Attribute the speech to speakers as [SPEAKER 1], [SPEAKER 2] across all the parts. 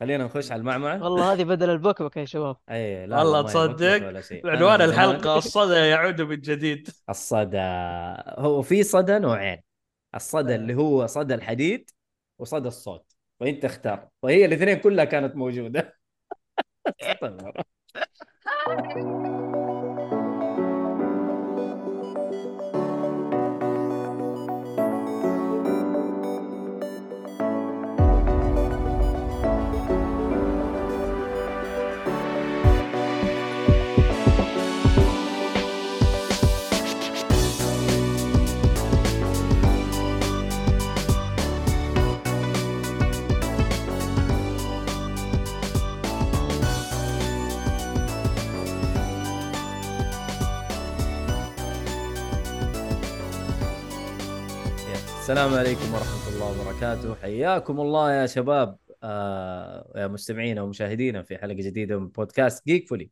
[SPEAKER 1] خلينا نخش على المعمعة
[SPEAKER 2] والله هذه بدل البكبكه يا شباب
[SPEAKER 1] اي لا
[SPEAKER 3] والله
[SPEAKER 1] والله بكبك
[SPEAKER 3] تصدق
[SPEAKER 1] ولا شيء انا
[SPEAKER 3] عنوان
[SPEAKER 1] من زمان
[SPEAKER 3] الحلقة الصدى يعود من جديد
[SPEAKER 1] الصدى هو في صدى نوعين
[SPEAKER 3] إيه.
[SPEAKER 1] الصدى اللي هو صدى الحديد وصدى الصوت وانت اختار وهي الاثنين كلها كانت موجودة استغفر. السلام عليكم ورحمة الله وبركاته حياكم الله يا شباب آه يا مستمعينا ومشاهدينا في حلقة جديدة من بودكاست جيك فولي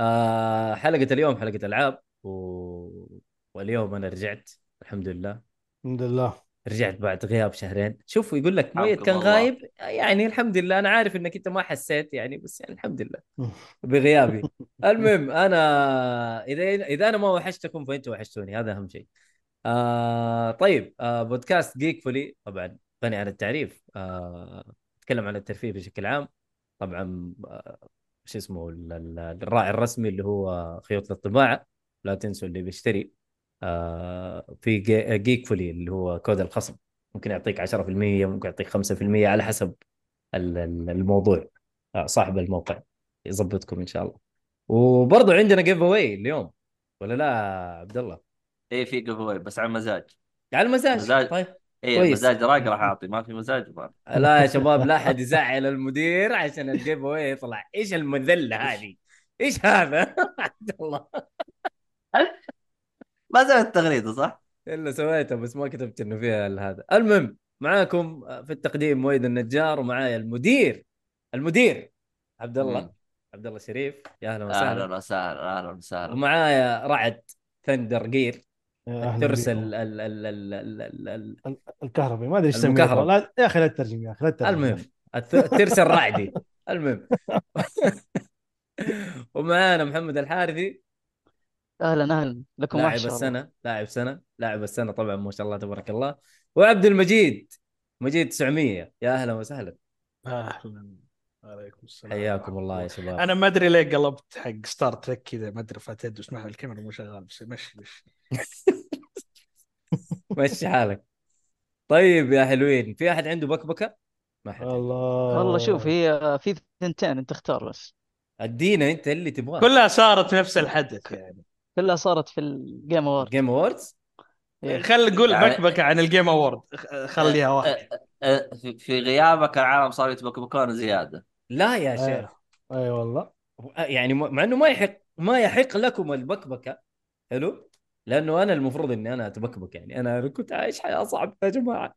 [SPEAKER 1] آه حلقة اليوم حلقة ألعاب و... واليوم أنا رجعت الحمد لله
[SPEAKER 4] الحمد لله
[SPEAKER 1] رجعت بعد غياب شهرين شوف يقول لك ميت
[SPEAKER 3] حمكم
[SPEAKER 1] كان
[SPEAKER 3] الله
[SPEAKER 1] غايب يعني الحمد لله أنا عارف أنك أنت ما حسيت يعني بس يعني الحمد لله بغيابي المهم أنا إذا إذا أنا ما وحشتكم فأنتوا وحشتوني هذا أهم شيء آه طيب آه بودكاست جيك فولي طبعا غني عن التعريف آه نتكلم عن الترفيه بشكل عام طبعا آه شو اسمه ال- ال- الراعي الرسمي اللي هو خيوط للطباعة لا تنسوا اللي بيشتري آه في جي- جيك فولي اللي هو كود الخصم ممكن يعطيك 10% ممكن يعطيك 5% على حسب ال- ال- الموضوع آه صاحب الموقع يظبطكم ان شاء الله وبرضه عندنا جيف اواي اليوم ولا لا يا عبد الله
[SPEAKER 3] ايه في جيف أواي، بس على مزاج
[SPEAKER 1] على المزاج
[SPEAKER 3] مزاج
[SPEAKER 1] طيب
[SPEAKER 3] ايه
[SPEAKER 1] كويس
[SPEAKER 3] مزاج رايق راح اعطي ما في مزاج ما
[SPEAKER 1] لا يا شباب لا احد يزعل المدير عشان الجيب اواي يطلع ايش المذله هذه ايش هذا عبد الله
[SPEAKER 3] ما زالت تغريده صح؟
[SPEAKER 1] الا سويته بس ما كتبت انه فيها ال- هذا المهم معاكم في التقديم مويد النجار ومعايا المدير المدير عبد الله
[SPEAKER 3] مم.
[SPEAKER 1] عبد الله شريف يا اهلا وسهلا
[SPEAKER 3] اهلا وسهلا اهلا وسهلا
[SPEAKER 1] ومعايا رعد ثندر جير
[SPEAKER 4] يا اهلا
[SPEAKER 1] الترس
[SPEAKER 4] بكم
[SPEAKER 1] ال ال ال ال ال ال ال
[SPEAKER 4] ال- الكهربي ما ادري ايش سميته
[SPEAKER 1] المكهرب
[SPEAKER 4] والله يا اخي لا تترجم يا اخي لا تترجم يا
[SPEAKER 1] المهم
[SPEAKER 4] اخي
[SPEAKER 1] الت- الترس الرعدي المهم ومعانا محمد الحارثي
[SPEAKER 2] اهلا اهلا لكم
[SPEAKER 1] لاعب
[SPEAKER 2] وحشه والله
[SPEAKER 1] السنة لاعب سنة لاعب السنة طبعا ما شاء الله تبارك الله وعبد المجيد مجيد 900 يا أهلا وسهلا
[SPEAKER 5] اهلا عليكم السلام
[SPEAKER 1] حياكم
[SPEAKER 5] ورحمه
[SPEAKER 1] الله يا
[SPEAKER 5] الله
[SPEAKER 1] شباب
[SPEAKER 5] انا ما ادري ليه قلبت حق ستار تريك كذا ما ادري فاتت وسمح لي الكاميرا مو شغال بس مشي مشي
[SPEAKER 1] مشي حالك طيب يا حلوين في أحد عنده بكبكة؟ ما حد عنده
[SPEAKER 2] والله شوف
[SPEAKER 4] الله
[SPEAKER 2] هي في ثنتين انت اختار بس
[SPEAKER 1] ادينا أنت اللي تبغاه
[SPEAKER 5] كلها صارت نفس الحدث يعني
[SPEAKER 2] كلها صارت في الجيم اوورد
[SPEAKER 1] جيم أووردز
[SPEAKER 2] إيه.
[SPEAKER 5] خل نقول
[SPEAKER 3] يعني
[SPEAKER 5] بكبكه عن الجيم اوورد خ- خليها واحده
[SPEAKER 3] أه، أه، في في غيابك العالم صاروا يتبكبكون زياده
[SPEAKER 1] لا يا
[SPEAKER 3] آه.
[SPEAKER 1] شيخ
[SPEAKER 4] اي اي والله
[SPEAKER 1] يعني م- مع أنه ما يحق ما يحق لكم البكبكة حلو؟ لأنه أنا المفروض إني أنا أتبكبك يعني أنا كنت عايش حياة صعبة يا جماعة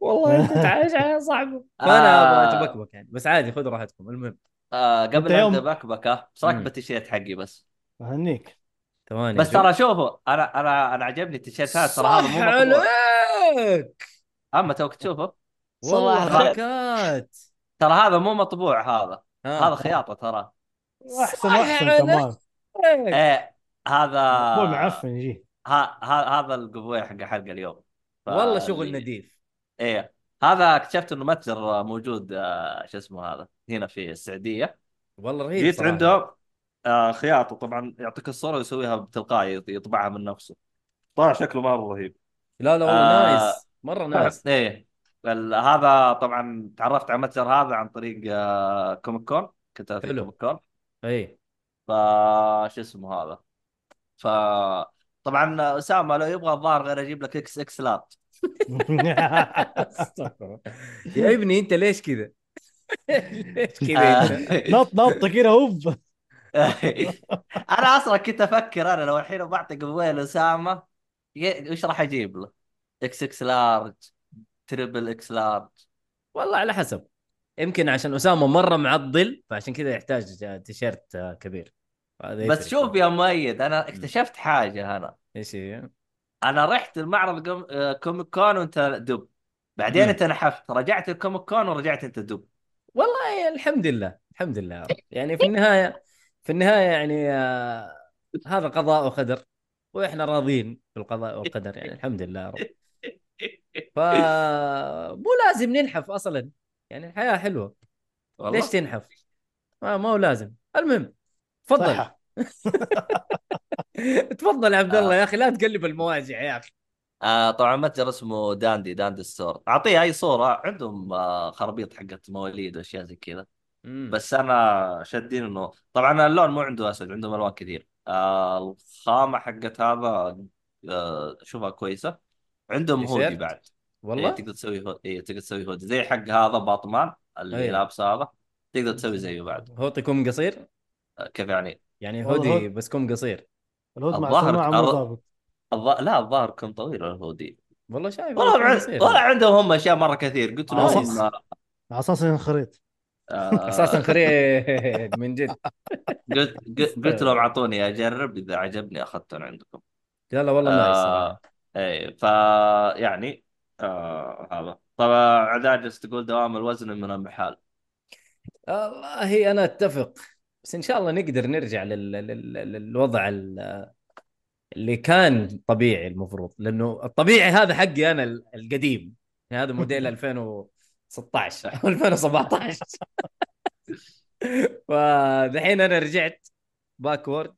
[SPEAKER 1] والله كنت عايش حياة صعبة فأنا أبغى
[SPEAKER 3] آه
[SPEAKER 1] أتبكبك يعني بس عادي خذ راحتكم المهم
[SPEAKER 3] آه
[SPEAKER 4] انت
[SPEAKER 3] قبل ما ابدا
[SPEAKER 4] يوم
[SPEAKER 3] بكبكه صاك
[SPEAKER 1] امم
[SPEAKER 3] بالتيشيرت حقي بس
[SPEAKER 4] اهنيك
[SPEAKER 1] ثواني
[SPEAKER 3] بس
[SPEAKER 1] اشوف
[SPEAKER 3] ترى شوفوا انا انا انا عجبني التيشيرت هذا ترى
[SPEAKER 1] صح
[SPEAKER 3] هذا مو مطبوع
[SPEAKER 1] عليك
[SPEAKER 3] اما توك تشوفه
[SPEAKER 2] صباح
[SPEAKER 1] والله
[SPEAKER 3] ترى
[SPEAKER 2] الخير
[SPEAKER 1] حركات
[SPEAKER 3] ترى هذا مو مطبوع هذا هذا
[SPEAKER 1] ها
[SPEAKER 4] آه.
[SPEAKER 3] خياطه ترى
[SPEAKER 4] احسن
[SPEAKER 1] صح
[SPEAKER 4] واحسن كمان
[SPEAKER 1] عليك
[SPEAKER 3] ايه هذا
[SPEAKER 4] مطبوع معفن يجي
[SPEAKER 3] ها ها هذا القبوي حق حلقه اليوم
[SPEAKER 1] والله شغل
[SPEAKER 3] فاللي
[SPEAKER 1] نظيف
[SPEAKER 3] ايه هذا اكتشفت انه متجر موجود آه، شو اسمه هذا هنا في السعوديه
[SPEAKER 1] والله رهيب
[SPEAKER 3] جيت
[SPEAKER 1] إيه، صراحة
[SPEAKER 3] عندهم آه، خياطه طبعا يعطيك الصوره ويسويها بتلقائي يطبعها من نفسه طلع شكله مره رهيب
[SPEAKER 1] لا لا والله
[SPEAKER 3] آه
[SPEAKER 1] نايس مرة نايس
[SPEAKER 3] ايه ال- هذا طبعا تعرفت على المتجر هذا عن طريق آه، كوميك كون كنت في
[SPEAKER 1] حلو
[SPEAKER 3] كوميك كون
[SPEAKER 1] اي
[SPEAKER 3] ف شو اسمه هذا ف طبعا اسامه لو يبغى الظاهر غير اجيب لك اكس اكس لارج
[SPEAKER 1] استغفر يا ابني انت ليش كذا؟ ليش كذا
[SPEAKER 3] آه،
[SPEAKER 1] انت؟
[SPEAKER 4] نط نط كده هوب
[SPEAKER 3] انا اصلا كنت افكر انا لو الحين بعطي قبويه لاسامه ي- وش راح اجيب له؟ اكس اكس لارج تريبل اكس لارج
[SPEAKER 1] والله على حسب يمكن عشان اسامة مرة معضل فعشان كذا يحتاج تيشيرت آه، كبير هذا
[SPEAKER 3] بس
[SPEAKER 1] يفرق
[SPEAKER 3] شوف
[SPEAKER 1] ترى
[SPEAKER 3] يا مؤيد انا
[SPEAKER 1] مم.
[SPEAKER 3] اكتشفت حاجه انا
[SPEAKER 1] ايش هي؟
[SPEAKER 3] انا رحت المعرض كوم- آه، كوميك كون وانت دب بعدين
[SPEAKER 1] امم
[SPEAKER 3] انت نحفت رجعت الكوميك كون ورجعت انت دب
[SPEAKER 1] والله الحمد لله الحمد لله يا
[SPEAKER 3] إيه.
[SPEAKER 1] رب. يعني في النهايه في النهايه يعني آه، هذا قضاء وقدر واحنا راضين بالقضاء والقدر يعني الحمد لله يا رب ف مو لازم ننحف اصلا يعني الحياه حلوه
[SPEAKER 3] والله
[SPEAKER 1] ليش تنحف؟ ما ما هو لازم المهم تفضل
[SPEAKER 4] صحة.
[SPEAKER 1] تفضل يا عبد الله يا اخي لا تقلب المواجع يا اخي
[SPEAKER 3] آه طبعا متجر اسمه داندي داندي ستور اعطيه اي صوره عندهم آه خرابيط حقت مواليد واشياء زي كذا
[SPEAKER 1] بس
[SPEAKER 3] بس انا شادين انه طبعا اللون مو عنده اسود عندهم الوان كثير آه الخامه حقت هذا آه شوفها كويسه عندهم هودي
[SPEAKER 1] تيشيرت؟
[SPEAKER 3] بعد إيه
[SPEAKER 1] والله
[SPEAKER 3] تقدر تسوي هو... إيه تقدر تسوي هودي زي حق هذا باطمان اللي
[SPEAKER 1] أي.
[SPEAKER 3] لابسه هذا تقدر تسوي زيه بعد
[SPEAKER 1] هوطي كم قصير
[SPEAKER 3] آه، كيف يعني
[SPEAKER 1] يعني
[SPEAKER 4] والله
[SPEAKER 1] هودي بس كم قصير
[SPEAKER 4] الهود مع
[SPEAKER 3] الظاهر
[SPEAKER 4] السماعه مو
[SPEAKER 3] أر-
[SPEAKER 4] ضابط
[SPEAKER 3] الظ... لا الظاهر كم طويل الهودي
[SPEAKER 1] والله شايف
[SPEAKER 3] والله
[SPEAKER 1] كم
[SPEAKER 3] عن-
[SPEAKER 1] قصير.
[SPEAKER 3] والله عندهم هم اشياء مره كثير قلت
[SPEAKER 4] آه،
[SPEAKER 3] لهم
[SPEAKER 4] صح. على اساس انخريط
[SPEAKER 3] آه،
[SPEAKER 1] اساسا خريب من جد
[SPEAKER 3] قلت قلت- قلت لهم اعطوني اجرب اذا عجبني اخذته من عندكم
[SPEAKER 1] يلا والله نايس
[SPEAKER 3] آه.
[SPEAKER 1] صراحه
[SPEAKER 3] اي فا يعني آه هذا طبعا عداجس تقول دوام الوزن من المحال آه.
[SPEAKER 1] والله انا اتفق بس ان شاء الله نقدر نرجع لل... لل... للوضع ال... اللي كان طبيعي المفروض لانه الطبيعي هذا حقي انا ال- القديم يعني هذا موديل 2016 او 2017 فدحين انا رجعت باكورد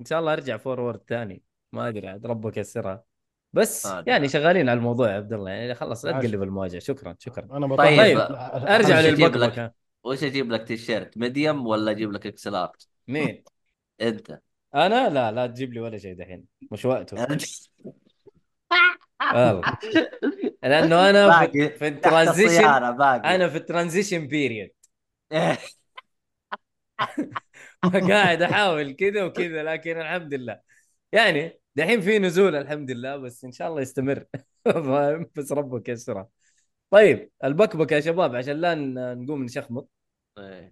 [SPEAKER 1] ان شاء الله ارجع فورورد ثاني ما ادري عاد ربك يسرها بس
[SPEAKER 3] ما أدري.
[SPEAKER 1] يعني شغالين على الموضوع يا عبد الله يعني خلاص لا
[SPEAKER 4] عاش.
[SPEAKER 1] تقلب المواجهه شكرا شكرا
[SPEAKER 4] انا
[SPEAKER 3] طيب.
[SPEAKER 1] ارجع
[SPEAKER 3] أمشي أجيب لك.
[SPEAKER 1] للبكبكه
[SPEAKER 3] وش اجيب لك تيشيرت ميديم ولا اجيب لك اكسل ارت
[SPEAKER 1] مين؟
[SPEAKER 3] انت
[SPEAKER 1] انا لا لا تجيب لي ولا شيء دحين مش وقته يلا. لانه انا في,
[SPEAKER 3] باقي
[SPEAKER 1] في
[SPEAKER 3] تحت
[SPEAKER 1] الترانزيشن
[SPEAKER 3] السيارة باقي إيه.
[SPEAKER 1] انا في الترانزيشن بيريد فقاعد احاول كذا وكذا لكن الحمد لله يعني دحين في نزول الحمد لله بس ان شاء الله يستمر فاهم؟ بس ربك يسترها طيب البكبكه يا شباب عشان لا ن- نقوم نشخمط
[SPEAKER 3] إيه.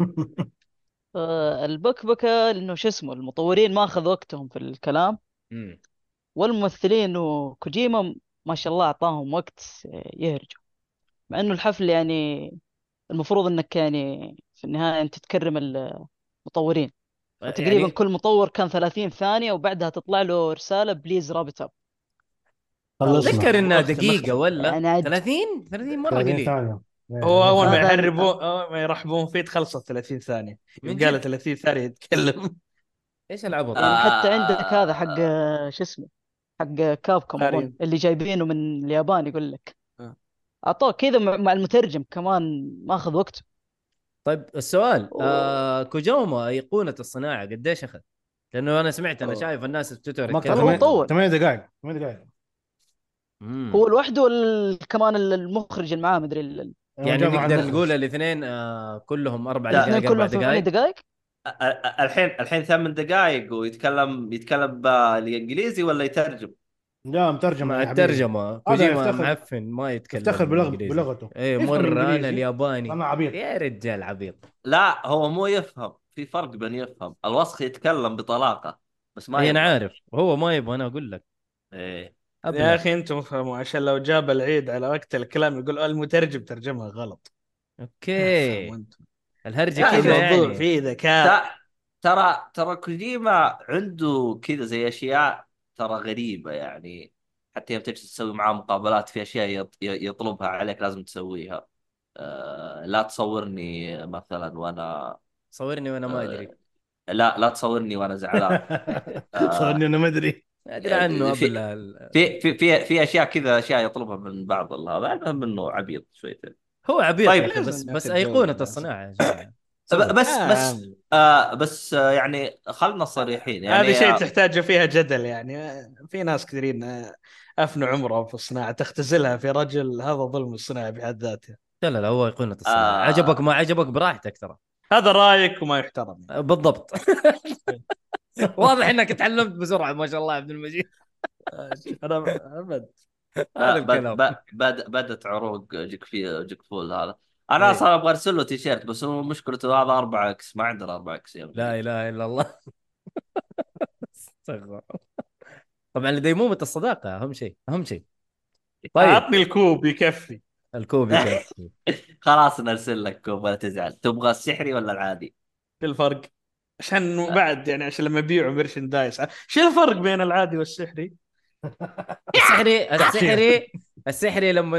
[SPEAKER 2] آه، البكبكه لانه شو اسمه المطورين ما اخذ وقتهم في الكلام
[SPEAKER 1] مم.
[SPEAKER 2] والممثلين وكوجيما ما شاء الله اعطاهم وقت آه، يهرجوا مع انه الحفل يعني المفروض انك يعني في النهايه انت تكرم المطورين تقريبا
[SPEAKER 1] يعني-
[SPEAKER 2] كل مطور كان 30 ثانية وبعدها تطلع له رسالة بليز رابط اب
[SPEAKER 1] اتذكر انها
[SPEAKER 5] أختم-
[SPEAKER 1] دقيقه
[SPEAKER 5] أختم.
[SPEAKER 1] ولا
[SPEAKER 2] يعني عد-
[SPEAKER 1] 30 30 مره
[SPEAKER 4] 30
[SPEAKER 1] قليل
[SPEAKER 4] ثانية. إيه.
[SPEAKER 1] يعني
[SPEAKER 5] هو اول ما
[SPEAKER 2] هذا-
[SPEAKER 5] يعربون أول ما يرحبون فيه تخلصت 30 ثانيه
[SPEAKER 1] من
[SPEAKER 5] قال
[SPEAKER 1] جد؟
[SPEAKER 5] 30 ثانيه يتكلم
[SPEAKER 1] ايش العبط
[SPEAKER 3] آه.
[SPEAKER 1] آه.
[SPEAKER 2] يعني حتى عندك هذا حق
[SPEAKER 5] آه.
[SPEAKER 2] شو اسمه حق كابكوم
[SPEAKER 5] ماريو.
[SPEAKER 2] اظن اللي جايبينه من اليابان يقول لك
[SPEAKER 5] آه.
[SPEAKER 2] اعطوه كذا مع مع المترجم كمان ما اخذ وقته
[SPEAKER 1] طيب السؤال
[SPEAKER 2] أوه.
[SPEAKER 1] آه كوجوما ايقونه الصناعه قديش اخذ؟ لانه انا سمعت انا
[SPEAKER 5] أوه.
[SPEAKER 1] شايف الناس في تويتر
[SPEAKER 4] ما
[SPEAKER 1] يتكلموا.
[SPEAKER 2] هو مطول.
[SPEAKER 4] كان 8 دقائق 8 دقائق
[SPEAKER 1] مم.
[SPEAKER 2] هو لوحده وال- كمان المخرج اللي معاه مدري ال- ال-
[SPEAKER 1] يعني
[SPEAKER 4] جاء مع
[SPEAKER 1] نقدر
[SPEAKER 4] المخرج.
[SPEAKER 1] نقول الاثنين آه كلهم اربع
[SPEAKER 3] لا.
[SPEAKER 1] دقائق
[SPEAKER 2] الاثنين
[SPEAKER 1] اربع
[SPEAKER 2] كلهم ثمانية
[SPEAKER 1] دقائق
[SPEAKER 2] دقائق
[SPEAKER 3] أ- أ- الحين الحين ثمان دقائق ويتكلم يتكلم بالانجليزي ولا يترجم؟
[SPEAKER 4] لا مترجم
[SPEAKER 1] مع
[SPEAKER 4] يا حبيبي.
[SPEAKER 1] الترجمه
[SPEAKER 4] هذا
[SPEAKER 1] كوجيما
[SPEAKER 4] يفتخر-
[SPEAKER 1] معفن ما يتكلم
[SPEAKER 4] يفتخر بلغ-
[SPEAKER 1] إنجليزي.
[SPEAKER 4] بلغته
[SPEAKER 1] ايه
[SPEAKER 4] يفهم
[SPEAKER 1] مره انا
[SPEAKER 4] إنجليزي.
[SPEAKER 1] الياباني
[SPEAKER 4] انا عبيط
[SPEAKER 1] يا رجال عبيط
[SPEAKER 3] لا هو مو يفهم في فرق بين يفهم الوسخ يتكلم بطلاقه بس ما
[SPEAKER 1] اي انا
[SPEAKER 3] يفهم
[SPEAKER 1] إيه، عارف هو ما يبغى انا اقول لك
[SPEAKER 3] إيه.
[SPEAKER 5] يا
[SPEAKER 1] أبلغ.
[SPEAKER 5] اخي انتم افهموا عشان لو جاب العيد على وقت الكلام يقول "آه، المترجم ترجمها غلط
[SPEAKER 1] اوكي الهرجه
[SPEAKER 3] يا أخي
[SPEAKER 1] إيه. كذا
[SPEAKER 5] الموضوع
[SPEAKER 1] يعني
[SPEAKER 5] فيه ذكاء
[SPEAKER 3] ت- ترى ترى كوجيما عنده كذا زي اشياء ترى غريبه يعني حتى يوم تجلس تسوي معاه مقابلات في اشياء يط- يطلبها عليك لازم تسويها آه لا تصورني مثلا وانا
[SPEAKER 1] صورني وانا ما ادري
[SPEAKER 3] لا لا تصورني وانا زعلان
[SPEAKER 4] صغرني انا ما ادري
[SPEAKER 1] ادري عنه
[SPEAKER 3] في-
[SPEAKER 1] قبل ال-
[SPEAKER 3] في في في في اشياء كذا اشياء يطلبها من بعض الله هذا المهم انه عبيط شويتين
[SPEAKER 1] هو عبيط
[SPEAKER 3] طيب.
[SPEAKER 1] يا أخي، بس
[SPEAKER 5] لازم
[SPEAKER 1] بس
[SPEAKER 5] نعطي الجو
[SPEAKER 1] ايقونه
[SPEAKER 5] للناس.
[SPEAKER 1] الصناعه يا جماعه
[SPEAKER 3] ب- بس
[SPEAKER 5] آه،
[SPEAKER 3] بس آه بس آه يعني خلنا صريحين يعني
[SPEAKER 5] هذه شيء
[SPEAKER 3] آه،
[SPEAKER 5] تحتاج فيها جدل يعني آه، في ناس كثيرين آه، افنوا عمرهم في الصناعه تختزلها في رجل هذا ظلم الصناعه بحد ذاته
[SPEAKER 1] لا لا لا هو ايقونه الصناعه
[SPEAKER 3] آه.
[SPEAKER 1] عجبك ما عجبك براحتك ترى
[SPEAKER 5] هذا رايك وما يحترم
[SPEAKER 1] بالضبط واضح انك تعلمت بسرعه ما شاء الله يا عبد المجيد
[SPEAKER 5] آه، انا ابد
[SPEAKER 1] هذا
[SPEAKER 3] ب-
[SPEAKER 1] الكلام
[SPEAKER 3] ب- آه، بد- بدت عروق جيك في جيك فول هذا انا
[SPEAKER 1] إيه.
[SPEAKER 3] اصلا ابغى ارسل له تيشيرت بس هو مشكلته هذا 4 اكس ما عندنا 4 اكس
[SPEAKER 1] لا اله الا الله استغفر الله. طبعا لديمومه الصداقه اهم شيء اهم شيء طيب
[SPEAKER 3] آه.
[SPEAKER 5] اعطني الكوب يكفي
[SPEAKER 1] الكوبي كان.
[SPEAKER 3] خلاص نرسل لك كوب ولا تزعل تبغى السحري ولا العادي
[SPEAKER 5] شو الفرق؟ عشان
[SPEAKER 1] أه.
[SPEAKER 5] بعد يعني عشان لما يبيعوا مرشندايز شو الفرق بين العادي والسحري؟
[SPEAKER 1] السحري السحري السحري لما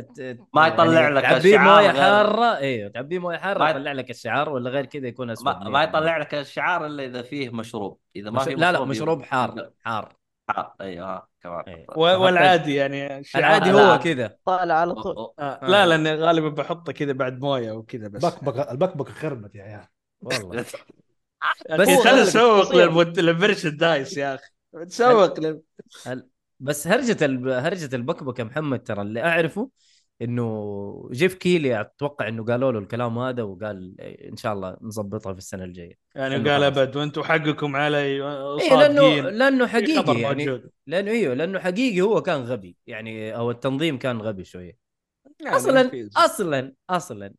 [SPEAKER 1] ت- يعني
[SPEAKER 3] ما يطلع لك
[SPEAKER 1] تعبيه
[SPEAKER 3] الشعار
[SPEAKER 1] مويه
[SPEAKER 3] غير-
[SPEAKER 1] حاره ايوه تعبيه مويه حاره
[SPEAKER 3] ما-
[SPEAKER 1] يطلع لك الشعار ولا غير كذا يكون اسود
[SPEAKER 3] ما, ما يطلع لك الشعار الا اذا فيه مشروب اذا ما
[SPEAKER 1] يعني. مش...
[SPEAKER 3] في
[SPEAKER 1] لا لا
[SPEAKER 3] يبقى-
[SPEAKER 1] مشروب حار حار
[SPEAKER 3] حار ايوه ها، كمان
[SPEAKER 1] أيوه.
[SPEAKER 5] و- والعادي يعني الشعار
[SPEAKER 1] العادي
[SPEAKER 5] لا.
[SPEAKER 1] هو أه.
[SPEAKER 3] لا.
[SPEAKER 1] كذا
[SPEAKER 2] طالع على
[SPEAKER 3] أو-
[SPEAKER 2] طول
[SPEAKER 3] أو-
[SPEAKER 5] آه. لا لاني غالبا بحطه كذا بعد مويه وكذا بس
[SPEAKER 4] بكبك البكبك خربت يا عيال
[SPEAKER 1] والله
[SPEAKER 3] آه،
[SPEAKER 5] بس
[SPEAKER 1] بس-
[SPEAKER 5] خلينا يعني نسوق للمت- للمرشندايز يا اخي تسوق لل...
[SPEAKER 1] بس هرجة الب... هرجة البكبكة محمد ترى اللي اعرفه انه جيف كيلي اتوقع انه قالوا له الكلام هذا وقال إيه، ان شاء الله نظبطها في السنة الجاية
[SPEAKER 5] يعني
[SPEAKER 1] إنه
[SPEAKER 5] قال
[SPEAKER 1] خلاص.
[SPEAKER 5] ابد وانتم حقكم علي
[SPEAKER 1] إيه لانه لانه
[SPEAKER 5] صادقين في خبر
[SPEAKER 1] حقيقي يعني
[SPEAKER 5] موجود.
[SPEAKER 1] لانه ايوه لانه حقيقي هو كان غبي يعني او التنظيم كان غبي شويه
[SPEAKER 5] يعني
[SPEAKER 1] اصلا
[SPEAKER 5] في-
[SPEAKER 1] اصلا اصلا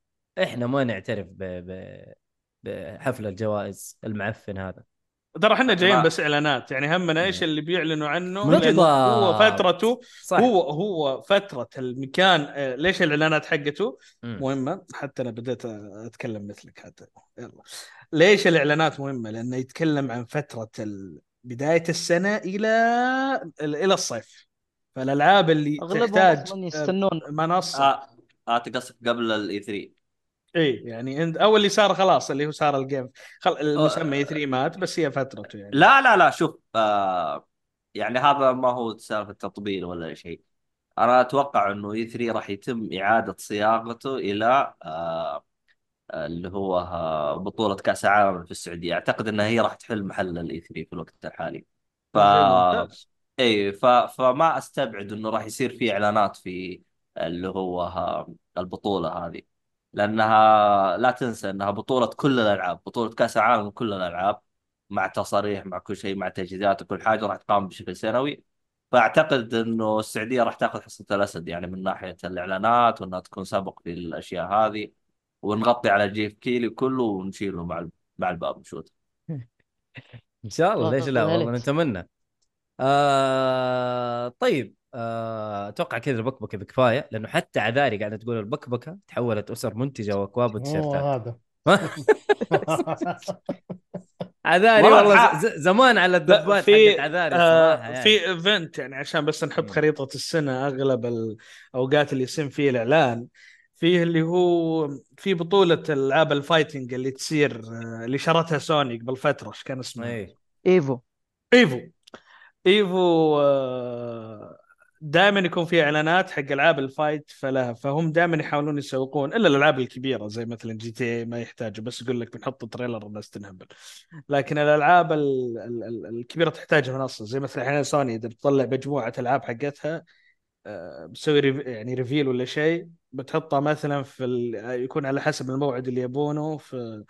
[SPEAKER 1] احنا ما نعترف ب ب بحفل الجوائز المعفن هذا
[SPEAKER 5] ترى احنا جايين
[SPEAKER 3] ما-
[SPEAKER 5] بس اعلانات يعني همنا ايش اللي بيعلنوا عنه
[SPEAKER 1] بالضبط.
[SPEAKER 5] لأنه هو فترته
[SPEAKER 1] صح
[SPEAKER 5] هو هو فتره المكان آه، ليش الاعلانات حقته
[SPEAKER 1] مم.
[SPEAKER 5] مهمه حتى انا بديت اتكلم مثلك حتى يلا ليش الاعلانات مهمه لانه يتكلم عن فتره ال- بدايه السنه الى الى الصيف فالالعاب اللي
[SPEAKER 2] اغلبهم
[SPEAKER 5] تحتاج
[SPEAKER 2] اصلا
[SPEAKER 5] آه،
[SPEAKER 2] يستنون
[SPEAKER 5] منصه
[SPEAKER 3] اه اه تقصد قبل الاي 3
[SPEAKER 5] اي يعني انت او اللي صار خلاص اللي هو صار الجيم خل... المسمى 3 مات بس هي فترته يعني
[SPEAKER 3] لا لا لا شوف آه يعني هذا ما هو سالفه تطبيل ولا شيء انا اتوقع انه اي 3 E راح يتم اعاده صياغته الى آه اللي هو آه بطوله كاس العالم في السعوديه اعتقد انها هي راح تحل محل الاي 3 في الوقت الحالي ف
[SPEAKER 5] ممتاز.
[SPEAKER 3] اي إيه، ف... فما استبعد انه راح يصير في اعلانات في اللي هو ها- البطوله هذه لانها لا تنسى انها بطوله كل الالعاب بطوله كاس العالم كل الالعاب مع تصاريح مع كل شيء مع تجهيزات وكل حاجه راح تقام بشكل سنوي فاعتقد انه السعوديه راح تاخذ حصه الاسد يعني من ناحيه الاعلانات وانها تكون سبق في الاشياء هذه ونغطي على جيف كيلي كله ونشيله مع ال- مع الباب نشوت
[SPEAKER 1] ان شاء الله ليش لا
[SPEAKER 2] الله
[SPEAKER 1] والله
[SPEAKER 2] يهلك.
[SPEAKER 1] نتمنى آه طيب آه، اتوقع كذا البكبكه بكفايه لانه حتى عذاري قاعده تقول البكبكه تحولت اسر منتجه واكواب
[SPEAKER 4] مو
[SPEAKER 1] وتيشيرتات
[SPEAKER 4] هذا
[SPEAKER 1] عذاري
[SPEAKER 5] والله
[SPEAKER 1] والله
[SPEAKER 5] الحق.
[SPEAKER 1] ز- ز- زمان على الدبات
[SPEAKER 5] في-
[SPEAKER 1] حقت عذاري صراحه
[SPEAKER 5] آه
[SPEAKER 1] يعني.
[SPEAKER 5] في ايفنت يعني عشان بس نحط خريطه السنه اغلب الاوقات اللي يسم فيه الاعلان فيه اللي هو في بطوله العاب الفايتنج اللي تصير آه، اللي شرتها سوني قبل فتره ايش كان اسمها؟
[SPEAKER 1] ايه
[SPEAKER 2] ايفو
[SPEAKER 5] ايفو ايفو آه، دائما يكون في اعلانات حق العاب الفايت فلا فهم دائما يحاولون يسوقون الا الالعاب الكبيره زي مثلا جي تي إيه ما يحتاجوا بس يقول لك بنحط تريلر الناس تنهبل لكن الالعاب ال- ال- ال- الكبيره تحتاج منصه زي مثلا احيانا سوني اذا بتطلع مجموعه العاب حقتها آه، بتسوي ريف- يعني ريفيل ولا شيء بتحطها مثلا في ال... يكون على حسب الموعد اللي يبونه في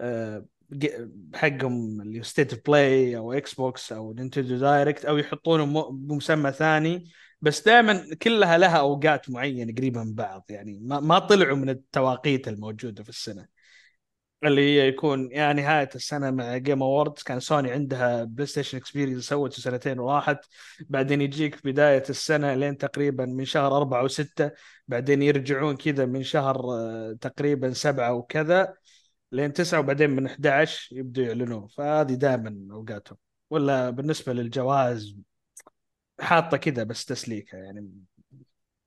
[SPEAKER 5] آه، ج- حقهم اللي ستيت بلاي او اكس بوكس او نينتندو دايركت او يحطونه م- بمسمى ثاني بس دائما كلها لها اوقات معينه قريبه من بعض يعني ما, ما طلعوا من التواقيت الموجوده في السنه اللي هي يكون يا نهايه السنه مع جيم اووردز كان سوني عندها بلاي ستيشن اكسبيرينس سوته سنتين وراحت بعدين يجيك بدايه السنه لين تقريبا من شهر أربعة وستة بعدين يرجعون كذا من شهر آه، تقريبا سبعة وكذا لين تسعة وبعدين من 11 يبدوا يعلنون فهذه دائما اوقاتهم ولا بالنسبه للجواز حاطه كذا بس تسليكه يعني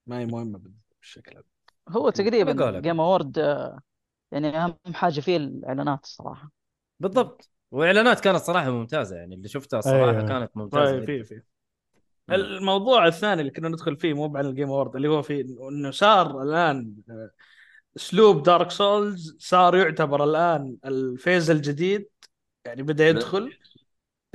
[SPEAKER 5] ما هي مهمه بالشكل هذا
[SPEAKER 2] هو تقريبا
[SPEAKER 1] بقولك.
[SPEAKER 2] جيم اوورد يعني اهم حاجه فيه الاعلانات الصراحه
[SPEAKER 1] بالضبط واعلانات كانت صراحه ممتازه يعني اللي شفتها صراحه
[SPEAKER 4] أيوة.
[SPEAKER 1] كانت ممتازه
[SPEAKER 5] طيب
[SPEAKER 1] جداً.
[SPEAKER 5] في في الموضوع الثاني اللي كنا ندخل فيه مو عن الجيم اوورد اللي هو في انه صار الان آه، اسلوب دارك سولز صار يعتبر الان الفيز الجديد يعني بدا يدخل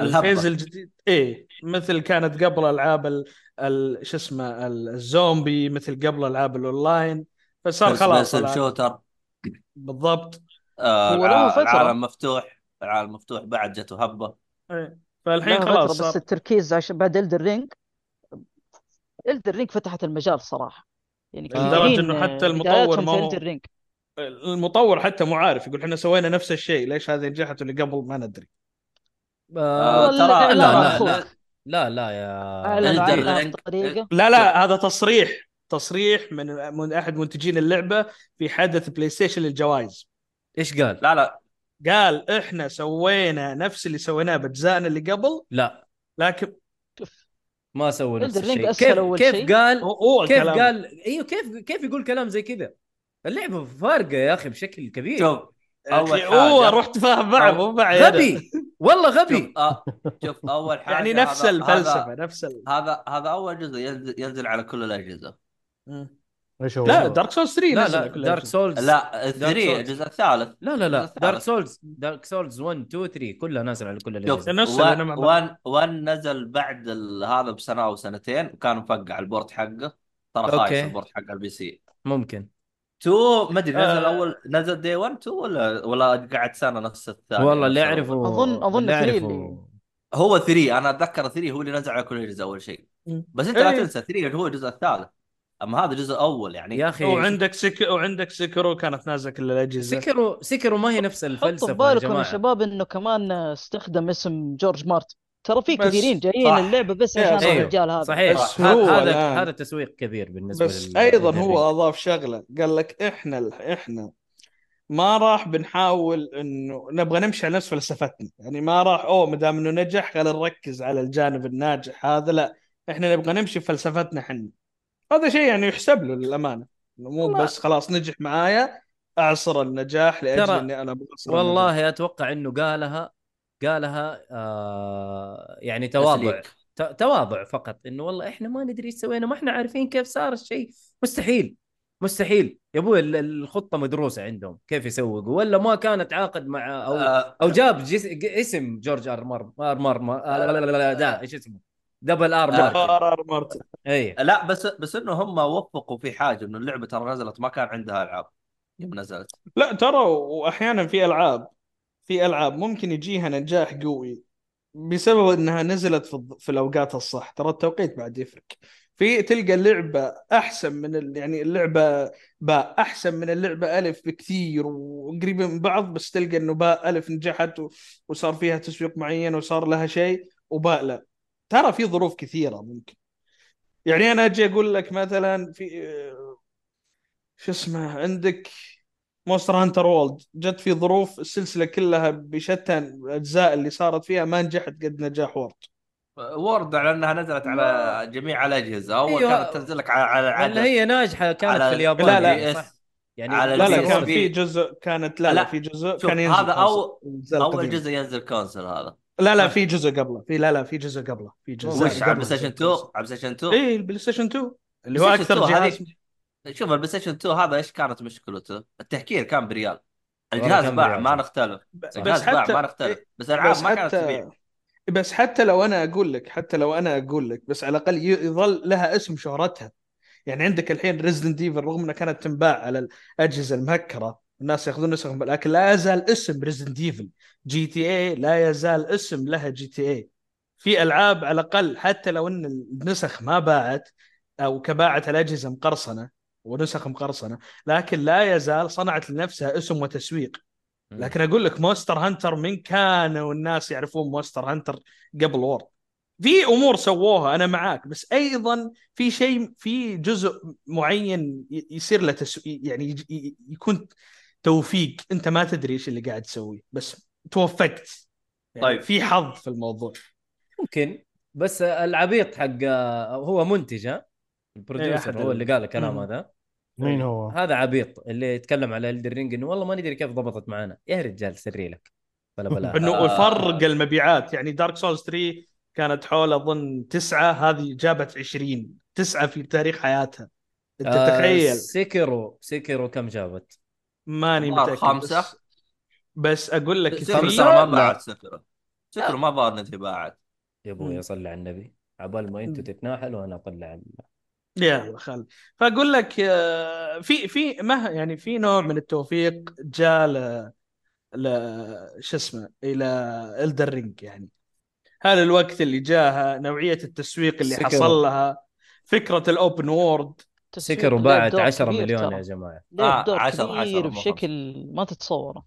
[SPEAKER 3] الهبة.
[SPEAKER 5] الفيز الجديد ايه مثل كانت قبل العاب ال... ال... شو اسمه ال- الزومبي مثل قبل العاب الاونلاين فصار خلاص
[SPEAKER 3] بس
[SPEAKER 5] الآن.
[SPEAKER 3] شوتر
[SPEAKER 5] بالضبط
[SPEAKER 3] آه
[SPEAKER 2] هو له
[SPEAKER 3] الع-
[SPEAKER 2] فترة.
[SPEAKER 3] العالم مفتوح العالم مفتوح بعد جته هبه
[SPEAKER 5] إيه. فالحين
[SPEAKER 2] لها فترة
[SPEAKER 5] خلاص
[SPEAKER 2] بس
[SPEAKER 5] صار
[SPEAKER 2] التركيز عشان بعد الدر رينج الدر رينج فتحت المجال صراحة يعني
[SPEAKER 5] لدرجة
[SPEAKER 2] كثيرين،
[SPEAKER 5] إنه حتى
[SPEAKER 2] آه،
[SPEAKER 5] المطور
[SPEAKER 2] بداياتهم
[SPEAKER 5] ما
[SPEAKER 2] في
[SPEAKER 5] هو-
[SPEAKER 2] الدر رينج
[SPEAKER 5] المطور حتى مو عارف يقول احنا سوينا نفس الشيء ليش هذه نجحت اللي قبل ما ندري
[SPEAKER 1] آه،
[SPEAKER 3] آه، ترى-
[SPEAKER 2] والله
[SPEAKER 1] لا،
[SPEAKER 2] إعلان
[SPEAKER 1] لا،
[SPEAKER 2] أخوك.
[SPEAKER 1] لا لا يا
[SPEAKER 2] أعلنوا
[SPEAKER 3] الدر
[SPEAKER 2] عنها
[SPEAKER 3] رينج.
[SPEAKER 2] بطريقة
[SPEAKER 5] لا لا هذا تصريح تصريح من من احد منتجين اللعبه في حدث بلاي ستيشن للجوائز
[SPEAKER 1] ايش قال؟
[SPEAKER 3] لا لا
[SPEAKER 5] قال احنا سوينا نفس اللي سويناه باجزائنا اللي قبل
[SPEAKER 1] لا.
[SPEAKER 5] لكن
[SPEAKER 1] ما سوى نفس
[SPEAKER 2] Elden Ring
[SPEAKER 1] الشيء
[SPEAKER 2] أسهل
[SPEAKER 1] كيف
[SPEAKER 2] أول
[SPEAKER 1] كيف
[SPEAKER 2] شيء.
[SPEAKER 1] قال
[SPEAKER 5] هو- هو
[SPEAKER 1] كيف
[SPEAKER 5] الكلام.
[SPEAKER 1] قال ايوه كيف كيف يقول كلام زي كذا اللعبه فارقه يا اخي بشكل كبير
[SPEAKER 3] شوف أول
[SPEAKER 5] أخي،
[SPEAKER 3] حاجة-
[SPEAKER 5] هو رحت فاهم معه مو معي أنا.
[SPEAKER 1] غبي والله غبي
[SPEAKER 3] شوف آه، شوف اول حاجه
[SPEAKER 5] يعني نفس
[SPEAKER 3] هذا-
[SPEAKER 5] الفلسفه
[SPEAKER 3] هذا-
[SPEAKER 5] نفس ال...
[SPEAKER 3] هذا هذا اول جزء ينزل, ينزل على كل الاجهزه
[SPEAKER 4] ايش هو؟
[SPEAKER 5] لا دارك سولز 3
[SPEAKER 1] لا
[SPEAKER 5] نزل
[SPEAKER 1] لا
[SPEAKER 5] كل
[SPEAKER 1] دارك
[SPEAKER 5] شيء.
[SPEAKER 1] سولز
[SPEAKER 3] لا
[SPEAKER 1] Souls.
[SPEAKER 3] الثري الجزء الثالث
[SPEAKER 1] لا لا لا
[SPEAKER 3] Dark Souls.
[SPEAKER 1] دارك سولز دارك سولز 1 2 3 كلها نازل على كل
[SPEAKER 3] شوف
[SPEAKER 1] الاجهزه
[SPEAKER 5] نفس اللي أنا مع بعض.
[SPEAKER 3] 1 1 نزل بعد ال- هذا بسنه او سنتين وكان مفقع البورد حقه ترى
[SPEAKER 1] أوكي.
[SPEAKER 3] خايس البورد حق البي سي
[SPEAKER 1] ممكن
[SPEAKER 3] 2 ما ادري نزل
[SPEAKER 5] آه.
[SPEAKER 3] اول نزل دي 1 2 ولا ولا قعد سنه نفس الثاني
[SPEAKER 1] والله اللي
[SPEAKER 3] نفس الأول.
[SPEAKER 1] اعرفه
[SPEAKER 2] أظن- أظن
[SPEAKER 1] اللي
[SPEAKER 2] 3
[SPEAKER 1] اعرفه
[SPEAKER 3] هو 3 انا اتذكر 3 هو اللي نزل على كل الاجهزه اول شيء
[SPEAKER 5] مم.
[SPEAKER 3] بس انت لا
[SPEAKER 5] إيه.
[SPEAKER 3] تنسى 3 هو الجزء الثالث اما هذا الجزء الاول يعني
[SPEAKER 1] يا اخي
[SPEAKER 5] وعندك سك وعندك سكرو كانت نازله كل الاجهزه
[SPEAKER 1] سكروا سكروا ما هي نفس
[SPEAKER 2] حطوا
[SPEAKER 1] الفلسفه
[SPEAKER 2] في
[SPEAKER 1] يا
[SPEAKER 2] بالكم يا
[SPEAKER 1] جماعه
[SPEAKER 2] شباب انه كمان آه، استخدم اسم جورج مارتن ترى في
[SPEAKER 5] بس-
[SPEAKER 2] كثيرين جايين
[SPEAKER 3] صح.
[SPEAKER 2] اللعبه بس
[SPEAKER 5] إيه،
[SPEAKER 2] عشان
[SPEAKER 1] أيوه.
[SPEAKER 2] الرجال هذا
[SPEAKER 1] صحيح
[SPEAKER 3] بس
[SPEAKER 1] هذا-
[SPEAKER 5] هو
[SPEAKER 1] هذا
[SPEAKER 5] الآن.
[SPEAKER 1] هذا تسويق كبير بالنسبه
[SPEAKER 5] بس
[SPEAKER 1] لل-
[SPEAKER 5] ايضا هو
[SPEAKER 1] للرينج.
[SPEAKER 5] اضاف شغله قال لك احنا احنا ما راح بنحاول انه نبغى نمشي على نفس فلسفتنا يعني ما راح اوه ما دام انه نجح خلينا نركز على الجانب الناجح هذا لا احنا نبغى نمشي بفلسفتنا احنا هذا شيء يعني يحسب له للامانه إنه مو
[SPEAKER 3] والله.
[SPEAKER 5] بس خلاص نجح معايا اعصر النجاح لاجل
[SPEAKER 1] ترى
[SPEAKER 5] اني انا بعصر النجاح.
[SPEAKER 1] والله اتوقع انه قالها قالها آه يعني تواضع
[SPEAKER 3] تسليك.
[SPEAKER 1] ت- تواضع فقط انه والله احنا ما ندري ايش سوينا ما احنا عارفين كيف صار الشيء مستحيل مستحيل يا ابوي ال- الخطه مدروسه عندهم كيف يسوقوا ولا ما كان اتعاقد مع او
[SPEAKER 3] آه،
[SPEAKER 1] او جاب جس... ج- اسم جورج ارمر ارمر ما... آه، لا لا لا لا ده ايش اسمه دبل إيه. ار مارتن
[SPEAKER 5] آر آر مارتن.
[SPEAKER 1] اي
[SPEAKER 3] لا بس بس انه هم وفقوا في حاجه انه اللعبه ترى نزلت ما كان عندها العاب يوم نزلت
[SPEAKER 5] لا ترى واحيانا في العاب في العاب ممكن يجيها نجاح قوي بسبب انها نزلت في, الض- في الاوقات الصح ترى التوقيت بعد يفرق في تلقى اللعبه احسن من ال... يعني اللعبه باء احسن من اللعبه الف بكثير وقريبه من بعض بس تلقى انه باء الف نجحت و... وصار فيها تسويق معين وصار لها شيء وباء لا ترى في ظروف كثيره ممكن يعني انا اجي اقول لك مثلا في شو اسمه عندك مونستر هانتر وولد جت في ظروف السلسله كلها بشتى الاجزاء اللي صارت فيها ما نجحت قد نجاح وورد
[SPEAKER 3] وورد على انها نزلت على جميع الاجهزه اول
[SPEAKER 1] أيوه.
[SPEAKER 3] كانت تنزل لك على على
[SPEAKER 1] ولا
[SPEAKER 3] العدد
[SPEAKER 1] هي ناجحه كانت
[SPEAKER 3] على-
[SPEAKER 1] في اليابان
[SPEAKER 5] لا، لا.
[SPEAKER 1] يعني صح؟
[SPEAKER 3] PS.
[SPEAKER 1] يعني
[SPEAKER 3] على
[SPEAKER 5] لا لا
[SPEAKER 3] البي
[SPEAKER 5] كان
[SPEAKER 3] اس
[SPEAKER 5] في
[SPEAKER 3] بي.
[SPEAKER 5] جزء كانت لا لا
[SPEAKER 3] لا.
[SPEAKER 5] في جزء
[SPEAKER 3] شوف
[SPEAKER 5] كان ينزل
[SPEAKER 3] هذا أول-
[SPEAKER 5] كونسل
[SPEAKER 3] اول
[SPEAKER 5] قديم.
[SPEAKER 3] جزء ينزل كونسل هذا
[SPEAKER 5] لا لا في جزء قبله في لا لا في جزء قبله في جزء
[SPEAKER 3] وش على
[SPEAKER 5] قبله.
[SPEAKER 3] البلاي ستيشن 2 على البلاي ستيشن 2
[SPEAKER 5] اي البلاي ستيشن 2 إيه، اللي هو
[SPEAKER 3] بلاي ستيشن
[SPEAKER 5] اكثر
[SPEAKER 3] 2
[SPEAKER 5] جهاز
[SPEAKER 3] شوف البلاي ستيشن 2 هذا ايش كانت مشكلته؟ التحكير كان بريال
[SPEAKER 1] والله
[SPEAKER 3] الجهاز
[SPEAKER 1] كان
[SPEAKER 3] باع
[SPEAKER 1] بريال
[SPEAKER 3] ما
[SPEAKER 1] صح. إيه،
[SPEAKER 3] نختلف
[SPEAKER 5] ب-
[SPEAKER 3] الجهاز
[SPEAKER 5] بس
[SPEAKER 3] باع
[SPEAKER 5] حتى
[SPEAKER 3] ما نختلف بس
[SPEAKER 5] بس
[SPEAKER 3] العاب ما كانت تبيع
[SPEAKER 5] حتى بس حتى لو انا اقول لك حتى لو انا اقول لك بس على الاقل ي- يظل لها اسم شهرتها يعني عندك الحين ريزدنت ايفل رغم انها كانت تنباع على الاجهزه المهكره الناس ياخذون نسخهم لكن لا يزال اسم ريزدنت ايفل جي تي اي لا يزال اسم لها جي تي اي في العاب على الاقل حتى لو ان النسخ ما باعت او كباعت على اجهزه مقرصنه ونسخ مقرصنه لكن لا يزال صنعت لنفسها اسم وتسويق لكن اقول لك مونستر هانتر من كان والناس يعرفون مونستر هانتر قبل وورد في امور سووها انا معاك بس ايضا في شيء في جزء معين ي- يصير له تسو... يعني يج- ي- يكون توفيق انت ما تدري ايش اللي قاعد تسويه بس توفقت يعني
[SPEAKER 3] طيب.
[SPEAKER 5] في حظ في الموضوع
[SPEAKER 1] ممكن بس العبيط حق آه، هو منتج ها
[SPEAKER 5] إيه، أحد
[SPEAKER 1] البروديوسر هو
[SPEAKER 5] ال-
[SPEAKER 1] اللي قال الكلام
[SPEAKER 5] مم.
[SPEAKER 1] هذا
[SPEAKER 4] مين هو؟
[SPEAKER 1] هذا عبيط اللي يتكلم على الدرينج انه والله ما ندري كيف ضبطت معنا يا رجال سري لك ولا بلا
[SPEAKER 5] انه
[SPEAKER 3] آه.
[SPEAKER 5] فرق المبيعات يعني دارك سولز 3 كانت حول اظن تسعه هذه جابت 20 تسعه في تاريخ حياتها انت تخيل
[SPEAKER 1] سكرو سكرو آه، كم جابت؟
[SPEAKER 5] ماني
[SPEAKER 1] يعني
[SPEAKER 3] ضار
[SPEAKER 5] متاكد
[SPEAKER 3] خمسة.
[SPEAKER 5] بس, بس اقول لك
[SPEAKER 3] سكر
[SPEAKER 1] خمسة؟
[SPEAKER 5] في-
[SPEAKER 3] ترى ما
[SPEAKER 1] لا.
[SPEAKER 3] باعت سكر سكر ما ظهر انها باعت
[SPEAKER 1] يا ابوي
[SPEAKER 5] مم.
[SPEAKER 1] صلي على النبي عبال ما انتم
[SPEAKER 5] مم.
[SPEAKER 1] تتناحلوا انا اطلع ال-
[SPEAKER 5] يا الله خالد فاقول لك آه، في في ما يعني في نوع من التوفيق جاء ل ل- شو اسمه الى الدر رينج يعني هذا الوقت اللي جاها نوعيه التسويق اللي
[SPEAKER 1] سكر.
[SPEAKER 5] حصل لها فكره الاوبن وورد
[SPEAKER 2] تسويق
[SPEAKER 1] سكرو
[SPEAKER 2] لعب
[SPEAKER 1] باعت
[SPEAKER 2] دور
[SPEAKER 1] 10
[SPEAKER 2] كبير
[SPEAKER 1] مليون
[SPEAKER 2] ترى.
[SPEAKER 1] يا جماعه
[SPEAKER 2] لعب
[SPEAKER 3] آه،
[SPEAKER 2] دور
[SPEAKER 3] 10 10
[SPEAKER 2] كبير
[SPEAKER 3] مو خمسة.
[SPEAKER 2] بشكل ما تتصوره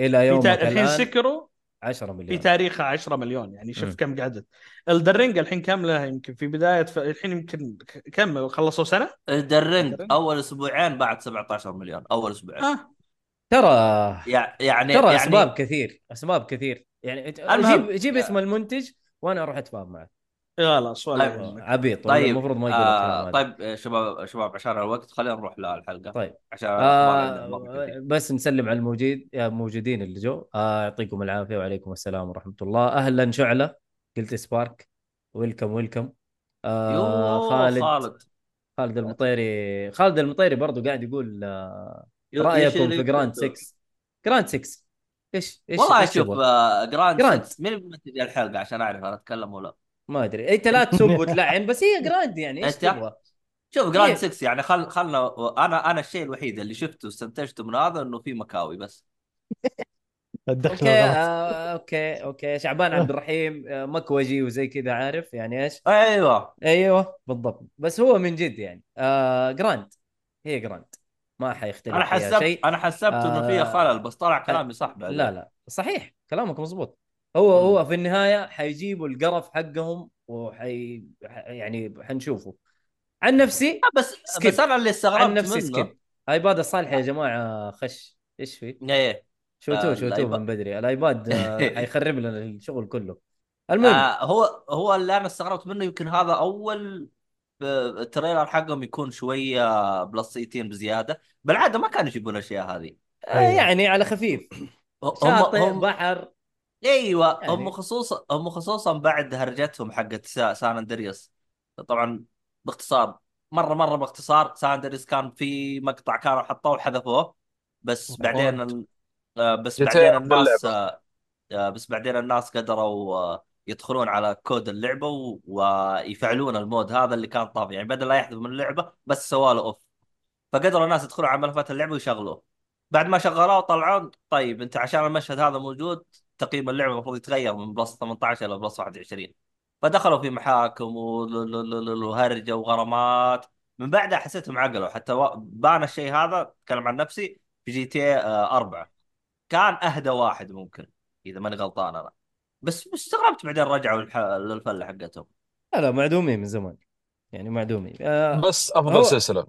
[SPEAKER 1] الى يومك
[SPEAKER 5] الحين
[SPEAKER 1] الان
[SPEAKER 5] سكروا
[SPEAKER 1] 10
[SPEAKER 5] في
[SPEAKER 1] مليون
[SPEAKER 5] تاريخها 10 مليون يعني شوف
[SPEAKER 1] مم.
[SPEAKER 5] كم قعدت الدرينج الحين كامله يمكن في بدايه ف... الحين يمكن ك- كم خلصوا سنه؟
[SPEAKER 3] الدرنج اول اسبوعين بعد 17 مليون اول اسبوعين
[SPEAKER 5] آه.
[SPEAKER 1] ترى
[SPEAKER 3] يع- يعني
[SPEAKER 1] ترى
[SPEAKER 3] يعني
[SPEAKER 1] اسباب كثير اسباب كثير يعني أنت-
[SPEAKER 3] المهم.
[SPEAKER 1] جيب جيب اسم المنتج وانا اروح اتفاهم معه
[SPEAKER 5] يلا سؤال
[SPEAKER 3] طيب.
[SPEAKER 5] إيه، يهمك.
[SPEAKER 1] عبيط والله
[SPEAKER 3] طيب
[SPEAKER 1] المفروض ما يقول الكلام
[SPEAKER 3] آه
[SPEAKER 1] هذا.
[SPEAKER 3] طيب آه، شباب شباب عشان الوقت خلينا نروح للحلقه
[SPEAKER 1] طيب.
[SPEAKER 3] عشان الأخبار عندنا مرة كثير.
[SPEAKER 1] آه بس نسلم على الموجود يا موجودين اللي جو آه يعطيكم العافيه وعليكم السلام ورحمه الله اهلا شعله قلت سبارك ويلكم ويلكم آه
[SPEAKER 3] يوه،
[SPEAKER 1] خالد خالد,
[SPEAKER 3] خالد
[SPEAKER 1] خالد المطيري خالد المطيري برضو قاعد يقول آه
[SPEAKER 3] يو-
[SPEAKER 1] رايكم
[SPEAKER 3] يشيل
[SPEAKER 1] في جراند
[SPEAKER 3] يكتب.
[SPEAKER 1] 6 جراند 6 ايش ايش
[SPEAKER 3] والله
[SPEAKER 1] إيش
[SPEAKER 3] شوف
[SPEAKER 1] تبغى؟
[SPEAKER 3] آه، جراند
[SPEAKER 1] جراند.
[SPEAKER 3] سكس. مين بيمثل الحلقه عشان اعرف انا اتكلم ولا
[SPEAKER 1] ما ادري انت لا تسب وتلعن بس هي جراند يعني ايش
[SPEAKER 3] أنت؟
[SPEAKER 1] تبغى؟
[SPEAKER 3] شوف جراند
[SPEAKER 1] إيه.
[SPEAKER 3] 6 يعني خل خلنا انا انا الشيء الوحيد اللي شفته واستنتجته من هذا انه في مكاوي بس
[SPEAKER 4] الدخله
[SPEAKER 1] اوكي
[SPEAKER 4] غلط
[SPEAKER 1] آه اوكي اوكي شعبان عبد الرحيم آه مكوجي وزي كذا عارف يعني ايش؟
[SPEAKER 3] ايوه
[SPEAKER 1] ايوه بالضبط بس هو من جد يعني آه جراند هي جراند ما حيختلف
[SPEAKER 3] انا
[SPEAKER 1] فيها
[SPEAKER 3] حسبت
[SPEAKER 1] شيء
[SPEAKER 3] انا حسبت انه فيها
[SPEAKER 1] آه،
[SPEAKER 3] خلل بس طلع كلامي صح بعدين
[SPEAKER 1] لا لا صحيح كلامك مزبوط هو
[SPEAKER 3] مم.
[SPEAKER 1] هو في النهايه حيجيبوا القرف حقهم وحي ح- يعني حنشوفه عن نفسي
[SPEAKER 3] آه، بس
[SPEAKER 1] سكيب.
[SPEAKER 3] بس انا اللي
[SPEAKER 1] عن
[SPEAKER 3] استغربت
[SPEAKER 1] نفسي
[SPEAKER 3] منه
[SPEAKER 1] سكيب ايباد الصالح يا جماعه خش ايش في
[SPEAKER 3] ايه آه،
[SPEAKER 1] شوتوه شوتوه
[SPEAKER 3] الآيباد.
[SPEAKER 1] من بدري الايباد آه، حيخرب لنا الشغل كله المهم
[SPEAKER 3] آه هو هو اللي انا استغربت منه يمكن هذا اول آه، تريلر حقهم يكون شويه بلسيتين بزياده بالعاده ما كانوا يجيبون الاشياء هذه
[SPEAKER 1] آه،
[SPEAKER 4] أيوه.
[SPEAKER 1] يعني على خفيف
[SPEAKER 3] هم
[SPEAKER 1] شاطئ
[SPEAKER 3] هم
[SPEAKER 1] بحر
[SPEAKER 3] ايوه
[SPEAKER 1] يعني.
[SPEAKER 3] هم خصوصا هم خصوصا بعد هرجتهم حقت سا- سان اندريس طبعا باختصار مره مره باختصار سان اندريس كان في مقطع كانوا حطوه وحذفوه بس بعدين ال- آه، بس
[SPEAKER 6] GTA
[SPEAKER 3] بعدين
[SPEAKER 6] أفضل
[SPEAKER 3] الناس آه، آه، بس بعدين الناس قدروا آه، يدخلون على كود اللعبه و- ويفعلون المود هذا اللي كان طافي يعني بدل لا يحذف من اللعبه بس سواه له اوف فقدروا الناس يدخلون على ملفات اللعبه ويشغلوه بعد ما شغلوه طلعوا طيب انت عشان المشهد هذا موجود تقييم اللعبه المفروض يتغير من بلس 18 الى بلس 21 فدخلوا في محاكم ول- ول- ول- وهرجه وغرامات من بعدها حسيتهم عقلوا حتى وا- بان الشيء هذا اتكلم عن نفسي في جي تي 4 كان اهدى واحد ممكن اذا ماني غلطان انا بس استغربت بعدين رجعوا الح- للفله حقتهم
[SPEAKER 1] لا لا معدومين من زمان يعني معدومين آه
[SPEAKER 6] بس
[SPEAKER 1] هو-
[SPEAKER 6] افضل سلسله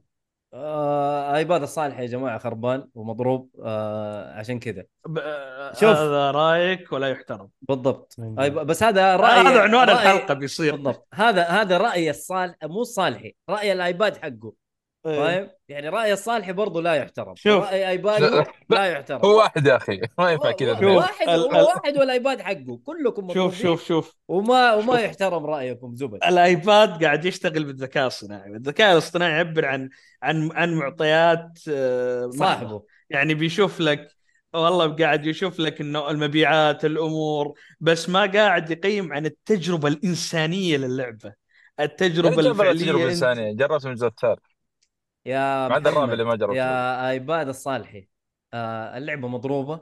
[SPEAKER 1] آه ايباد الصالح يا جماعه خربان ومضروب آه عشان كذا
[SPEAKER 5] ب... آه،
[SPEAKER 1] شوف.
[SPEAKER 5] هذا رايك ولا يحترم
[SPEAKER 1] بالضبط
[SPEAKER 4] من جد.
[SPEAKER 1] آيب... بس هذا راي
[SPEAKER 5] هذا عنوان
[SPEAKER 1] رأي-
[SPEAKER 5] الحلقه بيصير
[SPEAKER 1] بالضبط هذا هذا راي الصالح مو صالحي راي الايباد حقه فاهم يعني راي الصالحي برضه لا يحترم
[SPEAKER 5] شوف.
[SPEAKER 1] راي ايباد لا يحترم
[SPEAKER 6] هو واحد يا اخي ما ينفع
[SPEAKER 1] وا-
[SPEAKER 6] كذا
[SPEAKER 1] وا-
[SPEAKER 5] شوف.
[SPEAKER 6] اثنين.
[SPEAKER 1] واحد
[SPEAKER 5] ال-
[SPEAKER 1] هو
[SPEAKER 5] ال-
[SPEAKER 1] واحد والايباد حقه كلكم
[SPEAKER 5] شوف
[SPEAKER 1] مضروبين
[SPEAKER 5] شوف شوف
[SPEAKER 1] وما وما
[SPEAKER 5] شوف.
[SPEAKER 1] يحترم رايكم زبد
[SPEAKER 5] الايباد قاعد يشتغل بالذكاء الصناعي، الذكاء الاصطناعي يعبر عن عن عن معطيات آه، محضة.
[SPEAKER 1] صاحبه
[SPEAKER 5] يعني بيشوف لك والله قاعد يشوف لك انه المبيعات الامور بس ما قاعد يقيم عن التجربه الانسانيه للعبه
[SPEAKER 6] يعني
[SPEAKER 5] التجربه
[SPEAKER 6] جرب
[SPEAKER 5] الفعليه
[SPEAKER 6] التجربه
[SPEAKER 5] أنت-
[SPEAKER 6] الانسانيه جربت من الجزء الثالث
[SPEAKER 1] يا
[SPEAKER 6] ما عدا الرابع
[SPEAKER 1] محمد،
[SPEAKER 6] اللي ما جربته.
[SPEAKER 1] يا ايباد الصالحي آه اللعبه مضروبه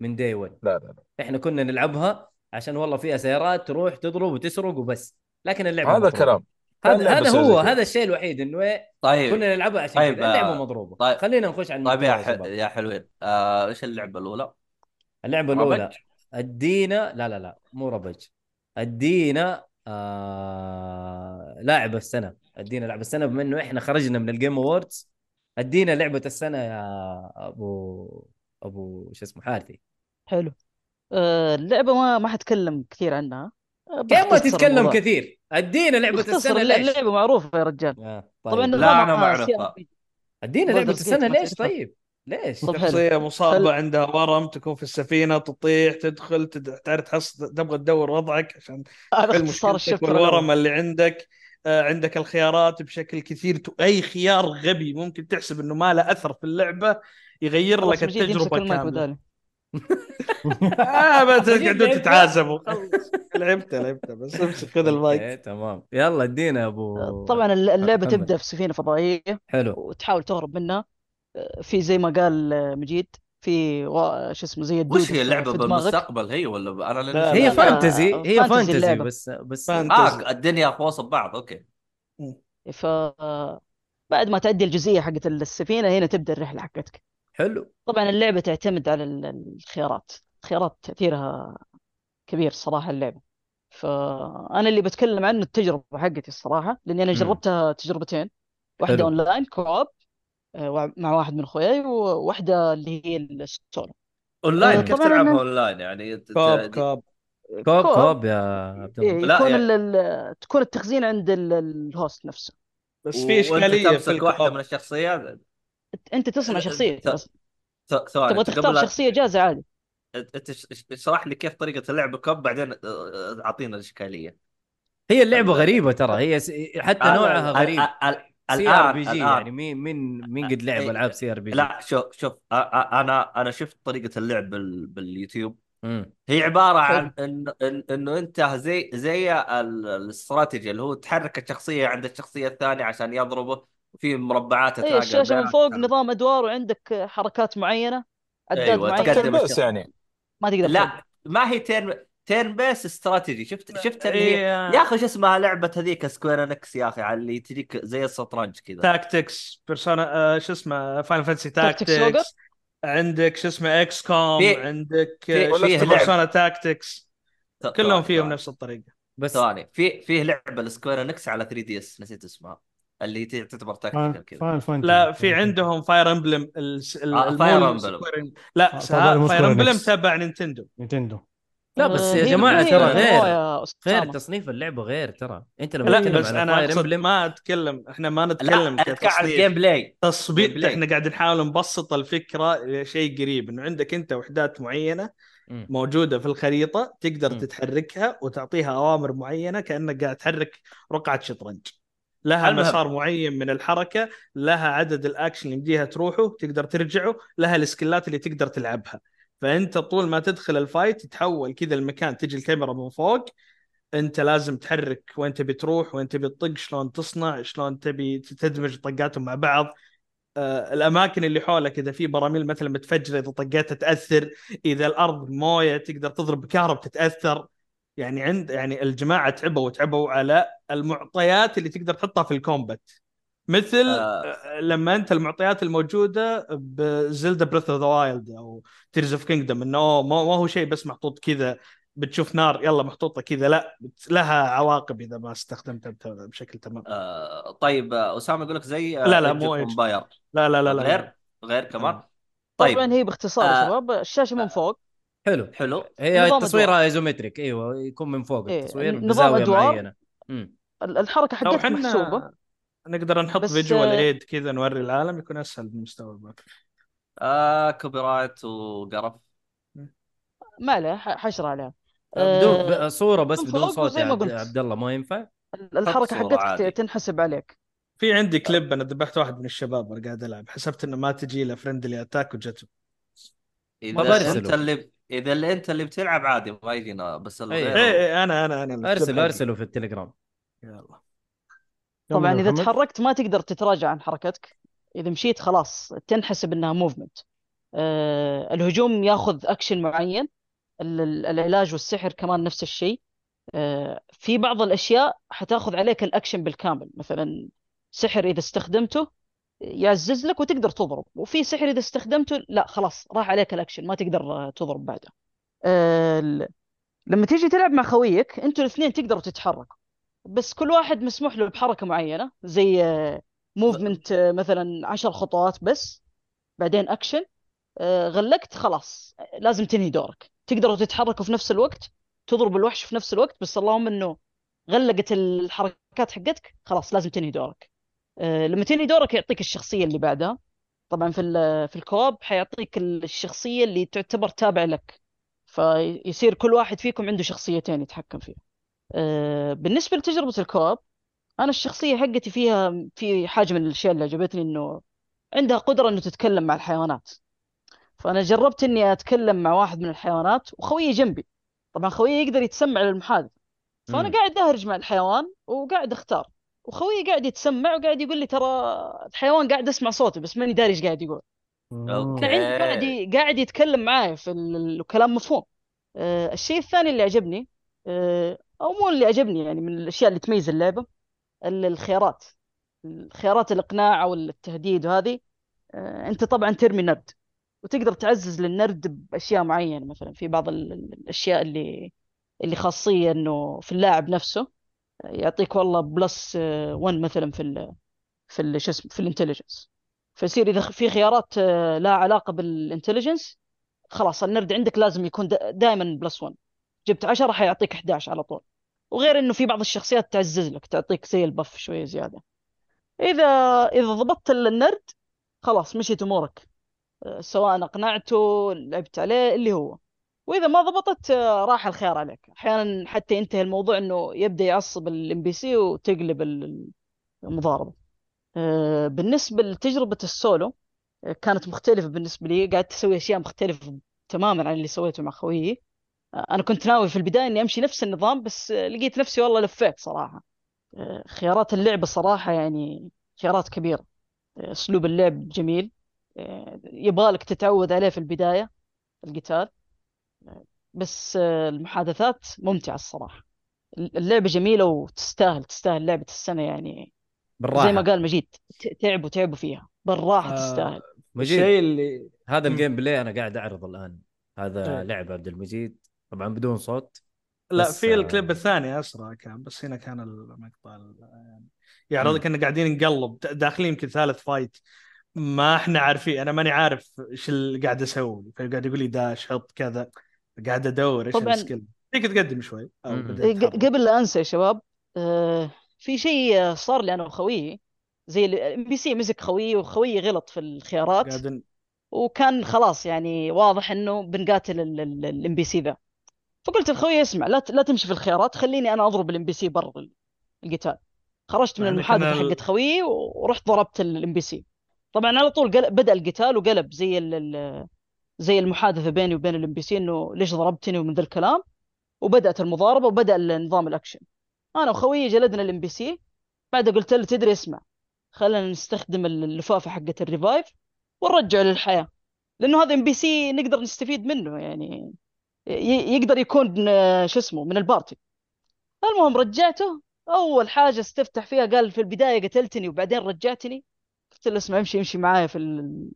[SPEAKER 1] من داي 1
[SPEAKER 6] لا لا لا
[SPEAKER 1] احنا كنا نلعبها عشان والله فيها سيارات تروح تضرب وتسرق وبس لكن اللعبه
[SPEAKER 6] هذا
[SPEAKER 1] مضروبة.
[SPEAKER 6] الكلام كان
[SPEAKER 1] هذا
[SPEAKER 6] لعبة
[SPEAKER 1] هذا
[SPEAKER 6] سوي
[SPEAKER 1] هو
[SPEAKER 6] زي كذا.
[SPEAKER 1] هذا الشيء الوحيد انه إيه،
[SPEAKER 3] طيب
[SPEAKER 1] كنا نلعبها عشان
[SPEAKER 3] طيب،
[SPEAKER 1] كذا اللعبه
[SPEAKER 3] آه،
[SPEAKER 1] مضروبه
[SPEAKER 3] طيب.
[SPEAKER 1] خلينا نخش على
[SPEAKER 3] طيب
[SPEAKER 1] المحتوى
[SPEAKER 3] يا
[SPEAKER 1] يا
[SPEAKER 3] ح...
[SPEAKER 1] شباب
[SPEAKER 3] يا حلوين آه، ايش اللعبه الاولى؟
[SPEAKER 1] اللعبه الاولى
[SPEAKER 3] ربج
[SPEAKER 1] ادينا لا لا لا مو ربج ادينا آه... لاعب السنه ادينا لاعب السنه بما انه احنا خرجنا من الجيم اووردز ادينا لعبه السنه يا ابو ابو شو اسمه حارثي
[SPEAKER 2] حلو آه، اللعبة ما ما حتكلم كثير عنها آه،
[SPEAKER 1] كيف ما
[SPEAKER 2] بختصر
[SPEAKER 1] تتكلم
[SPEAKER 2] الموضوع.
[SPEAKER 1] كثير ادينا لعبه
[SPEAKER 2] باختصر
[SPEAKER 1] السنه
[SPEAKER 2] اللعبة-
[SPEAKER 1] ليش
[SPEAKER 2] اللعبة معروفة يا رجال
[SPEAKER 1] آه، طيب.
[SPEAKER 2] طبعا
[SPEAKER 3] لا، أنا ما
[SPEAKER 2] نظامها
[SPEAKER 3] أعرفها.
[SPEAKER 2] سي آر بي جي.
[SPEAKER 1] ادينا
[SPEAKER 2] Baldur's
[SPEAKER 1] لعبه
[SPEAKER 2] Gate
[SPEAKER 1] السنه
[SPEAKER 2] ما
[SPEAKER 1] ليش
[SPEAKER 2] تدفع.
[SPEAKER 1] طيب؟ ليش؟
[SPEAKER 2] طب حلو.
[SPEAKER 5] شخصيه مصابه
[SPEAKER 2] خل-
[SPEAKER 5] عندها ورم تكون في السفينه تطيح تدخل تد- تعرف تحص تبغى تدور وضعك عشان
[SPEAKER 2] هذا
[SPEAKER 5] تحل
[SPEAKER 2] اختصار
[SPEAKER 5] مشكلتك
[SPEAKER 2] الشابتر
[SPEAKER 5] والورم
[SPEAKER 2] الأول.
[SPEAKER 5] اللي عندك آه، عندك الخيارات بشكل كثير ت- اي خيار غبي ممكن تحسب انه ما له اثر في اللعبه يغير
[SPEAKER 2] خلاص
[SPEAKER 5] لك
[SPEAKER 2] مجيد يمسك
[SPEAKER 5] التجربه
[SPEAKER 2] المايك
[SPEAKER 5] كامله
[SPEAKER 2] بدالي.
[SPEAKER 5] ابد
[SPEAKER 1] مجيد
[SPEAKER 5] تقعدون
[SPEAKER 1] لعبتها؟
[SPEAKER 5] تتعازبوا خلص لعبته لعبته بس امسك خذ
[SPEAKER 1] إيه،
[SPEAKER 5] المايك
[SPEAKER 1] تمام يلا ادينا يا ابو
[SPEAKER 2] طبعا
[SPEAKER 3] طيب،
[SPEAKER 2] الل- اللعبة
[SPEAKER 1] محمد.
[SPEAKER 2] تبدأ في سفينة فضائية
[SPEAKER 1] حلو
[SPEAKER 2] وتحاول تهرب منها آه، في زي ما قال آه، مجيد في وا- شو اسمه زي الدودة
[SPEAKER 3] وش هي
[SPEAKER 2] في-
[SPEAKER 3] اللعبه
[SPEAKER 2] في دماغك
[SPEAKER 3] بالمستقبل هي ولا انا لأني
[SPEAKER 5] لا،
[SPEAKER 3] شفت-
[SPEAKER 1] هي
[SPEAKER 5] لا.
[SPEAKER 1] فانتزي هي
[SPEAKER 2] فانتزي
[SPEAKER 1] فانتزي
[SPEAKER 2] اللعبة.
[SPEAKER 1] بس بس
[SPEAKER 5] فانتزي.
[SPEAKER 3] اه الدنيا في وسط بعض اوكي
[SPEAKER 2] ف بعد ما تعدي الجزئية حقت السفينة هنا تبدأ الرحلة حقتك
[SPEAKER 1] حلو
[SPEAKER 2] آه، طبعا اللعبة تعتمد على ال- الخيارات الخيارات تأثيرها كبير صراحة اللعبة فأنا اللي بتكلم عنه التجربة حقتي الصراحة لأني أنا
[SPEAKER 1] مم.
[SPEAKER 2] جربتها تجربتين واحدة
[SPEAKER 1] حلو.
[SPEAKER 2] أونلاين كوب آه، مع واحد من أخوياي وواحدة اللي هي السولو
[SPEAKER 3] اونلاين
[SPEAKER 2] آه،
[SPEAKER 3] كيف
[SPEAKER 2] طبعاً
[SPEAKER 3] تلعبها
[SPEAKER 2] أنا-
[SPEAKER 3] اونلاين يعني أنت-
[SPEAKER 5] كوب
[SPEAKER 3] أنت-
[SPEAKER 5] كوب
[SPEAKER 1] كوب
[SPEAKER 2] كوب.
[SPEAKER 1] كوب يا عبد الله
[SPEAKER 2] إيه،
[SPEAKER 3] لا،
[SPEAKER 2] يكون
[SPEAKER 3] يعني-
[SPEAKER 2] ال- ال- تكون التخزين عند ال- الهوست نفسه
[SPEAKER 5] بس
[SPEAKER 3] و-
[SPEAKER 5] في
[SPEAKER 3] وأنت
[SPEAKER 5] اشكاليه في
[SPEAKER 3] تمسك واحده
[SPEAKER 5] الكوب
[SPEAKER 3] من الشخصيات
[SPEAKER 2] أنت تصنع
[SPEAKER 3] ت-
[SPEAKER 2] شخصية
[SPEAKER 3] ت-
[SPEAKER 2] بس
[SPEAKER 3] ث- ثواني
[SPEAKER 2] تبغى
[SPEAKER 3] أنت
[SPEAKER 2] تختار
[SPEAKER 3] قبل لا-
[SPEAKER 2] شخصية جاهزة عادي
[SPEAKER 3] أنت- أنت ش- اشرح لي كيف طريقه اللعب كوب بعدين آه، آه، اعطينا الاشكاليه
[SPEAKER 1] هي اللعبه
[SPEAKER 3] ال-
[SPEAKER 1] غريبه ترى هي س... حتى
[SPEAKER 3] آه،
[SPEAKER 1] نوعها
[SPEAKER 3] ال-
[SPEAKER 1] غريب
[SPEAKER 3] ال- ال-
[SPEAKER 1] سي ار
[SPEAKER 3] الآن-
[SPEAKER 1] بي جي
[SPEAKER 3] الآن.
[SPEAKER 1] يعني مين مين مين قد لعب
[SPEAKER 3] إيه.
[SPEAKER 1] العاب سي ار بي جي
[SPEAKER 3] لا شوف شوف أ- أ- انا انا شفت طريقه اللعب بال- باليوتيوب
[SPEAKER 1] مم.
[SPEAKER 3] هي عباره
[SPEAKER 2] حلو.
[SPEAKER 3] عن انه إن انه انت زي زي ال- الاستراتيجي اللي هو تحرك الشخصيه عند الشخصيه الثانيه عشان يضربه وفي مربعات
[SPEAKER 2] اي
[SPEAKER 3] تتلاقى
[SPEAKER 2] الشاشة من
[SPEAKER 3] بينها.
[SPEAKER 2] إيه، فوق نظام ادوار وعندك حركات معينة اعداد
[SPEAKER 3] أيوة،
[SPEAKER 2] معينة
[SPEAKER 3] تقدم
[SPEAKER 6] تيرن بيس
[SPEAKER 3] الشخص.
[SPEAKER 6] يعني
[SPEAKER 2] ما تقدر تلعب
[SPEAKER 3] لا ما هي تيرن تيرن بيس استراتيجي شفت شفت اللي هي
[SPEAKER 5] إيه،
[SPEAKER 3] يا اخي شو اسمها لعبه هذيك سكوير انكس يا اخي على اللي تجيك زي الشطرنج كذا
[SPEAKER 5] تاكتكس بيرسونا آه، شو اسمه فاينل فانتسي
[SPEAKER 2] تاكتكس سوجر؟
[SPEAKER 5] تاكتكس عندك شو اسمه اكس كوم
[SPEAKER 3] في-
[SPEAKER 5] عندك
[SPEAKER 3] في-
[SPEAKER 5] آه، شو
[SPEAKER 3] فيه
[SPEAKER 5] اسمه
[SPEAKER 3] لعب. طيب،
[SPEAKER 5] بيرسونا تاكتكس
[SPEAKER 3] ث-
[SPEAKER 5] كلهم
[SPEAKER 3] ثواني،
[SPEAKER 5] فيهم
[SPEAKER 3] ثواني.
[SPEAKER 5] نفس الطريقه
[SPEAKER 1] بس
[SPEAKER 3] ثواني في في لعبه السكوير انكس على 3 دي اس نسيت اسمها اللي هي تعتبر تكتيكال كذا
[SPEAKER 4] فاينل فانتسي
[SPEAKER 5] لا في عندهم فاير امبلم ال... ال...
[SPEAKER 3] آه،
[SPEAKER 5] المو-
[SPEAKER 3] Fire Emblem.
[SPEAKER 5] Square Enix. لا
[SPEAKER 4] آه،
[SPEAKER 5] سا-
[SPEAKER 4] طبعاً مو
[SPEAKER 5] فاير
[SPEAKER 4] Square
[SPEAKER 5] امبلم
[SPEAKER 4] Enix.
[SPEAKER 5] تبع نينتندو
[SPEAKER 4] نينتندو
[SPEAKER 1] لا بس يا
[SPEAKER 2] آه، هي-
[SPEAKER 1] جماعه
[SPEAKER 2] هي
[SPEAKER 1] ترى
[SPEAKER 2] من
[SPEAKER 1] غير
[SPEAKER 2] جوا يا
[SPEAKER 1] غير
[SPEAKER 2] أسامة.
[SPEAKER 1] تصنيف اللعبه غير ترى انت
[SPEAKER 3] طيب،
[SPEAKER 1] لما
[SPEAKER 5] لا
[SPEAKER 1] تتكلم
[SPEAKER 5] بس
[SPEAKER 1] عن
[SPEAKER 5] انا
[SPEAKER 1] Fire
[SPEAKER 5] اقصد
[SPEAKER 1] Emblem-
[SPEAKER 5] ما اتكلم احنا ما
[SPEAKER 3] لا
[SPEAKER 5] نتكلم
[SPEAKER 3] اتكلم عن
[SPEAKER 5] كتصنيف
[SPEAKER 3] الجيم بلاي Gameplay.
[SPEAKER 5] تصبيط احنا قاعد نحاول نبسط الفكره لشيء قريب انه عندك انت وحدات معينه
[SPEAKER 1] مم.
[SPEAKER 5] موجوده في الخريطه تقدر
[SPEAKER 1] مم.
[SPEAKER 5] تتحركها وتعطيها اوامر معينه كانك قاعد تحرك رقعه شطرنج لها
[SPEAKER 3] المهم.
[SPEAKER 5] مسار معين من الحركه لها عدد الاكشن اللي يمديها تروحه تقدر ترجعه لها السكلات اللي تقدر تلعبها فانت طول ما تدخل الفايت تتحول كذا المكان تجي الكاميرا من فوق انت لازم تحرك وين تبي تروح وين تبي تطق شلون تصنع شلون تبي تدمج طقاتهم مع بعض آه، الاماكن اللي حولك اذا في براميل مثلا متفجره اذا طقيتها تاثر اذا الارض مويه تقدر تضرب بكهرب تتاثر يعني عند يعني الجماعه تعبوا وتعبوا على المعطيات اللي تقدر تحطها في الكومبات مثل
[SPEAKER 3] آه.
[SPEAKER 5] آه، لما انت المعطيات الموجوده بزلدا بريث اوف ذا وايلد او تيرز اوف كينجدم انه أوه، ما ما هو شيء بس محطوط كذا بتشوف نار يلا محطوطه كذا لا بت- لها عواقب اذا ما استخدمتها بت- بشكل تمام
[SPEAKER 3] آه طيب آه، اسامه يقول لك زي
[SPEAKER 5] لا، لا، مو Age. آه.
[SPEAKER 3] امباير
[SPEAKER 5] لا لا لا لا لا.
[SPEAKER 3] غير غير كمان طيب
[SPEAKER 2] طبعا هي باختصار يا
[SPEAKER 3] آه،
[SPEAKER 2] شباب الشاشة من فوق
[SPEAKER 1] حلو
[SPEAKER 3] حلو
[SPEAKER 1] هي
[SPEAKER 2] نظام
[SPEAKER 1] التصوير ايزومتريك ايوه يكون من فوق
[SPEAKER 2] إيه،
[SPEAKER 1] التصوير
[SPEAKER 2] نظام
[SPEAKER 1] بزاويه
[SPEAKER 2] أدوار.
[SPEAKER 1] معينه مم.
[SPEAKER 2] ال- الحركة
[SPEAKER 5] لو
[SPEAKER 2] حقتها محسوبة
[SPEAKER 5] احنا نقدر نحط
[SPEAKER 2] بس-
[SPEAKER 5] فيجوال ايد كذا نوري العالم يكون اسهل بالمستوى الباقي
[SPEAKER 3] آه كوبي رايت وقرف
[SPEAKER 2] ما عليها ح- حشر عليها
[SPEAKER 1] بدون
[SPEAKER 2] آه،
[SPEAKER 1] ب- صوره بس
[SPEAKER 2] من
[SPEAKER 1] بدون
[SPEAKER 2] فوق
[SPEAKER 1] صوت يا
[SPEAKER 2] وزي ما
[SPEAKER 1] عبد-
[SPEAKER 2] قلت.
[SPEAKER 1] عبد الله ما ينفع
[SPEAKER 2] ال- الحركة
[SPEAKER 3] صورة
[SPEAKER 2] حقتك
[SPEAKER 3] عادي.
[SPEAKER 2] ت- تنحسب عليك
[SPEAKER 5] في
[SPEAKER 3] آه.
[SPEAKER 5] عندي كليب انا ذبحت واحد من الشباب وانا قاعد العب حسبت انه ما تجي له فرندلي اتاك وجته
[SPEAKER 1] ما
[SPEAKER 3] اذا
[SPEAKER 1] برسله.
[SPEAKER 3] انت اللي اذا اللي انت اللي بتلعب عادي ما يجينا بس
[SPEAKER 2] إيه.
[SPEAKER 3] الغير
[SPEAKER 1] إيه.
[SPEAKER 5] ايه ايه انا انا انا اللي
[SPEAKER 1] ارسل
[SPEAKER 5] ذبحت.
[SPEAKER 1] ارسله في التليجرام
[SPEAKER 5] يلا
[SPEAKER 4] كمل
[SPEAKER 2] طبعا
[SPEAKER 4] يا
[SPEAKER 2] إذا
[SPEAKER 4] محمد.
[SPEAKER 2] تحركت ما تقدر تتراجع عن حركتك إذا مشيت خلاص تنحسب إنها موفمنت الهجوم ياخذ أكشن معين ال- ال- العلاج والسحر كمان نفس الشيء آه، في بعض الأشياء حتاخذ عليك الأكشن بالكامل مثلا سحر إذا استخدمته يعزز لك وتقدر تضرب وفي سحر إذا استخدمته لا خلاص راح عليك الأكشن ما تقدر آه، تضرب بعده آه، ال- لما تيجي تلعب مع خويك انتوا الاثنين تقدروا تتحركوا بس كل واحد مسموح له بحركة معينة زي آه، موفمنت مثلا عشر خطوات بس بعدين أكشن آه، غلقت خلاص آه، لازم تنهي دورك تقدروا تتحركوا في نفس الوقت تضرب الوحش في نفس الوقت بس اللهم انه غلقت الحركات حقتك خلاص لازم تنهي دورك آه، لما تنهي دورك يعطيك الشخصية اللي بعدها طبعا في ال- آه، في الكواب حيعطيك الشخصية اللي تعتبر تابعة لك فيصير كل واحد فيكم عنده شخصيتين يتحكم فيها آه، بالنسبة لتجربة الكواب أنا الشخصية حقتي فيها في حاجة من الأشياء اللي عجبتني إنه عندها قدرة إنه تتكلم مع الحيوانات فأنا جربت إني أتكلم مع واحد من الحيوانات وخويي جنبي طبعا خويي يقدر يتسمع للمحادثة فأنا
[SPEAKER 1] مم.
[SPEAKER 2] قاعد أهرج مع الحيوان وقاعد أختار وخويي قاعد يتسمع وقاعد يقول لي ترى الحيوان قاعد أسمع صوتي بس ماني داري إيش قاعد يقول
[SPEAKER 3] أوكي.
[SPEAKER 2] انا عندي قاعد ي- قاعد يتكلم معاي في ال- الكلام مفهوم آه، الشيء الثاني اللي عجبني آه، او مو اللي عجبني يعني من الاشياء اللي تميز اللعبه ال- الخيارات الخيارات الاقناع او التهديد وهذه آه، انت طبعا ترمي نرد وتقدر تعزز للنرد باشياء معينه مثلا في بعض ال- ال- الاشياء اللي اللي خاصيه انه في اللاعب نفسه آه، يعطيك والله بلس 1 مثلا في ال في ال- شو اسمه في الانتليجنس فيصير اذا في خيارات آه، لها علاقه بالانتليجنس خلاص النرد عندك لازم يكون دائما بلس 1 جبت 10 حيعطيك 11 على طول وغير انه في بعض الشخصيات تعزز لك تعطيك زي البف شويه زياده اذا اذا ضبطت ال- النرد خلاص مشيت امورك آه، سواء اقنعته لعبت عليه اللي هو واذا ما ضبطت آه، راح الخيار عليك احيانا حتى ينتهي الموضوع انه يبدا يعصب الام بي سي وتقلب ال- المضاربه آه، بالنسبه لتجربه السولو آه، كانت مختلفه بالنسبه لي قعدت اسوي اشياء مختلفه تماما عن اللي سويته مع خويي آه، انا كنت ناوي في البدايه اني امشي نفس النظام بس آه، لقيت نفسي والله لفيت صراحه آه، خيارات اللعبه صراحه يعني خيارات كبيره آه، اسلوب اللعب جميل آه، يبغالك تتعود عليه في البدايه القتال بس آه، المحادثات ممتعة الصراحة اللعبة جميلة وتستاهل تستاهل لعبة السنة يعني
[SPEAKER 1] بالراحه
[SPEAKER 2] زي ما قال مجيد ت- تعبوا تعبوا فيها بالراحة
[SPEAKER 5] آه،
[SPEAKER 2] تستاهل
[SPEAKER 1] مجيد
[SPEAKER 5] الشيء اللي
[SPEAKER 1] هذا
[SPEAKER 5] مم.
[SPEAKER 1] الجيم بلاي انا قاعد اعرض الان هذا
[SPEAKER 2] طيب.
[SPEAKER 5] إيه.
[SPEAKER 1] لعب عبد المجيد طبعا بدون صوت
[SPEAKER 5] لا
[SPEAKER 1] بس،
[SPEAKER 5] في
[SPEAKER 1] آه،
[SPEAKER 5] الكليب الثاني اسرع كان بس هنا كان المقطع ال- يعني يعرضك ان قاعدين نقلب د- داخلين يمكن ثالث فايت ما احنا عارفين انا ماني عارف ايش اللي قاعد اسوي فقاعد يقول لي داش حط كذا قاعد ادور ايش
[SPEAKER 2] طبعاً.
[SPEAKER 5] السكيل فيك تقدم شوي او
[SPEAKER 1] مم.
[SPEAKER 5] بديت
[SPEAKER 2] إيه، ق-
[SPEAKER 5] أتحرك.
[SPEAKER 2] قبل لا انسى يا شباب آه، في شيء آه، صار لي انا وخويي زي الام بي سي مسك خويي وخويي غلط في الخيارات
[SPEAKER 5] قاعد ن-
[SPEAKER 2] وكان خلاص يعني واضح انه بنقاتل الام بي سي ذا فقلت لخوي اسمع لا ت- لا تمشي في الخيارات خليني انا اضرب الام بي سي برا ال- القتال خرجت من
[SPEAKER 5] يعني
[SPEAKER 2] المحادثه
[SPEAKER 5] كان ال-
[SPEAKER 2] حقت خويي و- ورحت ضربت الام بي سي طبعا على طول قل... بدا القتال وقلب زي ال... ال- زي المحادثه بيني وبين الام بي سي انه ليش ضربتني ومن ذا الكلام وبدات المضاربه وبدا نظام الاكشن انا وخويي جلدنا الام بي سي بعدها قلت له تدري اسمع خلينا نستخدم ال- اللفافه حقت الريفايف ونرجعه للحياه لانه هذا ام بي سي نقدر نستفيد منه يعني ي- يقدر يكون آه، شو اسمه من البارتي المهم رجعته اول حاجه استفتح فيها قال في البدايه قتلتني وبعدين رجعتني قلت له اسمع امشي امشي معايا في ال-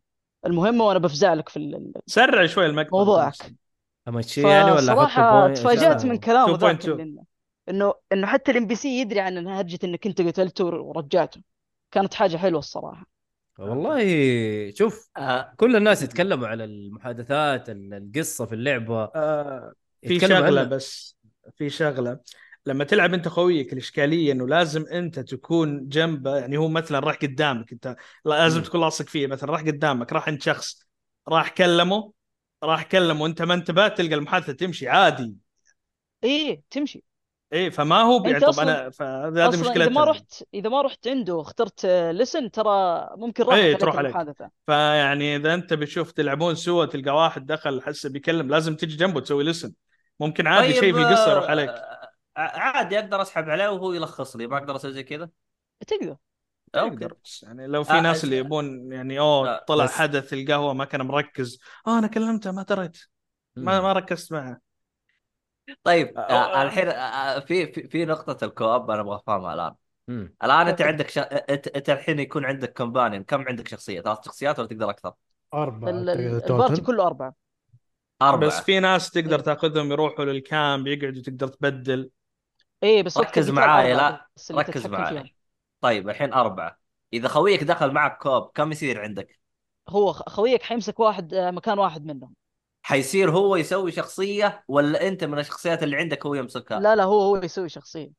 [SPEAKER 2] المهمه وانا بفزع لك في ال-
[SPEAKER 5] سرع شوي المقطع
[SPEAKER 2] موضوعك
[SPEAKER 1] امشي يعني ولا أحط
[SPEAKER 2] فصراحه
[SPEAKER 1] point-
[SPEAKER 2] تفاجات من كلامه ذاك
[SPEAKER 5] 2.2.
[SPEAKER 2] إنه- انه انه حتى الام بي سي يدري عن هرجه انك انت قتلته ورجعته كانت حاجه حلوه الصراحه
[SPEAKER 1] والله شوف
[SPEAKER 3] آه،
[SPEAKER 1] كل الناس يتكلموا على المحادثات ال- القصه في اللعبه
[SPEAKER 5] آه، في
[SPEAKER 1] يتكلموا
[SPEAKER 5] شغله
[SPEAKER 1] عنها.
[SPEAKER 5] بس في شغله لما تلعب انت خويك الاشكاليه انه لازم انت تكون جنبه يعني هو مثلا راح قدامك انت لازم
[SPEAKER 1] مم.
[SPEAKER 5] تكون لاصق فيه مثلا راح قدامك راح عند شخص راح كلمه راح كلمه انت ما انتبهت تلقى المحادثه تمشي عادي
[SPEAKER 2] ايه تمشي
[SPEAKER 5] ايه فما هو
[SPEAKER 2] انت
[SPEAKER 5] يعني طب
[SPEAKER 2] أصلاً-
[SPEAKER 5] انا فهذه
[SPEAKER 2] اصلا
[SPEAKER 5] مشكلتها
[SPEAKER 2] اذا ما رحت اذا ما رحت عنده اخترت لسن ترى ممكن راحت
[SPEAKER 5] إيه،
[SPEAKER 2] عليك
[SPEAKER 5] تروح عليك.
[SPEAKER 2] المحادثه
[SPEAKER 5] فيعني اذا انت بتشوف تلعبون سوا تلقى واحد دخل حسه بيكلم لازم تجي جنبه تسوي لسن ممكن عادي
[SPEAKER 2] طيب،
[SPEAKER 5] شيء في قصه يروح عليك
[SPEAKER 3] طيب، آه، عادي اقدر اسحب عليه وهو يلخص لي ما اقدر اسوي زي كذا
[SPEAKER 2] تقدر
[SPEAKER 3] اوكي
[SPEAKER 5] تقدر بس يعني لو في
[SPEAKER 3] آه،
[SPEAKER 5] ناس
[SPEAKER 3] أس-
[SPEAKER 5] اللي يبون يعني اوه
[SPEAKER 3] آه،
[SPEAKER 5] طلع
[SPEAKER 1] بس-
[SPEAKER 5] حدث القهوه ما كان مركز اه انا كلمته ما دريت ما ما ركزت معه
[SPEAKER 3] طيب
[SPEAKER 5] آه،
[SPEAKER 3] آه،
[SPEAKER 5] آه.
[SPEAKER 3] الحين آه، في في- في نقطه الكواب انا ابغى افهمها الان
[SPEAKER 1] مم.
[SPEAKER 3] الان انت عندك شا... انت انت الحين يكون عندك كومبانيون كم عندك شخصيه ثلاث شخصيات ولا تقدر اكثر
[SPEAKER 4] أربعة
[SPEAKER 2] ال- ال-
[SPEAKER 4] أعتقد
[SPEAKER 2] البارتي
[SPEAKER 4] توتل.
[SPEAKER 2] كله أربعة
[SPEAKER 3] اربعه
[SPEAKER 5] بس في ناس تقدر
[SPEAKER 2] إيه.
[SPEAKER 5] تاخذهم يروحوا للكامب يقعدوا تقدر تبدل
[SPEAKER 2] إيه بس وقت
[SPEAKER 3] ركز
[SPEAKER 2] القتال
[SPEAKER 3] معاي،
[SPEAKER 2] أربعة
[SPEAKER 3] لا،
[SPEAKER 2] بس اللي
[SPEAKER 3] ركز
[SPEAKER 2] تتحكم فيهم
[SPEAKER 3] معي طيب الحين اربعه اذا خويك دخل معك كوب كم يصير عندك
[SPEAKER 2] هو خ- خويك حيمسك واحد آه، مكان واحد منهم
[SPEAKER 3] حيصير هو يسوي شخصيه ولا انت من الشخصيات اللي عندك هو يمسكها
[SPEAKER 2] لا لا هو هو يسوي شخصية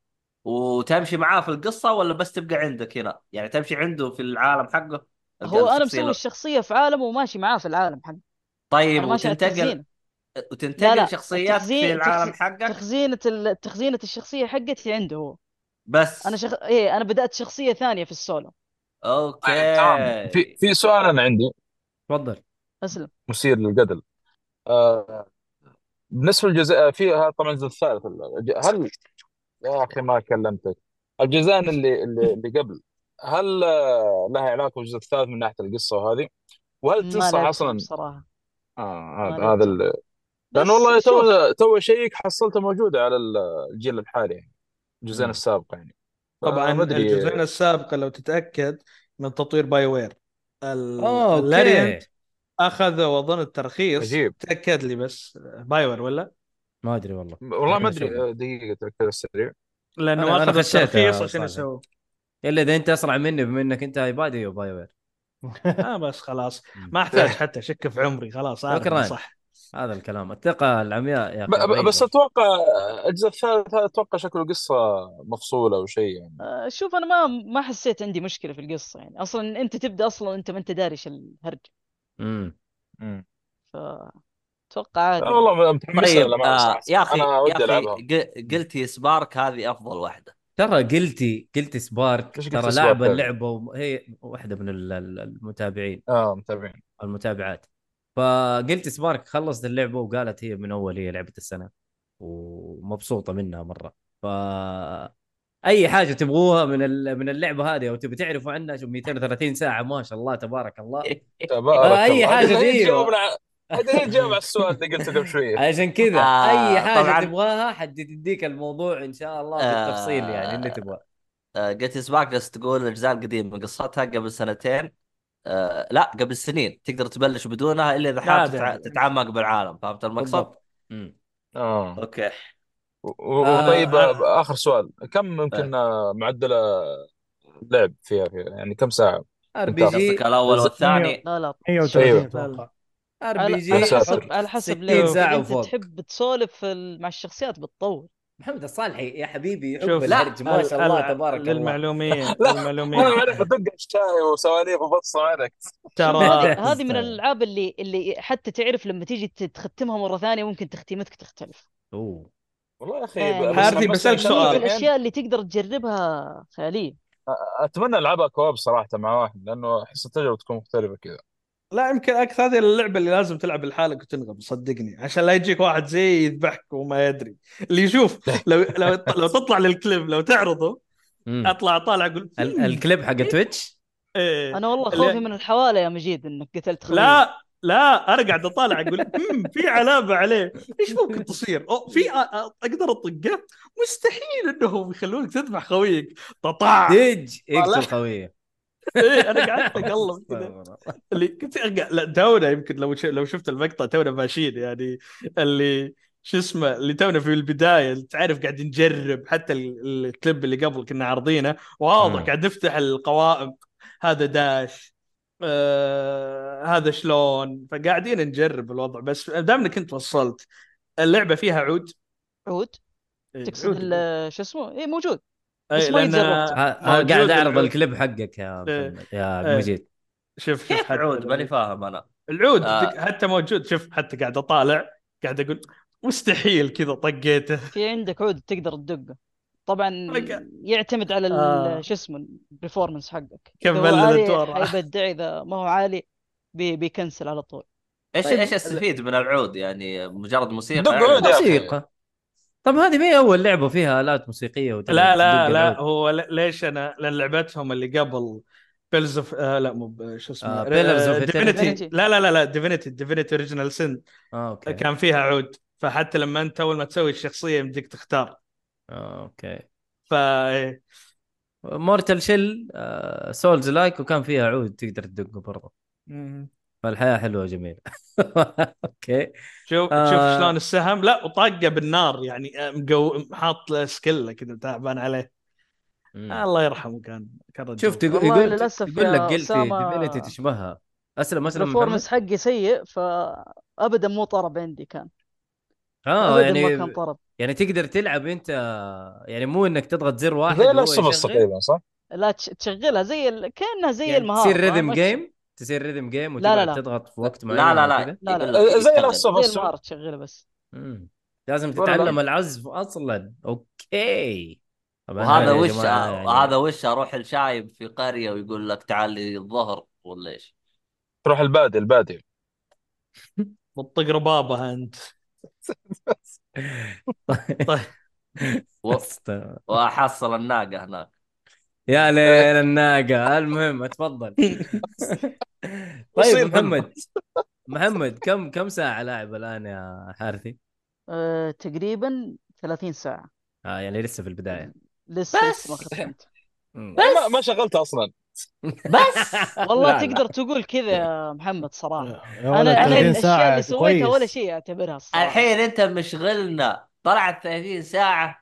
[SPEAKER 3] وتمشي معاه في القصه ولا بس تبقى عندك هنا يعني تمشي عنده في العالم حقه
[SPEAKER 2] هو أنا
[SPEAKER 3] الشخصية
[SPEAKER 2] مسوي
[SPEAKER 3] له.
[SPEAKER 2] الشخصية في عالمه وماشي معاه في العالم حقه
[SPEAKER 3] طيب
[SPEAKER 2] أنا ماشي على
[SPEAKER 3] وتنتقل
[SPEAKER 2] التخزينة لا
[SPEAKER 3] وتنتقل
[SPEAKER 2] لا
[SPEAKER 3] شخصيات في
[SPEAKER 2] التخزين-
[SPEAKER 3] العالم
[SPEAKER 2] تخز-
[SPEAKER 3] حقك
[SPEAKER 2] تخزينة ال- تخزينة الشخصية حقتي عنده هو
[SPEAKER 3] بس
[SPEAKER 2] أنا شخ... إيه أنا بدأت شخصية ثانية في السولو
[SPEAKER 6] طيب تمام في
[SPEAKER 3] اوكي
[SPEAKER 6] في سؤال انا عندي
[SPEAKER 1] تفضل
[SPEAKER 2] أسلم
[SPEAKER 6] مثير للجدل آه بالنسبه للجزء في هذا طبعا الجزء الثالث هل يا اخي ما كلمتك الجزئين اللي اللي, اللي قبل هل آه، لها علاقه بالجزء الثالث من ناحيه القصه وهذه وهل
[SPEAKER 2] ما
[SPEAKER 6] تصلح
[SPEAKER 2] لعبتهم
[SPEAKER 6] اصلا
[SPEAKER 2] بصراحة
[SPEAKER 6] آه
[SPEAKER 2] ما
[SPEAKER 6] هذا
[SPEAKER 2] لعبت.
[SPEAKER 6] هذا ال-
[SPEAKER 2] بس
[SPEAKER 6] لانه والله
[SPEAKER 2] شوف
[SPEAKER 6] تو تو شيك حصلته موجوده على ال- الجيل الحالي يعني الجزئين
[SPEAKER 1] مم.
[SPEAKER 6] السابقه يعني
[SPEAKER 1] آه،
[SPEAKER 5] طبعا
[SPEAKER 6] فما ادري
[SPEAKER 5] الجزئين السابقه لو تتاكد من تطوير باي وير
[SPEAKER 1] آه، أوكي.
[SPEAKER 5] الارينت اخذ واظن الترخيص
[SPEAKER 6] عجيب
[SPEAKER 5] تاكد لي بس باي وير ولا
[SPEAKER 1] ما ادري والله
[SPEAKER 6] والله
[SPEAKER 1] أنا
[SPEAKER 6] ما
[SPEAKER 1] أشوفه.
[SPEAKER 6] ادري دقيقه ترى كذا سريع
[SPEAKER 5] لانه
[SPEAKER 1] أنا-
[SPEAKER 5] ما
[SPEAKER 1] أنا
[SPEAKER 5] اخذ
[SPEAKER 1] خشيتها
[SPEAKER 5] الترخيص
[SPEAKER 1] يا
[SPEAKER 5] عشان
[SPEAKER 1] صالح.
[SPEAKER 5] يسوي
[SPEAKER 1] الا اذا انت اسرع مني بما انك انت ايباد ايوه باي وير
[SPEAKER 5] اه بس خلاص ما احتاج حتى اشك في عمري خلاص عارف إنه
[SPEAKER 1] شكراً.
[SPEAKER 5] صح
[SPEAKER 1] هذا الكلام الثقه العمياء يا
[SPEAKER 6] ب-
[SPEAKER 1] اخي
[SPEAKER 6] ب- بس
[SPEAKER 1] ضعيفة.
[SPEAKER 6] اتوقع الجزء الثالث هذا اتوقع شكله قصه مفصوله او شيء يعني
[SPEAKER 2] آه، شوف انا ما ما حسيت عندي مشكله في القصه يعني اصلا انت تبدا اصلا انت ما انت داري ايش الهرج
[SPEAKER 1] امم
[SPEAKER 6] مم.
[SPEAKER 2] ف اتوقع عادي
[SPEAKER 6] لا والله متحمس
[SPEAKER 3] طيب
[SPEAKER 6] لها
[SPEAKER 3] آه،
[SPEAKER 6] ما
[SPEAKER 3] يا اخي
[SPEAKER 6] انا ودي
[SPEAKER 3] يا اخي
[SPEAKER 6] العبها
[SPEAKER 3] ق- قلت سبارك هذه افضل واحده
[SPEAKER 1] ترى قلتي قلتي سبارك
[SPEAKER 6] إيش قلتي
[SPEAKER 1] ترى
[SPEAKER 6] سبارك
[SPEAKER 1] لاعبه
[SPEAKER 3] طيب؟
[SPEAKER 6] هذه؟
[SPEAKER 1] اللعبه وهي واحده من ال- ال- المتابعين
[SPEAKER 6] اه متابعين
[SPEAKER 1] المتابعات فقلت سبارك خلصت اللعبه وقالت هي من اول هي لعبه السنه ومبسوطه منها مره ف اي حاجه تبغوها من ال- من اللعبه هذه او تبي تعرفوا عنها شوف 230 ساعه ما شاء الله تبارك الله آه،
[SPEAKER 6] تبارك
[SPEAKER 1] أي
[SPEAKER 6] الله
[SPEAKER 1] حاجة
[SPEAKER 6] هذه هي
[SPEAKER 1] دي.
[SPEAKER 6] تجاوبنا على- هذه هي تجاوب على السؤال اللي قلته قبل شويه
[SPEAKER 1] عشان كذا
[SPEAKER 3] آه،
[SPEAKER 1] اي حاجه
[SPEAKER 3] طبعاً.
[SPEAKER 1] تبغاها حد تديك الموضوع ان شاء الله
[SPEAKER 3] آه.
[SPEAKER 1] بالتفصيل يعني اللي تبغاه
[SPEAKER 3] جت سبارك بس تقول الاجزاء القديمه قصتها قبل سنتين آه، لا قبل سنين تقدر تبلش بدونها الا اذا حاب
[SPEAKER 5] عادي
[SPEAKER 3] تتع-
[SPEAKER 5] عادي.
[SPEAKER 3] تتعمق بالعالم فهمت المقصد؟
[SPEAKER 1] بالضبط مم.
[SPEAKER 6] اه
[SPEAKER 3] اوكي
[SPEAKER 6] و- و- وطيب
[SPEAKER 1] آه،
[SPEAKER 6] آه، اخر سؤال كم ممكن آه، معدل آه، لعب فيها فيها يعني كم ساعه
[SPEAKER 1] ار بي
[SPEAKER 6] ممتاز.
[SPEAKER 1] جي
[SPEAKER 3] قصدك الاول
[SPEAKER 6] بس-
[SPEAKER 3] والثاني
[SPEAKER 2] لا لا
[SPEAKER 6] أيوه.
[SPEAKER 4] 130 اتوقع
[SPEAKER 1] ار بي
[SPEAKER 2] على,
[SPEAKER 1] جي
[SPEAKER 2] على
[SPEAKER 6] يا
[SPEAKER 2] حسب
[SPEAKER 6] ساتر.
[SPEAKER 2] على حسب
[SPEAKER 1] 60
[SPEAKER 2] لعبك
[SPEAKER 1] ساعة
[SPEAKER 2] اذا انت
[SPEAKER 1] وفوق.
[SPEAKER 2] تحب تسولف في ال- مع الشخصيات بتطول
[SPEAKER 1] محمد الصالحي يا حبيبي يحب
[SPEAKER 5] شوف
[SPEAKER 1] الهرج ما شاء الله تبارك الله
[SPEAKER 5] للمعلومية
[SPEAKER 6] لا، انا
[SPEAKER 5] للمعلومية
[SPEAKER 6] بعرف ادق على الشاي وسواليف وبصه عليك
[SPEAKER 2] شوف
[SPEAKER 5] ترى
[SPEAKER 2] هذه هذه من
[SPEAKER 1] تستاهل.
[SPEAKER 2] الالعاب اللي اللي حتى تعرف لما تيجي ت- تختمها مره ثانيه ممكن تختيمتك تختلف
[SPEAKER 1] اوه
[SPEAKER 6] والله يا اخي
[SPEAKER 2] يعني-
[SPEAKER 6] بس
[SPEAKER 5] حارثي،
[SPEAKER 6] حمستني
[SPEAKER 5] بسألك
[SPEAKER 6] إنك
[SPEAKER 5] سؤال.
[SPEAKER 2] كميه
[SPEAKER 6] الحين.
[SPEAKER 2] الاشياء اللي تقدر تجربها خياليه
[SPEAKER 6] اتمنى العبها كواب صراحه مع واحد لانه احس التجربه تكون مختلفه كذا
[SPEAKER 5] لا يمكن اكثر هذه اللعبة اللي لازم تلعب لحالك وتنغم صدقني عشان لا يجيك واحد زي يذبحك وما يدري اللي يشوف لو لو لو تطلع للكليب لو تعرضه
[SPEAKER 1] مم.
[SPEAKER 5] اطلع طالع اقول
[SPEAKER 1] ال-
[SPEAKER 5] "مم،
[SPEAKER 1] الكليب حق تويتش
[SPEAKER 5] إيه.
[SPEAKER 2] انا والله
[SPEAKER 5] اللي-
[SPEAKER 2] خوفي من الحواله يا مجيد انك قتلت خويي
[SPEAKER 5] لا لا انا قاعد اطالع اقول "مم، في علامه عليه ايش ممكن تصير؟ أو في أ- أ- اقدر اطقه مستحيل انهم يخلونك تذبح خويك ططع
[SPEAKER 1] دج يقتل
[SPEAKER 5] طالع.
[SPEAKER 1] خويه
[SPEAKER 5] إيه انا قعدت اقلب كذا اللي كنت أرجع- لا تونا يمكن لو ش- لو شفت المقطع تونا ماشيين يعني اللي شو اسمه اللي تونا في البدايه اللي تعرف قاعد نجرب حتى ال- الكليب اللي قبل كنا عارضينه
[SPEAKER 1] مم.
[SPEAKER 5] واضح قاعد نفتح القوائم هذا داش آه هذا شلون فقاعدين نجرب الوضع بس دامنا كنت وصلت اللعبه فيها عود
[SPEAKER 2] عود
[SPEAKER 5] إيه،
[SPEAKER 2] تقصد
[SPEAKER 5] عود.
[SPEAKER 2] ال- شو اسمه اي موجود
[SPEAKER 5] إيه،
[SPEAKER 2] بس ما
[SPEAKER 1] ه-
[SPEAKER 5] لأن-
[SPEAKER 2] يتجرب.
[SPEAKER 1] ه-
[SPEAKER 5] موجود
[SPEAKER 1] قاعد اعرض
[SPEAKER 5] العود.
[SPEAKER 1] الكليب حقك يا محمد يا
[SPEAKER 5] إيه.
[SPEAKER 1] مجيد
[SPEAKER 5] شوف شوف
[SPEAKER 3] كيف
[SPEAKER 5] حتى
[SPEAKER 3] عود ماني فاهم انا
[SPEAKER 5] العود
[SPEAKER 3] آه.
[SPEAKER 5] حتى موجود شوف حتى قاعد اطالع قاعد اقول مستحيل كذا طقيته
[SPEAKER 2] في عندك عود تقدر تدقه طبعا
[SPEAKER 5] رجع.
[SPEAKER 2] يعتمد على ال-
[SPEAKER 5] آه.
[SPEAKER 2] شو اسمه البرفورمنس حقك
[SPEAKER 5] كيف
[SPEAKER 2] اذا هو
[SPEAKER 5] بلد
[SPEAKER 2] عالي
[SPEAKER 5] الدور.
[SPEAKER 2] حيبدع اذا ما هو عالي بي بيكنسل على طول
[SPEAKER 3] ايش
[SPEAKER 1] طيب،
[SPEAKER 3] ايش استفيد من العود يعني مجرد موسيقى
[SPEAKER 6] دق
[SPEAKER 3] يعني؟
[SPEAKER 6] عود يا أخي.
[SPEAKER 1] موسيقى طب هذه ما هي اول لعبه فيها الات موسيقيه وتدق-
[SPEAKER 5] لا لا
[SPEAKER 1] تدق
[SPEAKER 5] لا
[SPEAKER 1] العود.
[SPEAKER 5] هو ل- ليش انا لان لعبتهم اللي قبل بيلز اوف آه لا مو ب- شو اسمه
[SPEAKER 1] آه، Pillars of
[SPEAKER 5] ديفينيتي
[SPEAKER 2] Eternity.
[SPEAKER 5] لا لا لا لا ديفينيتي ديفينيتي اوريجينال سن
[SPEAKER 1] آه، اوكي
[SPEAKER 5] كان فيها عود فحتى لما انت اول ما تسوي الشخصيه يمديك تختار
[SPEAKER 1] آه، اوكي
[SPEAKER 5] ف إيه.
[SPEAKER 1] مورتال شيل سولز لايك آه، وكان فيها عود تقدر تدقه برضه فالحياه حلوه جميله اوكي
[SPEAKER 5] شوف
[SPEAKER 1] آه.
[SPEAKER 5] شوف شلون السهم لا وطاقه بالنار يعني آه، مقو حاط له سكله كذا تعبان عليه
[SPEAKER 1] مم.
[SPEAKER 5] آه الله يرحمه كان كان رجل.
[SPEAKER 1] نعم. شوف تقو-
[SPEAKER 2] والله
[SPEAKER 1] يقول
[SPEAKER 2] للأسف
[SPEAKER 1] يقول لك
[SPEAKER 2] يا
[SPEAKER 1] قلت
[SPEAKER 2] أسامة،
[SPEAKER 1] ديفينيتي تشبهها اسلم اسلم محمد
[SPEAKER 2] البرفورمنس حقي سيء فابدا مو طرب عندي كان
[SPEAKER 1] اه
[SPEAKER 2] ابدا ما
[SPEAKER 1] يعني
[SPEAKER 2] كان طرب
[SPEAKER 1] يعني تقدر تلعب انت يعني مو انك تضغط زر واحد
[SPEAKER 6] زي
[SPEAKER 1] وهو
[SPEAKER 6] لاست اوف
[SPEAKER 1] يشغل
[SPEAKER 6] تقريبا صح؟
[SPEAKER 2] لا تش- تشغلها زي ال... كانها زي
[SPEAKER 1] يعني
[SPEAKER 2] المهاره
[SPEAKER 1] تصير
[SPEAKER 2] فاهم؟
[SPEAKER 1] ريذم
[SPEAKER 2] أش-
[SPEAKER 1] جيم تصير ريذم جيم
[SPEAKER 2] لا،
[SPEAKER 1] وتقعد
[SPEAKER 2] لا.
[SPEAKER 1] تضغط في وقت معين
[SPEAKER 3] لا لا
[SPEAKER 1] وكذا
[SPEAKER 3] لا
[SPEAKER 2] لا، لا.
[SPEAKER 3] يقول لك
[SPEAKER 6] إيه، زي
[SPEAKER 3] يشتغل.
[SPEAKER 6] لاست اوف
[SPEAKER 2] زي
[SPEAKER 6] اس
[SPEAKER 2] المهاره تشغلها بس
[SPEAKER 1] مم. لازم
[SPEAKER 6] ولا لا؟
[SPEAKER 1] تتعلم العزف اصلا اوكي طبعا
[SPEAKER 3] وهذا
[SPEAKER 1] هذا يا
[SPEAKER 3] وش آه،
[SPEAKER 1] جماعه يعني
[SPEAKER 3] هذا وش اروح الشايب في قريه ويقول لك تعال لي الظهر ولا ايش؟
[SPEAKER 6] تروح البادي البادي
[SPEAKER 5] بتطق ربابه انت
[SPEAKER 3] و- واحصل الناقه هناك
[SPEAKER 1] يا ليل الناقه المهم اتفضل طيب
[SPEAKER 6] مصيبة.
[SPEAKER 1] محمد محمد كم كم ساعه لاعب الان يا حارثي؟
[SPEAKER 2] أه تقريبا 30 ساعه
[SPEAKER 1] آه يعني لسه في البدايه
[SPEAKER 2] لسه لسه ما
[SPEAKER 3] بس.
[SPEAKER 2] ختمت
[SPEAKER 1] مم.
[SPEAKER 6] ما ما شغلتها اصلا
[SPEAKER 2] بس
[SPEAKER 1] لا،
[SPEAKER 2] والله
[SPEAKER 1] لا.
[SPEAKER 2] تقدر تقول كذا يا محمد صراحة
[SPEAKER 4] انا
[SPEAKER 2] أنا الحين
[SPEAKER 4] 30
[SPEAKER 2] الأشياء
[SPEAKER 4] ساعه
[SPEAKER 2] اللي سويتها ولا
[SPEAKER 4] كويس.
[SPEAKER 2] شيء أعتبرها الصراحة
[SPEAKER 3] الحين انت مشغلنا طلعت 30 ساعه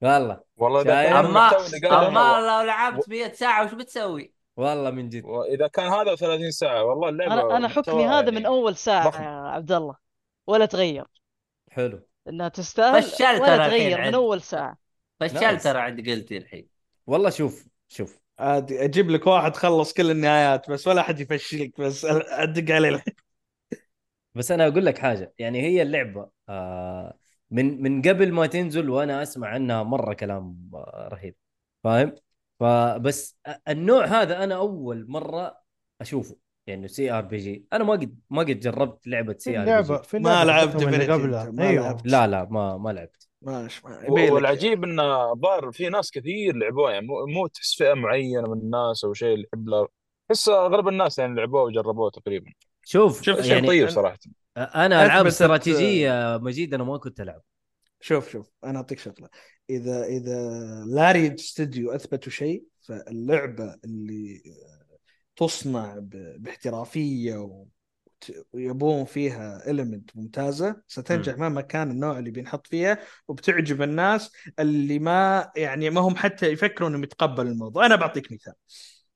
[SPEAKER 1] والله
[SPEAKER 6] والله اذا
[SPEAKER 1] شايف؟
[SPEAKER 6] كان
[SPEAKER 3] اما
[SPEAKER 6] المحتوى اللي قاله
[SPEAKER 3] اما
[SPEAKER 6] أنا-
[SPEAKER 3] لو لعبت 100 ساعه وش بتسوي؟
[SPEAKER 1] والله من جد
[SPEAKER 6] واذا كان هذا 30 ساعه والله اللعبه
[SPEAKER 2] أنا أنا حكمي
[SPEAKER 6] محتواها
[SPEAKER 2] هذا
[SPEAKER 6] يعني-
[SPEAKER 2] من أول ساعة
[SPEAKER 6] ضخم.
[SPEAKER 2] يا عبد الله ولا تغير
[SPEAKER 1] حلو
[SPEAKER 2] إنها تستاهل
[SPEAKER 3] فشلت أنا
[SPEAKER 2] ولا
[SPEAKER 3] الحين
[SPEAKER 2] تغير من
[SPEAKER 3] عندي.
[SPEAKER 2] أول ساعة
[SPEAKER 3] فشلت
[SPEAKER 1] نايس.
[SPEAKER 6] نعم.
[SPEAKER 3] ترى عند قلتي الحين
[SPEAKER 1] والله شوف شوف
[SPEAKER 5] عاد اجيب لك واحد خلص كل النهايات بس ولا احد يفشلك بس ادق عليه الحين
[SPEAKER 1] بس انا اقول لك حاجه يعني هي اللعبه آه من من قبل ما تنزل وانا اسمع عنها مره كلام آه، رهيب فاهم فبس أ- النوع هذا انا اول مره اشوفه يعني سي ار بي جي انا ما قد ما قد جربت لعبه
[SPEAKER 4] في
[SPEAKER 1] سي ار بي
[SPEAKER 4] اللعبه
[SPEAKER 1] جي
[SPEAKER 4] في
[SPEAKER 5] ما
[SPEAKER 4] اللعبة
[SPEAKER 5] لعبت
[SPEAKER 4] حطهم اللي
[SPEAKER 5] Divinity
[SPEAKER 4] قبلها
[SPEAKER 5] أنت، ما
[SPEAKER 4] ايوه
[SPEAKER 5] لعبت.
[SPEAKER 1] لا لا ما ما لعبت
[SPEAKER 5] ماشي ما
[SPEAKER 6] و-
[SPEAKER 5] يبيلك.
[SPEAKER 6] والعجيب ان الظاهر في ناس كثير لعبوها يعني مو مو تحس فئه معينه من الناس او شيء اللي يحب لها. تحس اغلب الناس يعني لعبوها وجربوها تقريبا
[SPEAKER 1] شوف
[SPEAKER 5] شوف
[SPEAKER 6] شيء
[SPEAKER 1] يعني
[SPEAKER 6] طيب
[SPEAKER 5] أنا-
[SPEAKER 6] صراحه
[SPEAKER 1] انا العاب
[SPEAKER 5] أثبتت- آه،
[SPEAKER 1] استراتيجيه مجيد انا ما كنت العب
[SPEAKER 5] شوف شوف انا اعطيك شغله اذا اذا لاريد ستوديو اثبتوا شيء فاللعبه اللي تصنع ب- باحترافيه وت- ويبون فيها المنت ممتازه ستنجح مهما كان النوع اللي بينحط فيها وبتعجب الناس اللي ما يعني ما هم حتى يفكروا انهم يتقبلوا الموضوع انا بعطيك مثال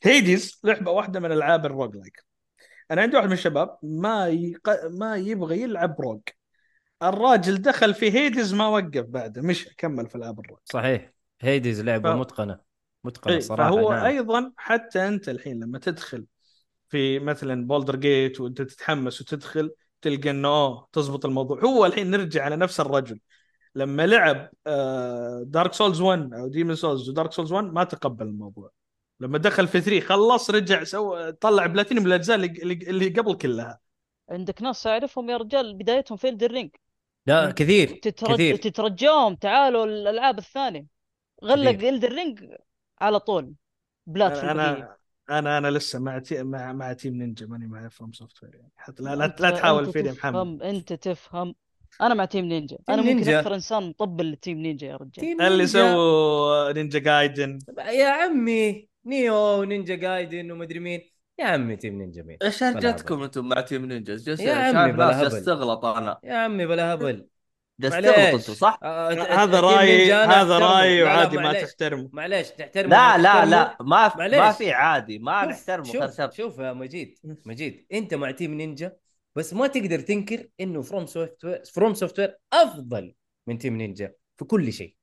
[SPEAKER 5] هيديز لعبه واحده من العاب الروج لايك انا عندي واحد من الشباب ما يق... ما يبغى يلعب روج الراجل دخل في هيدز ما وقف بعده مش كمل في العاب الروج
[SPEAKER 1] صحيح هيديز لعبه
[SPEAKER 5] ف-
[SPEAKER 1] متقنه متقنه
[SPEAKER 5] إيه،
[SPEAKER 1] صراحه
[SPEAKER 5] فهو
[SPEAKER 1] نعم.
[SPEAKER 5] ايضا حتى انت الحين لما تدخل في مثلا بولدر جيت وانت تتحمس وتدخل تلقى انه اه تزبط الموضوع هو الحين نرجع على نفس الرجل لما لعب آه، دارك سولز 1 او ديمون سولز ودارك سولز 1 ما تقبل الموضوع لما دخل في 3 خلص رجع سوى طلع بلاتينيوم الاجزاء اللي- اللي اللي قبل كلها
[SPEAKER 2] عندك ناس أعرفهم يا رجال بدايتهم في الرينج
[SPEAKER 1] لا كثير
[SPEAKER 2] تترج...
[SPEAKER 1] كثير
[SPEAKER 2] تترجاهم تعالوا الألعاب الثانية غلق
[SPEAKER 1] كثير.
[SPEAKER 2] الرينج على طول بلات في البقية
[SPEAKER 5] انا انا انا لسه مع تي... مع مع تيم نينجا ماني مع فروم سوفت وير يعني حتى لا لا,
[SPEAKER 2] أنت-
[SPEAKER 5] لا تحاول
[SPEAKER 2] أنت
[SPEAKER 5] فيني يا محمد
[SPEAKER 2] تفهم انت تفهم انا مع تيم نينجا انا ممكن
[SPEAKER 1] نينجا.
[SPEAKER 2] اكثر انسان مطبل لتيم نينجا يا رجال
[SPEAKER 1] تيم
[SPEAKER 5] اللي
[SPEAKER 1] نينجا.
[SPEAKER 5] سووا نينجا جايدن
[SPEAKER 1] يا عمي نيو ونينجا جايدن ومدري مين يا عمي تيم نينجا مين
[SPEAKER 3] ايش هرجتكم انتم مع تيم نينجز؟ جالس
[SPEAKER 1] يا عمي
[SPEAKER 3] شايف ناس
[SPEAKER 1] بلا
[SPEAKER 3] جالس
[SPEAKER 1] هبل.
[SPEAKER 3] تغلط انا
[SPEAKER 1] يا عمي بلا هبل
[SPEAKER 3] جالس تغلط
[SPEAKER 1] معليش
[SPEAKER 3] انتم صح؟
[SPEAKER 1] آه، ت- ت-
[SPEAKER 5] هذا
[SPEAKER 1] تيم
[SPEAKER 5] رايي
[SPEAKER 1] نينجا أنا
[SPEAKER 5] هذا
[SPEAKER 1] أحترمه.
[SPEAKER 5] رايي
[SPEAKER 1] لا، لا،
[SPEAKER 5] وعادي ما
[SPEAKER 1] معليش.
[SPEAKER 5] تحترمه
[SPEAKER 1] معليش تحترمه
[SPEAKER 3] لا
[SPEAKER 1] طيب، ما
[SPEAKER 3] لا
[SPEAKER 1] تحترمه.
[SPEAKER 3] لا ما
[SPEAKER 1] معليش.
[SPEAKER 3] ما في عادي ما
[SPEAKER 1] شوف-
[SPEAKER 3] نحترمه
[SPEAKER 1] شوف
[SPEAKER 3] خرشبت
[SPEAKER 1] شوف يا مجيد مجيد انت مع تيم نينجا بس ما تقدر تنكر انه فروم سوفت وير فروم سوفت وير افضل من تيم نينجا في كل شيء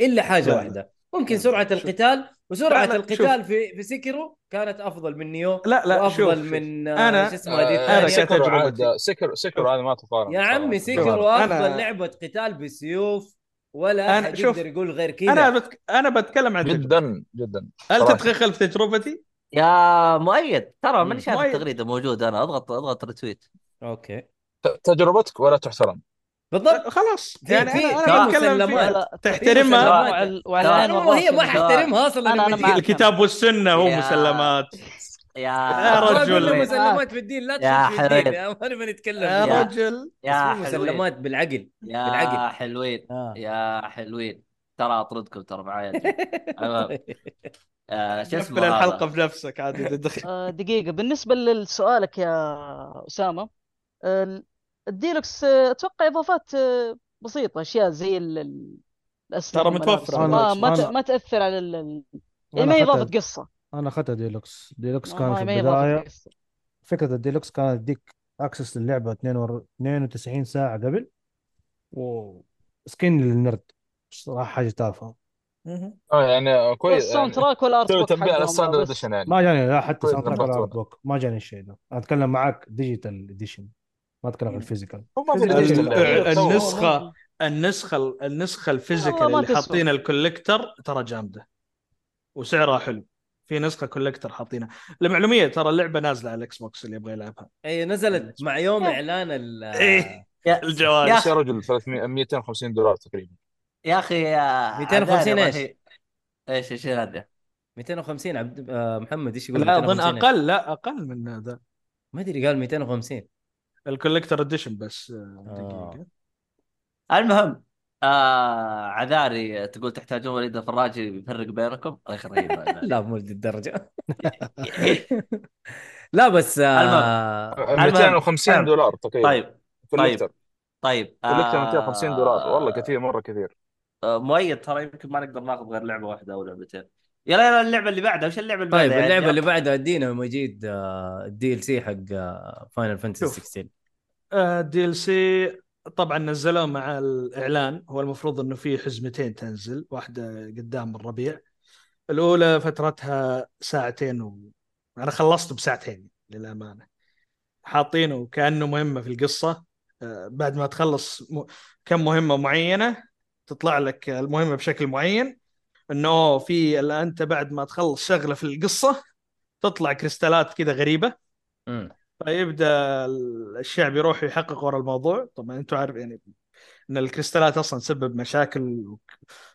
[SPEAKER 1] الا حاجه
[SPEAKER 5] لا، لا.
[SPEAKER 1] واحده ممكن
[SPEAKER 5] لا،
[SPEAKER 1] سرعه
[SPEAKER 5] شوف.
[SPEAKER 1] القتال وسرعه
[SPEAKER 5] لا، لا،
[SPEAKER 1] القتال في في سيكيرو كانت افضل من نيو
[SPEAKER 5] لا لا شوف
[SPEAKER 1] وافضل
[SPEAKER 5] شوف.
[SPEAKER 1] من
[SPEAKER 5] أنا-
[SPEAKER 1] آه، شو اسمه هذه
[SPEAKER 6] آه،
[SPEAKER 5] أنا
[SPEAKER 1] الثانيه
[SPEAKER 5] كانت
[SPEAKER 6] سكر
[SPEAKER 5] تجربتي.
[SPEAKER 6] عاد سكر سكر هذا ما تقارن
[SPEAKER 1] يا
[SPEAKER 6] صراحة.
[SPEAKER 1] عمي سيكيرو
[SPEAKER 5] شوف، أنا-
[SPEAKER 1] افضل لعبه قتال بالسيوف ولا
[SPEAKER 5] أنا-
[SPEAKER 1] احد
[SPEAKER 5] شوف.
[SPEAKER 1] يقدر يقول غير كذا
[SPEAKER 5] انا بتك... انا بتكلم عن تجربتي
[SPEAKER 6] جدا جدا
[SPEAKER 5] هل
[SPEAKER 6] صراحة.
[SPEAKER 5] تتدخل في تجربتي؟
[SPEAKER 3] يا مؤيد ترى
[SPEAKER 1] مم.
[SPEAKER 3] ماني شايف
[SPEAKER 5] مؤيد.
[SPEAKER 3] التغريده موجوده انا اضغط اضغط رتويت
[SPEAKER 1] اوكي
[SPEAKER 6] ت- تجربتك ولا تحترم
[SPEAKER 1] بالضبط
[SPEAKER 5] خلاص
[SPEAKER 1] في-
[SPEAKER 5] يعني
[SPEAKER 1] في-
[SPEAKER 5] انا
[SPEAKER 1] في
[SPEAKER 5] انا بتكلم
[SPEAKER 1] مسلمات.
[SPEAKER 5] في
[SPEAKER 2] لا، لا،
[SPEAKER 5] تحترمها.
[SPEAKER 2] في مسلمات
[SPEAKER 3] لا،
[SPEAKER 2] وعلى- وعلى
[SPEAKER 3] لا،
[SPEAKER 2] عين
[SPEAKER 1] انا
[SPEAKER 2] والله
[SPEAKER 1] هي ما
[SPEAKER 2] في
[SPEAKER 3] حت-
[SPEAKER 2] مسلمات.
[SPEAKER 1] احترمها اصلا
[SPEAKER 2] أنا- أنا
[SPEAKER 1] لما تجي-
[SPEAKER 2] معك.
[SPEAKER 5] الكتاب والسنه هو
[SPEAKER 3] يا-
[SPEAKER 5] مسلمات
[SPEAKER 3] يا
[SPEAKER 5] يا
[SPEAKER 1] ما
[SPEAKER 5] رجل.
[SPEAKER 1] قلنا
[SPEAKER 3] حبيبي.
[SPEAKER 1] مسلمات في الدين لا
[SPEAKER 3] يا
[SPEAKER 1] تخش في الدين
[SPEAKER 3] حبيب.
[SPEAKER 1] يا ما نبي نتكلم
[SPEAKER 5] يا
[SPEAKER 1] في الدين.
[SPEAKER 5] رجل
[SPEAKER 1] بس
[SPEAKER 3] يا
[SPEAKER 1] في
[SPEAKER 3] حلوين
[SPEAKER 1] مسلمات بالعقل
[SPEAKER 3] يا
[SPEAKER 1] بالعقل.
[SPEAKER 3] حلوين
[SPEAKER 1] آه.
[SPEAKER 3] يا حلوين ترى اطردكم ترى معايا الجو. المهم آه، شو
[SPEAKER 5] قفل
[SPEAKER 3] اسمه هذا
[SPEAKER 5] الحلقه في نفسك عادي إذا دخل
[SPEAKER 2] آه، دقيقة بالنسبة لسؤالك يا أسامة ال- الديلوكس آه، أتوقع إضافات آه، بسيطة أشياء زي ال- ال- الأسلحة
[SPEAKER 5] ترى
[SPEAKER 2] والملابس
[SPEAKER 5] متوفرة.
[SPEAKER 2] ما ما ت-
[SPEAKER 4] أنا-
[SPEAKER 2] ما تأثر على ال- ال-
[SPEAKER 4] أنا
[SPEAKER 2] ما هي إضافة
[SPEAKER 4] أخذتها-
[SPEAKER 2] قصة
[SPEAKER 4] انا اخذتها ديلوكس ديلوكس
[SPEAKER 2] ما
[SPEAKER 4] كانت
[SPEAKER 2] ما
[SPEAKER 4] في
[SPEAKER 2] ما هي إضافة
[SPEAKER 4] البدايه
[SPEAKER 2] قصة
[SPEAKER 4] فكره الديلوكس كانت تديك اكسس للعبه 92 ساعه قبل و سكين للنرد صراحه حاجه تافهه
[SPEAKER 5] مهم.
[SPEAKER 6] اه يعني كويس
[SPEAKER 2] والساوند
[SPEAKER 6] يعني
[SPEAKER 2] تراك والارت
[SPEAKER 6] تسوي
[SPEAKER 2] بوك
[SPEAKER 6] تنبيه على
[SPEAKER 2] حقهم
[SPEAKER 6] ستاندرد
[SPEAKER 2] بس
[SPEAKER 6] اديشن يعني
[SPEAKER 4] ما جاني لا حتى
[SPEAKER 6] كويس
[SPEAKER 5] طيب،
[SPEAKER 4] ساوند تراك ولا
[SPEAKER 6] نبهتونا
[SPEAKER 4] ارت بوك ما جاني الشيء ده انا اتكلم معاك ديجيتال اديشن ما اتكلم عن الفيزيكال
[SPEAKER 6] هو ما في يعني.
[SPEAKER 4] الفيزيكال
[SPEAKER 6] ديجيتال
[SPEAKER 4] اللي-
[SPEAKER 5] ال-
[SPEAKER 6] اللعبة،
[SPEAKER 5] ال-
[SPEAKER 6] تو-
[SPEAKER 5] النسخة
[SPEAKER 2] والله
[SPEAKER 5] النسخه النسخه
[SPEAKER 2] والله
[SPEAKER 5] الفيزيكال
[SPEAKER 2] ما
[SPEAKER 5] اللي
[SPEAKER 2] تسوى.
[SPEAKER 5] حاطينها الكوليكتر ترى جامده وسعرها حلو في نسخه كوليكتر حاطينها لمعلوميه ترى اللعبه نازله على الاكس بوكس اللي يبغى يلعبها
[SPEAKER 1] اي إيه، نزلت مع يوم
[SPEAKER 2] يا.
[SPEAKER 1] اعلان ال
[SPEAKER 5] ايه
[SPEAKER 3] يا
[SPEAKER 5] الجوال
[SPEAKER 3] يا
[SPEAKER 6] بس يا
[SPEAKER 3] اخي
[SPEAKER 6] رجل 300 250 دولار تقريبا
[SPEAKER 3] يا اخي آه،
[SPEAKER 1] 250
[SPEAKER 3] عذاري
[SPEAKER 1] إيش؟
[SPEAKER 3] رهيب. ايش ايش هذا
[SPEAKER 1] 250 عبد آه، محمد ايش يقول
[SPEAKER 5] لا اظن
[SPEAKER 1] 250 إيش؟
[SPEAKER 5] اقل لا اقل من هذا
[SPEAKER 1] ما ادري قال 250
[SPEAKER 5] الكوليكتر اديشن بس آه،
[SPEAKER 1] آه.
[SPEAKER 5] دقيقه
[SPEAKER 3] المهم آه عذاري تقول تحتاجون وليد الفراج يفرق بينكم الله يخرب
[SPEAKER 1] لا مو للدرجه لا بس آه
[SPEAKER 3] المهم.
[SPEAKER 6] 250 دولار تقريبا
[SPEAKER 3] طيب آه.
[SPEAKER 6] كوليكتر
[SPEAKER 3] طيب
[SPEAKER 6] كوليكتر 250 دولار والله كثير مره كثير
[SPEAKER 3] آه، مؤيد ترى يمكن ما نقدر ناخذ غير لعبه واحده او لعبتين يلا يلا اللعبه اللي بعدها وش اللعبه اللي
[SPEAKER 1] طيب
[SPEAKER 3] بعدها يعني يا
[SPEAKER 1] اللعبه
[SPEAKER 3] رجال؟
[SPEAKER 1] اللي بعدها ادينا مجيد الدي آه، ال سي حق آه، فاينل فانتسي
[SPEAKER 5] شوف.
[SPEAKER 1] 16
[SPEAKER 5] دي ال سي طبعا نزلوه مع الاعلان هو المفروض انه في حزمتين تنزل واحده قدام الربيع الاولى فترتها ساعتين و... انا خلصت بساعتين للامانه حاطينه كانه مهمه في القصه آه، بعد ما تخلص م... كم مهمه معينه تطلع لك المهمه بشكل معين انه في ال- انت بعد ما تخلص شغله في القصه تطلع كريستالات كذا غريبه
[SPEAKER 1] مم.
[SPEAKER 5] فيبدا الشعب يروح يحقق ورا الموضوع طبعا انتم عارف يعني ان الكريستالات اصلا تسبب مشاكل وك-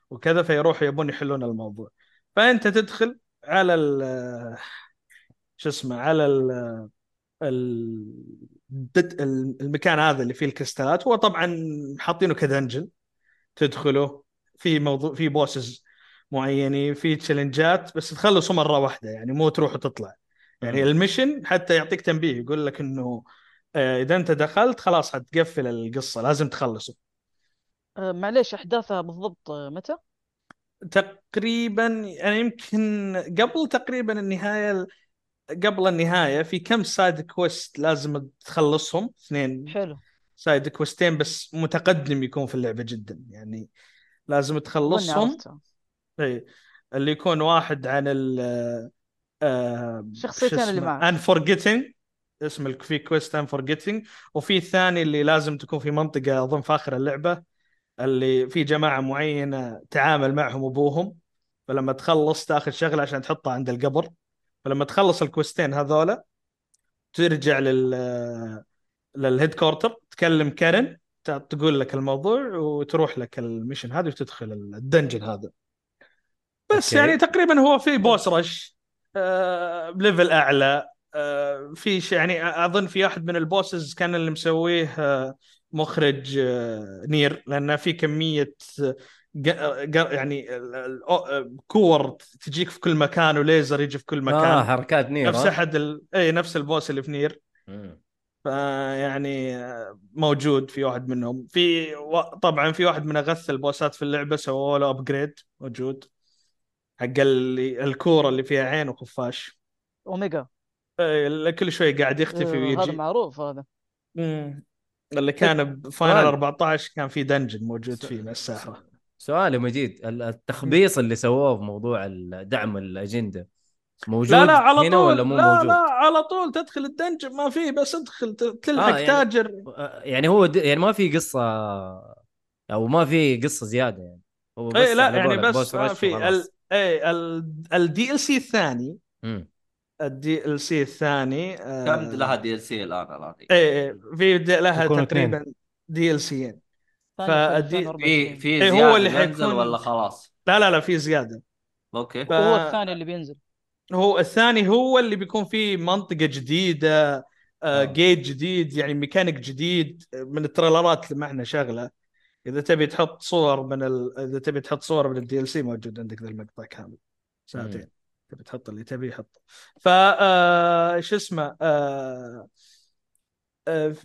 [SPEAKER 5] وكذا فيروحوا يبون يحلون الموضوع فانت تدخل على ال شو اسمه على ال ال- الدت- المكان هذا اللي فيه الكريستالات هو طبعا حاطينه كدنجن تدخله في موضوع في بوسز معينين في تشالنجات بس تخلصه مره واحده يعني مو تروح وتطلع يعني المشن حتى يعطيك تنبيه يقول لك انه آه، اذا انت دخلت خلاص حتقفل القصه لازم تخلصه
[SPEAKER 2] آه، معليش احداثها بالضبط آه، متى؟
[SPEAKER 5] تقريبا انا يمكن قبل تقريبا النهايه قبل النهايه في كم سايد كويست لازم تخلصهم اثنين
[SPEAKER 2] حلو
[SPEAKER 5] سايد كويستين بس متقدم يكون في اللعبه جدا يعني لازم
[SPEAKER 2] ماني
[SPEAKER 5] تخلصهم
[SPEAKER 2] عرفتها
[SPEAKER 5] اي اللي يكون واحد عن ال آه،
[SPEAKER 2] الشخصيتين اللي معك.
[SPEAKER 5] ان فورجيتنج اسم ال- في كويست ان فورجيتنج وفي الثاني اللي لازم تكون في منطقه اظن في اخر اللعبه اللي في جماعه معينه تعامل معهم ابوهم فلما تخلص تاخذ شغله عشان تحطها عند القبر فلما تخلص الكويستين هذولا ترجع لل للهيد كورتر تكلم كارن ت- تقول لك الموضوع وتروح لك الميشن هذه وتدخل الدنجن هذا بس
[SPEAKER 1] أوكي.
[SPEAKER 5] يعني تقريبا هو في بوس رش آه بليفل اعلى آه في شيء يعني أ- اظن في احد من البوسز كان اللي مسويه آه مخرج آه نير لان في كميه آه، ق- ق- يعني ال- ال- أو- آه، كور تجيك في كل مكان وليزر يجي في كل مكان
[SPEAKER 1] اه حركات نير
[SPEAKER 5] نفس
[SPEAKER 1] آه.
[SPEAKER 5] احد ال... اي نفس البوس اللي في نير
[SPEAKER 1] مم.
[SPEAKER 5] فيعني آه، موجود في واحد منهم في و... طبعا في واحد من اغث البوسات في اللعبه سووا له ابجريد موجود حق ال... الكوره اللي فيها عين وخفاش
[SPEAKER 2] اوميجا
[SPEAKER 5] آه، كل شوي قاعد يختفي
[SPEAKER 2] آه، هذا
[SPEAKER 5] ويجي
[SPEAKER 2] معروف هذا
[SPEAKER 5] مم. اللي كان بفاينل
[SPEAKER 1] سؤال.
[SPEAKER 5] 14 كان في دنجن موجود فيه مع الساحره
[SPEAKER 1] سؤال يا مجيد ال- التخبيص اللي سووه في موضوع ال- دعم الاجنده موجود
[SPEAKER 5] لا لا على
[SPEAKER 1] هنا
[SPEAKER 5] طول
[SPEAKER 1] ولا مو
[SPEAKER 5] لا
[SPEAKER 1] موجود؟
[SPEAKER 5] لا على طول تدخل الدنجن ما فيه بس ادخل ت- تلحق
[SPEAKER 1] آه، يعني-
[SPEAKER 5] تاجر
[SPEAKER 1] آه، يعني هو د... يعني ما في قصه او ما في قصه زياده يعني هو بس
[SPEAKER 5] اي لا
[SPEAKER 1] على
[SPEAKER 5] يعني
[SPEAKER 1] قولك
[SPEAKER 5] بس
[SPEAKER 1] boss
[SPEAKER 5] ما
[SPEAKER 1] rush
[SPEAKER 5] في ال...
[SPEAKER 1] وخلاص.
[SPEAKER 5] اي الدي ال سي الثاني
[SPEAKER 1] مم.
[SPEAKER 5] الدي ال سي الثاني
[SPEAKER 3] كم لها دي ال سي الان الان
[SPEAKER 5] اي اي في د- لها
[SPEAKER 4] يكونوا
[SPEAKER 5] تقريبا دي ال سيين
[SPEAKER 2] ثاني في
[SPEAKER 5] فأدي-
[SPEAKER 2] 2024
[SPEAKER 3] في في
[SPEAKER 5] إيه،
[SPEAKER 3] زياده
[SPEAKER 5] هو اللي
[SPEAKER 3] ينزل
[SPEAKER 5] حيكون-
[SPEAKER 3] ولا خلاص؟
[SPEAKER 5] لا لا لا في زياده
[SPEAKER 3] اوكي
[SPEAKER 5] ف-
[SPEAKER 2] هو الثاني اللي بينزل
[SPEAKER 5] هو الثاني هو اللي بيكون فيه منطقه جديده آه،
[SPEAKER 3] آه.
[SPEAKER 5] جيت جديد يعني ميكانيك جديد آه، من التريلرات اللي معنا شغله اذا تبي تحط صور من ال... اذا تبي تحط صور من الدي ال سي موجود عندك ذا المقطع كامل ساعتين تبي تحط اللي تبي حطه ف آه، شو اسمه آه، آه،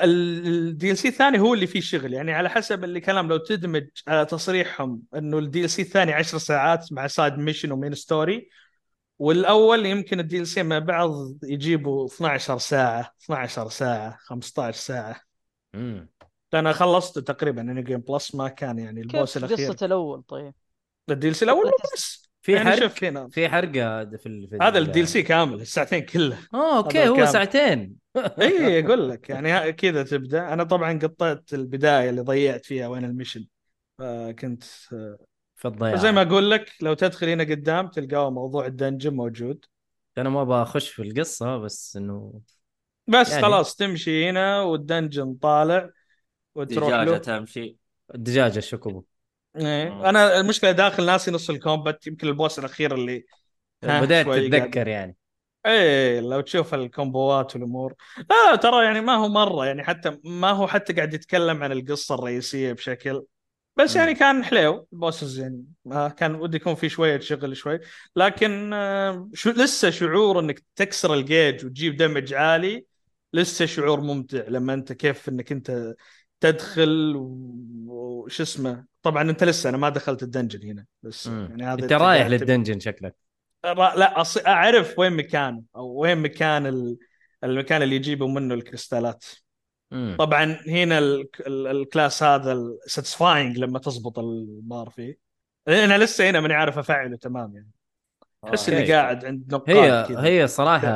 [SPEAKER 5] فالدي ال سي الثاني هو اللي فيه شغل يعني على حسب اللي كلام لو تدمج على تصريحهم انه الدي ال سي الثاني 10 ساعات مع سايد ميشن ومين ستوري والاول يمكن الدي ال سي مع بعض يجيبوا 12 ساعه 12 ساعه 15 ساعه
[SPEAKER 1] مم.
[SPEAKER 5] انا خلصت تقريبا انا جيم بلس ما كان يعني البوس
[SPEAKER 2] كيف
[SPEAKER 5] الاخير
[SPEAKER 2] قصة الاول طيب
[SPEAKER 5] الدي ال سي الاول
[SPEAKER 2] لا تس-
[SPEAKER 5] بس
[SPEAKER 1] في
[SPEAKER 5] يعني
[SPEAKER 1] حرق
[SPEAKER 5] شوف هنا
[SPEAKER 1] في حرقه د- في ال... في
[SPEAKER 5] هذا الدي ال سي كامل الساعتين كله
[SPEAKER 1] اه اوكي
[SPEAKER 5] هذا
[SPEAKER 1] هو
[SPEAKER 5] الكامل.
[SPEAKER 1] ساعتين
[SPEAKER 5] اي اقول لك يعني ها- كذا تبدا انا طبعا قطعت البدايه اللي ضيعت فيها وين المشن فكنت
[SPEAKER 1] في الضياع
[SPEAKER 5] زي ما اقول لك لو تدخل هنا قدام تلقاه موضوع الدنجن موجود
[SPEAKER 1] انا ما ابغى اخش في القصه بس انه
[SPEAKER 5] بس
[SPEAKER 1] يعني.
[SPEAKER 5] يعني. خلاص تمشي هنا والدنجن طالع وتروح
[SPEAKER 3] دجاجه
[SPEAKER 5] له
[SPEAKER 3] تمشي
[SPEAKER 1] الدجاجه الشكوبو
[SPEAKER 5] إيه. انا المشكله داخل ناسي نص الكومبات يمكن البوس الاخير اللي ها،
[SPEAKER 1] بديت
[SPEAKER 5] شوي
[SPEAKER 1] تتذكر يعني
[SPEAKER 5] ايه لو تشوف الكومبوات والامور آه ترى يعني ما هو مره يعني حتى ما هو حتى قاعد يتكلم عن القصه الرئيسيه بشكل بس يعني كان حليو البوسز يعني ما كان ودي يكون في شويه شغل شوي لكن آه، شو لسه شعور انك تكسر الجيج وتجيب دمج عالي لسه شعور ممتع لما انت كيف انك انت تدخل و- وش اسمه طبعا انت لسه انا ما دخلت الدنجن هنا بس
[SPEAKER 1] مم.
[SPEAKER 5] يعني هذا
[SPEAKER 1] انت رايح
[SPEAKER 5] تبي-
[SPEAKER 1] للدنجن شكلك
[SPEAKER 5] را- لا أص... اعرف وين مكانه او وين مكان ال... المكان اللي يجيبوا منه الكريستالات
[SPEAKER 1] مم.
[SPEAKER 5] طبعا هنا ال... ال... الكلاس هذا ساتسفاينج لما تزبط البار فيه انا لسه هنا ماني عارف افعله تمام يعني احس
[SPEAKER 1] آه.
[SPEAKER 5] اني قاعد عند نقاد
[SPEAKER 1] هي
[SPEAKER 5] كذا.
[SPEAKER 1] هي صراحه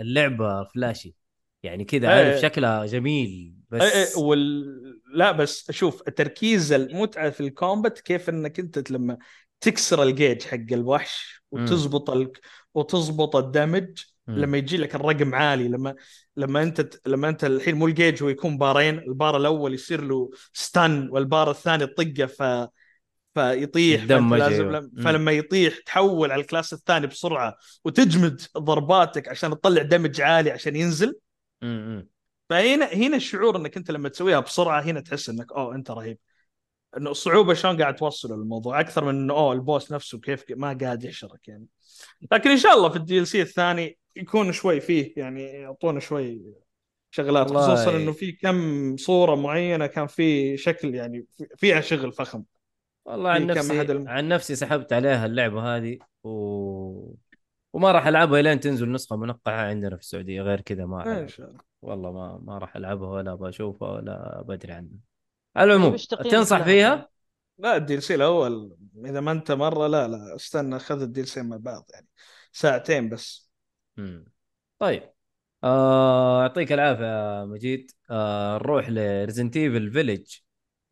[SPEAKER 1] اللعبه فلاشي يعني كذا
[SPEAKER 5] إيه.
[SPEAKER 1] عارف شكلها جميل
[SPEAKER 5] إيه،
[SPEAKER 1] بس
[SPEAKER 5] إيه، وال... لا بس شوف تركيز المتعه في الكومبات كيف انك انت لما تكسر الجيج حق الوحش
[SPEAKER 1] مم.
[SPEAKER 5] وتزبط ال... وتزبط الدمج
[SPEAKER 1] مم.
[SPEAKER 5] لما يجي لك الرقم عالي لما لما انت ت- لما انت الحين مو الجيج هو يكون بارين البار الاول يصير له ستان والبار الثاني تطقه ف فيطيح فأنت
[SPEAKER 1] يتدمج،
[SPEAKER 5] لازم
[SPEAKER 1] أيوة.
[SPEAKER 5] لم...
[SPEAKER 1] مم.
[SPEAKER 5] فلما يطيح تحول على الكلاس الثاني بسرعه وتجمد ضرباتك عشان تطلع دمج عالي عشان ينزل
[SPEAKER 1] مم. مم.
[SPEAKER 5] فهنا هنا الشعور انك انت لما تسويها بسرعه هنا تحس انك اوه انت رهيب انه الصعوبه شلون قاعد توصل الموضوع اكثر من انه اوه البوس نفسه كيف ما قاعد يحشرك يعني لكن ان شاء الله في الدي ال سي الثاني يكون شوي فيه يعني يعطونا شوي شغلات
[SPEAKER 1] والله.
[SPEAKER 5] خصوصا انه في كم صوره معينه كان في شكل يعني في- فيها شغل فخم
[SPEAKER 1] والله عن
[SPEAKER 5] في إيه، كم
[SPEAKER 1] نفسي
[SPEAKER 5] أحد الم-
[SPEAKER 1] عن نفسي سحبت عليها اللعبه هذه و... وما راح العبها لين تنزل نسخه منقعه عندنا في السعوديه غير كذا ما
[SPEAKER 5] ان
[SPEAKER 1] ألعب.
[SPEAKER 5] شاء الله
[SPEAKER 1] والله ما ما راح العبها ولا بشوفها ولا بدري عنها على العموم
[SPEAKER 2] طيب، إيش تقييمك
[SPEAKER 1] تنصح
[SPEAKER 2] لها؟
[SPEAKER 1] فيها؟
[SPEAKER 5] لا الدي ال سي الاول اذا ما انت مره لا لا استنى خذ الدي ال سي مع بعض يعني ساعتين بس
[SPEAKER 1] مم. طيب آه، يعطيك العافيه يا مجيد آه، نروح لريزنت ايفل فيلج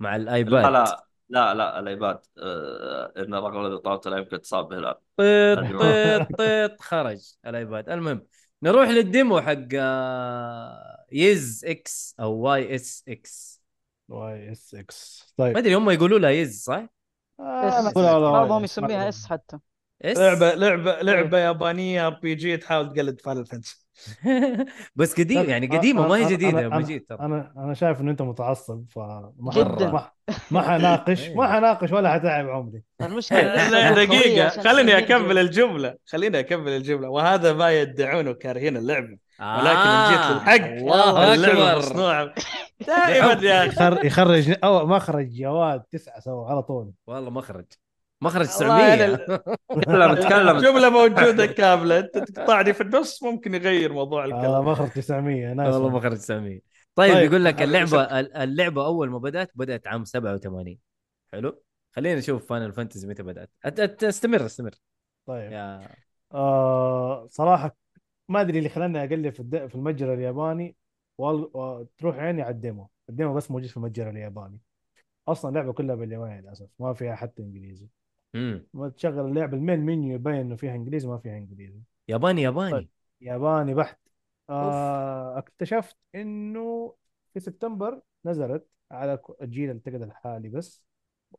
[SPEAKER 1] مع الايباد
[SPEAKER 3] لا لا لا لا الايباد آه، ان الرقم الذي طلبته لا يمكن تصاب به الان
[SPEAKER 1] طيط
[SPEAKER 3] هذه
[SPEAKER 4] أيوه.
[SPEAKER 1] طيط طيط طيب. خرج الايباد المهم نروح للديمو حق آه، يز اكس او واي اس اكس
[SPEAKER 4] واي اس اكس
[SPEAKER 1] ما
[SPEAKER 4] طيب
[SPEAKER 1] ادري هم يقولوا لها يز صح؟
[SPEAKER 4] انا
[SPEAKER 2] إس.
[SPEAKER 4] اقول على
[SPEAKER 2] بعضهم
[SPEAKER 4] Y S.
[SPEAKER 2] يعني يسميها اس حتى
[SPEAKER 1] اس
[SPEAKER 5] لعبه لعبه لعبه يابانيه ار بي جي تحاول تقلد فاينل فانتسي
[SPEAKER 1] بس قديم يعني
[SPEAKER 4] أنا-
[SPEAKER 1] قديمه ما
[SPEAKER 4] أنا-
[SPEAKER 1] هي
[SPEAKER 4] أنا-
[SPEAKER 1] جديده يا
[SPEAKER 4] أنا-
[SPEAKER 1] مجيد ترى
[SPEAKER 4] انا انا شايف ان انت متعصب فما
[SPEAKER 2] جداً.
[SPEAKER 4] ما ما حناقش ما حناقش ولا حتعب عمري
[SPEAKER 2] المشكله إن
[SPEAKER 5] لا
[SPEAKER 2] إحنا
[SPEAKER 5] دقيقه
[SPEAKER 2] عشان
[SPEAKER 5] خليني
[SPEAKER 2] نرجع.
[SPEAKER 5] اكمل الجمله خليني اكمل الجمله وهذا ما يدعونه كارهين اللعبه ولكن
[SPEAKER 1] آه،
[SPEAKER 5] إن جيت للحق،
[SPEAKER 1] الله
[SPEAKER 5] اللعبه
[SPEAKER 1] اكبر
[SPEAKER 5] مصنوعه دائما يا اخي
[SPEAKER 4] يخر يخرج او مخرج جواد تسعه سوا على طول
[SPEAKER 1] والله مخرج مخرج 900
[SPEAKER 5] والله
[SPEAKER 3] لا بتكلم
[SPEAKER 5] الجمله موجوده كامله انت تقطعني في النص ممكن يغير موضوع
[SPEAKER 4] على
[SPEAKER 5] الكلام
[SPEAKER 4] مخرج 900 ناس
[SPEAKER 1] آه، والله مخرج 900 طيب,
[SPEAKER 4] طيب،
[SPEAKER 1] يقول لك
[SPEAKER 5] هذا
[SPEAKER 1] اللعبه ال- اللعبه اول ما بدات بدات عام 87 حلو خلينا نشوف فاينل فانتزي متى بدات أت- أت- استمر استمر
[SPEAKER 4] طيب
[SPEAKER 1] يا
[SPEAKER 4] آه صراحه ما ادري اللي خلاني اقلب في, الد... في المتجر الياباني وال- وتروح عيني على الديمو الديمو بس موجود في المتجر الياباني اصلا اللعبه كلها بالياباني للاسف ما فيها حتى انجليزي
[SPEAKER 1] مم.
[SPEAKER 4] ما تشغل اللعبه المين منيو يبين انه فيها انجليزي ما فيها انجليزي
[SPEAKER 1] ياباني ياباني
[SPEAKER 4] طيب. ياباني بحت آه اكتشفت انه في سبتمبر نزلت على ك- الجيل اعتقد الحالي بس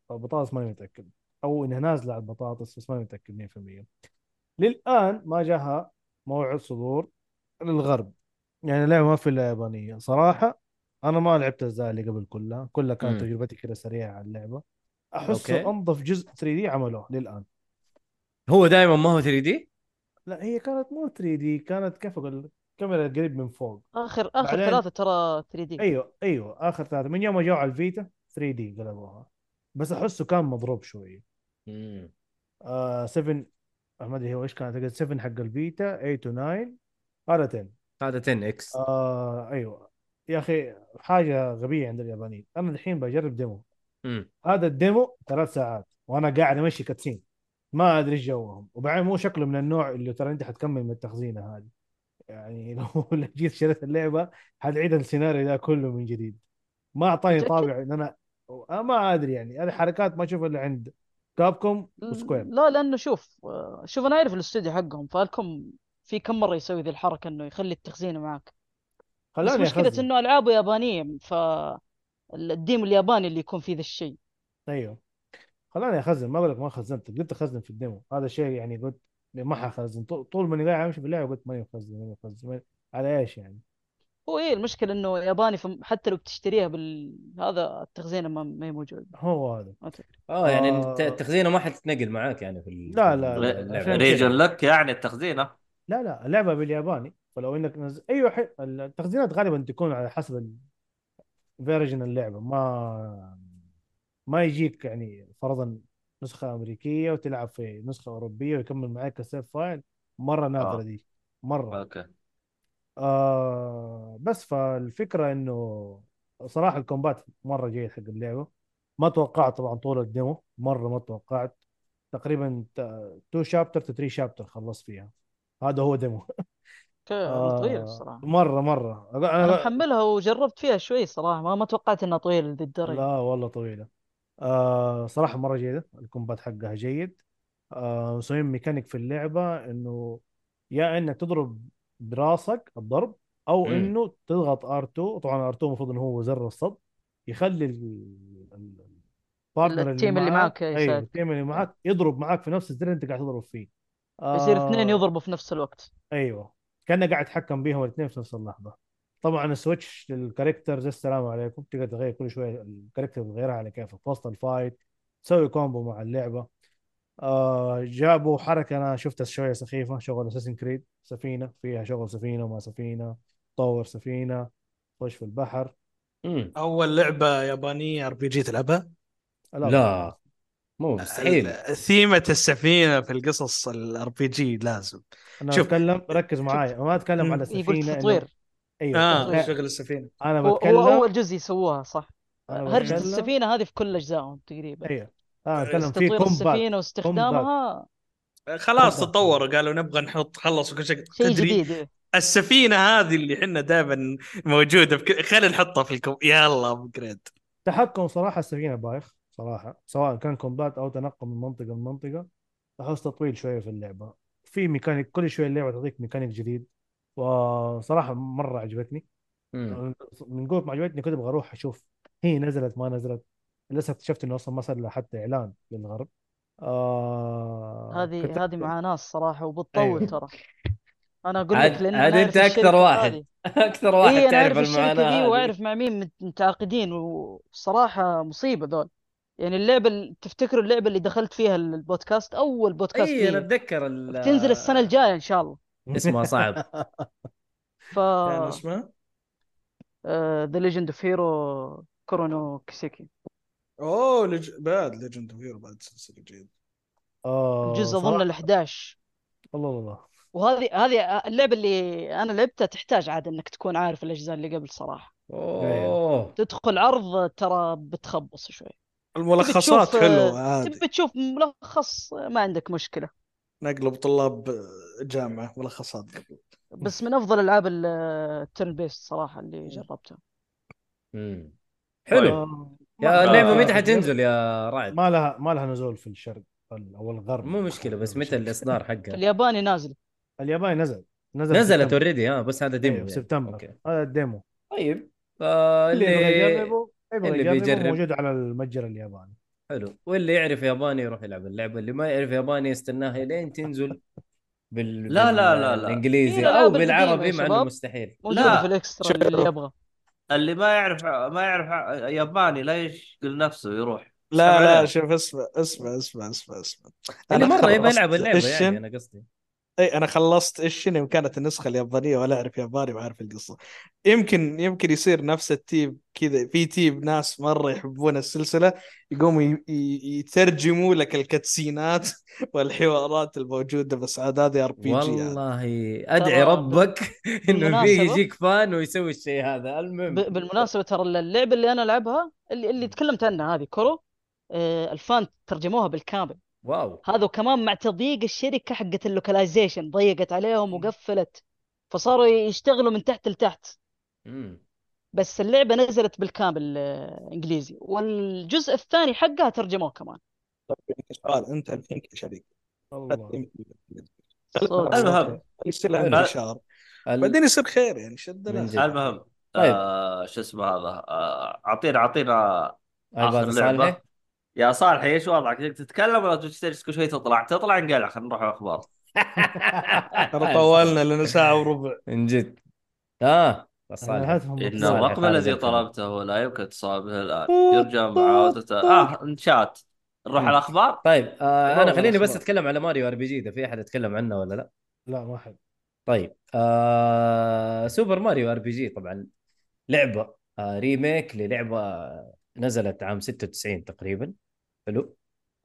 [SPEAKER 4] بطاطس ماني متاكد او انها نازله على البطاطس بس ماني متاكد 100% للان ما جاها موعد صدور للغرب يعني لعبه ما في الا يابانيه صراحه انا ما لعبت الاجزاء اللي قبل كلها كلها كانت
[SPEAKER 1] مم.
[SPEAKER 4] تجربتي كده سريعه على اللعبه احسه
[SPEAKER 1] أوكي.
[SPEAKER 4] انظف جزء 3 دي عملوه للان
[SPEAKER 1] هو دائما ما هو 3 دي
[SPEAKER 4] لا هي كانت مو 3 دي كانت كيف اقول لك؟ كاميرا قريب من فوق
[SPEAKER 2] اخر اخر
[SPEAKER 4] بعدين-
[SPEAKER 2] ثلاثه ترى 3 دي
[SPEAKER 4] ايوه ايوه اخر ثلاثه من يوم ما جاوا على الفيتا 3 دي قلبوها بس احسه كان مضروب شويه آه 7 آه، ما ادري هو ايش كان اعتقد 7 حق الفيتا 8 و 9 هذا 10
[SPEAKER 1] هذا 10 اكس
[SPEAKER 4] آه ايوه يا اخي حاجه غبيه عند اليابانيين انا الحين بجرب ديمو
[SPEAKER 1] مم.
[SPEAKER 4] هذا الديمو ثلاث ساعات وانا قاعد امشي كاتسين ما ادري ايش جوهم وبعدين مو شكله من النوع اللي ترى انت حتكمل من التخزينه هذه يعني لو جيت شريت اللعبه حتعيد السيناريو ده كله من جديد ما اعطاني
[SPEAKER 2] متأكد؟
[SPEAKER 4] طابع ان انا أنا ما ادري يعني هذه حركات ما اشوفها الا عند كابكوم وسكوير
[SPEAKER 2] لا لانه شوف آه، شوف انا اعرف الاستوديو حقهم فالكم في كم مره يسوي ذي الحركه انه يخلي التخزين معك بس
[SPEAKER 4] خلوني
[SPEAKER 2] مشكله
[SPEAKER 4] اخزن
[SPEAKER 2] انه العابه يابانيه ف الديم الياباني اللي يكون فيه ذا الشيء
[SPEAKER 4] ايوه خلاني اخزن ما اقول لك ما خزنت قلت اخزن في الديمو هذا شيء يعني قلت ما حخزن طول طول ما اني قاعد امشي في اللعبه قلت ماني مخزن ماني مخزن ماني- على ايش يعني
[SPEAKER 2] هو ايه المشكله انه ياباني فم- حتى لو بتشتريها بال هذا التخزين ما ما هي موجود
[SPEAKER 4] هو هذا
[SPEAKER 2] ما تفرق
[SPEAKER 1] اه يعني
[SPEAKER 4] آه.
[SPEAKER 1] الت- التخزينه ما حتتنقل معاك يعني في ال-
[SPEAKER 4] لا، لا،
[SPEAKER 1] في اللعبة.
[SPEAKER 4] عشان
[SPEAKER 3] ريجن لك يعني التخزينه
[SPEAKER 4] لا لا اللعبه بالياباني فلو انك نز... اي ح... التخزينات غالبا تكون على حسب فيرجن اللعبه ما ما يجيك يعني فرضا نسخه امريكيه وتلعب في نسخه اوروبيه ويكمل معاك كسيف فايل مره نادره
[SPEAKER 3] آه.
[SPEAKER 4] دي مره
[SPEAKER 3] اوكي
[SPEAKER 4] آه بس فالفكره انه صراحه الكومبات مره جيد حق اللعبه ما توقعت طبعا طول الديمو مره ما توقعت تقريبا 2 شابتر تو 3 شابتر خلصت فيها هذا هو ديمو
[SPEAKER 2] اوكي طويل الصراحه
[SPEAKER 4] مره مره آه. أنا-
[SPEAKER 2] انا محملها وجربت فيها شوي صراحه ما ما توقعت انها طويله لذي الدرجه
[SPEAKER 4] لا والله طويلة آه صراحة مرة جيدة الكومبات حقها جيد آه مسويين ميكانيك في اللعبة انه يا انك تضرب براسك الضرب او
[SPEAKER 1] مم.
[SPEAKER 4] انه تضغط R2 طبعا R2 المفروض انه هو زر الصد يخلي ال- ال- البارتنر
[SPEAKER 2] التيم اللي معاك
[SPEAKER 4] ايوه
[SPEAKER 2] يساعدك.
[SPEAKER 4] التيم اللي معاك يضرب معاك في نفس الزر اللي انت قاعد تضرب فيه
[SPEAKER 2] يصير اثنين
[SPEAKER 4] آه،
[SPEAKER 2] يضربوا في نفس الوقت
[SPEAKER 4] ايوه كانه قاعد يتحكم بيهم الاثنين في نفس اللحظه طبعا السويتش للكاركترز السلام عليكم تقدر تغير كل شويه الكاركتر تغيرها على كيفك في وسط الفايت تسوي كومبو مع اللعبه آه جابوا حركه انا شفتها شويه سخيفه شغل اساسن كريد سفينه فيها شغل سفينه وما سفينه طور سفينه خش في البحر
[SPEAKER 1] مم.
[SPEAKER 5] اول لعبه يابانيه ار بي جي تلعبها
[SPEAKER 1] لا مو مستحيل
[SPEAKER 5] ثيمه السفينه في القصص الار بي جي لازم
[SPEAKER 4] انا
[SPEAKER 5] شوف.
[SPEAKER 4] اتكلم ركز معايا ما اتكلم
[SPEAKER 5] مم.
[SPEAKER 4] على
[SPEAKER 2] هي قلت
[SPEAKER 4] سفينه إنه-
[SPEAKER 2] تطوير
[SPEAKER 4] ايوه
[SPEAKER 5] اه
[SPEAKER 4] لا،
[SPEAKER 5] شغل السفينه
[SPEAKER 4] انا
[SPEAKER 2] هو,
[SPEAKER 4] بتكلم
[SPEAKER 2] هو اول جزء يسووها صح
[SPEAKER 4] أنا
[SPEAKER 2] هرجة
[SPEAKER 4] بتكلم-
[SPEAKER 2] السفينة هذه في كل أجزائهم تقريبا
[SPEAKER 4] ايوه انا
[SPEAKER 2] بس
[SPEAKER 4] اتكلم في
[SPEAKER 2] تطوير
[SPEAKER 4] كومبات
[SPEAKER 2] السفينة واستخدامها
[SPEAKER 5] خلاص
[SPEAKER 4] كومبات.
[SPEAKER 5] تطوروا قالوا نبغى نحط خلصوا كل شيء
[SPEAKER 2] شيء
[SPEAKER 5] تدري
[SPEAKER 2] جديد إيه.
[SPEAKER 5] السفينه هذه اللي احنا دائما موجوده بك... خلينا نحطها في الكم يلا ابجريد
[SPEAKER 4] تحكم صراحة السفينة بايخ صراحة سواء كان كومبات أو تنقل من منطقة لمنطقة أحس تطويل شوية في اللعبة في ميكانيك كل شوية اللعبة تعطيك ميكانيك جديد وصراحة مرة عجبتني آه.
[SPEAKER 1] مم.
[SPEAKER 4] من قوة ما عجبتني كنت أبغى أروح أشوف هي نزلت ما نزلت لسه اكتشفت إنه أصلا ما صار لها حتى إعلان للغرب آه كنت-
[SPEAKER 2] هذه هذه مع ناس صراحة
[SPEAKER 4] أيوه.
[SPEAKER 2] وبتطول ترى أنا أقول
[SPEAKER 1] أيوة. عاد-
[SPEAKER 2] لك لأن
[SPEAKER 1] عاد
[SPEAKER 2] أنا
[SPEAKER 1] أنت
[SPEAKER 2] أعرف
[SPEAKER 1] أكثر
[SPEAKER 2] الشركة
[SPEAKER 1] واحد.
[SPEAKER 2] هذه
[SPEAKER 1] اكثر واحد
[SPEAKER 2] إي إيه، أنا
[SPEAKER 1] تعرف
[SPEAKER 2] أعرف الشركة
[SPEAKER 1] المعاناه
[SPEAKER 2] ذي
[SPEAKER 1] هذه
[SPEAKER 2] وأعرف مع مين مت- متعاقدين وصراحة مصيبة ذول يعني اللعبة اللي- تفتكروا اللعبة اللي دخلت فيها البودكاست أول بودكاست
[SPEAKER 1] اي انا
[SPEAKER 2] لي
[SPEAKER 1] اتذكر إيه، ال-
[SPEAKER 2] بتنزل السنة الجاية إن شاء الله
[SPEAKER 1] اسمها صعب
[SPEAKER 2] ف
[SPEAKER 5] كان اسمه
[SPEAKER 2] ذا ليجند اوف هيرو كورونو كيسيكي
[SPEAKER 5] اوه لج... بعد ليجند اوف هيرو بعد سلسله جديده
[SPEAKER 4] آه
[SPEAKER 2] الجزء
[SPEAKER 4] صراحة-
[SPEAKER 2] اظن ال 11
[SPEAKER 4] الله الله
[SPEAKER 2] وهذه هذه اللعبه اللي انا لعبتها تحتاج عاد انك تكون عارف الاجزاء اللي قبل صراحه
[SPEAKER 4] أيوه.
[SPEAKER 1] اوه
[SPEAKER 2] تدخل عرض ترى بتخبص شوي تبي
[SPEAKER 5] الملخصات
[SPEAKER 2] تشوف- آه،
[SPEAKER 5] حلوه عادي
[SPEAKER 2] تبي تشوف ملخص ما عندك مشكله
[SPEAKER 5] نقلب طلاب جامعه ملخصات
[SPEAKER 2] بس من افضل العاب الترن بيست صراحه اللي جربتها
[SPEAKER 1] مم. حلو
[SPEAKER 4] آه
[SPEAKER 1] طيب. يا اللعبه
[SPEAKER 4] ما-
[SPEAKER 1] متى حتنزل يا رعد؟
[SPEAKER 4] ما لها ما لها نزول في الشرق او الغرب
[SPEAKER 1] مو مشكله بس متى الاصدار حقها؟
[SPEAKER 2] الياباني نازل
[SPEAKER 4] الياباني نزل نزل في
[SPEAKER 1] نزلت
[SPEAKER 4] سبتمبر.
[SPEAKER 1] اوريدي ها بس هذا ديمو
[SPEAKER 4] ايوه
[SPEAKER 1] يعني.
[SPEAKER 4] في سبتمبر
[SPEAKER 1] اوكي
[SPEAKER 4] هذا الديمو
[SPEAKER 1] طيب آه
[SPEAKER 4] اللي يبغى
[SPEAKER 1] اللي
[SPEAKER 4] يجربه يبغى
[SPEAKER 1] اللي
[SPEAKER 4] يجربه
[SPEAKER 1] بيجرب.
[SPEAKER 4] موجود على المتجر الياباني
[SPEAKER 1] حلو واللي يعرف ياباني يروح يلعب اللعبه اللي ما يعرف ياباني يستناها لين تنزل بال
[SPEAKER 3] لا-
[SPEAKER 1] بال-
[SPEAKER 3] لا- لا- إيه، لا.
[SPEAKER 1] بالانجليزي
[SPEAKER 2] هي
[SPEAKER 1] او
[SPEAKER 2] الألعاب القديمة يا
[SPEAKER 1] بالعربي مع انه
[SPEAKER 2] شباب.
[SPEAKER 1] مستحيل
[SPEAKER 2] موجوده
[SPEAKER 3] لا.
[SPEAKER 2] في الاكسترا اللي يبغى
[SPEAKER 3] اللي ما يعرف ما يعرف ياباني لا يشغل نفسه يروح
[SPEAKER 5] لا
[SPEAKER 3] سمع
[SPEAKER 5] لا
[SPEAKER 3] علينا.
[SPEAKER 5] شوف اسمع اسمع اسمع اسمع اسمع
[SPEAKER 1] اللي مره يبغى
[SPEAKER 5] خلصت
[SPEAKER 1] يلعب اللعبه
[SPEAKER 5] إشن.
[SPEAKER 1] يعني انا قصدي
[SPEAKER 5] اي انا إيه، خلصت ايش يوم كانت النسخه اليابانيه ولا اعرف ياباني وعارف القصه يمكن يمكن يصير نفس التيب كذا في تيب ناس مره يحبون السلسله يقوموا ي- ي- يترجموا لك الكتسينات والحوارات الموجوده بس عاد هذه ار بي جي
[SPEAKER 1] والله ادعي
[SPEAKER 2] ترى
[SPEAKER 1] ربك
[SPEAKER 3] نعم،
[SPEAKER 1] انه فيه
[SPEAKER 2] بالمناسبة-
[SPEAKER 1] يجيك فان ويسوي الشيء هذا المهم
[SPEAKER 2] ب- بالمناسبة ترى اللعبة اللي أنا ألعبها اللي, اللي تكلمت عنها هذه كورو آه، الفان ترجموها بالكامل
[SPEAKER 1] واو
[SPEAKER 2] هذا وكمان مع تضييق الشركة حقت اللوكلايزيشن ضيقت عليهم
[SPEAKER 5] مم.
[SPEAKER 2] وقفلت فصاروا يشتغلوا من تحت لتحت
[SPEAKER 1] مم.
[SPEAKER 2] بس اللعبة نزلت بالكامل آه، إنجليزي والجزء الثاني حقها ترجموه كمان
[SPEAKER 5] سؤال انت الحين كشريك
[SPEAKER 4] الله
[SPEAKER 2] صوت
[SPEAKER 3] المهم
[SPEAKER 5] يصير
[SPEAKER 1] حلو.
[SPEAKER 5] عندك شهر
[SPEAKER 1] ال-
[SPEAKER 5] بعدين يصير خير يعني شد
[SPEAKER 1] من
[SPEAKER 5] الناس.
[SPEAKER 1] جد.
[SPEAKER 3] المهم
[SPEAKER 1] طيب.
[SPEAKER 3] آه شو اسمه هذا آه اعطينا اعطينا
[SPEAKER 1] هاي
[SPEAKER 3] آخر
[SPEAKER 1] باز
[SPEAKER 3] لعبة.
[SPEAKER 1] صالحي
[SPEAKER 3] يا صالح ايش وضعك؟ تبي تتكلم ولا تجلس كل شوي تطلع؟ تطلع نقلع خلينا نروح الاخبار.
[SPEAKER 5] ترى طولنا لنا ساعه وربع
[SPEAKER 1] من جد اه
[SPEAKER 4] يعني
[SPEAKER 1] الصالح
[SPEAKER 4] الهاتف
[SPEAKER 3] إن
[SPEAKER 1] صالح
[SPEAKER 3] الرقم
[SPEAKER 1] هذا
[SPEAKER 3] الذي
[SPEAKER 1] جدا.
[SPEAKER 3] طلبته لا يمكن اتصال به الآن يرجى معاودته آه انشات نروح على الأخبار
[SPEAKER 1] طيب آه انا
[SPEAKER 4] والله
[SPEAKER 1] خليني بس
[SPEAKER 4] أخبار.
[SPEAKER 1] اتكلم على ماريو ار بي جي اذا في احد اتكلم عنه ولا لا
[SPEAKER 4] لا ما حد
[SPEAKER 1] طيب آه سوبر ماريو ار بي جي طبعا لعبه آه ريميك للعبه نزلت عام 96 تقريبا حلو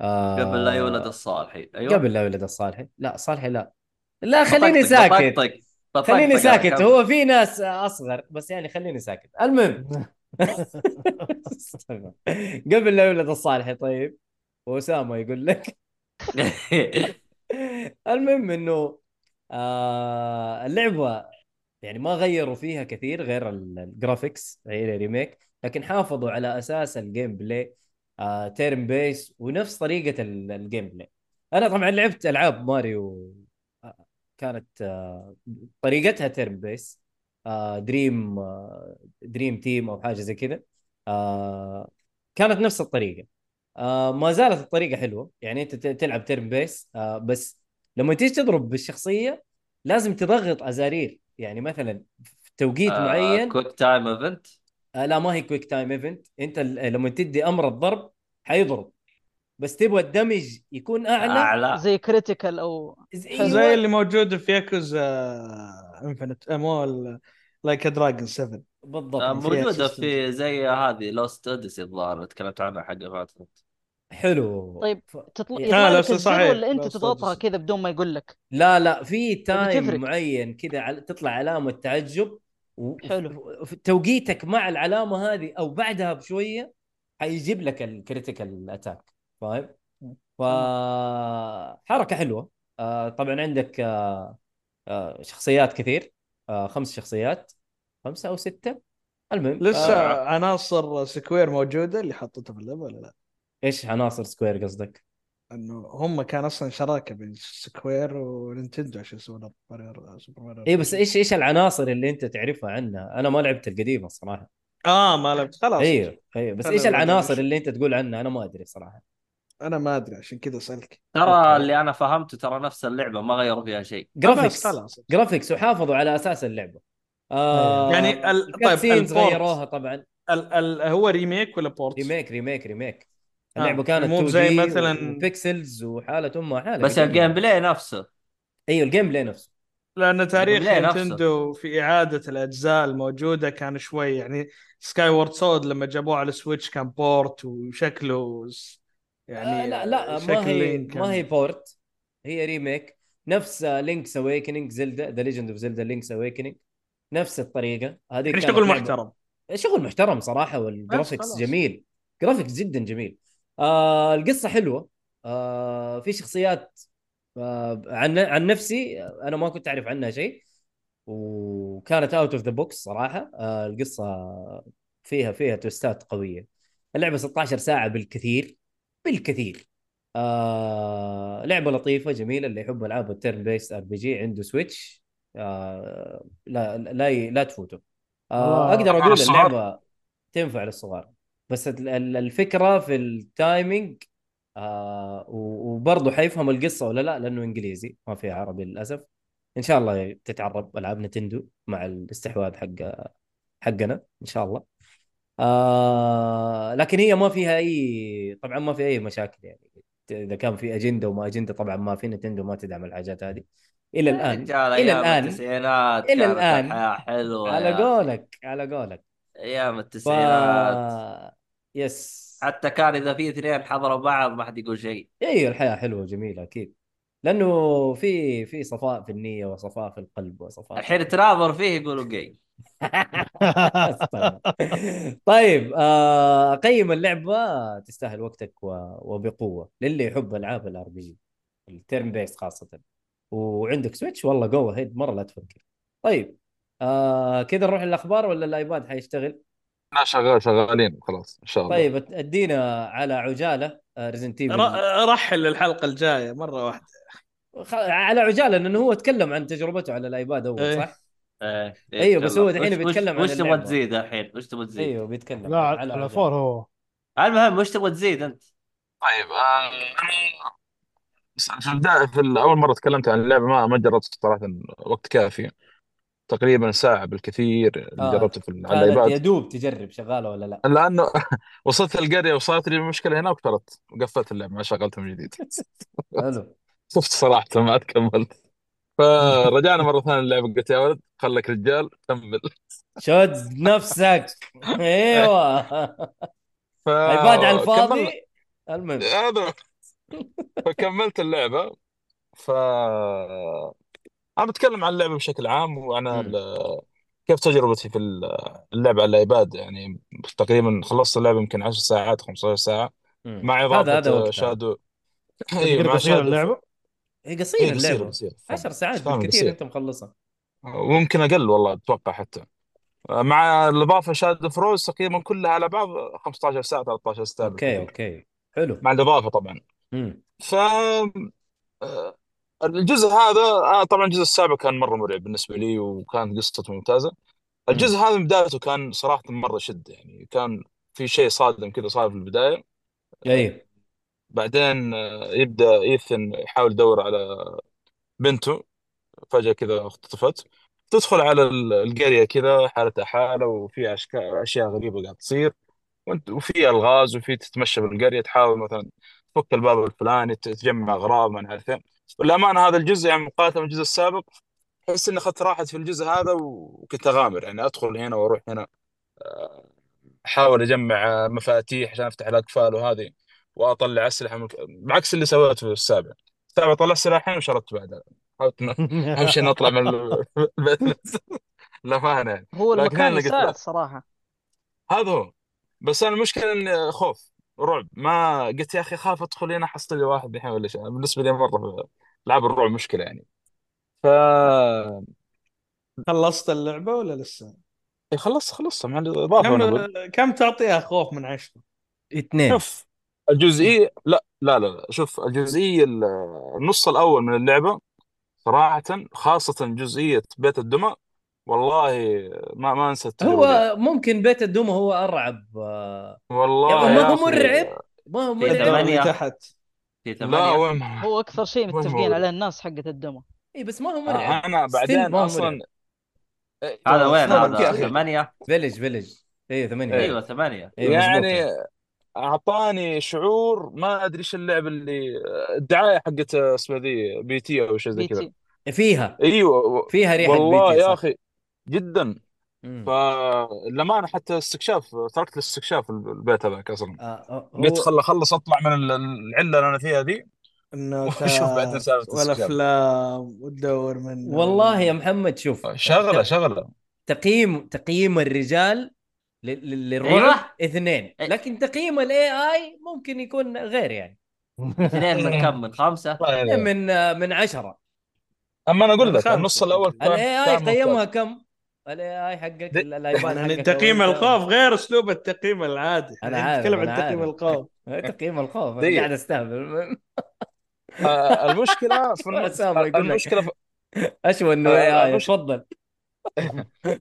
[SPEAKER 1] آه
[SPEAKER 3] قبل لا يولد الصالحي أيوه
[SPEAKER 1] قبل لا يولد الصالحي لا صالحي لا لا خليني
[SPEAKER 3] بطقطق-
[SPEAKER 1] ساكت
[SPEAKER 3] بطقطق- بطقطق
[SPEAKER 1] خليني
[SPEAKER 3] أنا،
[SPEAKER 1] ساكت
[SPEAKER 3] كمل.
[SPEAKER 1] هو في ناس اصغر بس يعني خليني ساكت المهم قبل لا يولد الصالحي طيب واسامه يقول لك المهم انه آه اللعبه يعني ما غيروا فيها كثير غير ال- الجرافيكس هي ريميك لكن حافظوا على اساس الجيم بلاي آه تيرن بيس ونفس طريقه ال- الجيم بلاي انا طبعا لعبت العاب ماريو آه، كانت آه طريقتها تيرن بيس آه دريم آه دريم تيم او حاجه زي كذا آه كانت نفس الطريقه آه ما زالت الطريقه حلوه يعني انت ت- تلعب تيرن بيس آه بس لما تيجي تضرب بالشخصيه لازم تضغط ازارير يعني مثلا في توقيت
[SPEAKER 3] آه،
[SPEAKER 1] معين
[SPEAKER 3] كويك تايم ايفنت
[SPEAKER 1] آه لا ما هي كويك تايم ايفنت انت ال- آه، لما تدي امر الضرب حيضرب بس تبغى الدمج يكون اعلى
[SPEAKER 3] اعلى
[SPEAKER 2] زي كريتيكال او
[SPEAKER 1] زي,
[SPEAKER 5] زي اللي موجود في ياكوزا آه، انفنت مول لايك دراجون 7
[SPEAKER 1] بالضبط
[SPEAKER 3] آه،
[SPEAKER 5] في
[SPEAKER 3] موجوده
[SPEAKER 5] assistant.
[SPEAKER 3] في زي هذه لوست اوديسي الظاهر تكلمت عنها حق فاتت
[SPEAKER 1] حلو
[SPEAKER 2] طيب،
[SPEAKER 1] ف...
[SPEAKER 2] تطلع
[SPEAKER 1] يا-
[SPEAKER 5] إيه. لا،
[SPEAKER 2] يطلع
[SPEAKER 5] لا،
[SPEAKER 2] لك الزر
[SPEAKER 5] صحيح.
[SPEAKER 2] ولا انت
[SPEAKER 5] لا،
[SPEAKER 2] تضغطها
[SPEAKER 5] صحيح.
[SPEAKER 2] كذا بدون ما يقول لك
[SPEAKER 1] لا لا في
[SPEAKER 2] طيب،
[SPEAKER 1] تايم
[SPEAKER 2] تفرق.
[SPEAKER 1] معين كذا عل- تطلع علامة تعجب و-
[SPEAKER 2] حلو.
[SPEAKER 1] وف- وف- توقيتك مع العلامة هذه أو بعدها بشوية حيجيب لك الكريتيكال أتاك فاهم؟ طيب. ف حركة حلوة آه، طبعا عندك آه، آه، شخصيات كثير آه، خمس شخصيات خمسة أو ستة المهم
[SPEAKER 5] لسه
[SPEAKER 1] آه،
[SPEAKER 3] آه.
[SPEAKER 5] عناصر سكوير موجوده اللي حطتها في اللعبه ولا لا؟
[SPEAKER 1] إيش عناصر سكوير قصدك؟
[SPEAKER 5] انه هم كان اصلا شراكه بين سكوير ونينتندو عشان يسوون ماريو- سوبر ماريو
[SPEAKER 1] إيه بس إيش إيش العناصر اللي أنت تعرفها عنها؟ أنا ما لعبت القديمة الصراحة
[SPEAKER 5] اه ما لعبت خلاص
[SPEAKER 1] ايوه ايوه بس
[SPEAKER 5] أنا
[SPEAKER 1] ايش
[SPEAKER 5] ما أدري
[SPEAKER 1] العناصر
[SPEAKER 5] إيش.
[SPEAKER 1] اللي انت تقول عنها انا ما ادري صراحه
[SPEAKER 5] انا ما ادري عشان كذا اسالك
[SPEAKER 3] ترى
[SPEAKER 1] أوكي.
[SPEAKER 3] اللي انا فهمته ترى نفس اللعبه ما غيروا فيها شيء
[SPEAKER 1] جرافيكس
[SPEAKER 5] خلاص.
[SPEAKER 1] جرافيكس وحافظوا على اساس اللعبه آه
[SPEAKER 5] يعني ال- طيب،
[SPEAKER 1] الكاتسينز
[SPEAKER 5] البورت.
[SPEAKER 1] غيروها طبعا
[SPEAKER 5] ال ال هو ريميك ولا بورت؟
[SPEAKER 1] ريميك ريميك ريميك
[SPEAKER 5] آه،
[SPEAKER 1] اللعبه كانت
[SPEAKER 5] مو
[SPEAKER 1] 2
[SPEAKER 5] زي
[SPEAKER 1] دي
[SPEAKER 5] مثلاً-
[SPEAKER 1] وبيكسلز وحاله امها حاله
[SPEAKER 3] بس الجيم بلاي نفسه
[SPEAKER 1] ايوه الجيم بلاي نفسه
[SPEAKER 5] لان تاريخ
[SPEAKER 3] الجيم بلاي نفسه.
[SPEAKER 5] نينتندو في اعاده الاجزاء الموجوده كان شوي يعني سكاي وورد سود لما جابوه على السويتش كان بورت وشكله س- يعني
[SPEAKER 1] آه لا لا
[SPEAKER 5] شكل
[SPEAKER 1] ما هي
[SPEAKER 5] لينك كان-
[SPEAKER 1] ما هي بورت هي ريميك نفس لينكس اويكننج زلدا ذا ليجند اوف زلدا لينكس اويكننج نفس الطريقه هذه
[SPEAKER 5] يعني
[SPEAKER 1] كانت
[SPEAKER 5] شغل
[SPEAKER 1] لعبة-
[SPEAKER 5] محترم
[SPEAKER 1] شغل محترم صراحه والجرافيكس
[SPEAKER 5] خلاص.
[SPEAKER 1] جميل جرافيكس جدا جميل آه القصه حلوه آه في شخصيات آه عن عن نفسي آه، انا ما كنت اعرف عنها شيء وكانت اوت اوف ذا بوكس صراحه آه القصه فيها فيها توستات قويه اللعبه 16 ساعه بالكثير بالكثير آه لعبه لطيفه جميله اللي يحب العاب التيرن بيست ار بي جي عنده سويتش آه لا لا لا تفوته آه
[SPEAKER 4] والله
[SPEAKER 1] اقدر
[SPEAKER 6] كمان
[SPEAKER 1] اقول
[SPEAKER 6] الصغار.
[SPEAKER 1] اللعبه تنفع للصغار بس ال- ال- الفكره في التايمينج آه و- وبرضه حيفهم القصه ولا لا لانه انجليزي ما فيها عربي للاسف ان شاء الله تتعرب العاب نتندو مع الاستحواذ حق حقنا ان شاء الله آه لكن هي ما فيها اي طبعا ما في اي مشاكل يعني اذا كان في اجنده وما اجنده طبعا ما في نتندو ما تدعم الحاجات هذه الى الان
[SPEAKER 3] رجال ايام
[SPEAKER 1] الى الان
[SPEAKER 3] التسعينات
[SPEAKER 1] إلى
[SPEAKER 3] كانت
[SPEAKER 1] الآن.
[SPEAKER 3] الحياه حلوه
[SPEAKER 1] على
[SPEAKER 3] يا أخي.
[SPEAKER 1] قولك على قولك
[SPEAKER 3] ايام
[SPEAKER 1] ف
[SPEAKER 3] التسعينات
[SPEAKER 1] يس
[SPEAKER 3] حتى كان اذا في اثنين حضروا بعض ما حد يقول شيء
[SPEAKER 1] ايوه الحياه حلوه وجميله اكيد لانه في في صفاء في النيه وصفاء في القلب وصفاء في
[SPEAKER 3] الحين تناظر فيه يقولوا جاي
[SPEAKER 1] استغرب. طيب آه، اقيم اللعبه تستاهل وقتك و- وبقوه للي يحب العاب الار بي جي التيرن بيست خاصه وعندك سويتش والله جو هيد مره لا تفكر طيب آه كذا نروح للاخبار ولا الايباد حيشتغل
[SPEAKER 6] لا شغال شغالين خلاص ان شاء الله
[SPEAKER 1] طيب ادينا على آه، عجاله ريزنت ايفل
[SPEAKER 5] ر- رحل للحلقه الجايه مره واحده
[SPEAKER 1] خ... على عجاله لانه هو تكلم عن تجربته على الايباد اول
[SPEAKER 5] إيه.
[SPEAKER 1] صح؟
[SPEAKER 3] إيه، إيه،
[SPEAKER 1] أيوة، بس
[SPEAKER 3] يلا.
[SPEAKER 1] هو دحين
[SPEAKER 3] وش- وش-
[SPEAKER 1] بيتكلم عن
[SPEAKER 3] وش تبغى
[SPEAKER 1] اللعبة.
[SPEAKER 3] تزيد الحين وش تبغى تزيد
[SPEAKER 1] ايوه بيتكلم
[SPEAKER 4] لا
[SPEAKER 1] عن
[SPEAKER 4] على على فور هو
[SPEAKER 3] المهم وش تبغى تزيد انت؟
[SPEAKER 6] طيب آه، انا بس في البدايه في اول مره تكلمت عن اللعبه ما ما جربت صراحه وقت كافي تقريبا ساعه بالكثير اللي
[SPEAKER 1] آه.
[SPEAKER 6] جربته في على
[SPEAKER 1] كانت يا
[SPEAKER 6] الايباد
[SPEAKER 1] دوب تجرب شغاله ولا لا
[SPEAKER 6] لانه وصلت القريه وصارت لي مشكله هناك وتركت وقفلت اللعبه ما شغلتها من جديد
[SPEAKER 1] حلو
[SPEAKER 6] شفت صراحه ما عاد كملت فرجعنا مره ثانيه اللعبه قلت يا ولد خلك رجال كمل
[SPEAKER 1] شد نفسك ايوه
[SPEAKER 6] ف
[SPEAKER 1] ايباد على
[SPEAKER 6] كملنا.
[SPEAKER 1] الفاضي المهم
[SPEAKER 6] هذا فكملت اللعبه ف انا بتكلم عن اللعبه بشكل عام وعن
[SPEAKER 1] مم.
[SPEAKER 6] ال- كيف تجربتي في ال- اللعب على الايباد يعني تقريبا خلصت اللعبه يمكن 10 ساعات 15 ساعه
[SPEAKER 1] مم.
[SPEAKER 6] مع
[SPEAKER 1] هذا هذا
[SPEAKER 6] اضافه
[SPEAKER 1] وقتها
[SPEAKER 6] شادو
[SPEAKER 5] إيه،
[SPEAKER 6] اي
[SPEAKER 4] تقريبا
[SPEAKER 6] مع
[SPEAKER 4] قصيره
[SPEAKER 6] شادو
[SPEAKER 4] اللعبه
[SPEAKER 1] هي
[SPEAKER 6] اي
[SPEAKER 1] قصيره
[SPEAKER 6] قصيره
[SPEAKER 1] اللعبه
[SPEAKER 6] قصيره فعلا
[SPEAKER 1] 10 ساعات
[SPEAKER 6] فعلا
[SPEAKER 1] بالكثير
[SPEAKER 6] قصير
[SPEAKER 1] انت مخلصها
[SPEAKER 6] وممكن اقل والله اتوقع حتى مع الاضافه شادو فروز تقريبا كلها على بعض 15 ساعه 13 ساعه
[SPEAKER 1] اوكي
[SPEAKER 6] بالكثير
[SPEAKER 1] اوكي حلو
[SPEAKER 6] يعني. مع الاضافه طبعا
[SPEAKER 1] مم.
[SPEAKER 6] ف آه، الجزء هذا آه، طبعا الجزء السابق كان مره مرعب بالنسبه لي وكانت قصته ممتازه الجزء
[SPEAKER 1] مم.
[SPEAKER 6] هذا من بدايته كان صراحه مره شد يعني كان في شيء صادم كذا صار في البدايه
[SPEAKER 1] ايوه
[SPEAKER 6] بعدين آه، يبدا ايثن يحاول يدور على بنته فجاه كذا اختطفت تدخل على ال- القريه كذا حالتها حاله وفي أشكا- اشياء غريبه قاعد تصير وانت وفي الغاز وفي تتمشى بالقريه تحاول مثلا تفك الباب الفلاني ت- تجمع اغراض ما نعرف ايه والامانه هذا الجزء يعني مقارنه بالجزء السابق احس اني اخذت راحتي في الجزء هذا و- وكنت اغامر يعني ادخل هنا واروح هنا آه، احاول اجمع آه، مفاتيح عشان افتح الاقفال وهذه واطلع اسلحه من... بعكس اللي سويته في السابع السابع طلع سلاحين وشردت بعدها حاولت إن- اهم شيء إني اطلع من ال- البيت للامانه يعني
[SPEAKER 2] هو المكان
[SPEAKER 6] لكن هنا قلت
[SPEAKER 2] يساعد
[SPEAKER 6] لا
[SPEAKER 2] صراحة
[SPEAKER 6] هذا هو بس انا المشكله ان خوف رعب ما قلت يا اخي خاف ادخل هنا حصل لي واحد الحين ولا شيء بالنسبه لي مره العاب الرعب مشكله يعني ف
[SPEAKER 5] خلصت اللعبه ولا لسه؟
[SPEAKER 6] إيه خلصت خلصت مع الاضافه
[SPEAKER 5] كم
[SPEAKER 6] انا اقول
[SPEAKER 5] كم تعطيها خوف من عشره؟
[SPEAKER 1] اثنين
[SPEAKER 6] شوف الجزئيه لا لا لا لا. شوف الجزئيه ال- النص الاول من اللعبه صراحه خاصه جزئيه بيت الدمى والله ما ما انسى التجربه دي
[SPEAKER 1] هو ممكن بيت الدوم هو ارعب آه، يا
[SPEAKER 6] والله
[SPEAKER 1] ما
[SPEAKER 6] يا
[SPEAKER 1] هو
[SPEAKER 6] اخي
[SPEAKER 1] مرعب ما هو
[SPEAKER 3] في
[SPEAKER 1] مرعب
[SPEAKER 5] الدمى اللي
[SPEAKER 3] ثمانية
[SPEAKER 5] تحت
[SPEAKER 3] في
[SPEAKER 6] لا
[SPEAKER 3] ثمانية
[SPEAKER 6] وين
[SPEAKER 2] هو أكثر شيء
[SPEAKER 6] وين
[SPEAKER 2] متفقين
[SPEAKER 6] موجود
[SPEAKER 2] عليه الناس حقة الدمى
[SPEAKER 1] اي إيه، بس ما هو مرعب
[SPEAKER 6] انا
[SPEAKER 1] ستيل
[SPEAKER 6] بعدين
[SPEAKER 1] ما هو مرعب
[SPEAKER 6] اصلا إيه،
[SPEAKER 3] هذا وين
[SPEAKER 6] صدق يا
[SPEAKER 3] هذا
[SPEAKER 6] اخي
[SPEAKER 3] ثمانية
[SPEAKER 1] فيلج فيلج اي ثمانية
[SPEAKER 6] إيه.
[SPEAKER 3] ايوه
[SPEAKER 1] فيلج
[SPEAKER 3] ثمانية
[SPEAKER 1] اي
[SPEAKER 6] يعني
[SPEAKER 1] مزبوطة
[SPEAKER 6] اعطاني شعور ما ادري ايش اللعبه اللي الدعايه حقت اسمها ذي بي تي او شيء زي
[SPEAKER 2] بي
[SPEAKER 6] كذا
[SPEAKER 2] تي
[SPEAKER 1] فيها
[SPEAKER 6] ايوه و-
[SPEAKER 1] فيها ريحة بي
[SPEAKER 6] والله
[SPEAKER 1] تي
[SPEAKER 6] يا
[SPEAKER 1] صح
[SPEAKER 6] اخي جدا
[SPEAKER 1] امم
[SPEAKER 6] فلما انا حتى استكشاف تركت الاستكشاف البيت هذاك اصلا
[SPEAKER 1] آه
[SPEAKER 6] قلت
[SPEAKER 1] هو
[SPEAKER 6] خل اخلص اطلع من ال- العله اللي انا فيها ذي واشوف بعدين
[SPEAKER 5] النوتات
[SPEAKER 6] سالفه الاستكشاف
[SPEAKER 5] والافلام وتدور منه
[SPEAKER 1] والله يا محمد
[SPEAKER 6] آه،
[SPEAKER 1] شوف
[SPEAKER 6] شغله
[SPEAKER 1] ت-
[SPEAKER 6] شغله
[SPEAKER 1] تقييم تقييم الرجال لل- لل- للرعب
[SPEAKER 3] ايوه
[SPEAKER 1] اثنين
[SPEAKER 3] إيه.
[SPEAKER 1] لكن تقييم الاي اي ممكن يكون غير يعني
[SPEAKER 3] اثنين من كم من خمسة
[SPEAKER 6] الله
[SPEAKER 1] اثنين
[SPEAKER 6] يعينك.
[SPEAKER 1] من آه، من عشرة
[SPEAKER 6] اما انا اقول
[SPEAKER 5] من
[SPEAKER 6] لك النص
[SPEAKER 5] خمسه
[SPEAKER 6] الاول كان
[SPEAKER 1] الاي اي
[SPEAKER 6] كان ممتاز
[SPEAKER 1] قيمها كم؟ الاي اي حقك
[SPEAKER 6] دي-
[SPEAKER 1] ال- الايباد
[SPEAKER 5] يعني
[SPEAKER 1] حقك لو
[SPEAKER 5] تقييم
[SPEAKER 1] انت
[SPEAKER 5] الخوف غير اسلوب التقييم العادي
[SPEAKER 1] انا
[SPEAKER 5] الحين
[SPEAKER 1] عارف
[SPEAKER 5] نتكلم عن
[SPEAKER 1] انا
[SPEAKER 5] تقييم
[SPEAKER 1] عارف
[SPEAKER 5] الخوف
[SPEAKER 1] إيه، تقييم الخوف انا
[SPEAKER 6] دقيقه
[SPEAKER 1] قاعد استهبل
[SPEAKER 6] آه، المشكله في النص
[SPEAKER 1] اسامه يقول
[SPEAKER 6] المشكله في
[SPEAKER 1] لك اشوى انه اي اي
[SPEAKER 6] المشكله
[SPEAKER 1] تفضل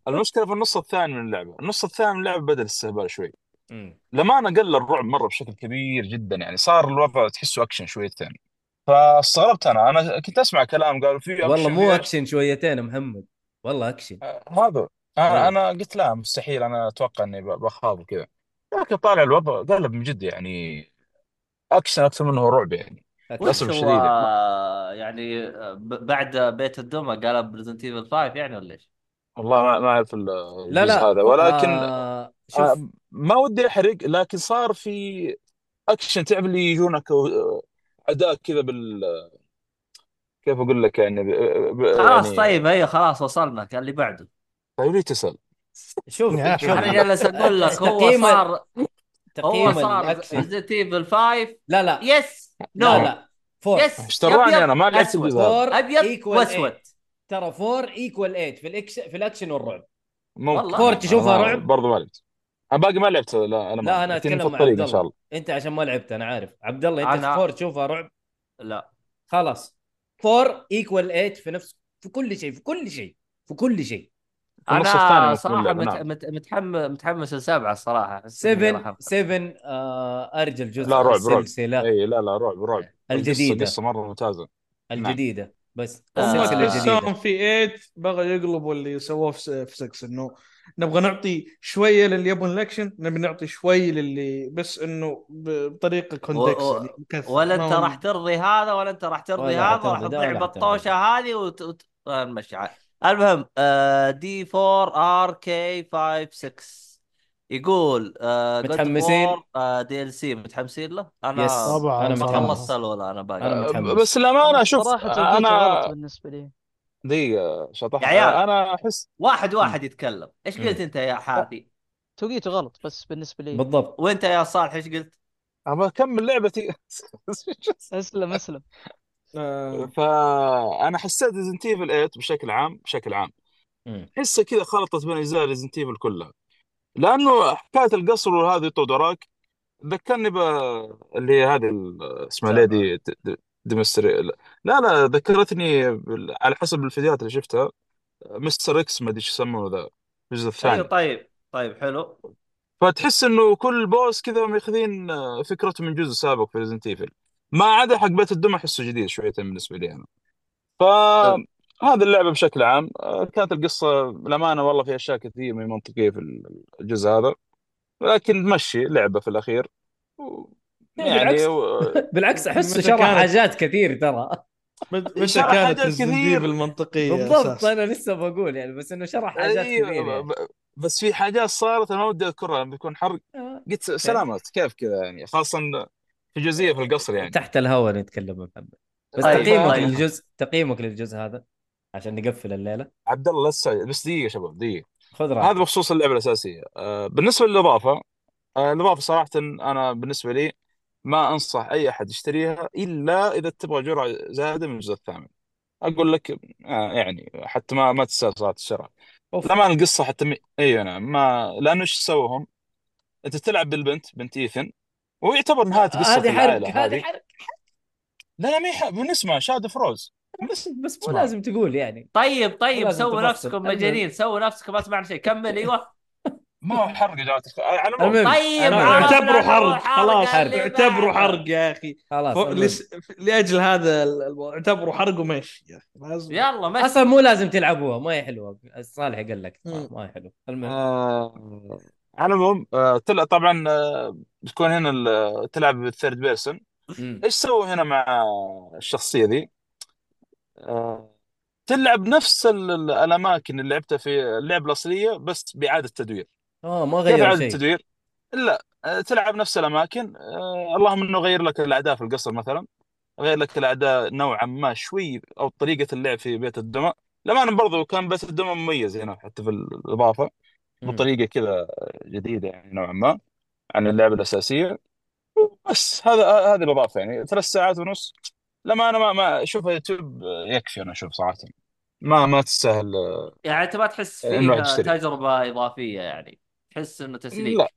[SPEAKER 6] المشكله في النص الثاني من اللعبه، النص الثاني من اللعبه بدا الاستهبال شوي،
[SPEAKER 1] مم.
[SPEAKER 6] لما انا قل الرعب مره بشكل كبير جدا يعني صار الوضع تحسه اكشن شويتين، فاستغربت انا انا كنت اسمع كلام قالوا في
[SPEAKER 1] والله
[SPEAKER 6] اكشن في
[SPEAKER 1] مو
[SPEAKER 6] ايش؟
[SPEAKER 1] اكشن شويتين يا محمد والله اكشن
[SPEAKER 6] آه، هذا انا
[SPEAKER 1] ايوه
[SPEAKER 6] انا قلت لا مستحيل انا اتوقع اني ب- بخاف وكذا، لكن طالع الوضع قلب من جد يعني اكشن اكثر منه رعب يعني
[SPEAKER 1] اكيد
[SPEAKER 6] للاسف
[SPEAKER 3] وش هو
[SPEAKER 6] الشديد يعني
[SPEAKER 3] يعني ب- بعد بيت الدمى قال ريزنت ايفل 5 يعني ولا ايش؟
[SPEAKER 6] والله ما ما اعرف ال-
[SPEAKER 1] لا
[SPEAKER 6] الجزء
[SPEAKER 1] لا
[SPEAKER 6] هذا
[SPEAKER 1] هو-
[SPEAKER 6] ولكن
[SPEAKER 1] آه شوف
[SPEAKER 6] آه، ما ودي احرق لكن صار في اكشن تعب اللي يجونك و- اداء كذا بال كيف اقول لك يعني ب... ب...
[SPEAKER 3] خلاص
[SPEAKER 6] يعني
[SPEAKER 3] طيب ايوه خلاص وصلنا كان اللي بعده
[SPEAKER 6] طيب ليه تسال؟
[SPEAKER 1] شوف شوف
[SPEAKER 3] انا جالس اقول لك هو
[SPEAKER 1] تقييم ال-
[SPEAKER 3] صار هو
[SPEAKER 1] تقييم
[SPEAKER 3] صار
[SPEAKER 1] الاكشن
[SPEAKER 3] ريزنت ايفل 5
[SPEAKER 1] لا لا
[SPEAKER 3] يس
[SPEAKER 1] لا
[SPEAKER 3] نو
[SPEAKER 1] لا فور
[SPEAKER 3] يس
[SPEAKER 6] ايش
[SPEAKER 3] يب
[SPEAKER 6] تراني
[SPEAKER 3] يب
[SPEAKER 6] انا ما لعبت
[SPEAKER 3] اسود
[SPEAKER 6] الجزء هذا
[SPEAKER 1] فور
[SPEAKER 3] ابيض
[SPEAKER 1] ايكوال 8
[SPEAKER 3] واسود
[SPEAKER 1] ترى فور ايكوال 8 في الاكش في الاكشن والرعب
[SPEAKER 6] ممكن
[SPEAKER 1] فور
[SPEAKER 3] والله
[SPEAKER 6] انا
[SPEAKER 1] تشوفها
[SPEAKER 6] ما
[SPEAKER 1] رعب
[SPEAKER 6] برضو ما لعبت انا باقي ما لعبت لا انا ما
[SPEAKER 1] لا انا
[SPEAKER 6] لكن في
[SPEAKER 1] اتكلم مع
[SPEAKER 6] الطريق
[SPEAKER 1] عبد
[SPEAKER 6] ان شاء
[SPEAKER 1] الله
[SPEAKER 6] الله
[SPEAKER 1] انت عشان ما لعبت انا عارف عبد الله انت
[SPEAKER 3] انا
[SPEAKER 1] فور تشوفها رعب
[SPEAKER 3] لا
[SPEAKER 1] خلاص فور ايكوال 8 في نفس في كل شيء في كل شيء في كل شيء
[SPEAKER 6] في النص الثاني
[SPEAKER 3] انا
[SPEAKER 6] من من
[SPEAKER 3] صراحه
[SPEAKER 6] اللعبه
[SPEAKER 3] مت...
[SPEAKER 6] نعم
[SPEAKER 3] مت... متحمس متحمس للسابعه الصراحه احس اني
[SPEAKER 1] 7
[SPEAKER 3] راح أفهم.
[SPEAKER 1] 7 آه ارجل جزء
[SPEAKER 6] لا
[SPEAKER 1] في
[SPEAKER 6] رعب إيه، رعب
[SPEAKER 1] السلسله
[SPEAKER 6] اي لا لا رعب رعب القصه
[SPEAKER 1] الجديده
[SPEAKER 6] قصه مره ممتازه نعم
[SPEAKER 1] الجديده بس
[SPEAKER 3] آه.
[SPEAKER 1] السلسله
[SPEAKER 5] قصهم
[SPEAKER 1] الجديده
[SPEAKER 5] في 8 بغوا يقلبوا اللي سووه في س- في 6 انه نبغى نعطي شويه لليابون الاكشن نبي نعطي شوي للي بس انه ب- بطريقه كونتكست
[SPEAKER 3] و-
[SPEAKER 5] يعني مكثف.
[SPEAKER 3] ولا
[SPEAKER 5] ما
[SPEAKER 3] انت
[SPEAKER 5] هو-
[SPEAKER 3] راح ترضي هذا ولا انت راح ترضي
[SPEAKER 1] ولا راح
[SPEAKER 3] هذا راح
[SPEAKER 1] ترضي ده
[SPEAKER 3] تضيع
[SPEAKER 1] ولا راح ترضي
[SPEAKER 3] بطوشه هذه وت... وت... آه، نمشي عاد. المهم آه دي 4 ار كي 5 6 يقول آه God of
[SPEAKER 1] متحمسين؟
[SPEAKER 3] War، آه دي ال سي متحمسين له؟ انا
[SPEAKER 1] يس
[SPEAKER 4] طبعاً،
[SPEAKER 1] انا
[SPEAKER 4] طبعاً.
[SPEAKER 1] متحمس
[SPEAKER 3] خلصت ولا انا باقي
[SPEAKER 1] أنا متحمس.
[SPEAKER 6] أه، بس أه، لما انا اشوف
[SPEAKER 2] صراحة
[SPEAKER 5] آه،
[SPEAKER 2] توقيته غلط
[SPEAKER 6] انا
[SPEAKER 2] بالنسبة لي
[SPEAKER 6] دقيقه شطح
[SPEAKER 3] يا عيال.
[SPEAKER 6] انا احس
[SPEAKER 3] واحد واحد يتكلم ايش
[SPEAKER 1] مم.
[SPEAKER 3] قلت انت يا حافي
[SPEAKER 2] توقيته غلط بس بالنسبة لي
[SPEAKER 1] بالضبط
[SPEAKER 3] وانت يا صالح ايش قلت
[SPEAKER 6] ابى اكمل لعبتي
[SPEAKER 2] اسلم اسلم
[SPEAKER 5] آه،
[SPEAKER 6] فانا حسيت ريزنت ايفل 8 بشكل عام بشكل عام
[SPEAKER 1] مم.
[SPEAKER 6] احسه كذا خلطت بين اجزاء ريزنت ايفل كلها لانه حكايه القصر وهذه طود وراك ذكرني ب اللي هي هذه ال- اسمها
[SPEAKER 1] سامع.
[SPEAKER 6] ليدي د- د- ديمستري لا لا ذكرتني بال- على حسب الفيديوهات اللي شفتها مستر اكس ما ادري ايش يسمونه ذا الجزء
[SPEAKER 3] ايوه
[SPEAKER 6] الثاني
[SPEAKER 3] طيب طيب حلو
[SPEAKER 6] فتحس انه كل بوس كذا ماخذين فكرته من جزء سابق في ريزنت ايفل ما عدا حق بيت الدم احسه جديد شويتين بالنسبه لي انا
[SPEAKER 3] طيب.
[SPEAKER 6] فهذه اللعبه بشكل عام آه، كانت القصه للامانه والله في اشياء كثير من منطقيه في الجزء هذا لكن مشي لعبه في الاخير و-
[SPEAKER 1] لا،
[SPEAKER 6] يعني
[SPEAKER 1] إيه، بالعكس.
[SPEAKER 6] و-
[SPEAKER 1] بالعكس احسه
[SPEAKER 5] متى
[SPEAKER 1] شرح
[SPEAKER 5] كانت؟
[SPEAKER 1] حاجات كثير ترى
[SPEAKER 5] مت-
[SPEAKER 6] شرح
[SPEAKER 5] متى كانت
[SPEAKER 6] حاجات
[SPEAKER 5] ريزنت
[SPEAKER 6] كثير.
[SPEAKER 5] المنطقيه
[SPEAKER 1] بالضبط
[SPEAKER 5] اساسا
[SPEAKER 1] انا لسه بقول يعني بس انه شرح حاجات كثير
[SPEAKER 6] ايوه
[SPEAKER 1] يعني
[SPEAKER 6] ب- بس في حاجات صارت انا ما ودي اذكرها لما يكون حرق
[SPEAKER 1] آه.
[SPEAKER 6] قلت سلامات كيف كذا يعني خاصه في جزئيه في القصر يعني
[SPEAKER 1] تحت الهواء نتكلم محمد بس
[SPEAKER 3] طيب،
[SPEAKER 1] تقييمك
[SPEAKER 3] طيب.
[SPEAKER 1] للجزء تقييمك للجزء هذا عشان نقفل الليله
[SPEAKER 6] عبد الله لسه بس دقيقه شباب دقيقه
[SPEAKER 1] خذ
[SPEAKER 6] هذا
[SPEAKER 1] راحتك
[SPEAKER 6] بخصوص اللعبه الاساسيه آه، بالنسبه للاضافه آه، الاضافه صراحه انا بالنسبه لي ما انصح اي احد يشتريها الا اذا تبغى جرعه زائده من الجزء الثامن اقول لك آه، يعني حتى ما ما تستاهل صراحه الشراء
[SPEAKER 1] اوف
[SPEAKER 6] لما القصه حتى م... ايوه انا ما لانه ايش سووا هم؟ انت تلعب بالبنت بنت ايثن ويعتبر نهايه قصه
[SPEAKER 1] آه، هذه حرق
[SPEAKER 6] العائله
[SPEAKER 1] هذه
[SPEAKER 6] هذه
[SPEAKER 1] حرق
[SPEAKER 6] لا لا ما يح- بنسمع شاد فروز
[SPEAKER 1] بس مو
[SPEAKER 6] اسمع
[SPEAKER 1] لازم تقول يعني
[SPEAKER 3] طيب طيب
[SPEAKER 1] لازم
[SPEAKER 3] سووا
[SPEAKER 1] تفصل.
[SPEAKER 3] نفسكم
[SPEAKER 1] المهم.
[SPEAKER 3] مجانين سووا نفسكم ما سمعنا شيء كمل ايوه
[SPEAKER 6] ما هو حرق يا جماعه الخير. على العموم
[SPEAKER 1] المهم
[SPEAKER 3] طيب
[SPEAKER 1] المهم.
[SPEAKER 3] عرفنا
[SPEAKER 5] اعتبره
[SPEAKER 3] إنه
[SPEAKER 5] حرق خلاص
[SPEAKER 1] حرق.
[SPEAKER 3] اللي
[SPEAKER 5] اعتبره
[SPEAKER 3] بعده.
[SPEAKER 5] حرق يا اخي
[SPEAKER 1] خلاص
[SPEAKER 5] فوق-
[SPEAKER 1] المهم.
[SPEAKER 5] لس- لاجل هذا ال- ال- اعتبره حرق ومشي يا اخي لازم
[SPEAKER 3] يلا مشي
[SPEAKER 1] اصلا مو لازم تلعبوها ما هي حلوه صالح قال لك
[SPEAKER 5] مم.
[SPEAKER 1] ما هي حلوه المهم
[SPEAKER 6] آه على العموم آه تلع- طبعا آه بتكون هنا ال- تلعب بالثيرد بيرسون
[SPEAKER 1] مم.
[SPEAKER 6] ايش سووا هنا مع الشخصيه ذي؟ آه تلعب نفس ال- ال- الاماكن اللي لعبتها في اللعبه الاصليه بس باعاده تدوير
[SPEAKER 1] اه ما
[SPEAKER 6] كيف
[SPEAKER 1] غيروا
[SPEAKER 6] اعاده
[SPEAKER 1] شيء
[SPEAKER 6] تدوير؟ لا آه تلعب نفس الاماكن آه اللهم انه غير لك الاعداء في القصر مثلا غير لك الاعداء نوعا ما شوي او طريقه اللعب في بيت الدمى لما انا برضو كان بيت الدمى مميز هنا حتى في الاضافه
[SPEAKER 1] مم.
[SPEAKER 6] بطريقه كذا جديده يعني نوعا ما عن اللعبه الاساسيه بس هذا هذه الاضافه يعني ثلاث ساعات ونص لما انا ما ما اشوفها يوتيوب يكفي انا اشوف صراحه ما ما تستاهل
[SPEAKER 3] يعني انت ما تحس
[SPEAKER 6] انه الواحد
[SPEAKER 3] فيها
[SPEAKER 6] يشتري
[SPEAKER 3] تجربه اضافيه يعني تحس انه تسليك
[SPEAKER 6] لا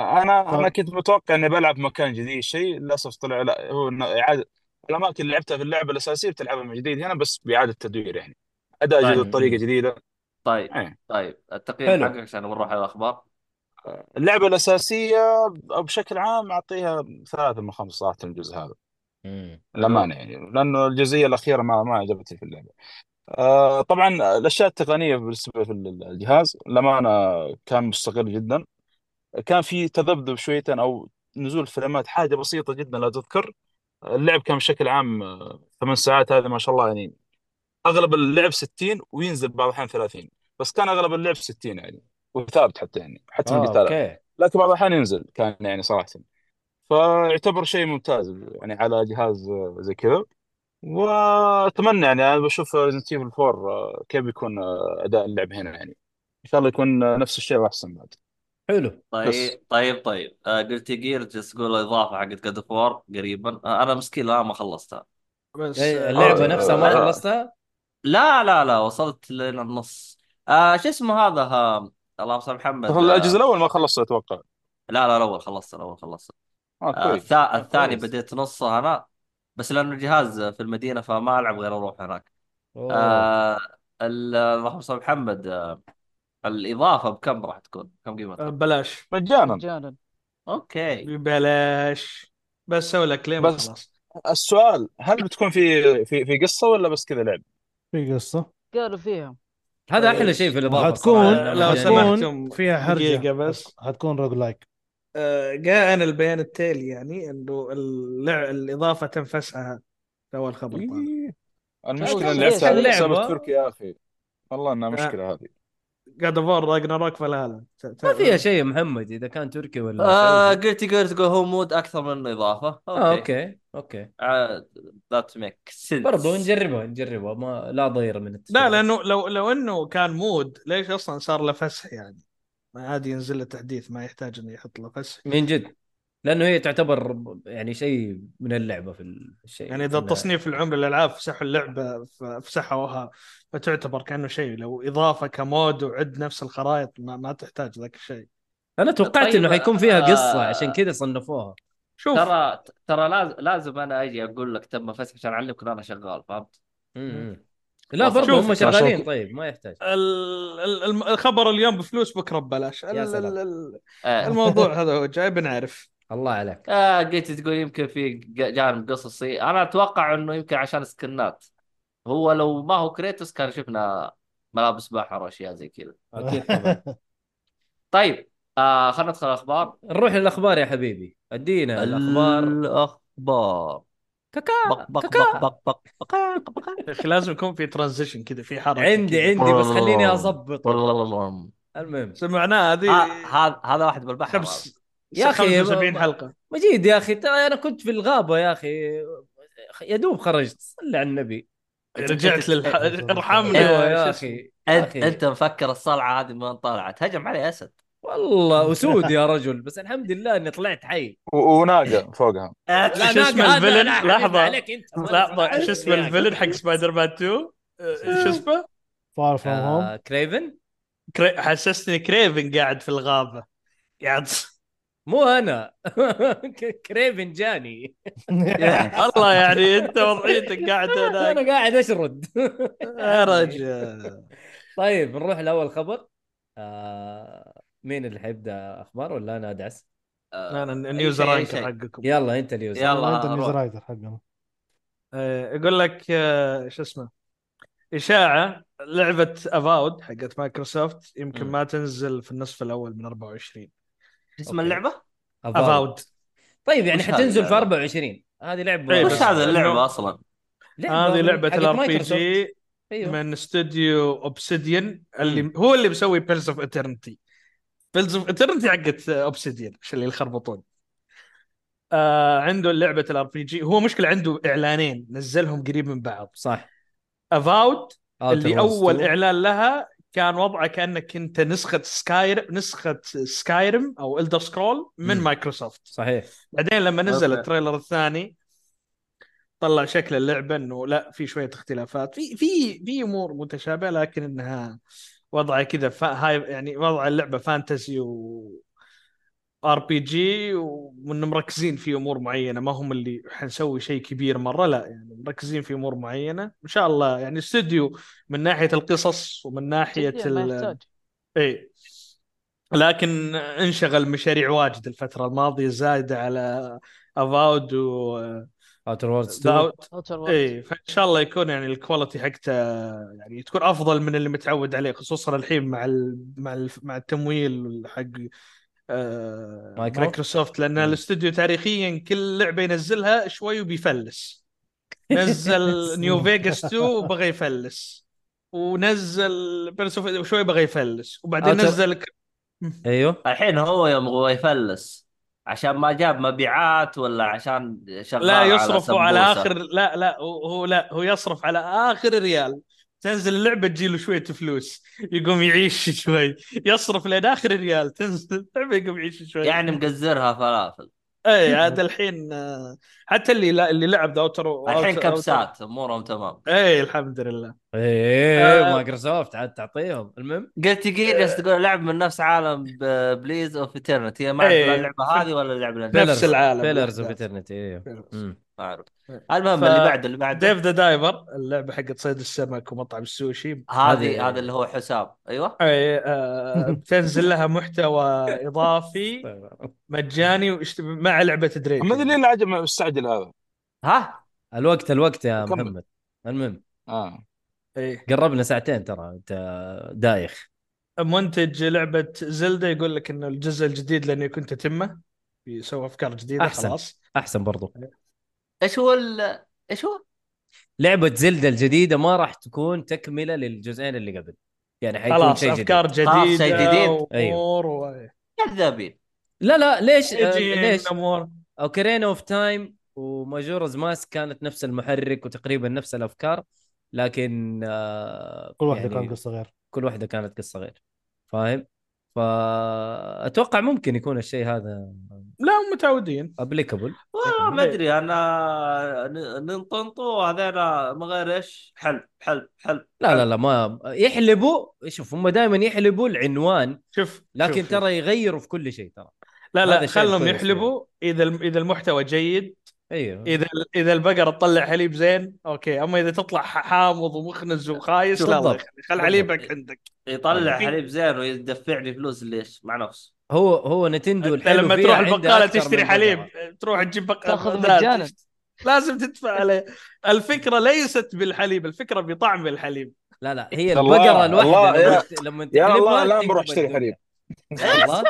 [SPEAKER 6] انا
[SPEAKER 4] طب
[SPEAKER 6] انا كنت متوقع اني بلعب مكان جديد شيء للاسف طلع لا هو إنه اعاده الاماكن اللي لعبتها في اللعبه الاساسيه بتلعبها من جديد هنا بس باعاده تدوير يعني اداء جديد
[SPEAKER 3] طيب
[SPEAKER 6] طريقه
[SPEAKER 1] مم.
[SPEAKER 6] جديده
[SPEAKER 3] طيب
[SPEAKER 6] يعني
[SPEAKER 3] طيب التقييم
[SPEAKER 1] حلو
[SPEAKER 3] حقك عشان بنروح على الاخبار
[SPEAKER 6] اللعبه الاساسيه بشكل عام اعطيها ثلاثه من خمسه صراحه الجزء هذا
[SPEAKER 1] مم.
[SPEAKER 6] للأمانة يعني لأنه الجزئية الأخيرة ما ما عجبتني في اللعبة. آه طبعا الأشياء التقنية بالنسبة في الجهاز للأمانة كان مستقر جدا. كان في تذبذب شويتين أو نزول فريمات حاجة بسيطة جدا لا تذكر. اللعب كان بشكل عام آه، ثمان ساعات هذا ما شاء الله يعني أغلب اللعب 60 وينزل بعض الأحيان 30 بس كان أغلب اللعب 60 يعني وثابت حتى يعني حتى في
[SPEAKER 1] اه
[SPEAKER 6] القتالات.
[SPEAKER 1] اوكي
[SPEAKER 6] لكن بعض الأحيان ينزل كان يعني صراحة. فيعتبر شيء ممتاز يعني على جهاز آه، زي كذا. واتمنى يعني انا بشوف ريزنت ايفل 4 آه، كيف بيكون آه، اداء اللعب هنا يعني ان شاء الله يكون آه، نفس الشيء واحسن بعد
[SPEAKER 1] حلو
[SPEAKER 6] بس
[SPEAKER 3] طيب طيب طيب آه قلت جير جالس تقول اضافه حقت جاد اوف وور قريبا آه انا مسكين لا ما خلصتها
[SPEAKER 5] بس
[SPEAKER 1] إيه،
[SPEAKER 5] آه،
[SPEAKER 1] اللعبه نفسها ما
[SPEAKER 3] آه، آه.
[SPEAKER 1] خلصتها
[SPEAKER 3] لا لا لا وصلت للنص آه شو اسمه هذا آه الله يسلم محمد
[SPEAKER 6] تخل- الجزء
[SPEAKER 3] آه
[SPEAKER 6] الاول ما خلصته اتوقع
[SPEAKER 3] لا لا الاول خلصت الاول خلصت
[SPEAKER 6] اه
[SPEAKER 3] آه،
[SPEAKER 6] كويس
[SPEAKER 3] الثا-
[SPEAKER 6] آه
[SPEAKER 3] الثاني
[SPEAKER 6] كويس
[SPEAKER 3] بديت نصه انا بس لانه الجهاز في المدينه فما العب غير اروح هناك
[SPEAKER 1] اوه
[SPEAKER 3] آه ال- اللهم صل على محمد آه الاضافه بكم راح تكون؟ كم
[SPEAKER 5] آه،
[SPEAKER 3] قيمتها؟
[SPEAKER 5] بلاش
[SPEAKER 6] مجانا
[SPEAKER 2] مجانا
[SPEAKER 3] اوكي
[SPEAKER 5] ببلاش بس سوي لك كليم
[SPEAKER 6] بس
[SPEAKER 5] وخلاص
[SPEAKER 6] السؤال هل بتكون في في في قصه ولا بس كذا لعب؟
[SPEAKER 4] في قصه
[SPEAKER 2] قالوا فيها
[SPEAKER 1] هذا احلى شيء في الاضافه
[SPEAKER 4] هتكون
[SPEAKER 1] صراحة.
[SPEAKER 5] لو
[SPEAKER 1] يعني-
[SPEAKER 5] سمحت.
[SPEAKER 4] هتكون
[SPEAKER 5] سمحتم
[SPEAKER 4] فيها
[SPEAKER 5] دقيقة
[SPEAKER 4] حرجه
[SPEAKER 5] بس.
[SPEAKER 4] هتكون روج لايك
[SPEAKER 5] آه، جاء أنا البيان التالي يعني انه اللع... الاضافه تم فسخها ده هو الخبر طالع.
[SPEAKER 6] المشكله
[SPEAKER 2] أيوة،
[SPEAKER 6] اللي
[SPEAKER 2] ليش
[SPEAKER 6] لعبتها على
[SPEAKER 2] اللعبة؟
[SPEAKER 6] حساب التركي يا اخي والله انها مشكله هذه
[SPEAKER 5] قاعد افور راجناروك فلا لا ت- ت-
[SPEAKER 1] ما فيها شيء يا محمد اذا كان تركي ولا
[SPEAKER 3] آه
[SPEAKER 1] سعودي.
[SPEAKER 3] قلت قلت جو هوم مود اكثر من آه، انه اضافه
[SPEAKER 1] آه،
[SPEAKER 3] اوكي
[SPEAKER 1] اوكي اوكي
[SPEAKER 3] ذات ميك سنس
[SPEAKER 1] برضو نجربها نجربها ما لا ضير من التجربة
[SPEAKER 5] لا لانه لو لو انه كان مود ليش اصلا صار له فسح يعني ما عادي ينزل له تحديث ما يحتاج انه يحط له فسح
[SPEAKER 1] من جد لانه هي تعتبر يعني شيء من اللعبه في الشيء
[SPEAKER 5] يعني اذا
[SPEAKER 1] في النهاية.
[SPEAKER 5] التصنيف العمري للالعاب فسحوا اللعبه ف- فسحوها فتعتبر كانه شيء لو اضافه كمود وعد نفس الخرائط ما, ما تحتاج ذاك الشيء
[SPEAKER 1] انا توقعت
[SPEAKER 3] طيب،
[SPEAKER 1] انه حيكون فيها
[SPEAKER 3] آه.
[SPEAKER 1] قصه عشان كذا صنفوها
[SPEAKER 5] شوف
[SPEAKER 3] ترى ترى لازم لازم انا اجي اقول لك تم فسح عشان اعلمك ان انا شغال فهمت؟
[SPEAKER 1] مم. لا
[SPEAKER 3] شوف،
[SPEAKER 1] برضو هم
[SPEAKER 6] عشان
[SPEAKER 1] شغالين
[SPEAKER 6] كده-
[SPEAKER 1] طيب ما يحتاج
[SPEAKER 5] ال- ال- الم- الخبر اليوم بفلوس بكره ببلاش ال-
[SPEAKER 1] سلام.
[SPEAKER 5] ال- ال-
[SPEAKER 3] آه.
[SPEAKER 5] الموضوع هذا هو جاي بنعرف
[SPEAKER 1] الله عليك
[SPEAKER 3] آه قلت تقول يمكن في ج- جانب إيه، قصصي انا اتوقع انه يمكن عشان سكنات هو لو ما هو كريتوس كان شفنا ملابس بحر واشياء زي كذا
[SPEAKER 1] اكيد طبعا
[SPEAKER 3] طيب آه خلينا ندخل الاخبار
[SPEAKER 1] نروح للاخبار يا حبيبي ادينا الاخبار
[SPEAKER 3] الاخبار
[SPEAKER 1] كاكا
[SPEAKER 3] بق بق
[SPEAKER 1] كاكا
[SPEAKER 3] بق بق بق بق بق
[SPEAKER 5] يا اخي لازم يكون في ترانزيشن كذا في حركه
[SPEAKER 1] عندي
[SPEAKER 5] كذا.
[SPEAKER 1] عندي بس خليني اضبط
[SPEAKER 3] بق
[SPEAKER 1] المهم
[SPEAKER 5] سمعناها هذه
[SPEAKER 3] هذا آه، هذا واحد بالبحر
[SPEAKER 5] خمس
[SPEAKER 1] آه، يا أخي،
[SPEAKER 5] 75
[SPEAKER 1] ما-
[SPEAKER 5] حلقه
[SPEAKER 1] مجيد يا اخي ترى انا كنت في الغابه يا اخي يا دوب خرجت صلي على النبي
[SPEAKER 5] رجعت للح...
[SPEAKER 3] آه،
[SPEAKER 5] ارحمنا
[SPEAKER 1] ايوه يا
[SPEAKER 5] شو اسمه.
[SPEAKER 1] اخي يا
[SPEAKER 3] انت
[SPEAKER 1] أخي.
[SPEAKER 3] انت مفكر الصلعه هذه ما طلعت هجم علي اسد
[SPEAKER 1] والله اسود يا رجل بس الحمد لله اني طلعت حي
[SPEAKER 6] و- وناقه فوقها
[SPEAKER 5] شو
[SPEAKER 1] ناقة،
[SPEAKER 5] اسمه
[SPEAKER 1] هذا
[SPEAKER 5] الفيلن؟
[SPEAKER 1] لا، حبيبي
[SPEAKER 5] لحظة.
[SPEAKER 1] عليك انت ما
[SPEAKER 5] لحظه
[SPEAKER 1] أنا
[SPEAKER 5] شو اسمه
[SPEAKER 1] يعني.
[SPEAKER 5] الفيلن حق سبايدر مان 2 آه، شو اسمه؟
[SPEAKER 4] فار فروم هوم
[SPEAKER 1] آه، كريفن
[SPEAKER 5] كري... حسسني كريفن قاعد في الغابه قاعد
[SPEAKER 1] مو انا كريفن جاني
[SPEAKER 5] الله يعني انت وضعيتك قاعد هناك
[SPEAKER 1] انا قاعد اشرد
[SPEAKER 5] يا رجل
[SPEAKER 1] طيب نروح لاول خبر آه، مين اللي حيبدا اخبار ولا انا ادعس؟
[SPEAKER 3] آه،
[SPEAKER 5] انا
[SPEAKER 3] أي
[SPEAKER 5] النيوز
[SPEAKER 3] شيء، أي
[SPEAKER 5] رانكر
[SPEAKER 3] شيء.
[SPEAKER 5] حقكم
[SPEAKER 1] يلا انت اليوزر
[SPEAKER 3] يلا،
[SPEAKER 4] انت
[SPEAKER 3] روح.
[SPEAKER 4] النيوز رايتر حقنا
[SPEAKER 5] آه، يقول لك آه، شو اسمه اشاعه لعبه افاود حقت مايكروسوفت يمكن
[SPEAKER 1] مم.
[SPEAKER 5] ما تنزل في النصف الاول من 24
[SPEAKER 3] اسم
[SPEAKER 1] أوكي.
[SPEAKER 3] اللعبه؟
[SPEAKER 5] افاود
[SPEAKER 1] طيب يعني
[SPEAKER 3] وش هذه
[SPEAKER 1] حتنزل في
[SPEAKER 3] اللعبة؟
[SPEAKER 1] 24 هذه لعبه
[SPEAKER 5] إيه،
[SPEAKER 3] وش
[SPEAKER 5] بس-
[SPEAKER 3] هذا
[SPEAKER 5] إنه-
[SPEAKER 3] اللعبه اصلا؟
[SPEAKER 5] هذه لعبه
[SPEAKER 1] حقت
[SPEAKER 5] الار بي
[SPEAKER 1] مايكروسوفت.
[SPEAKER 5] جي
[SPEAKER 1] ايوه
[SPEAKER 5] من استوديو اوبسيديان اللي هو اللي مسوي بيلز اوف اترنتي بيلز اوف اترنتي حقت اوبسيديان عشان اللي يخربطون آه عنده لعبه الار بي جي هو مشكله عنده اعلانين نزلهم قريب من بعض
[SPEAKER 1] صح
[SPEAKER 5] افاود
[SPEAKER 1] Outer Worlds
[SPEAKER 5] اللي اول
[SPEAKER 1] 2.
[SPEAKER 5] اعلان لها كان وضعه كانك انت نسخه سكاير نسخه سكايرم او الدر سكرول من
[SPEAKER 1] مم.
[SPEAKER 5] مايكروسوفت
[SPEAKER 1] صحيح
[SPEAKER 5] بعدين لما نزل
[SPEAKER 3] أوكي.
[SPEAKER 5] التريلر الثاني طلع شكل اللعبه انه لا في شويه اختلافات في في في امور متشابهه لكن انها وضعها كذا فا- هاي يعني وضع اللعبه فانتسي و ار بي جي وانه مركزين في امور معينه ما هم اللي حنسوي شيء كبير مره لا يعني مركزين في امور معينه ان شاء الله يعني استوديو من ناحيه القصص ومن ناحيه
[SPEAKER 2] جدياً ما
[SPEAKER 5] ال...
[SPEAKER 2] يحتاج
[SPEAKER 5] اي لكن انشغل مشاريع واجد الفتره الماضيه زايده على افاود و
[SPEAKER 1] اوتر ووردز 2
[SPEAKER 5] داوت
[SPEAKER 2] اوتر وورلد
[SPEAKER 5] اي فان شاء الله يكون يعني الكواليتي حقته يعني تكون افضل من اللي متعود عليه خصوصا الحين مع ال مع ال مع التمويل حق آه
[SPEAKER 1] مايكرو؟
[SPEAKER 5] مايكروسوفت لان
[SPEAKER 1] مم.
[SPEAKER 5] الاستوديو تاريخيا كل لعبه ينزلها شوي وبيفلس نزل نيو فيجاس 2 وبغى يفلس ونزل بيرس اوف شوي بغى يفلس وبعدين
[SPEAKER 1] أوتر-
[SPEAKER 5] نزل
[SPEAKER 1] ايوه
[SPEAKER 3] الحين هو يوم هو يفلس عشان ما جاب مبيعات ولا عشان شغال
[SPEAKER 5] لا يصرفوا على,
[SPEAKER 3] سمبوسة.
[SPEAKER 5] اخر لا لا هو هو- لا هو يصرف على اخر ريال تنزل اللعبه تجيله شويه فلوس يقوم يعيش شوي يصرف لين اخر ريال تنزل اللعبه يقوم يعيش شوي
[SPEAKER 3] يعني مقزرها فلافل
[SPEAKER 5] اي عاد الحين آه، حتى اللي لا اللي لعب داوتر
[SPEAKER 3] الحين كبسات امورهم تمام
[SPEAKER 5] اي إيه، الحمد لله
[SPEAKER 1] ايه
[SPEAKER 5] آه.
[SPEAKER 1] مايكروسوفت عاد تعطيهم المهم
[SPEAKER 3] قلت جيريس تقول لعب من نفس عالم ب- بليز اوف ايترنتي هي ما اعرف
[SPEAKER 5] إيه.
[SPEAKER 3] لا اللعبه هذه ولا اللعبه اللي
[SPEAKER 5] نفس العالم
[SPEAKER 1] بيلرز اوف
[SPEAKER 5] بالذات.
[SPEAKER 1] ايترنتي ايوه مم.
[SPEAKER 3] ما اعرف
[SPEAKER 5] إيه.
[SPEAKER 3] المهم
[SPEAKER 5] ف-
[SPEAKER 3] اللي بعده اللي
[SPEAKER 5] ديف
[SPEAKER 3] بعده
[SPEAKER 5] ذا دايفر اللعبه حقت صيد السمك ومطعم السوشي
[SPEAKER 1] هذه-
[SPEAKER 3] هذه هذا اللي هو حسام ايوه
[SPEAKER 5] اي آه، بتنزل لها محتوى طيب. اضافي مجاني واشت- مع لعبه دريك إيه.
[SPEAKER 6] ما ادري ليه العجب مستعجل هذا
[SPEAKER 1] ها الوقت الوقت يا
[SPEAKER 6] كمل.
[SPEAKER 1] محمد المهم
[SPEAKER 6] اه
[SPEAKER 5] ايه
[SPEAKER 1] قربنا ساعتين ترى انت دايخ
[SPEAKER 5] منتج لعبه زلدا يقول لك انه الجزء الجديد لاني كنت اتمه يسوي افكار جديده
[SPEAKER 1] أحسن.
[SPEAKER 5] خلاص
[SPEAKER 1] احسن برضو
[SPEAKER 3] ايش هو ال- ايش هو؟
[SPEAKER 1] لعبه زلدة الجديده ما راح تكون تكمله للجزئين اللي قبل يعني حيكون
[SPEAKER 5] خلاص
[SPEAKER 1] شيء أيوه. جديد
[SPEAKER 5] افكار
[SPEAKER 3] خلاص، شيء جديد.
[SPEAKER 5] جديده امور و... إيه،
[SPEAKER 3] كذابين
[SPEAKER 1] لا لا ليش آه،
[SPEAKER 5] يجي
[SPEAKER 1] ليش
[SPEAKER 5] امور
[SPEAKER 1] اوكرين اوف تايم وماجورز ماسك كانت نفس المحرك وتقريبا نفس الافكار لكن آه
[SPEAKER 4] كل واحده
[SPEAKER 1] يعني
[SPEAKER 4] كان قصه غير
[SPEAKER 1] كل واحده كانت قصه غير فاهم فاتوقع ممكن يكون الشيء هذا
[SPEAKER 5] لا هم متعودين إيه،
[SPEAKER 1] ابليكابل
[SPEAKER 3] والله ما ادري انا ن- ننطنطو هذيلا ما غير ايش حلب حلب حلب
[SPEAKER 1] لا لا لا ما يحلبوا شوف هم دائما يحلبوا العنوان
[SPEAKER 5] شوف
[SPEAKER 1] لكن
[SPEAKER 5] شوف، شوف.
[SPEAKER 1] ترى يغيروا في كل شيء ترى
[SPEAKER 5] لا
[SPEAKER 1] هذا
[SPEAKER 5] لا
[SPEAKER 1] شيء
[SPEAKER 5] خلهم
[SPEAKER 1] كويس يعني.
[SPEAKER 5] يحلبوا اذا الم- اذا المحتوى جيد
[SPEAKER 1] ايوه
[SPEAKER 5] اذا اذا البقره تطلع حليب زين اوكي اما اذا تطلع ح- حامض ومخنز وخايس لا الله
[SPEAKER 1] بالضبط.
[SPEAKER 5] يخليك خل حليبك عندك
[SPEAKER 3] يطلع
[SPEAKER 5] في-
[SPEAKER 3] حليب زين ويدفعني فلوس ليش مع نفسه
[SPEAKER 1] هو هو نتندو
[SPEAKER 5] انت
[SPEAKER 1] الحلو
[SPEAKER 5] لما
[SPEAKER 1] فيها
[SPEAKER 5] تروح
[SPEAKER 1] عندها
[SPEAKER 5] البقاله
[SPEAKER 1] أكثر من
[SPEAKER 5] تشتري
[SPEAKER 1] بقرة.
[SPEAKER 5] حليب تروح تجيب بقاله
[SPEAKER 2] تاخذ
[SPEAKER 5] لا،
[SPEAKER 2] مجانا.
[SPEAKER 5] تشت- لازم تدفع عليه الفكره ليست بالحليب الفكره بطعم الحليب
[SPEAKER 1] لا لا هي
[SPEAKER 6] الله،
[SPEAKER 1] البقره
[SPEAKER 6] الله،
[SPEAKER 1] الواحده
[SPEAKER 6] يا-
[SPEAKER 1] لما ت- لما
[SPEAKER 6] يا
[SPEAKER 1] تقلبها
[SPEAKER 6] الله لا
[SPEAKER 1] تقلب
[SPEAKER 6] بروح اشتري
[SPEAKER 1] الدنيا.
[SPEAKER 6] حليب
[SPEAKER 1] الله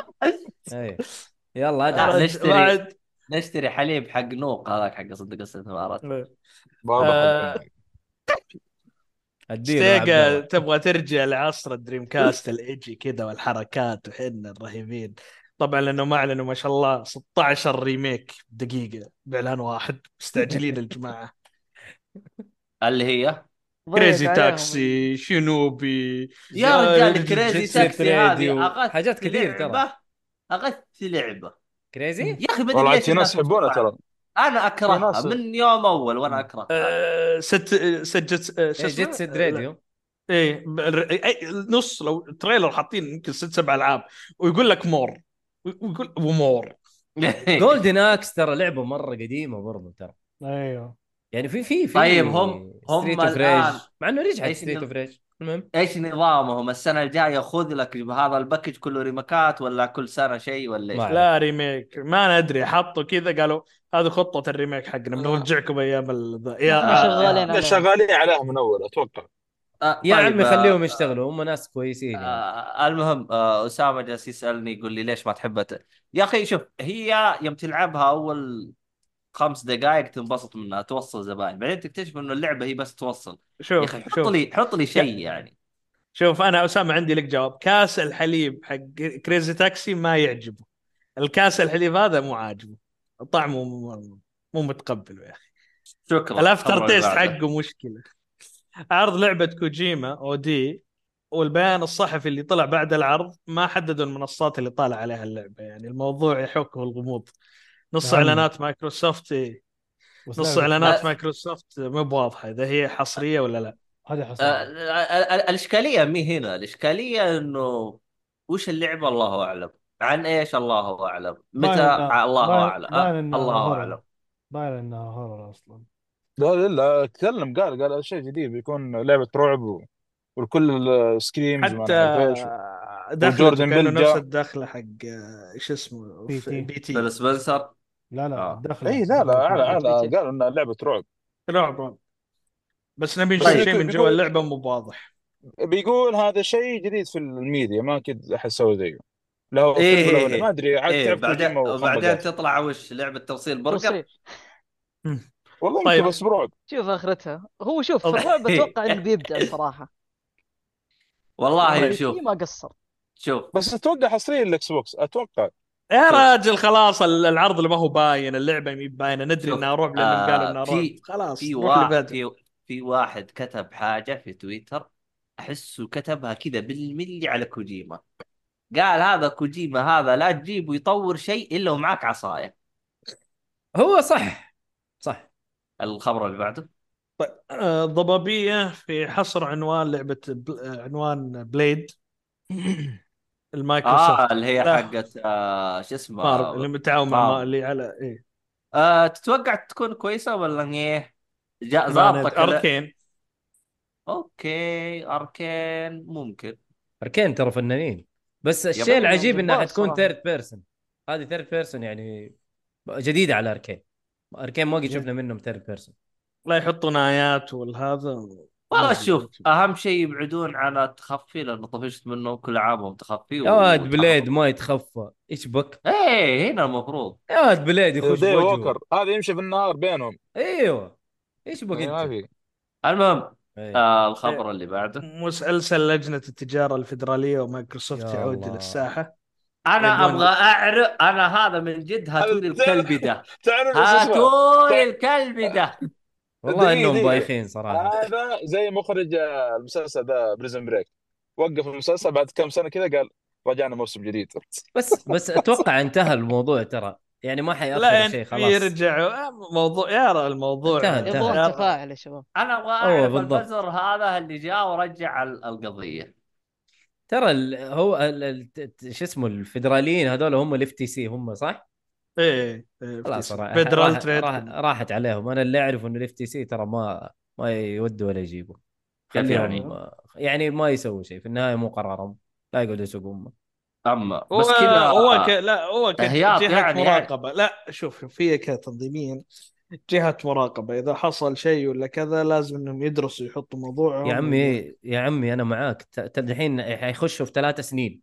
[SPEAKER 1] ايه يلا
[SPEAKER 3] آه،
[SPEAKER 1] ادعس
[SPEAKER 3] ليش تري-
[SPEAKER 5] بعد
[SPEAKER 3] نشتري حليب حق نوق هذاك حق صندوق الاستثمارات
[SPEAKER 6] واضح
[SPEAKER 5] آه،
[SPEAKER 6] الحين.
[SPEAKER 1] اديله يا عبد
[SPEAKER 5] شتيقة
[SPEAKER 1] الله.
[SPEAKER 5] تبغى ترجع لعصر الدريم كاست الايجي كذا والحركات وحنا الرهيبين طبعا لانه ما اعلنوا ما شاء الله 16 ريميك دقيقه باعلان واحد مستعجلين الجماعه
[SPEAKER 3] اللي هي
[SPEAKER 2] ضيق
[SPEAKER 5] كريزي
[SPEAKER 2] عليهم.
[SPEAKER 5] تاكسي شينوبي
[SPEAKER 3] يا رجال كريزي
[SPEAKER 1] جيتسي
[SPEAKER 3] تاكسي
[SPEAKER 1] فريدي
[SPEAKER 3] هذه
[SPEAKER 1] و-
[SPEAKER 3] اغث
[SPEAKER 1] حاجات كثير ترى. إيه.
[SPEAKER 3] لعبه اغث لعبه
[SPEAKER 5] آه،
[SPEAKER 1] كريزي
[SPEAKER 3] يا اخي ما ادري
[SPEAKER 6] والله
[SPEAKER 3] ليش
[SPEAKER 6] في
[SPEAKER 3] الناس
[SPEAKER 6] ناس يحبونه
[SPEAKER 3] تتوقع.
[SPEAKER 6] ترى
[SPEAKER 3] انا اكرهها
[SPEAKER 6] في ناس-
[SPEAKER 3] من يوم اول وانا اكرهها
[SPEAKER 5] آه، ست آه، سجت آه، شو
[SPEAKER 1] إيه،
[SPEAKER 5] اسمه؟
[SPEAKER 1] جيتسي راديو
[SPEAKER 5] ايه ب- الر- أي- نص لو تريلر حاطين يمكن ست سبع العاب ويقول لك مور ويقول ومور
[SPEAKER 1] جولدن اكس ترى لعبه مره قديمه برضو ترى
[SPEAKER 4] ايوه
[SPEAKER 1] يعني في في في
[SPEAKER 3] طيب، هم- هم
[SPEAKER 1] ستريت اوف
[SPEAKER 3] الآن.
[SPEAKER 1] ريج مع انه رجعت
[SPEAKER 3] إيش
[SPEAKER 1] ستريت
[SPEAKER 3] نظ-
[SPEAKER 1] اوف ريج المهم
[SPEAKER 3] ايش نظامهم السنه الجايه خذ لك بهذا الباكج كله ريمكات ولا كل سنه شيء ولا
[SPEAKER 1] ما
[SPEAKER 3] ايش؟
[SPEAKER 1] أعرف.
[SPEAKER 5] لا ريميك ما ندري حطوا كذا قالوا هذه خطه الريميك حقنا بنرجعكم ايام ال...
[SPEAKER 2] احنا
[SPEAKER 5] يا آه،
[SPEAKER 2] شغالين
[SPEAKER 6] لا،
[SPEAKER 2] عليه
[SPEAKER 6] شغالين عليها من اول اتوقع
[SPEAKER 3] آه،
[SPEAKER 1] يا
[SPEAKER 3] طيب،
[SPEAKER 1] عمي
[SPEAKER 3] آه،
[SPEAKER 1] خليهم يشتغلوا هم ناس كويسين
[SPEAKER 5] إيه.
[SPEAKER 1] يعني.
[SPEAKER 3] آه، المهم آه، اسامه جالس يسالني يقول لي ليش ما تحبها ت- يا اخي شوف هي يوم تلعبها اول خمس دقائق تنبسط منها توصل زباين بعدين تكتشف انه اللعبه هي بس توصل يا
[SPEAKER 5] شوف
[SPEAKER 3] اخي حط
[SPEAKER 5] شوف
[SPEAKER 3] لي حط لي شيء يعني
[SPEAKER 5] شوف انا اسامه عندي لك جواب كاس الحليب حق كريزي تاكسي ما يعجبه الكاس الحليب هذا مو عاجبه طعمه مو, مو متقبله يا اخي
[SPEAKER 3] شكرا
[SPEAKER 5] الافتر
[SPEAKER 3] خبروا
[SPEAKER 5] تيست
[SPEAKER 3] بعض.
[SPEAKER 5] حقه مشكله عرض لعبه كوجيما او دي والبيان الصحفي اللي طلع بعد العرض ما حددوا المنصات اللي طالع عليها اللعبه يعني الموضوع يحوكه الغموض نص
[SPEAKER 4] نعم.
[SPEAKER 5] اعلانات مايكروسوفت إيه، نص
[SPEAKER 4] وسعر-
[SPEAKER 5] اعلانات
[SPEAKER 3] بس-
[SPEAKER 5] مايكروسوفت مو بواضحه اذا هي حصريه ولا لا
[SPEAKER 4] هذه
[SPEAKER 3] آه، آه،
[SPEAKER 4] حصل
[SPEAKER 3] آه، آه، الاشكاليه مي هنا الاشكاليه انه وش اللعبه الله اعلم عن ايش الله اعلم متى ع- الله اعلم
[SPEAKER 4] باين
[SPEAKER 3] آه،
[SPEAKER 4] انها
[SPEAKER 3] الله
[SPEAKER 4] هورر.
[SPEAKER 3] اعلم
[SPEAKER 4] باين انها هورر اصلا
[SPEAKER 6] لا لا لا تكلم قال قال هذا شيء جديد بيكون لعبه رعب و... والكل سكريمز ما
[SPEAKER 5] حتى
[SPEAKER 6] نعرف ايش
[SPEAKER 5] دخلته
[SPEAKER 6] وجوردن
[SPEAKER 5] كانه
[SPEAKER 6] بيل
[SPEAKER 5] نفس
[SPEAKER 6] جاء.
[SPEAKER 5] الدخله حق آه، ايش اسمه
[SPEAKER 4] بي
[SPEAKER 5] في-
[SPEAKER 4] تي.
[SPEAKER 5] بي تي
[SPEAKER 3] فيل سبنسر
[SPEAKER 4] لا لا
[SPEAKER 3] آه.
[SPEAKER 4] الدخله
[SPEAKER 6] اي إيه، لا لا اعلى اعلى
[SPEAKER 2] بيتي.
[SPEAKER 6] قالوا انها لعبه رعب
[SPEAKER 5] رعب رعب. بس نبي
[SPEAKER 6] طيب.
[SPEAKER 5] نشوف شيء من جوا
[SPEAKER 6] بيقول-
[SPEAKER 5] اللعبه مو واضح
[SPEAKER 6] بيقول هذا شيء جديد في الميديا ما كنت احد سوى زيه لا هو
[SPEAKER 3] إيه.
[SPEAKER 6] فيلم ولا ما ادري عاد
[SPEAKER 3] ايه
[SPEAKER 6] تعرف
[SPEAKER 3] بعدين
[SPEAKER 6] كوجيما
[SPEAKER 3] وبعدين
[SPEAKER 6] وخنبقات.
[SPEAKER 3] تطلع وش لعبه توصيل برجر
[SPEAKER 2] توصيل.
[SPEAKER 6] والله يمكن
[SPEAKER 5] طيب.
[SPEAKER 6] بس برعب
[SPEAKER 2] شوف اخرتها هو شوف في
[SPEAKER 5] أوكي.
[SPEAKER 2] الرعب اتوقع انه بيبدع بصراحه
[SPEAKER 3] والله
[SPEAKER 5] طيب.
[SPEAKER 3] شوف
[SPEAKER 2] يعني ما قصر
[SPEAKER 3] شوف
[SPEAKER 6] بس اتوقع حصريه الاكس بوكس اتوقع
[SPEAKER 5] يا
[SPEAKER 3] شوف.
[SPEAKER 5] راجل خلاص ال- العرض اللي ما هو باين اللعبه مي باينه ندري
[SPEAKER 3] شوف.
[SPEAKER 5] انها رعب لانهم قالوا انها
[SPEAKER 3] آه،
[SPEAKER 5] رعب
[SPEAKER 3] في-
[SPEAKER 5] خلاص
[SPEAKER 3] في
[SPEAKER 5] نروح اللي
[SPEAKER 3] واحد
[SPEAKER 5] بعده
[SPEAKER 3] في في واحد كتب حاجه في تويتر احسه كتبها كذا بالملي على كوجيما قال هذا كوجيما هذا لا تجيبه يطور شيء الا ومعاك عصايه
[SPEAKER 1] هو صح صح
[SPEAKER 3] الخبر اللي بعده
[SPEAKER 5] آه، ضبابيه في حصر عنوان لعبه بل... آه، عنوان بليد
[SPEAKER 3] اه
[SPEAKER 5] المايكروسوفت
[SPEAKER 3] اللي هي
[SPEAKER 5] لا.
[SPEAKER 3] حقت آه شو اسمه
[SPEAKER 5] مارف اللي متعاون مع
[SPEAKER 3] مارف.
[SPEAKER 5] ما- اللي على ايه
[SPEAKER 3] آه تتوقع تكون كويسه ولا ايه؟ جا-
[SPEAKER 5] ما
[SPEAKER 3] ظابطه
[SPEAKER 5] ند-
[SPEAKER 3] كذا
[SPEAKER 5] اركين
[SPEAKER 3] اوكي اركين ممكن
[SPEAKER 1] اركين ترى فنانين بس الشيء
[SPEAKER 3] يب.
[SPEAKER 1] العجيب انها
[SPEAKER 2] جبار
[SPEAKER 1] حتكون
[SPEAKER 2] صراحة.
[SPEAKER 1] ثيرد بيرسون هذه ثيرد بيرسون يعني جديده على اركين اركين موجي شفنا منهم ثيرد بيرسون
[SPEAKER 5] لا يحطون ايات والهذا
[SPEAKER 3] والله شوف اهم شيء يبعدون عن التخفي لانه طفشت منهم كل عامهم تخفي
[SPEAKER 1] يا واد بليد ما يتخفى ايش بك
[SPEAKER 3] ايه هنا المفروض
[SPEAKER 1] يا واد بليد يخش
[SPEAKER 6] دي
[SPEAKER 1] بوجهه
[SPEAKER 6] ووكر هذا يمشي في النهار بينهم
[SPEAKER 1] ايوه ايش بك
[SPEAKER 6] يعني ما
[SPEAKER 1] انت
[SPEAKER 6] في
[SPEAKER 3] المهم
[SPEAKER 1] أيوة.
[SPEAKER 3] آه الخبر اللي بعده
[SPEAKER 5] مسلسل لجنه التجاره الفدراليه ومايكروسوفت
[SPEAKER 1] يا
[SPEAKER 5] يعود
[SPEAKER 1] الله.
[SPEAKER 5] للساحه
[SPEAKER 3] انا
[SPEAKER 5] يبون-
[SPEAKER 3] ابغى اعرف انا هذا من جد هاتولي الكلب ده
[SPEAKER 6] تعرف شو اسمه؟
[SPEAKER 3] هاتولي الكلب ده
[SPEAKER 1] والله
[SPEAKER 6] دقيقة،
[SPEAKER 1] انهم
[SPEAKER 6] دقيقة.
[SPEAKER 1] بايخين صراحه
[SPEAKER 6] هذا زي مخرج آه، المسلسل ذا بريزن بريك وقف المسلسل بعد كم سنه كذا قال رجعنا موسم جديد
[SPEAKER 1] بس بس اتوقع انتهى الموضوع ترى يعني ما
[SPEAKER 5] لا
[SPEAKER 1] حياثر شيء
[SPEAKER 5] يعني
[SPEAKER 1] خلاص
[SPEAKER 5] يرجعوا آه، موضوع يا رأى الموضوع
[SPEAKER 1] انتهى،
[SPEAKER 5] يعني
[SPEAKER 1] انتهى.
[SPEAKER 5] يا
[SPEAKER 2] يبغون
[SPEAKER 5] رأى.
[SPEAKER 2] تفاعل يا شباب
[SPEAKER 3] انا ابغى
[SPEAKER 1] أيوة،
[SPEAKER 3] اعرف
[SPEAKER 1] بالضبط.
[SPEAKER 3] البزر هذا اللي جاء ورجع ال- القضيه
[SPEAKER 1] ترى ال- هو ال- ال- ت- شو اسمه الفدراليين هذول هم الاف تي سي هم صح؟
[SPEAKER 5] ايه ايه
[SPEAKER 1] خلاص صراحه
[SPEAKER 5] فيدرال
[SPEAKER 1] راحت,
[SPEAKER 5] تريد
[SPEAKER 1] راحت, راحت عليهم انا اللي اعرفه انه الاف تي سي ترى ما ما يودوا ولا يجيبوا
[SPEAKER 3] كيف
[SPEAKER 1] خليهم
[SPEAKER 3] يعني؟
[SPEAKER 1] يعني, يعني ما يسووا شيء في النهايه مو قرارهم لا يقعدوا يسوقوا هم
[SPEAKER 3] اما
[SPEAKER 5] هو
[SPEAKER 3] بس كذا
[SPEAKER 5] هو ك... لا هو
[SPEAKER 3] تهياط
[SPEAKER 5] كجهة
[SPEAKER 3] يعني-
[SPEAKER 5] مراقبة لا شوف في كتنظيميا جهة مراقبة إذا حصل شيء ولا كذا لازم إنهم يدرسوا يحطوا موضوعهم
[SPEAKER 1] يا عمي يا عمي انا معاك ت- ت- الحين حيخشوا في ثلاث سنين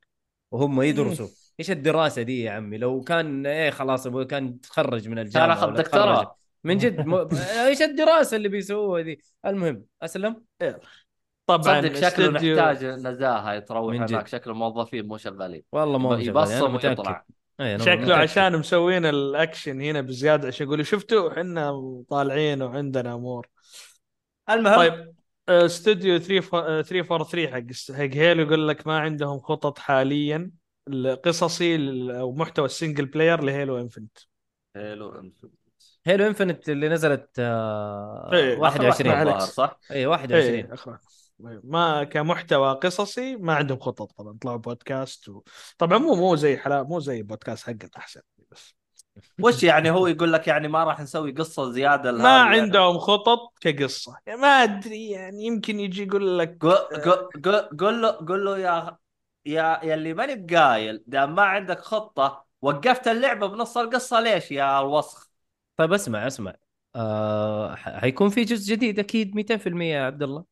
[SPEAKER 1] وهم يدرسوا ايش الدراسه دي يا عمي لو كان ايه خلاص أبوي كان تخرج من الجامعه
[SPEAKER 3] كان اخذ
[SPEAKER 1] ولا تخرج-
[SPEAKER 3] دكتوراه
[SPEAKER 1] من جد م... ايش الدراسه اللي بيسووها دي المهم اسلم
[SPEAKER 5] طبعا
[SPEAKER 3] صدق شكله
[SPEAKER 5] استوديو-
[SPEAKER 3] نحتاج نزاهه يتروح
[SPEAKER 1] من جد.
[SPEAKER 3] هناك شكله الموظفين مو شغالين
[SPEAKER 1] والله ما هو
[SPEAKER 3] يب-
[SPEAKER 1] شغال، أنا
[SPEAKER 3] يبصم
[SPEAKER 1] متأكد.
[SPEAKER 3] ويطلع
[SPEAKER 1] أي، أنا
[SPEAKER 5] شكله
[SPEAKER 1] متأكد.
[SPEAKER 5] عشان مسوين الأكشن هنا بزيادة عشان يقولوا شفتوا احنا طالعين وعندنا أمور
[SPEAKER 3] المهم
[SPEAKER 5] طيب آه، استوديو آه، 343 حق حق هيلو يقول لك ما عندهم خطط حاليا قصصي لل- او محتوى السنجل بلاير لهيلو انفنت
[SPEAKER 3] حلو انفنت
[SPEAKER 1] هيلو انفنت اللي نزلت آه إيه،
[SPEAKER 5] إيه،
[SPEAKER 3] واحد
[SPEAKER 1] 21
[SPEAKER 5] أخبار.
[SPEAKER 3] الظاهر صح؟
[SPEAKER 1] اي
[SPEAKER 5] ايه
[SPEAKER 1] 21
[SPEAKER 5] أخرى. طيب، ما كمحتوى قصصي ما عندهم خطط طبعا طلعوا بودكاست و... طبعا مو مو زي حلا مو زي بودكاست حقنا احسن بس
[SPEAKER 3] وش يعني هو يقول لك يعني ما راح نسوي قصه زياده لهذا
[SPEAKER 5] ما
[SPEAKER 3] يعني.
[SPEAKER 5] عندهم خطط كقصه يعني ما ادري يعني يمكن يجي يقول لك
[SPEAKER 3] قو- قو- قو- قول له قول له يا يا يا اللي ماني بقايل دام ما عندك خطه وقفت اللعبه بنص القصه ليش يا الوسخ؟
[SPEAKER 1] طيب اسمع اسمع آه ح- حيكون في جزء جديد اكيد 200% يا عبد الله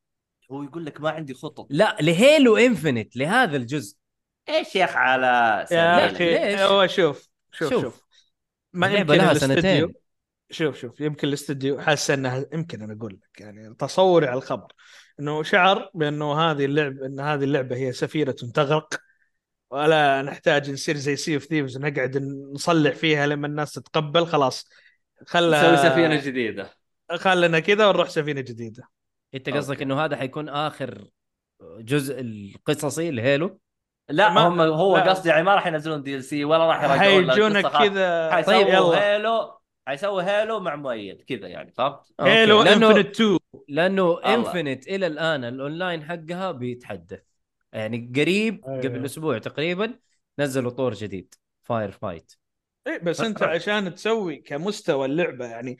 [SPEAKER 3] هو يقول لك ما عندي خطط
[SPEAKER 1] لا لهيلو انفنت لهذا الجزء
[SPEAKER 3] ايه شيخ على
[SPEAKER 5] يا
[SPEAKER 1] لا،
[SPEAKER 3] سبيل
[SPEAKER 5] اخي
[SPEAKER 1] ليش؟
[SPEAKER 5] هو شوف شوف
[SPEAKER 1] شوف.
[SPEAKER 5] شوف, ما
[SPEAKER 1] اللعبة
[SPEAKER 5] يمكن
[SPEAKER 1] لها
[SPEAKER 5] الاستوديو
[SPEAKER 1] سنتين.
[SPEAKER 5] شوف شوف يمكن الاستوديو حاسه انها يمكن انا اقول لك يعني تصوري على الخبر انه شعر بانه هذه اللعبه ان هذه اللعبه هي سفينه تغرق ولا نحتاج نصير زي سي اوف ثيفز نقعد نصلح فيها لما الناس تتقبل خلاص
[SPEAKER 3] نسوي سفينه
[SPEAKER 5] خلى
[SPEAKER 3] جديده
[SPEAKER 5] خلنا كذا ونروح سفينه جديده
[SPEAKER 1] انت قصدك
[SPEAKER 3] أوكي.
[SPEAKER 1] انه هذا حيكون اخر جزء القصصي لهيلو
[SPEAKER 3] لا
[SPEAKER 5] ما-
[SPEAKER 3] هم هو
[SPEAKER 5] لا.
[SPEAKER 3] قصدي يعني ما راح ينزلون دي ال سي ولا راح يراجعون لها
[SPEAKER 5] حيجونك
[SPEAKER 3] القصة خالص.
[SPEAKER 5] كذا
[SPEAKER 3] حيسووا
[SPEAKER 1] طيب،
[SPEAKER 5] يلا
[SPEAKER 3] هيلو حيسوي هيلو مع مؤيد كذا يعني فهمت؟
[SPEAKER 1] آه، أوكي.
[SPEAKER 5] هيلو
[SPEAKER 1] لانه
[SPEAKER 5] انفنت 2
[SPEAKER 1] لانه
[SPEAKER 3] الله.
[SPEAKER 1] انفنت الى الان الاونلاين حقها بيتحدث يعني قريب
[SPEAKER 3] أيوة.
[SPEAKER 5] أيوه.
[SPEAKER 1] قبل اسبوع تقريبا نزلوا طور جديد فاير فايت
[SPEAKER 5] إيه بس انت عشان تسوي كمستوى اللعبه يعني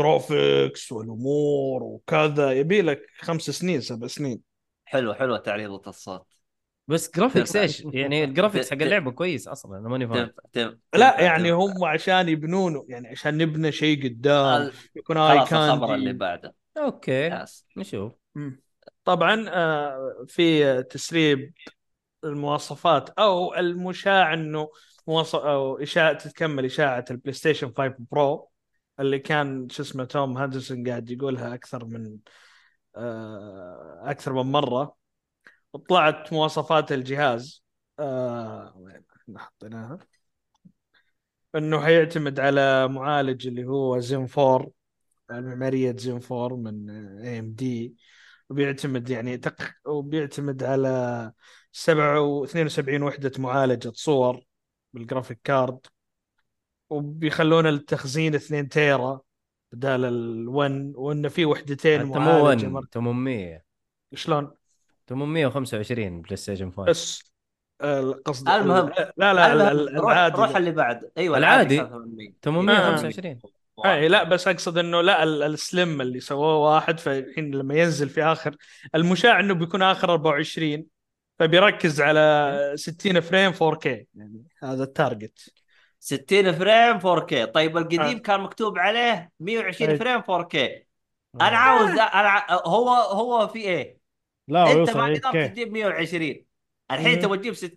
[SPEAKER 5] الجرافيكس والامور وكذا يبي لك خمس سنين سبع سنين
[SPEAKER 3] حلو حلو تعريضة الصوت
[SPEAKER 1] بس جرافيكس ايش؟ يعني الجرافيكس حق
[SPEAKER 3] ت- ت-
[SPEAKER 1] اللعبه كويس اصلا انا ماني فاهم
[SPEAKER 3] تنفع- تنفع-
[SPEAKER 5] لا
[SPEAKER 3] تنفع-
[SPEAKER 5] يعني
[SPEAKER 3] تنفع.
[SPEAKER 5] هم عشان يبنونه يعني عشان نبنى شيء قدام
[SPEAKER 3] ال-
[SPEAKER 5] يكون
[SPEAKER 3] خلاص الخبر اللي
[SPEAKER 5] ايكون
[SPEAKER 3] بعده
[SPEAKER 5] إيه.
[SPEAKER 1] اوكي
[SPEAKER 3] ياس
[SPEAKER 1] نشوف
[SPEAKER 5] طبعا آه، في تسريب المواصفات او المشاع انه مواصف او اشاعه تتكمل اشاعه البلاي ستيشن 5 برو اللي كان شو اسمه توم هندرسون قاعد يقولها اكثر من آه، اكثر من مره وطلعت مواصفات الجهاز آه، وين احنا حطيناها انه حيعتمد على معالج اللي هو زين 4 المعماريه زين 4 من اي ام دي وبيعتمد يعني تق... وبيعتمد على 72 وحده معالجه صور بالجرافيك كارد وبيخلون التخزين 2 تيرا بدال ال1 وانه في وحدتين
[SPEAKER 1] حتى مو
[SPEAKER 5] معالجه
[SPEAKER 1] 1
[SPEAKER 5] مر...
[SPEAKER 1] 800
[SPEAKER 5] شلون
[SPEAKER 1] 825 بلاي ستيشن 5
[SPEAKER 5] بس آه، القصد
[SPEAKER 3] المهم.
[SPEAKER 5] لا لا ال- ال-
[SPEAKER 3] المهم روح
[SPEAKER 5] العادي يعني.
[SPEAKER 3] روح اللي بعد ايوه
[SPEAKER 1] العادي.
[SPEAKER 3] 500.
[SPEAKER 1] 825.
[SPEAKER 3] نعم.
[SPEAKER 5] اي لا بس اقصد انه لا ال- السلم اللي سووه واحد فالحين لما ينزل في اخر المشاع انه بيكون اخر 24 فبيركز على 60 فريم 4K يعني هذا التارجت
[SPEAKER 3] 60 فريم 4K طيب القديم كان مكتوب عليه 120
[SPEAKER 4] أي.
[SPEAKER 3] فريم 4K انا عاوز انا ع- هو هو في ايه
[SPEAKER 4] لا آه، إيه؟ هو
[SPEAKER 3] انت
[SPEAKER 4] يوصل
[SPEAKER 3] ما
[SPEAKER 4] 8K.
[SPEAKER 3] تقدر تجيب 120 الحين
[SPEAKER 4] مم.
[SPEAKER 3] تبغى تجيب 60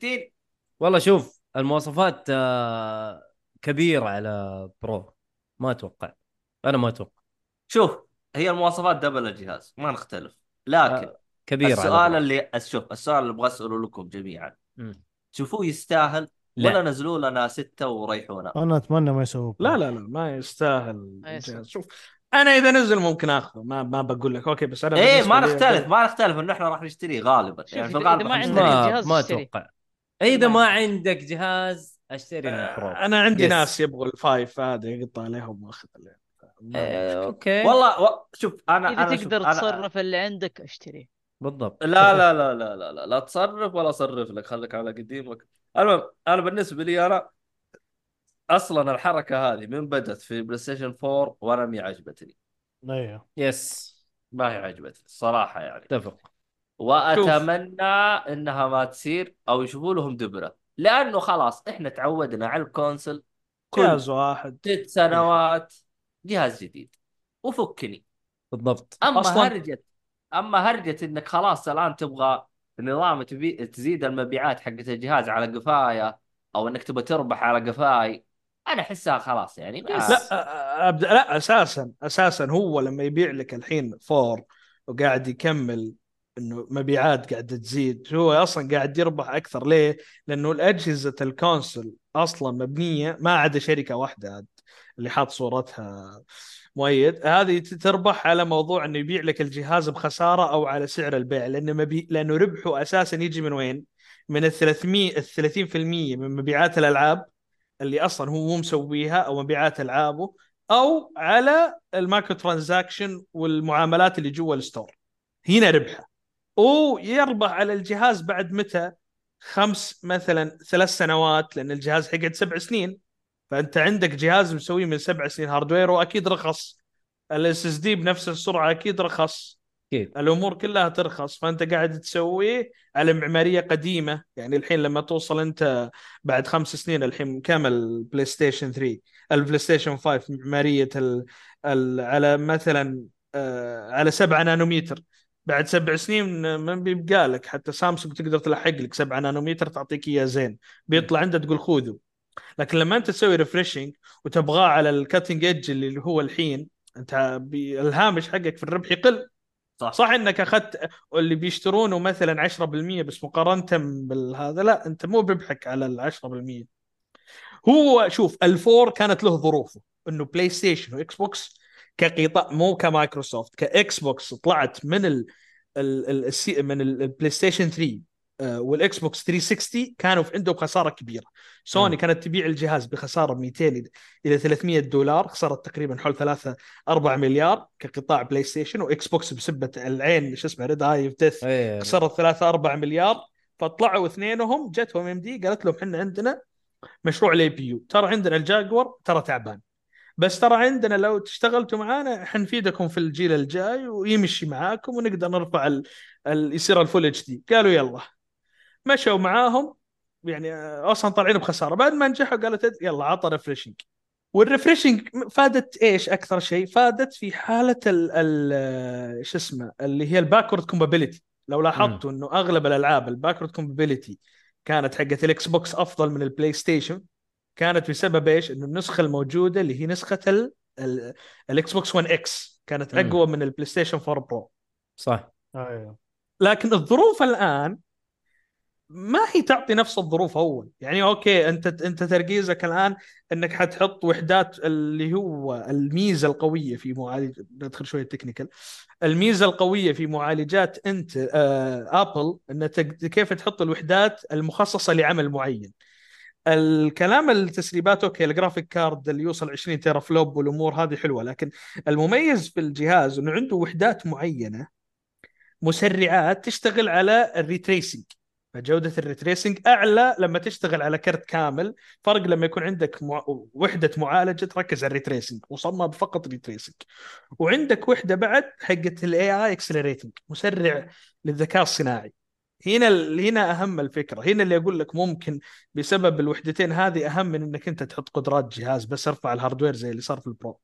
[SPEAKER 1] والله شوف المواصفات آه، كبيره على برو ما اتوقع انا ما اتوقع
[SPEAKER 3] شوف هي المواصفات دبل الجهاز ما نختلف لكن
[SPEAKER 1] كبيره على
[SPEAKER 3] السؤال
[SPEAKER 1] برو.
[SPEAKER 3] اللي شوف السؤال اللي ابغى اساله لكم جميعا
[SPEAKER 1] مم.
[SPEAKER 3] تشوفوه يستاهل
[SPEAKER 1] لا.
[SPEAKER 3] ولا نزلوا لنا ستة وريحونا
[SPEAKER 4] انا اتمنى ما يسووا
[SPEAKER 5] لا لا لا ما يستاهل
[SPEAKER 2] ما يستاهل.
[SPEAKER 5] الجهاز. شوف انا اذا نزل ممكن اخذه ما ما بقول لك اوكي بس انا
[SPEAKER 3] ايه
[SPEAKER 5] بالنسبة
[SPEAKER 3] ما
[SPEAKER 5] لي
[SPEAKER 3] نختلف
[SPEAKER 5] أقول-
[SPEAKER 3] ما نختلف انه احنا راح نشتريه غالبا
[SPEAKER 2] شوف
[SPEAKER 3] يعني في
[SPEAKER 2] إذا-
[SPEAKER 3] الغالب
[SPEAKER 2] إذا ما
[SPEAKER 3] راح
[SPEAKER 2] عندك
[SPEAKER 3] نشتريه.
[SPEAKER 1] ما
[SPEAKER 2] جهاز
[SPEAKER 1] ما
[SPEAKER 2] اشتري.
[SPEAKER 1] اتوقع اذا ما آه،
[SPEAKER 2] ما
[SPEAKER 1] عندك جهاز اشتري البرو
[SPEAKER 5] انا عندي
[SPEAKER 1] يس.
[SPEAKER 5] ناس يبغوا الفايف هذا يقطع عليهم واخذ اللي- ما
[SPEAKER 3] إيه.
[SPEAKER 5] عندي
[SPEAKER 1] آه،
[SPEAKER 5] مشكلة.
[SPEAKER 1] اوكي
[SPEAKER 3] والله و... شوف انا
[SPEAKER 2] اذا
[SPEAKER 3] انا شوف
[SPEAKER 2] تقدر
[SPEAKER 3] انا
[SPEAKER 2] تصرف اللي عندك اشتريه
[SPEAKER 1] بالضبط
[SPEAKER 3] لا لا لا لا لا لا, لا تصرف ولا اصرف لك خليك على قديمك المهم انا بالنسبه لي انا اصلا الحركه هذه من بدت في بلاي ستيشن 4 وانا ما عجبتني
[SPEAKER 4] ايوه
[SPEAKER 1] يس
[SPEAKER 3] ما هي عجبتني الصراحه يعني
[SPEAKER 1] اتفق
[SPEAKER 3] واتمنى انها ما تصير او يشوفوا لهم دبره لانه خلاص احنا تعودنا على الكونسل كل
[SPEAKER 5] جهاز واحد
[SPEAKER 3] ست سنوات جهاز جديد وفكني
[SPEAKER 1] بالضبط
[SPEAKER 3] اما
[SPEAKER 5] أصلاً-
[SPEAKER 3] هرجه اما هرجه انك خلاص الان تبغى نظام تبي تزيد المبيعات حقت الجهاز على قفايه او انك تبغى تربح على قفاي انا احسها خلاص يعني ما...
[SPEAKER 5] لا أ- أبدأ لا اساسا اساسا هو لما يبيع لك الحين فور وقاعد يكمل انه مبيعات قاعده تزيد هو اصلا قاعد يربح اكثر ليه؟ لانه الاجهزه الكونسل اصلا مبنيه ما عدا شركه واحده عاد اللي حاط صورتها مؤيد هذه ت- تربح على موضوع انه يبيع لك الجهاز بخساره او على سعر البيع لانه مبي... لانه ربحه اساسا يجي من وين؟ من ال 300 ال 30% من مبيعات الالعاب اللي اصلا هو مو مسويها او مبيعات العابه او على المايكرو ترانزاكشن والمعاملات اللي جوا الستور هنا ربحه ويربح على الجهاز بعد متى خمس مثلا ثلاث سنوات لان الجهاز حيقعد سبع سنين فانت عندك جهاز مسويه من سبع سنين هاردوير واكيد رخص الاس اس دي بنفس السرعه اكيد رخص
[SPEAKER 1] اكيد
[SPEAKER 5] الامور كلها ترخص فانت قاعد تسويه على معماريه قديمه يعني الحين لما توصل انت بعد خمس سنين الحين كم البلاي ستيشن 3 البلاي ستيشن 5 معماريه ال... ال... على مثلا آه على 7 نانومتر بعد سبع سنين ما بيبقى لك حتى سامسونج تقدر تلحق لك 7 نانومتر تعطيك اياه زين بيطلع انت تقول خذه لكن لما انت تسوي ريفرشنج وتبغاه على الكاتنج ايدج اللي هو الحين انت بي... الهامش حقك في الربح يقل صح انك اخذت اللي بيشترونه مثلا 10% بس مقارنه بالهذا لا انت مو بربحك على ال 10% هو شوف الفور كانت له ظروفه انه بلاي ستيشن واكس بوكس كقطاع مو كمايكروسوفت كاكس بوكس طلعت من ال ال ال السي- من ال- البلاي ستيشن 3 آه، والاكس بوكس 360 كانوا في عندهم خساره كبيره سوني
[SPEAKER 1] مم.
[SPEAKER 5] كانت تبيع الجهاز بخساره 200 الى 300 دولار خسرت تقريبا حول 3 4 مليار كقطاع بلاي ستيشن واكس بوكس بسبه العين شو اسمه ريد اي اوف ديث
[SPEAKER 1] ايه
[SPEAKER 5] خسرت 3 4 مليار فطلعوا اثنينهم جتهم ام دي قالت لهم احنا عندنا مشروع الاي بي يو ترى عندنا الجاكور ترى تعبان بس ترى عندنا لو اشتغلتوا معانا حنفيدكم في الجيل الجاي ويمشي معاكم ونقدر نرفع ال... ال... يصير الفول اتش دي قالوا يلا مشوا معاهم يعني آه، اصلا طالعين بخساره بعد ما نجحوا قالوا تد... يلا عطى ريفرشنج والريفرشنج فادت ايش اكثر شيء فادت في حاله ال ال شو اسمه اللي هي الباكورد كومبابيلتي لو لاحظتوا انه اغلب الالعاب الباكورد كومبابيلتي كانت حقت الاكس بوكس افضل من البلاي ستيشن كانت بسبب ايش؟ انه النسخه الموجوده اللي هي نسخه ال- ال- الاكس بوكس 1 اكس كانت
[SPEAKER 1] مم.
[SPEAKER 5] اقوى من البلاي ستيشن 4 برو
[SPEAKER 1] صح
[SPEAKER 4] ايوه
[SPEAKER 5] لكن الظروف الان ما هي تعطي نفس الظروف اول يعني اوكي انت انت تركيزك الان انك حتحط وحدات اللي هو الميزه القويه في معالج ندخل شويه تكنيكال الميزه القويه في معالجات انت آه ابل ان تق- كيف تحط الوحدات المخصصه لعمل معين الكلام التسريبات اوكي الجرافيك كارد اللي يوصل 20 تيرا فلوب والامور هذه حلوه لكن المميز في الجهاز انه عنده وحدات معينه مسرعات تشتغل على الريتريسنج فجودة الريتريسنج أعلى لما تشتغل على كرت كامل فرق لما يكون عندك مع... وحدة معالجة تركز على الريتريسنج مصمم فقط ريتريسنج وعندك وحدة بعد حقت الاي اي اكسلريتنج مسرع للذكاء الصناعي هنا ال- هنا اهم الفكره هنا اللي اقول لك ممكن بسبب الوحدتين هذه اهم من انك انت تحط قدرات جهاز بس ارفع الهاردوير زي اللي صار في البرو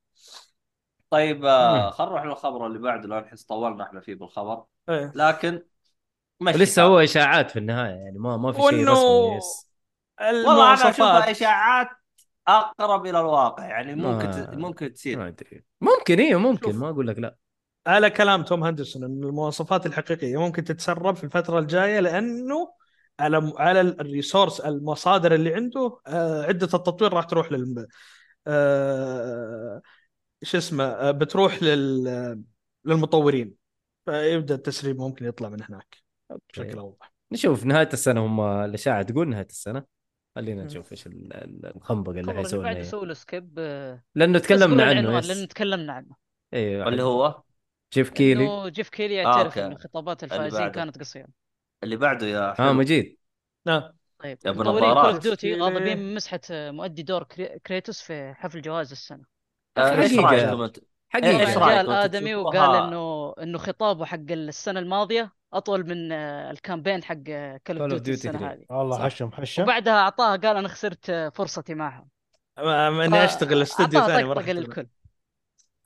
[SPEAKER 3] طيب آه، خلينا نروح للخبر اللي بعده لان احس طولنا احنا فيه بالخبر
[SPEAKER 5] إيه.
[SPEAKER 3] لكن مشي
[SPEAKER 1] لسه
[SPEAKER 3] حالك.
[SPEAKER 1] هو اشاعات في النهايه يعني ما ما في شيء
[SPEAKER 5] وإنه
[SPEAKER 1] رسمي يس.
[SPEAKER 3] والله انا اشوفها
[SPEAKER 5] المواصفات-
[SPEAKER 3] اشاعات اقرب الى الواقع يعني ممكن
[SPEAKER 1] ما-
[SPEAKER 3] ت... ممكن تصير
[SPEAKER 1] ما ادري ممكن ايه ممكن
[SPEAKER 5] شوف.
[SPEAKER 1] ما اقول لك لا
[SPEAKER 5] على كلام توم هندرسون ان المواصفات الحقيقيه ممكن تتسرب في الفتره الجايه لانه على على الريسورس المصادر اللي عنده آه، عده التطوير راح تروح لل آه، شو اسمه آه، بتروح لل آه، للمطورين فيبدا التسريب ممكن يطلع من هناك بشكل
[SPEAKER 1] إيه.
[SPEAKER 5] اوضح
[SPEAKER 1] نشوف نهايه السنه هم الاشاعه تقول نهايه السنه خلينا
[SPEAKER 5] مم.
[SPEAKER 1] نشوف ايش ال- ال- الخنبق اللي
[SPEAKER 2] الخبر اللي
[SPEAKER 1] حيسوي
[SPEAKER 3] إيه؟
[SPEAKER 2] بعده
[SPEAKER 1] لنا
[SPEAKER 2] سووا له سكيب آه،
[SPEAKER 1] لانه تكلمنا
[SPEAKER 2] سووا له
[SPEAKER 1] عنه
[SPEAKER 2] العنوان لانه
[SPEAKER 1] يس
[SPEAKER 2] تكلمنا عنه
[SPEAKER 1] ايوه
[SPEAKER 3] اللي
[SPEAKER 1] عاد.
[SPEAKER 3] هو
[SPEAKER 1] جيف كيلي
[SPEAKER 2] انه جيف كيلي
[SPEAKER 3] آه،
[SPEAKER 2] يعترف
[SPEAKER 3] أوكي.
[SPEAKER 2] ان خطابات
[SPEAKER 3] اللي
[SPEAKER 2] الفائزين
[SPEAKER 3] بعده.
[SPEAKER 2] كانت قصيره
[SPEAKER 3] اللي بعده يا
[SPEAKER 1] اه
[SPEAKER 3] حلو
[SPEAKER 1] مجيد
[SPEAKER 5] آه.
[SPEAKER 2] طيب
[SPEAKER 3] يا أبو
[SPEAKER 2] مطورين كول
[SPEAKER 3] نظارات.
[SPEAKER 2] اوف ديوتي
[SPEAKER 5] كيلي.
[SPEAKER 2] غاضبين من مسحه آه، مؤدي دور كري- كريتوس في حفل جوائز السنه
[SPEAKER 3] آه، ايش
[SPEAKER 1] حقيقة.
[SPEAKER 3] رايكم انت؟
[SPEAKER 1] حقيقه
[SPEAKER 3] إيش
[SPEAKER 2] طبعا جاء
[SPEAKER 3] رأيك وأنت
[SPEAKER 2] الادمي
[SPEAKER 3] تشوفها؟
[SPEAKER 2] وقال انه انه خطابه حق السنه الماضيه اطول من آه، الكامبين حق كول اوف
[SPEAKER 1] Call of
[SPEAKER 2] ديوتي
[SPEAKER 1] Duty
[SPEAKER 2] السنه
[SPEAKER 1] 3.
[SPEAKER 2] هذه
[SPEAKER 4] والله
[SPEAKER 1] صح.
[SPEAKER 4] حشم حشم
[SPEAKER 2] وبعدها اعطاها قال انا خسرت آه، فرصتي معهم
[SPEAKER 5] ما- ما
[SPEAKER 2] آه،
[SPEAKER 5] اني اشتغل استوديو
[SPEAKER 2] اعطاها
[SPEAKER 5] ثاني ما راح
[SPEAKER 2] طقطقه
[SPEAKER 5] أشتغل.
[SPEAKER 2] للكل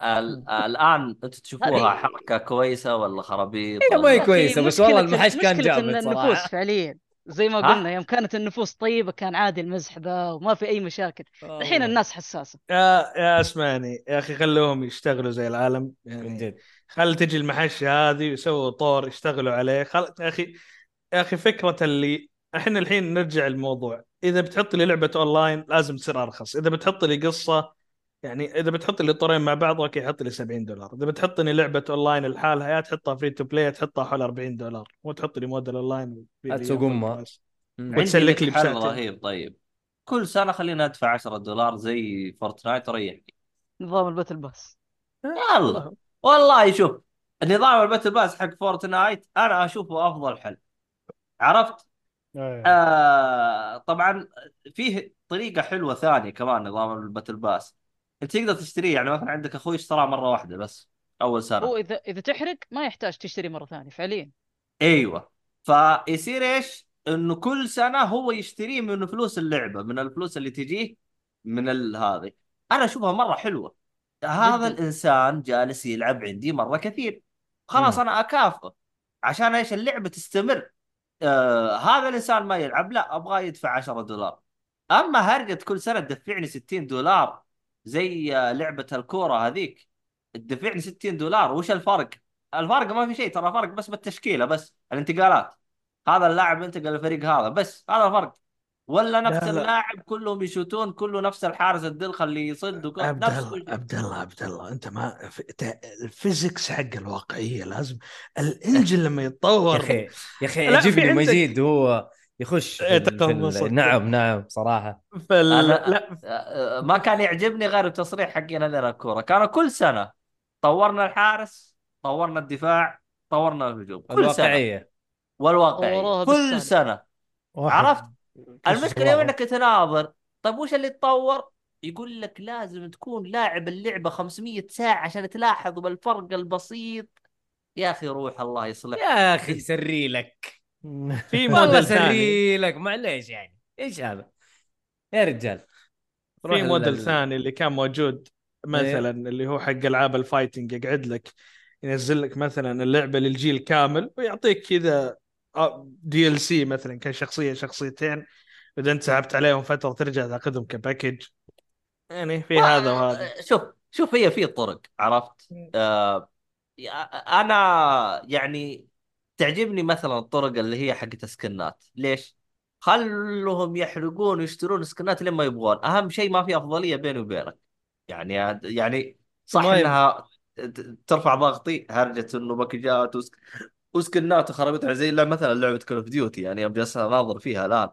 [SPEAKER 3] ال- الان انتم تشوفوها
[SPEAKER 2] هذه-
[SPEAKER 3] حركه كويسه ولا خرابيط
[SPEAKER 1] هي إيه، ما
[SPEAKER 3] ولا-
[SPEAKER 1] هي كويسة،
[SPEAKER 2] أخي،
[SPEAKER 1] بس والله
[SPEAKER 2] مشكلة-
[SPEAKER 1] المحش كان
[SPEAKER 2] مشكلة
[SPEAKER 1] جامد
[SPEAKER 2] إن
[SPEAKER 1] صراحة.
[SPEAKER 2] النفوس فعليا زي ما
[SPEAKER 3] ها؟
[SPEAKER 2] قلنا يوم كانت النفوس طيبة كان عادي المزح ذا وما في أي مشاكل الحين
[SPEAKER 1] والله.
[SPEAKER 2] الناس حساسة
[SPEAKER 5] يا يا اسمعني يا اخي خلوهم يشتغلوا زي العالم
[SPEAKER 1] من
[SPEAKER 5] يعني
[SPEAKER 1] جد
[SPEAKER 5] خل تجي المحشي هذه ويسووا طور يشتغلوا عليه خل... يا اخي يا اخي فكره اللي احنا الحين نرجع الموضوع اذا بتحط لي لعبه اونلاين لازم تصير ارخص اذا بتحط لي قصه يعني اذا بتحط لي طورين مع بعض اوكي حط لي 70 دولار اذا بتحطني لعبه اونلاين لحالها يا تحطها فري تو بلاي تحطها حول 40 دولار وتحط لي موديل اونلاين
[SPEAKER 1] هتسوق أمها. مم.
[SPEAKER 5] وتسلك
[SPEAKER 3] عندي لك
[SPEAKER 5] لي
[SPEAKER 3] حل
[SPEAKER 5] بساعتين.
[SPEAKER 3] رهيب طيب كل سنه خلينا ادفع 10 دولار زي فورتنايت ريحني
[SPEAKER 2] نظام الباتل باس
[SPEAKER 5] إيه،
[SPEAKER 3] يلا والله شوف نظام الباتل باس حق فورتنايت انا اشوفه افضل حل عرفت؟
[SPEAKER 5] إيه.
[SPEAKER 4] آه.
[SPEAKER 3] آه طبعا فيه طريقه حلوه ثانيه كمان نظام الباتل باس انت تقدر تشتريه يعني مثلا عندك اخوي اشتراه مره واحده بس اول سنه
[SPEAKER 2] هو إذا إذا تحرق ما يحتاج تشتري مرة ثانية فعليا
[SPEAKER 3] ايوه فيصير ايش؟ انه كل سنه هو يشتريه من فلوس اللعبه من الفلوس اللي تجيه من ال- هذه انا اشوفها مره حلوه هذا
[SPEAKER 2] جداً.
[SPEAKER 3] الانسان جالس يلعب عندي مره كثير خلاص
[SPEAKER 1] مم.
[SPEAKER 3] انا اكافئه عشان ايش اللعبه تستمر آه هذا الانسان ما يلعب لا ابغاه يدفع 10 دولار اما هرجه كل سنه تدفعني 60 دولار زي آه، لعبه الكوره هذيك تدفعني 60 دولار وش الفرق؟ الفرق ما في شيء ترى فرق بس بالتشكيله بس الانتقالات هذا اللاعب انتقل للفريق هذا بس هذا الفرق ولا نفس
[SPEAKER 5] لا.
[SPEAKER 3] اللاعب كلهم يشوتون كله نفس الحارس الدلخه اللي يصد وكل-
[SPEAKER 5] عبد
[SPEAKER 3] نفس
[SPEAKER 5] الله
[SPEAKER 3] كل شيء.
[SPEAKER 5] عبد الله عبد الله انت ما ف- ت- الفيزكس حق الواقعيه لازم الانجن لما
[SPEAKER 1] يا
[SPEAKER 5] يتطور
[SPEAKER 1] اخي يا اخي
[SPEAKER 5] لا، في
[SPEAKER 1] يعجبني
[SPEAKER 5] عندك-
[SPEAKER 1] مجيد وهو يخش في
[SPEAKER 5] إيه،
[SPEAKER 1] ال... في
[SPEAKER 5] تقمص
[SPEAKER 1] ال...
[SPEAKER 5] الطب.
[SPEAKER 1] نعم نعم صراحة
[SPEAKER 5] فال...
[SPEAKER 3] انا
[SPEAKER 5] لا
[SPEAKER 3] آه، ما كان يعجبني غير التصريح حقنا لنا الكوره كانوا كل سنه طورنا الحارس طورنا الدفاع طورنا الهجوم كل سنه
[SPEAKER 1] الواقعية
[SPEAKER 3] والواقعيه
[SPEAKER 2] طوروها
[SPEAKER 3] كل
[SPEAKER 2] بالسالب.
[SPEAKER 3] سنه
[SPEAKER 4] واحد
[SPEAKER 3] عرفت؟
[SPEAKER 4] قصص
[SPEAKER 3] المشكله يوم
[SPEAKER 4] واحد.
[SPEAKER 3] انك تناظر طيب وش اللي تطور؟ يقول لك لازم تكون لاعب اللعبه 500 ساعه عشان تلاحظ بالفرق البسيط يا اخي روح الله يصلح
[SPEAKER 1] يا اخي سري لك
[SPEAKER 5] في
[SPEAKER 1] والله
[SPEAKER 5] موديل ثاني
[SPEAKER 1] سري لك معليش يعني ايش هذا يا رجال روح
[SPEAKER 5] في
[SPEAKER 1] ال- إيه.
[SPEAKER 5] موديل
[SPEAKER 1] ال-
[SPEAKER 5] ثاني اللي كان موجود مثلا اللي هو حق العاب الفايتنج يقعد لك ينزل لك مثلا اللعبه للجيل كامل ويعطيك كذا آه، دي ال سي مثلا كان شخصيه شخصيتين اذا انت سحبت عليهم فتره ترجع تاخذهم كباكج يعني في هذا
[SPEAKER 1] إيه.
[SPEAKER 5] وهذا
[SPEAKER 3] آه، شوف شوف هي في طرق عرفت؟ آه انا يعني تعجبني مثلا الطرق اللي هي حقت سكنات ليش؟ خلهم يحرقون ويشترون سكنات لما يبغون اهم شيء ما في افضليه بيني وبينك يعني يعني صح
[SPEAKER 1] ما يب-
[SPEAKER 3] انها ت- ترفع ضغطي هرجه انه باكجات وسك... وسكنات وخرابيط زي لا مثلا لعبه كول اوف ديوتي يعني ابدا اناظر فيها الان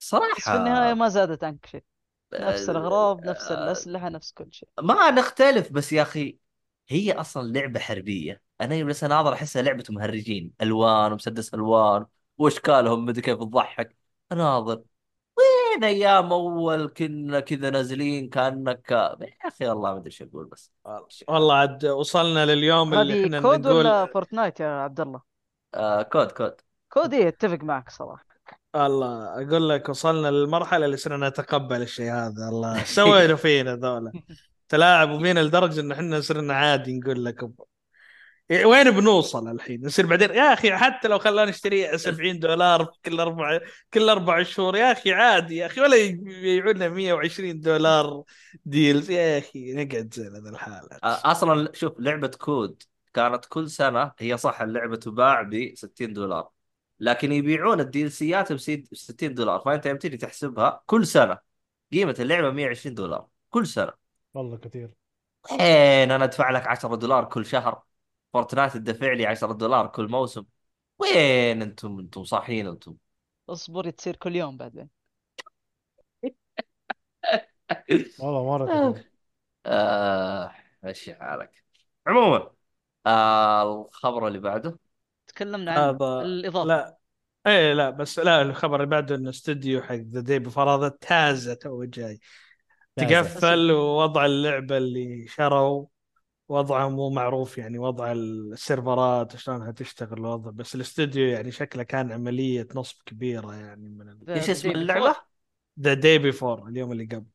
[SPEAKER 2] بس في النهاية
[SPEAKER 3] صراحه
[SPEAKER 2] ما زادت عنك شيء نفس الأغراض نفس
[SPEAKER 3] آه،
[SPEAKER 2] الأسلحة نفس كل شيء
[SPEAKER 3] ما نختلف بس يا اخي هي اصلا لعبه حربيه انا يوم بس اناظر احسها لعبه مهرجين الوان ومسدس الوان واشكالهم مدري كيف تضحك اناظر وين ايام اول كنا كذا نازلين كانك يا اخي والله ما ادري ايش اقول بس
[SPEAKER 5] والله عاد وصلنا لليوم اللي
[SPEAKER 2] هذه
[SPEAKER 5] احنا
[SPEAKER 2] كود
[SPEAKER 5] نقول
[SPEAKER 2] ولا فورتنايت يا عبد الله
[SPEAKER 3] آه كود كود
[SPEAKER 2] كودي اتفق معك صراحه
[SPEAKER 5] الله اقول لك وصلنا للمرحله اللي صرنا نتقبل الشيء هذا الله سوينا فينا ذولا تلاعبوا بينا لدرجه ان احنا صرنا عادي نقول لك أب- إيه، وين بنوصل الحين نصير بعدين يا اخي حتى لو خلاني اشتري 70 دولار كل اربع كل اربع شهور يا اخي عادي يا اخي ولا ي- يبيعونا 120 دولار ديلز يا اخي نقعد زين هذا الحال
[SPEAKER 3] آه. اصلا شوف لعبه كود كانت كل سنه هي صح اللعبه تباع ب 60 دولار لكن يبيعون الديلسيات ب 60 دولار فانت يوم تجي تحسبها كل سنه قيمه اللعبه 120 دولار كل سنه
[SPEAKER 4] والله كثير
[SPEAKER 3] وين انا ادفع لك 10 دولار كل شهر فورتنايت تدفع لي 10 دولار كل موسم وين انتم انتم صاحيين انتم
[SPEAKER 2] اصبر تصير كل يوم بعدين
[SPEAKER 4] والله مره كثير
[SPEAKER 3] آه مشي حالك عموما آه الخبر اللي بعده
[SPEAKER 2] تكلمنا عن
[SPEAKER 5] هذا
[SPEAKER 2] الاضافه
[SPEAKER 5] لا ايه لا بس لا الخبر اللي بعده انه استوديو حق ذا دي بفرضه تازه تو جاي تقفل ووضع اللعبه اللي شروا وضعه مو معروف يعني وضع السيرفرات شلونها تشتغل الوضع بس الاستوديو يعني شكله كان عمليه نصب كبيره يعني من
[SPEAKER 2] ذا-
[SPEAKER 3] ايش
[SPEAKER 2] ذا
[SPEAKER 3] اسم
[SPEAKER 2] Day Before.
[SPEAKER 3] اللعبه؟
[SPEAKER 5] ذا داي بيفور اليوم اللي قبل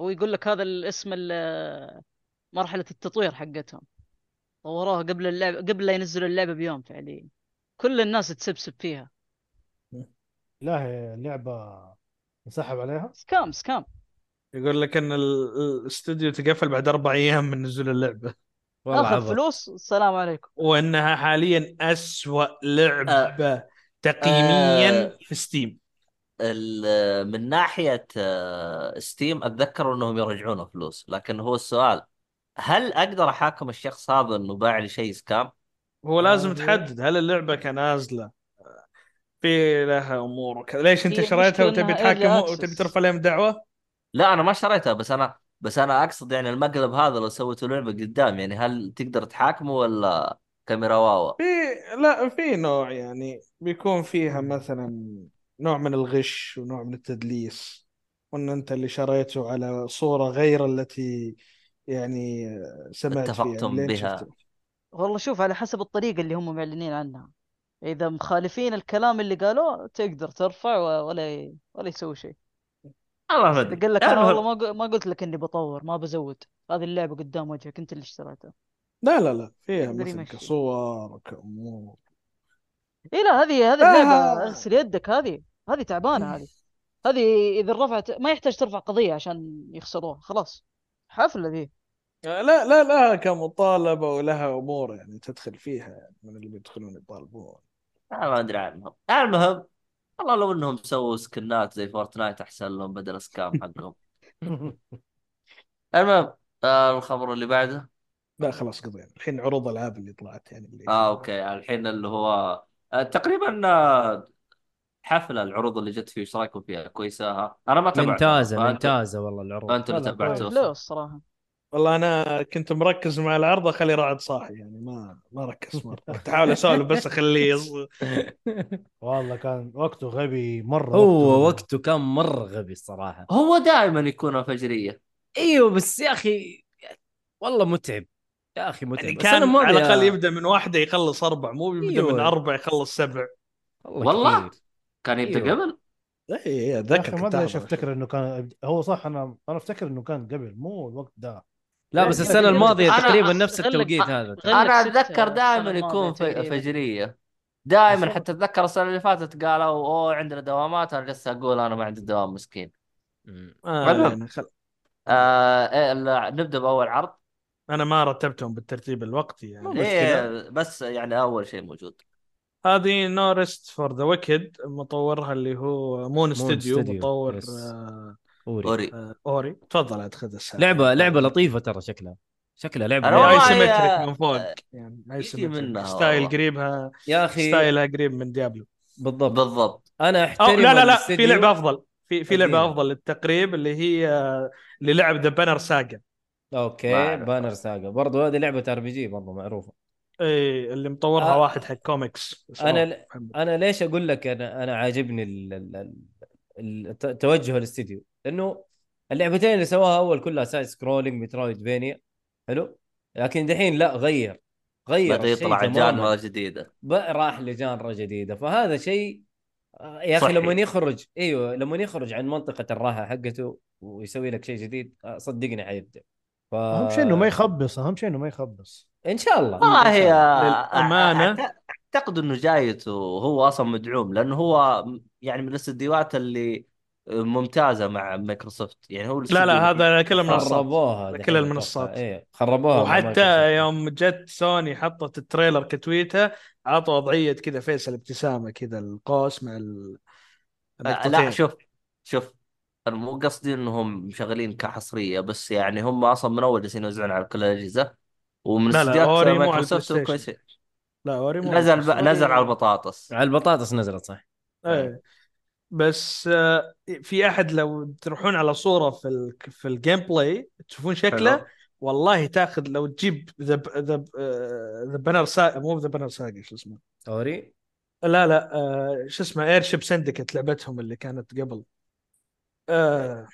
[SPEAKER 2] هو يقول لك هذا الاسم ال- مرحله التطوير حقتهم طوروها قبل اللعبه قبل لا ينزلوا اللعبه بيوم فعليا كل الناس تسبسب فيها
[SPEAKER 4] لا هي لعبه انسحب عليها
[SPEAKER 2] سكام سكام
[SPEAKER 5] يقول لك ان ال- الاستوديو تقفل بعد اربع ايام من نزول اللعبه
[SPEAKER 1] والله
[SPEAKER 2] اخذ
[SPEAKER 1] عبط
[SPEAKER 2] فلوس السلام عليكم
[SPEAKER 5] وانها حاليا اسوأ لعبه تقييميا
[SPEAKER 3] آه.
[SPEAKER 5] في ستيم
[SPEAKER 3] ال- من ناحية آه، ستيم أتذكر أنهم يرجعون فلوس لكن هو السؤال هل أقدر أحاكم الشخص هذا أنه باع لي شيء سكام؟
[SPEAKER 5] هو لازم
[SPEAKER 4] هذه-
[SPEAKER 5] تحدد هل اللعبه كنازله في لها امور وكذا ليش انت
[SPEAKER 2] هي
[SPEAKER 5] شريتها
[SPEAKER 2] المشكلة
[SPEAKER 5] وتبي
[SPEAKER 2] إنها early
[SPEAKER 5] تحاكم
[SPEAKER 2] access.
[SPEAKER 5] وتبي ترفع لهم دعوه؟
[SPEAKER 3] لا أنا ما اشتريتها بس أنا بس أنا أقصد يعني المقلب هذا لو سويته لعبة قدام يعني هل تقدر تحاكمه ولا كاميرا واوا؟
[SPEAKER 5] في لا في نوع يعني بيكون فيها مثلا نوع من الغش ونوع من التدليس وان انت اللي شريته على صوره غير التي يعني سمعت فيها
[SPEAKER 3] اتفقتم
[SPEAKER 5] لين
[SPEAKER 3] بها.
[SPEAKER 5] شفته.
[SPEAKER 2] والله شوف على حسب الطريقه اللي هم معلنين عنها اذا مخالفين الكلام اللي قالوه تقدر ترفع و- ولا ي- ولا يسوي شيء
[SPEAKER 3] الله ما أدري
[SPEAKER 2] قال لك انا
[SPEAKER 3] المهم،
[SPEAKER 2] والله ما قل- ما قلت لك اني بطور ما بزود هذه اللعبه قدام وجهك انت اللي اشتريتها
[SPEAKER 5] لا لا لا فيها
[SPEAKER 2] تقدر
[SPEAKER 5] مثلا
[SPEAKER 2] يمشي.
[SPEAKER 5] كصور كامور
[SPEAKER 2] اي لا هذه هذه
[SPEAKER 5] آه.
[SPEAKER 2] اللعبه اغسل يدك هذه هذه تعبانه هذه هذه اذا رفعت ما يحتاج ترفع قضيه عشان يخسروها خلاص حفله ذي
[SPEAKER 5] لا لا لا كمطالبه ولها امور يعني تدخل فيها يعني من اللي بيدخلون يطالبون
[SPEAKER 3] أنا ما أدري عنهم. المهم والله لو أنهم سووا سكنات زي فورتنايت أحسن لهم بدل سكام حقهم. المهم آه الخبر اللي بعده
[SPEAKER 5] لا خلاص قضينا الحين عروض العاب اللي طلعت يعني اللي
[SPEAKER 3] اه
[SPEAKER 1] آه.
[SPEAKER 3] اوكي الحين اللي هو آه، تقريبا آه، حفله العروض اللي جت فيه ايش رايكم فيها كويسه ها؟ انا ما تابعتها
[SPEAKER 1] ممتازه
[SPEAKER 3] فأنت-
[SPEAKER 1] ممتازه والله العروض
[SPEAKER 3] فانت اللي
[SPEAKER 4] لا، لا،
[SPEAKER 3] تابعته
[SPEAKER 4] كويس.
[SPEAKER 2] فلوس صراحه
[SPEAKER 5] والله انا كنت مركز مع العرض اخلي راعد صاحي يعني ما ما ركز مره كنت احاول اسولف بس اخليه يص-
[SPEAKER 4] والله كان وقته غبي مره
[SPEAKER 1] هو
[SPEAKER 4] غبي.
[SPEAKER 1] وقته كان مره غبي الصراحه
[SPEAKER 3] هو دائما يكون فجريه
[SPEAKER 1] ايوه بس يا اخي والله متعب يا اخي متعب
[SPEAKER 5] يعني
[SPEAKER 1] بس أنا
[SPEAKER 5] كان
[SPEAKER 1] ما أبي
[SPEAKER 5] على الاقل
[SPEAKER 1] أ-
[SPEAKER 5] يبدا من واحده يخلص اربع مو يبدا
[SPEAKER 1] أيوة.
[SPEAKER 5] من اربع يخلص سبع
[SPEAKER 1] والله
[SPEAKER 3] والله؟
[SPEAKER 1] كثير
[SPEAKER 3] كان يبدا
[SPEAKER 1] أيوه.
[SPEAKER 3] قبل
[SPEAKER 5] اي
[SPEAKER 4] يا
[SPEAKER 5] اتذكر
[SPEAKER 4] اخي ما
[SPEAKER 5] كنت
[SPEAKER 4] ادري ليش
[SPEAKER 5] أحضر.
[SPEAKER 4] افتكر انه كان هو صح انا انا افتكر انه كان قبل مو الوقت ده
[SPEAKER 1] لا بس السنه الماضيه
[SPEAKER 3] أنا-
[SPEAKER 1] تقريبا نفس
[SPEAKER 2] غلق-
[SPEAKER 1] التوقيت هذا
[SPEAKER 2] غلق
[SPEAKER 3] انا
[SPEAKER 2] ستة
[SPEAKER 3] اتذكر دائما
[SPEAKER 2] السنة الماضية
[SPEAKER 3] يكون ف-
[SPEAKER 2] تقريباً.
[SPEAKER 3] فجريه دائما
[SPEAKER 4] بالضبط.
[SPEAKER 3] حتى اتذكر السنه اللي فاتت قالوا اوه عندنا دوامات انا لسه اقول انا ما عندي دوام مسكين
[SPEAKER 1] مم.
[SPEAKER 5] آه
[SPEAKER 3] المهم.
[SPEAKER 5] يعني خل...
[SPEAKER 3] آه إيه، لا، نبدا باول عرض
[SPEAKER 5] انا ما رتبتهم بالترتيب الوقتي يعني
[SPEAKER 1] مو مشكله
[SPEAKER 3] إيه بس يعني اول شيء موجود
[SPEAKER 5] هذه نورست فور ذا ويكد مطورها اللي هو مون استوديو
[SPEAKER 1] Studio.
[SPEAKER 5] مطور
[SPEAKER 1] يس.
[SPEAKER 5] آه،
[SPEAKER 1] اوري
[SPEAKER 3] اوري
[SPEAKER 5] آه، اوري تفضل عاد خذ السالفه
[SPEAKER 1] لعبه لعبه لطيفه ترى شكلها شكلها لعبه
[SPEAKER 3] أنا والله
[SPEAKER 1] لطيفة.
[SPEAKER 5] ايسومتريك
[SPEAKER 3] يا-
[SPEAKER 5] من فوق يعني
[SPEAKER 3] منها
[SPEAKER 5] ايسومتريك
[SPEAKER 3] والله.
[SPEAKER 5] ستايل قريبها
[SPEAKER 1] يا اخي
[SPEAKER 5] ستايلها قريب من ديابلو
[SPEAKER 1] بالضبط
[SPEAKER 3] بالضبط
[SPEAKER 1] انا
[SPEAKER 5] او
[SPEAKER 1] احترم
[SPEAKER 5] لا لا لا
[SPEAKER 1] الاستديو.
[SPEAKER 5] في لعبه افضل في في لعبه
[SPEAKER 1] ادينا.
[SPEAKER 5] افضل للتقريب اللي هي آه، اللي لعب ذا بانر ساجا
[SPEAKER 3] ما
[SPEAKER 1] اوكي
[SPEAKER 3] أعرف.
[SPEAKER 1] بانر ساجا برضو هذه لعبه ار بي جي برضو معروفه
[SPEAKER 5] اي إيه، اللي مطورها
[SPEAKER 1] آه.
[SPEAKER 5] واحد حق كوميكس اسمه
[SPEAKER 1] أنا-
[SPEAKER 5] محمد.
[SPEAKER 1] انا ليش اقول لك انا انا عاجبني ال- ال- ال- الت- توجه الاستديو لانه اللعبتين اللي سواها اول كلها سايد سكرولينج مترويد فينيا حلو لكن دحين لا غير غير
[SPEAKER 3] بدا
[SPEAKER 1] الشيء
[SPEAKER 3] يطلع
[SPEAKER 1] تماماً.
[SPEAKER 3] جانرا جديده
[SPEAKER 1] بقى راح لجانرا جديده فهذا شيء آه، يا اخي
[SPEAKER 3] صحي.
[SPEAKER 1] لما يخرج ايوه لما يخرج عن منطقه الراحه حقته ويسوي لك شيء جديد آه، صدقني حيبدع ف...
[SPEAKER 4] اهم شيء انه ما يخبص اهم شيء انه ما يخبص
[SPEAKER 1] ان شاء الله
[SPEAKER 3] والله
[SPEAKER 1] إن شاء الله.
[SPEAKER 5] للأمانة.
[SPEAKER 3] أعت- اعتقد انه جايته هو اصلا مدعوم لانه هو م- يعني من الاستديوهات اللي ممتازه مع مايكروسوفت يعني هو
[SPEAKER 5] لا
[SPEAKER 3] الاستديو
[SPEAKER 5] لا هذا على كل
[SPEAKER 3] اللي-
[SPEAKER 5] المنصات
[SPEAKER 1] خربوها
[SPEAKER 5] على
[SPEAKER 1] دحين
[SPEAKER 5] كل المنصات.
[SPEAKER 1] أتوقع. ايه خربوها مع
[SPEAKER 5] وحتى
[SPEAKER 1] مايكروسوفت.
[SPEAKER 5] يوم جت سوني حطت التريلر كتويته عطوا وضعيه كذا فيصل ابتسامه كذا القوس مع ال...
[SPEAKER 3] آه، لا شوف شوف انا مو قصدي انهم مشغلين كحصريه بس يعني هم اصلا من اول جالسين يوزعون على كل الاجهزه ومن
[SPEAKER 5] لا، لا،
[SPEAKER 3] استديوهات
[SPEAKER 5] أوري مو على البلاي
[SPEAKER 3] مايكروسوفت
[SPEAKER 5] ستيشن.
[SPEAKER 3] كويسين
[SPEAKER 5] لا اوري مو
[SPEAKER 3] نزل
[SPEAKER 5] بس أوري-
[SPEAKER 3] نزل على البطاطس
[SPEAKER 1] على البطاطس نزلت صح
[SPEAKER 5] إيه. بس آه، في احد لو تروحون على صوره في ال... في الجيم بلاي تشوفون شكله
[SPEAKER 3] حلو.
[SPEAKER 5] والله تاخذ لو تجيب آه، ذا ذا ذا بانر ساق مو ذا بانر ساق شو اسمه
[SPEAKER 1] اوري
[SPEAKER 5] لا لا آه، شو اسمه ايرشيب سندكت لعبتهم اللي كانت قبل آه،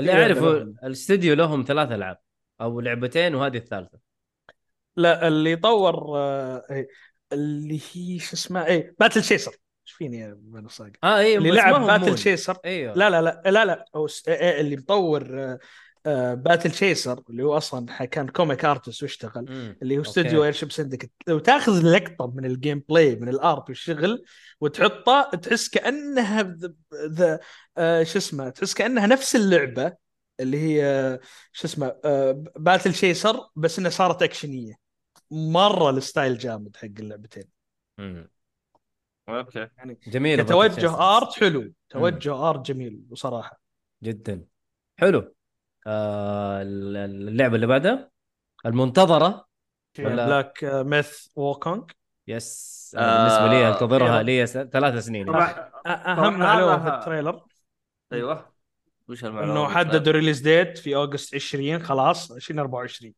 [SPEAKER 1] اللي
[SPEAKER 5] إيه،
[SPEAKER 1] اعرفه
[SPEAKER 5] لعبة.
[SPEAKER 1] الاستديو لهم ثلاث العاب او لعبتين وهذه الثالثه
[SPEAKER 5] لا اللي طور آه، إيه، اللي هي شو اسمه إيه، اي باتل شيسر ايش فيني يا بانر ساق
[SPEAKER 1] اه اي
[SPEAKER 5] اللي
[SPEAKER 1] بس ما
[SPEAKER 5] لعب
[SPEAKER 1] هم
[SPEAKER 5] باتل
[SPEAKER 1] مون.
[SPEAKER 5] شيسر
[SPEAKER 1] ايوه
[SPEAKER 5] لا لا لا لا لا هو س- إيه، اللي مطور آه، آه، باتل شيسر اللي هو اصلا ح- كان كوميك ارتست واشتغل
[SPEAKER 1] مم.
[SPEAKER 5] اللي هو
[SPEAKER 1] أوكي.
[SPEAKER 5] استوديو إيه. ايرشيب سندكت لو تاخذ لقطه من الجيم بلاي من الارت والشغل وتحطه تحس كانها ذ- ذ- آه، شو اسمه تحس كانها نفس اللعبه اللي هي آه، شو اسمه آه، باتل شيسر بس انها صارت اكشنيه مره الستايل جامد حق اللعبتين
[SPEAKER 1] مم.
[SPEAKER 3] اوكي
[SPEAKER 1] جميل
[SPEAKER 5] كتوجه
[SPEAKER 1] إيه، باتل شيسرز.
[SPEAKER 5] ارت حلو توجه ارت جميل بصراحه
[SPEAKER 1] جدا حلو آه ال- ال- اللعبه اللي بعدها المنتظره ولا-
[SPEAKER 5] بلاك ميث ووكونج
[SPEAKER 1] يس أنا بالنسبه لي
[SPEAKER 3] آه،
[SPEAKER 1] انتظرها
[SPEAKER 5] أيوة.
[SPEAKER 1] لي س- ثلاث سنين
[SPEAKER 3] طبعا
[SPEAKER 5] اهم
[SPEAKER 3] طبعاً
[SPEAKER 5] معلومه
[SPEAKER 3] هذا-
[SPEAKER 5] في التريلر
[SPEAKER 3] ايوه وش المعلومه
[SPEAKER 5] انه حددوا ريليز ديت في اوغست 20 خلاص 2024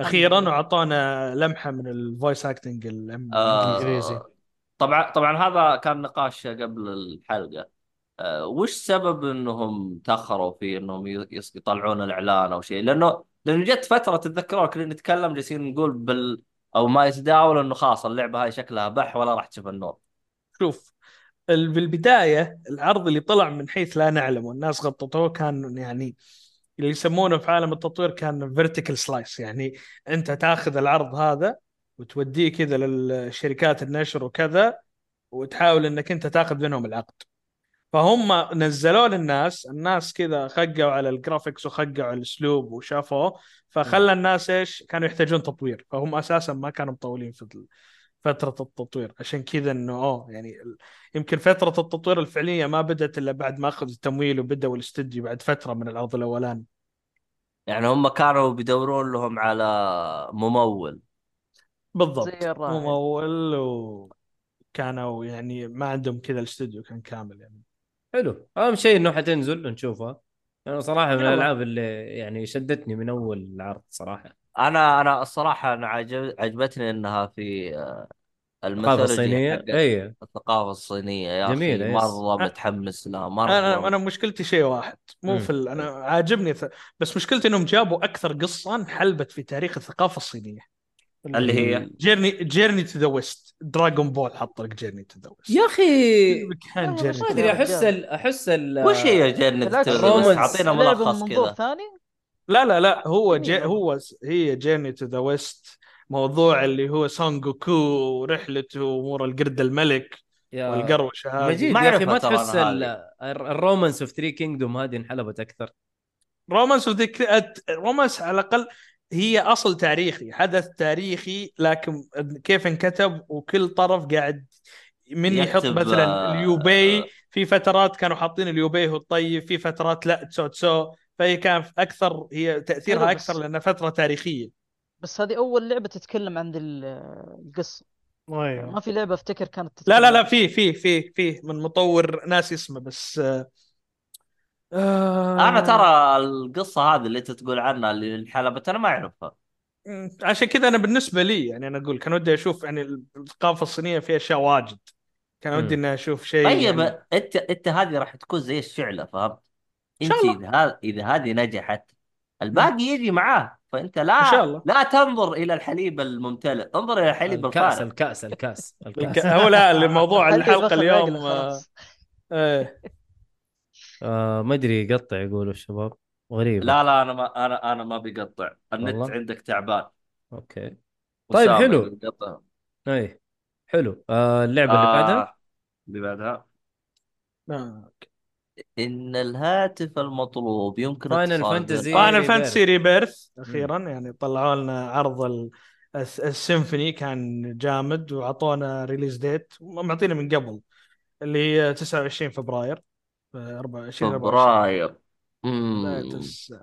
[SPEAKER 5] اخيرا واعطونا لمحه من الفويس اكتنج
[SPEAKER 4] إنجليزي.
[SPEAKER 3] آه طبعا طبعا هذا كان نقاش قبل الحلقه آه وش سبب انهم تاخروا في انهم ي- يس- يطلعون الاعلان او شيء لانه لانه جت فتره تتذكرون كنا نتكلم جالسين نقول بال او ما يتداول انه خلاص اللعبه هاي شكلها بح ولا راح تشوف النور
[SPEAKER 5] شوف ال- بالبدايه العرض اللي طلع من حيث لا نعلم والناس غطتوه كان يعني اللي يسمونه في عالم التطوير كان فيرتيكال سلايس يعني انت تاخذ العرض هذا وتوديه كذا للشركات النشر وكذا وتحاول انك انت تاخذ منهم العقد فهم نزلوه للناس الناس كذا خقوا على الجرافيكس وخقوا على الاسلوب وشافوه فخلى الناس ايش كانوا يحتاجون تطوير فهم اساسا ما كانوا مطولين في ال- فتره التطوير عشان كذا انه اه يعني ال- يمكن فتره التطوير الفعليه ما بدات الا بعد ما اخذوا التمويل وبداوا الاستديو بعد فتره من العرض الاولاني
[SPEAKER 3] يعني هم كانوا بيدورون لهم على ممول
[SPEAKER 5] بالضبط
[SPEAKER 2] زي الراعي.
[SPEAKER 5] ممول وكانوا يعني ما عندهم كذا الاستوديو كان كامل يعني
[SPEAKER 1] حلو اهم شيء انه حتنزل نشوفها انا صراحه من
[SPEAKER 5] يلا.
[SPEAKER 1] الالعاب اللي يعني شدتني من اول العرض صراحه
[SPEAKER 3] انا انا الصراحه انا عجب عجبتني انها في آه،
[SPEAKER 1] الثقافه
[SPEAKER 3] الميثولوجي
[SPEAKER 1] الصينيه
[SPEAKER 3] حق
[SPEAKER 1] اي
[SPEAKER 3] الثقافه الصينيه يا
[SPEAKER 1] إيه. جميلة،
[SPEAKER 3] اخي
[SPEAKER 1] يس.
[SPEAKER 3] مره متحمس لها مره
[SPEAKER 5] انا انا مشكلتي شيء واحد مو في ال... انا عاجبني ث... بس مشكلتي انهم جابوا اكثر قصه انحلبت في تاريخ الثقافه الصينيه
[SPEAKER 3] اللي هي
[SPEAKER 5] جيرني جيرني تو ذا ويست دراغون بول حط لك جيرني تو ذا ويست
[SPEAKER 1] يا اخي
[SPEAKER 5] كان
[SPEAKER 2] يا
[SPEAKER 5] جيرني
[SPEAKER 1] ما
[SPEAKER 2] رجال.
[SPEAKER 1] ادري احس ال... احس ال...
[SPEAKER 3] وش
[SPEAKER 1] آه،
[SPEAKER 3] هي جيرني
[SPEAKER 2] بالعكس،
[SPEAKER 1] الرومانس.
[SPEAKER 3] اعطينا
[SPEAKER 2] لعبة من
[SPEAKER 3] ملخص
[SPEAKER 2] منظور
[SPEAKER 3] كذا
[SPEAKER 2] ثاني
[SPEAKER 5] لا لا لا هو
[SPEAKER 2] جميل
[SPEAKER 5] جي...
[SPEAKER 2] والله.
[SPEAKER 5] هو س- هي جيرني تو ذا ويست موضوع اللي هو سانجوكو ورحلته وامور القرد الملك
[SPEAKER 1] يا
[SPEAKER 5] والقروشه هذه
[SPEAKER 1] مجيد
[SPEAKER 3] ما
[SPEAKER 1] يا اخي ما
[SPEAKER 3] أعرفها ترى
[SPEAKER 1] تحس
[SPEAKER 3] أنا
[SPEAKER 1] ال...
[SPEAKER 3] هذه.
[SPEAKER 1] ال- الرومانس اوف ثري كينجدوم هذه انحلبت اكثر
[SPEAKER 5] رومانس وذيك رومانس على الاقل هي اصل تاريخي حدث تاريخي لكن كيف انكتب وكل طرف قاعد من يحط
[SPEAKER 3] يكتب، آه،
[SPEAKER 5] مثلا اليوبي في فترات كانوا حاطين اليوبي هو الطيب في فترات لا تسو تسو فهي كان في اكثر هي تاثيرها
[SPEAKER 2] حلو بس-
[SPEAKER 5] اكثر لانها فتره تاريخيه
[SPEAKER 2] بس هذه أول لعبة تتكلم عن ذي ال- القصة
[SPEAKER 4] ايوه
[SPEAKER 2] ما في لعبة أفتكر كانت تتكلم
[SPEAKER 5] لا لا لا في في في في من مطور ناس اسمه بس آه
[SPEAKER 3] انا ترى القصه هذه اللي انت تقول عنها اللي انحلبت انا ما اعرفها
[SPEAKER 5] مم، عشان كذا انا بالنسبه لي يعني انا اقول كان ودي اشوف يعني الثقافه الصينيه فيها اشياء واجد كان ودي
[SPEAKER 1] مم.
[SPEAKER 5] اني اشوف شيء
[SPEAKER 3] طيب
[SPEAKER 5] يعني
[SPEAKER 3] انت انت هذه راح تكون زي الشعله فهمت؟
[SPEAKER 5] إن شاء
[SPEAKER 3] انت اذا ه- اذا هذه نجحت الباقي يجي معاه فانت لا
[SPEAKER 5] إن شاء الله.
[SPEAKER 3] لا تنظر الى الحليب الممتلئ انظر الى الحليب
[SPEAKER 1] الكاس
[SPEAKER 3] الفارغ
[SPEAKER 1] الكاس الكاس
[SPEAKER 5] الك-
[SPEAKER 1] الكاس
[SPEAKER 5] هو لا الموضوع
[SPEAKER 2] خليه
[SPEAKER 5] الحلقه
[SPEAKER 2] يبخل
[SPEAKER 5] اليوم
[SPEAKER 2] باقي خلاص.
[SPEAKER 5] آه، إيه.
[SPEAKER 1] آه ما ادري يقطع يقولوا الشباب غريبة
[SPEAKER 3] لا لا انا ما انا انا ما بقطع النت
[SPEAKER 1] والله.
[SPEAKER 3] عندك تعبان
[SPEAKER 1] اوكي طيب،
[SPEAKER 3] وسام
[SPEAKER 1] حلو.
[SPEAKER 3] اللي بيقطع.
[SPEAKER 1] اي إيه، حلو آه اللعبة اللي بعدها
[SPEAKER 3] آه، اللي بعدها
[SPEAKER 5] آه.
[SPEAKER 3] ان الهاتف المطلوب يمكن
[SPEAKER 1] Final
[SPEAKER 3] اتصال
[SPEAKER 1] Fantasy.
[SPEAKER 3] غير-
[SPEAKER 5] فاينل
[SPEAKER 1] Rebirth.
[SPEAKER 5] فانتسي ريبيرث اخيرا يعني طلعوا لنا عرض ال- الس- السيمفوني كان جامد واعطونا ريليز ديت معطينا من قبل اللي هي 29 فبراير آه، 24
[SPEAKER 3] فبراير
[SPEAKER 5] بداية
[SPEAKER 3] أمم.
[SPEAKER 5] الس-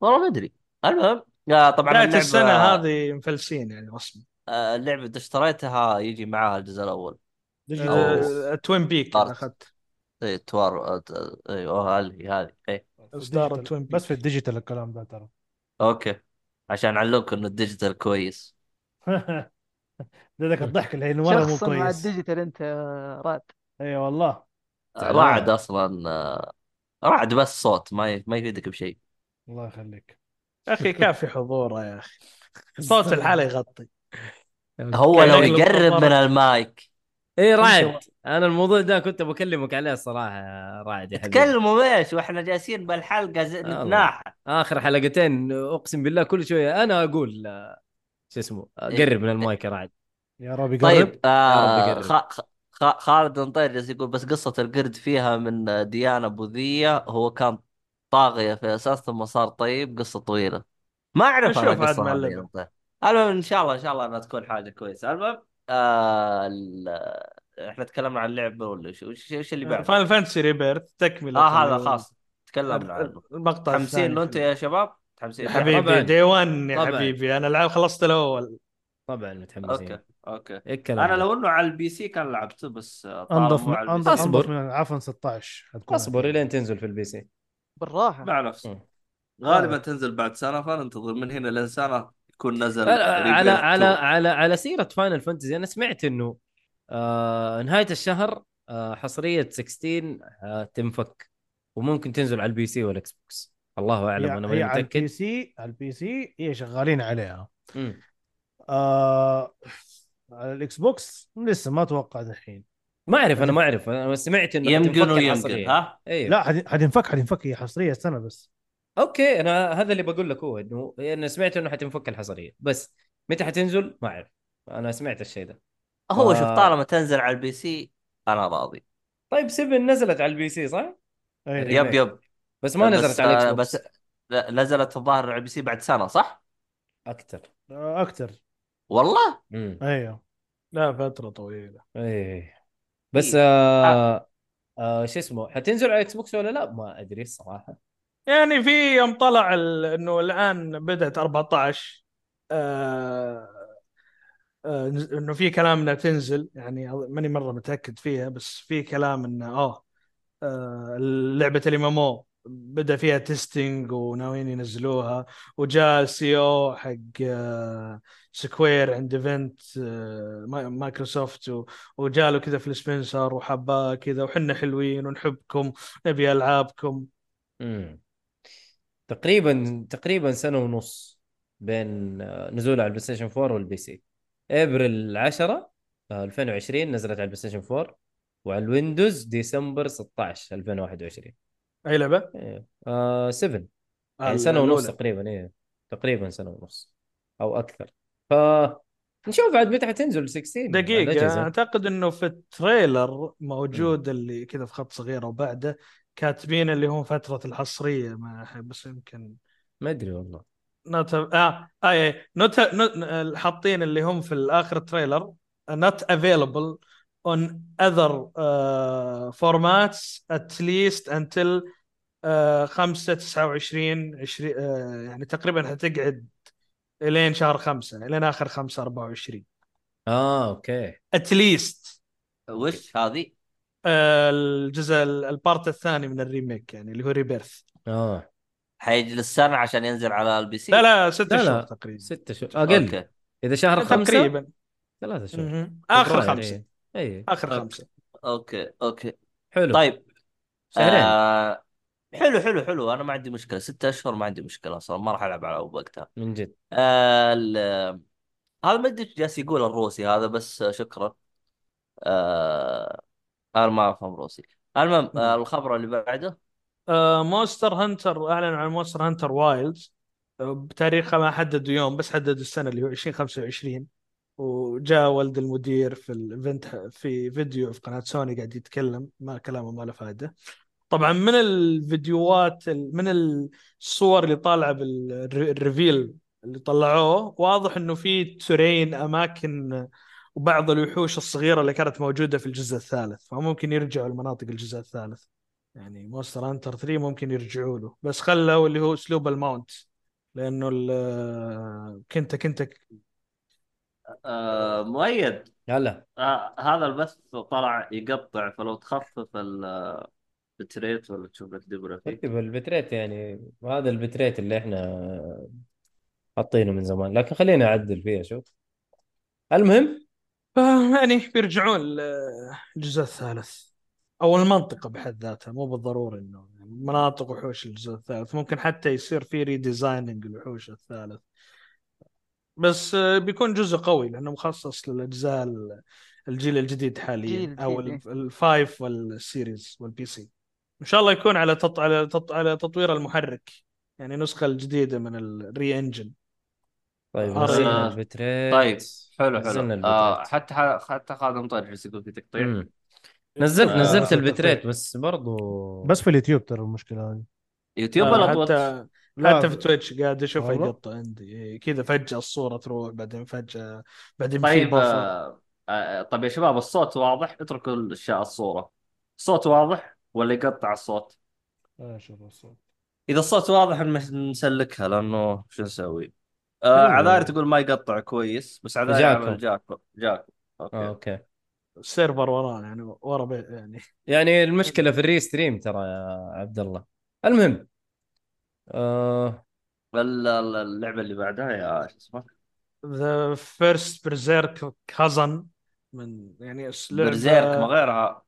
[SPEAKER 3] والله ما ادري المهم آه، طبعا
[SPEAKER 5] بداية
[SPEAKER 3] اللعبة
[SPEAKER 5] السنة هذه مفلسين يعني رسمي
[SPEAKER 3] آه، اللعبة إذا اشتريتها يجي معاها الجزء الأول
[SPEAKER 4] ديجيتال
[SPEAKER 3] أو-
[SPEAKER 5] آه، توين بيك
[SPEAKER 3] طارت.
[SPEAKER 5] انا اخذت
[SPEAKER 3] إيه توار آه، آه، أيوه هذه هذه إيه
[SPEAKER 5] إصدار
[SPEAKER 4] ديجيتال.
[SPEAKER 5] التوين بيك.
[SPEAKER 4] بس في الديجيتال الكلام ده ترى
[SPEAKER 3] أوكي عشان أعلمك إنه الديجيتال كويس
[SPEAKER 4] ده ذاك الضحك اللي انه مره مو
[SPEAKER 2] شخصا مع
[SPEAKER 4] كويس
[SPEAKER 2] الديجيتال انت يا رعد
[SPEAKER 4] اي والله
[SPEAKER 1] تعال.
[SPEAKER 3] رعد أصلا آه، رعد بس صوت ما ي- ما يفيدك بشيء
[SPEAKER 4] الله يخليك
[SPEAKER 5] يا اخي كافي حضوره يا اخي صوت الحالة يغطي
[SPEAKER 3] آه، هو لو
[SPEAKER 5] يقلب
[SPEAKER 3] يقرب من
[SPEAKER 5] نظارة.
[SPEAKER 3] المايك
[SPEAKER 1] اي
[SPEAKER 5] إن
[SPEAKER 1] إيه، رعد انا الموضوع ده كنت بكلمك عليه صراحة يا رعد يا حبيبي
[SPEAKER 3] تكلموا ايش واحنا جالسين بالحلقه زي
[SPEAKER 1] الله.
[SPEAKER 3] نتناحى
[SPEAKER 1] اخر حلقتين اقسم بالله كل شوية انا اقول آه، شو اسمه آه،
[SPEAKER 3] إيه.
[SPEAKER 1] قرب من المايك يا رعد
[SPEAKER 4] يا رب يقرب
[SPEAKER 3] طيب آه
[SPEAKER 1] يا رب يقرب.
[SPEAKER 3] خ... خ... خ- خالد مطير جالس يقول بس قصه القرد فيها من ديانه بوذيه هو كان طاغيه في اساس ثم صار طيب قصه طويله ما اعرف انا
[SPEAKER 5] نشوف عاد
[SPEAKER 3] القصه
[SPEAKER 5] مع
[SPEAKER 3] هذه يا
[SPEAKER 5] اللعبة.
[SPEAKER 3] مطير المهم ان شاء الله ان شاء الله انها تكون حاجه كويسه المهم آه ال... احنا تكلمنا عن اللعبه ولا شو وش وش اللي بعده؟
[SPEAKER 5] فاينل فانتسي ريبيرث تكملة
[SPEAKER 3] اه هذا
[SPEAKER 5] ال-
[SPEAKER 3] خلاص تكلمنا عنه
[SPEAKER 5] المقطع
[SPEAKER 3] متحمسين
[SPEAKER 5] الثاني في
[SPEAKER 3] انت
[SPEAKER 5] ال-
[SPEAKER 3] يا شباب متحمسين
[SPEAKER 5] يا
[SPEAKER 3] فيه؟
[SPEAKER 1] طبعاً.
[SPEAKER 5] حبيبي دي 1 يا
[SPEAKER 1] طبعاً.
[SPEAKER 5] حبيبي انا العاب خلصت الاول
[SPEAKER 1] طبعا متحمسين
[SPEAKER 3] اوكي اوكي
[SPEAKER 1] ايه الكلام
[SPEAKER 3] انا
[SPEAKER 1] ده؟
[SPEAKER 3] لو انه على البي سي كان لعبته بس آه، طالما
[SPEAKER 4] انظف
[SPEAKER 3] مو
[SPEAKER 4] من
[SPEAKER 3] على البي
[SPEAKER 4] انظف
[SPEAKER 3] سي
[SPEAKER 1] أصبر.
[SPEAKER 4] أنظف من العفن 16 هتكون
[SPEAKER 1] اصبر الين تنزل في البي سي
[SPEAKER 2] بالراحة
[SPEAKER 3] مع نفسي
[SPEAKER 1] مم.
[SPEAKER 3] غالبا تنزل بعد سنه فننتظر من هنا لين سنه يكون نزل
[SPEAKER 1] على على
[SPEAKER 3] Rebirth 2.
[SPEAKER 1] على على, على سيره فاينل فانتزي انا سمعت انه آه نهايه الشهر آه حصريه 16 آه تنفك وممكن تنزل على البي سي والاكس بوكس الله اعلم انا
[SPEAKER 4] هي, هي
[SPEAKER 1] ماني
[SPEAKER 4] على البي
[SPEAKER 1] متاكد
[SPEAKER 4] سي على البي سي هي شغالين عليها
[SPEAKER 1] مم.
[SPEAKER 4] آه على الاكس بوكس لسه ما اتوقع الحين
[SPEAKER 1] ما اعرف انا ما اعرف انا سمعت انه
[SPEAKER 3] يمكن
[SPEAKER 1] حتنفك
[SPEAKER 3] ويمكن
[SPEAKER 1] الحصرية.
[SPEAKER 3] ها
[SPEAKER 1] ايوه
[SPEAKER 4] لا حد- حتنفك حتنفك هي حصريه السنه بس
[SPEAKER 1] اوكي انا هذا اللي بقول لك هو انه انا سمعت انه حتنفك الحصريه بس متى حتنزل ما اعرف انا سمعت الشيء ده
[SPEAKER 3] هو
[SPEAKER 1] آه.
[SPEAKER 3] شوف طالما تنزل على البي سي انا راضي
[SPEAKER 1] طيب 7 نزلت على البي سي صح؟
[SPEAKER 4] أي.
[SPEAKER 1] الريميك.
[SPEAKER 3] يب يب
[SPEAKER 1] بس ما نزلت
[SPEAKER 3] بس
[SPEAKER 1] على الاكس
[SPEAKER 3] آه،
[SPEAKER 1] بوكس
[SPEAKER 3] بس لا، نزلت الظاهر على البي سي بعد سنه صح؟
[SPEAKER 1] اكثر
[SPEAKER 4] آه اكثر
[SPEAKER 3] والله
[SPEAKER 1] امم
[SPEAKER 4] ايوه
[SPEAKER 5] لا فترة طويلة
[SPEAKER 1] ايه بس
[SPEAKER 3] إيه.
[SPEAKER 1] آه آه شو اسمه حتنزل على الاكس بوكس ولا لا ما ادري الصراحه
[SPEAKER 5] يعني في يوم طلع ال- انه الان بدأت 14 آه آه انه في كلام انها تنزل يعني ماني مرة متأكد فيها بس في كلام انه اه آه، لعبة الامامو بدأ فيها تيستينج وناويين ينزلوها وجاء السي او حق آه، سكوير عند ايفنت آه، ما- مايكروسوفت و- وجاله كذا في السبنسر وحباه كذا وحنا حلوين ونحبكم نبي العابكم
[SPEAKER 1] امم تقريبا تقريبا سنه ونص بين آه، نزوله على البلاي ستيشن 4 والبي سي ابريل 10 آه، 2020 نزلت على البلاي ستيشن 4 وعلى الويندوز ديسمبر 16 2021
[SPEAKER 5] اي لعبة؟
[SPEAKER 1] ايه آه 7 يعني
[SPEAKER 5] ال-
[SPEAKER 1] سنة ونص
[SPEAKER 5] الأولى.
[SPEAKER 1] تقريبا ايه تقريبا سنة ونص او اكثر ف نشوف عاد متى حتنزل 16 على
[SPEAKER 5] دقيقة
[SPEAKER 1] الأجهزة.
[SPEAKER 5] اعتقد انه في التريلر موجود اللي كذا في خط صغير وبعده كاتبين اللي هو فترة الحصرية ما بس يمكن
[SPEAKER 1] ما ادري والله
[SPEAKER 5] نوت اه اي نوت حاطين اللي هم في الاخر تريلر not available on other uh, formats at least until uh, 5 29 20 uh, يعني تقريبا حتقعد الين شهر 5 الين اخر 5 24
[SPEAKER 1] اه اوكي
[SPEAKER 5] at least
[SPEAKER 3] وش هذه؟
[SPEAKER 5] uh, الجزء البارت الثاني من الريميك يعني اللي هو ريبيرث
[SPEAKER 1] اه
[SPEAKER 3] حيجلس سنه عشان ينزل على البي سي
[SPEAKER 5] لا لا ست
[SPEAKER 1] لا
[SPEAKER 5] شهور
[SPEAKER 1] لا
[SPEAKER 5] تقريبا
[SPEAKER 1] ستة شهور اقل
[SPEAKER 3] اوكي
[SPEAKER 1] اذا آه، شهر خمسة
[SPEAKER 5] تقريبا
[SPEAKER 1] ثلاثة شهور
[SPEAKER 5] مهم. اخر
[SPEAKER 1] فبراير،
[SPEAKER 5] خمسه
[SPEAKER 1] إيه. اي
[SPEAKER 5] اخر
[SPEAKER 3] أوكي.
[SPEAKER 5] خمسه
[SPEAKER 3] اوكي اوكي
[SPEAKER 1] حلو
[SPEAKER 3] طيب
[SPEAKER 1] شهرين
[SPEAKER 3] آه حلو حلو حلو انا ما عندي مشكله ستة اشهر ما عندي مشكله اصلا ما راح العب على وقتها
[SPEAKER 1] من جد
[SPEAKER 3] آه ال- هذا ما ادري إيش جالس يقول الروسي هذا بس آه، شكرا آه انا ما افهم روسي المهم آه الخبر اللي بعده
[SPEAKER 5] آه، مونستر هانتر اعلن عن مونستر هانتر وايلدز بتاريخها ما حددوا يوم بس حددوا السنه اللي هو 2025 وجاء والد المدير في الايفنت في فيديو في قناه سوني قاعد يتكلم ما كلامه ما له فائده طبعا من الفيديوهات ال- من الصور اللي طالعه بالريفيل اللي طلعوه واضح انه في ترين اماكن وبعض الوحوش الصغيره اللي كانت موجوده في الجزء الثالث فممكن يرجعوا لمناطق الجزء الثالث يعني مونستر هانتر 3 ممكن يرجعوا له بس خلوا اللي هو اسلوب الماونت لانه ال- كنت كنت
[SPEAKER 3] آه مؤيد
[SPEAKER 1] هلا
[SPEAKER 3] آه هذا البث طلع يقطع فلو تخفف ال- البتريت ولا تشوف لك دبره فيه
[SPEAKER 1] اكتب طيب، البتريت يعني هذا البتريت اللي احنا حاطينه من زمان لكن خليني اعدل فيه اشوف المهم
[SPEAKER 5] آه، يعني بيرجعون للجزء الثالث او المنطقه بحد ذاتها مو بالضروري انه يعني مناطق وحوش الجزء الثالث ممكن حتى يصير في ريديزايننج الوحوش الثالث بس آه، بيكون جزء قوي لانه مخصص للاجزاء ال- الجيل الجديد حاليا
[SPEAKER 2] الجيل
[SPEAKER 5] او
[SPEAKER 2] الجديد،
[SPEAKER 5] ال- الفايف والسيريز والبي سي ان شاء الله يكون على تط... على تط... على تطوير المحرك يعني النسخه الجديده من الري انجن
[SPEAKER 1] طيب
[SPEAKER 5] آه،
[SPEAKER 1] نزلنا
[SPEAKER 3] آه،
[SPEAKER 1] البتريت
[SPEAKER 3] طيب حلو
[SPEAKER 1] نزلنا
[SPEAKER 3] حلو
[SPEAKER 1] البتريت
[SPEAKER 3] آه حتى حتى خادم طير جالس يقول في تقطيع
[SPEAKER 1] مم. نزلت
[SPEAKER 3] طيب. آه،
[SPEAKER 1] نزلت
[SPEAKER 3] نزلت
[SPEAKER 1] البتريت بس برضو
[SPEAKER 4] بس في اليوتيوب ترى المشكله هذه
[SPEAKER 3] يوتيوب
[SPEAKER 5] آه،
[SPEAKER 3] ولا تويتش؟
[SPEAKER 5] حتى
[SPEAKER 4] لا،
[SPEAKER 5] حتى في
[SPEAKER 4] في-
[SPEAKER 5] تويتش قاعد اشوفها
[SPEAKER 4] والله؟
[SPEAKER 5] يقطع عندي إيه، كذا فجأة الصورة تروح بعدين فجأة بعدين في
[SPEAKER 3] طيب
[SPEAKER 5] بفر
[SPEAKER 3] آه آه طيب يا شباب الصوت واضح اتركوا الاشياء الصوره الصوت واضح ولا يقطع الصوت؟
[SPEAKER 4] لا اشوف الصوت
[SPEAKER 3] اذا الصوت واضح نمس- نسلكها لانه شو نسوي؟ آه
[SPEAKER 1] حلو.
[SPEAKER 3] عذاري تقول ما يقطع كويس بس عذاري
[SPEAKER 1] جاكم.
[SPEAKER 3] عمل جاكو جاكو
[SPEAKER 1] آه،
[SPEAKER 3] اوكي
[SPEAKER 1] اوكي
[SPEAKER 5] السيرفر ورانا يعني ورا بي- يعني
[SPEAKER 1] يعني المشكله في الري ستريم ترى يا عبد الله المهم آه
[SPEAKER 3] ال- ال- اللعبه اللي بعدها يا شو اسمه؟
[SPEAKER 5] ذا فيرست برزيرك كازن من يعني س-
[SPEAKER 3] برزيرك ما
[SPEAKER 5] لعبة
[SPEAKER 3] غيرها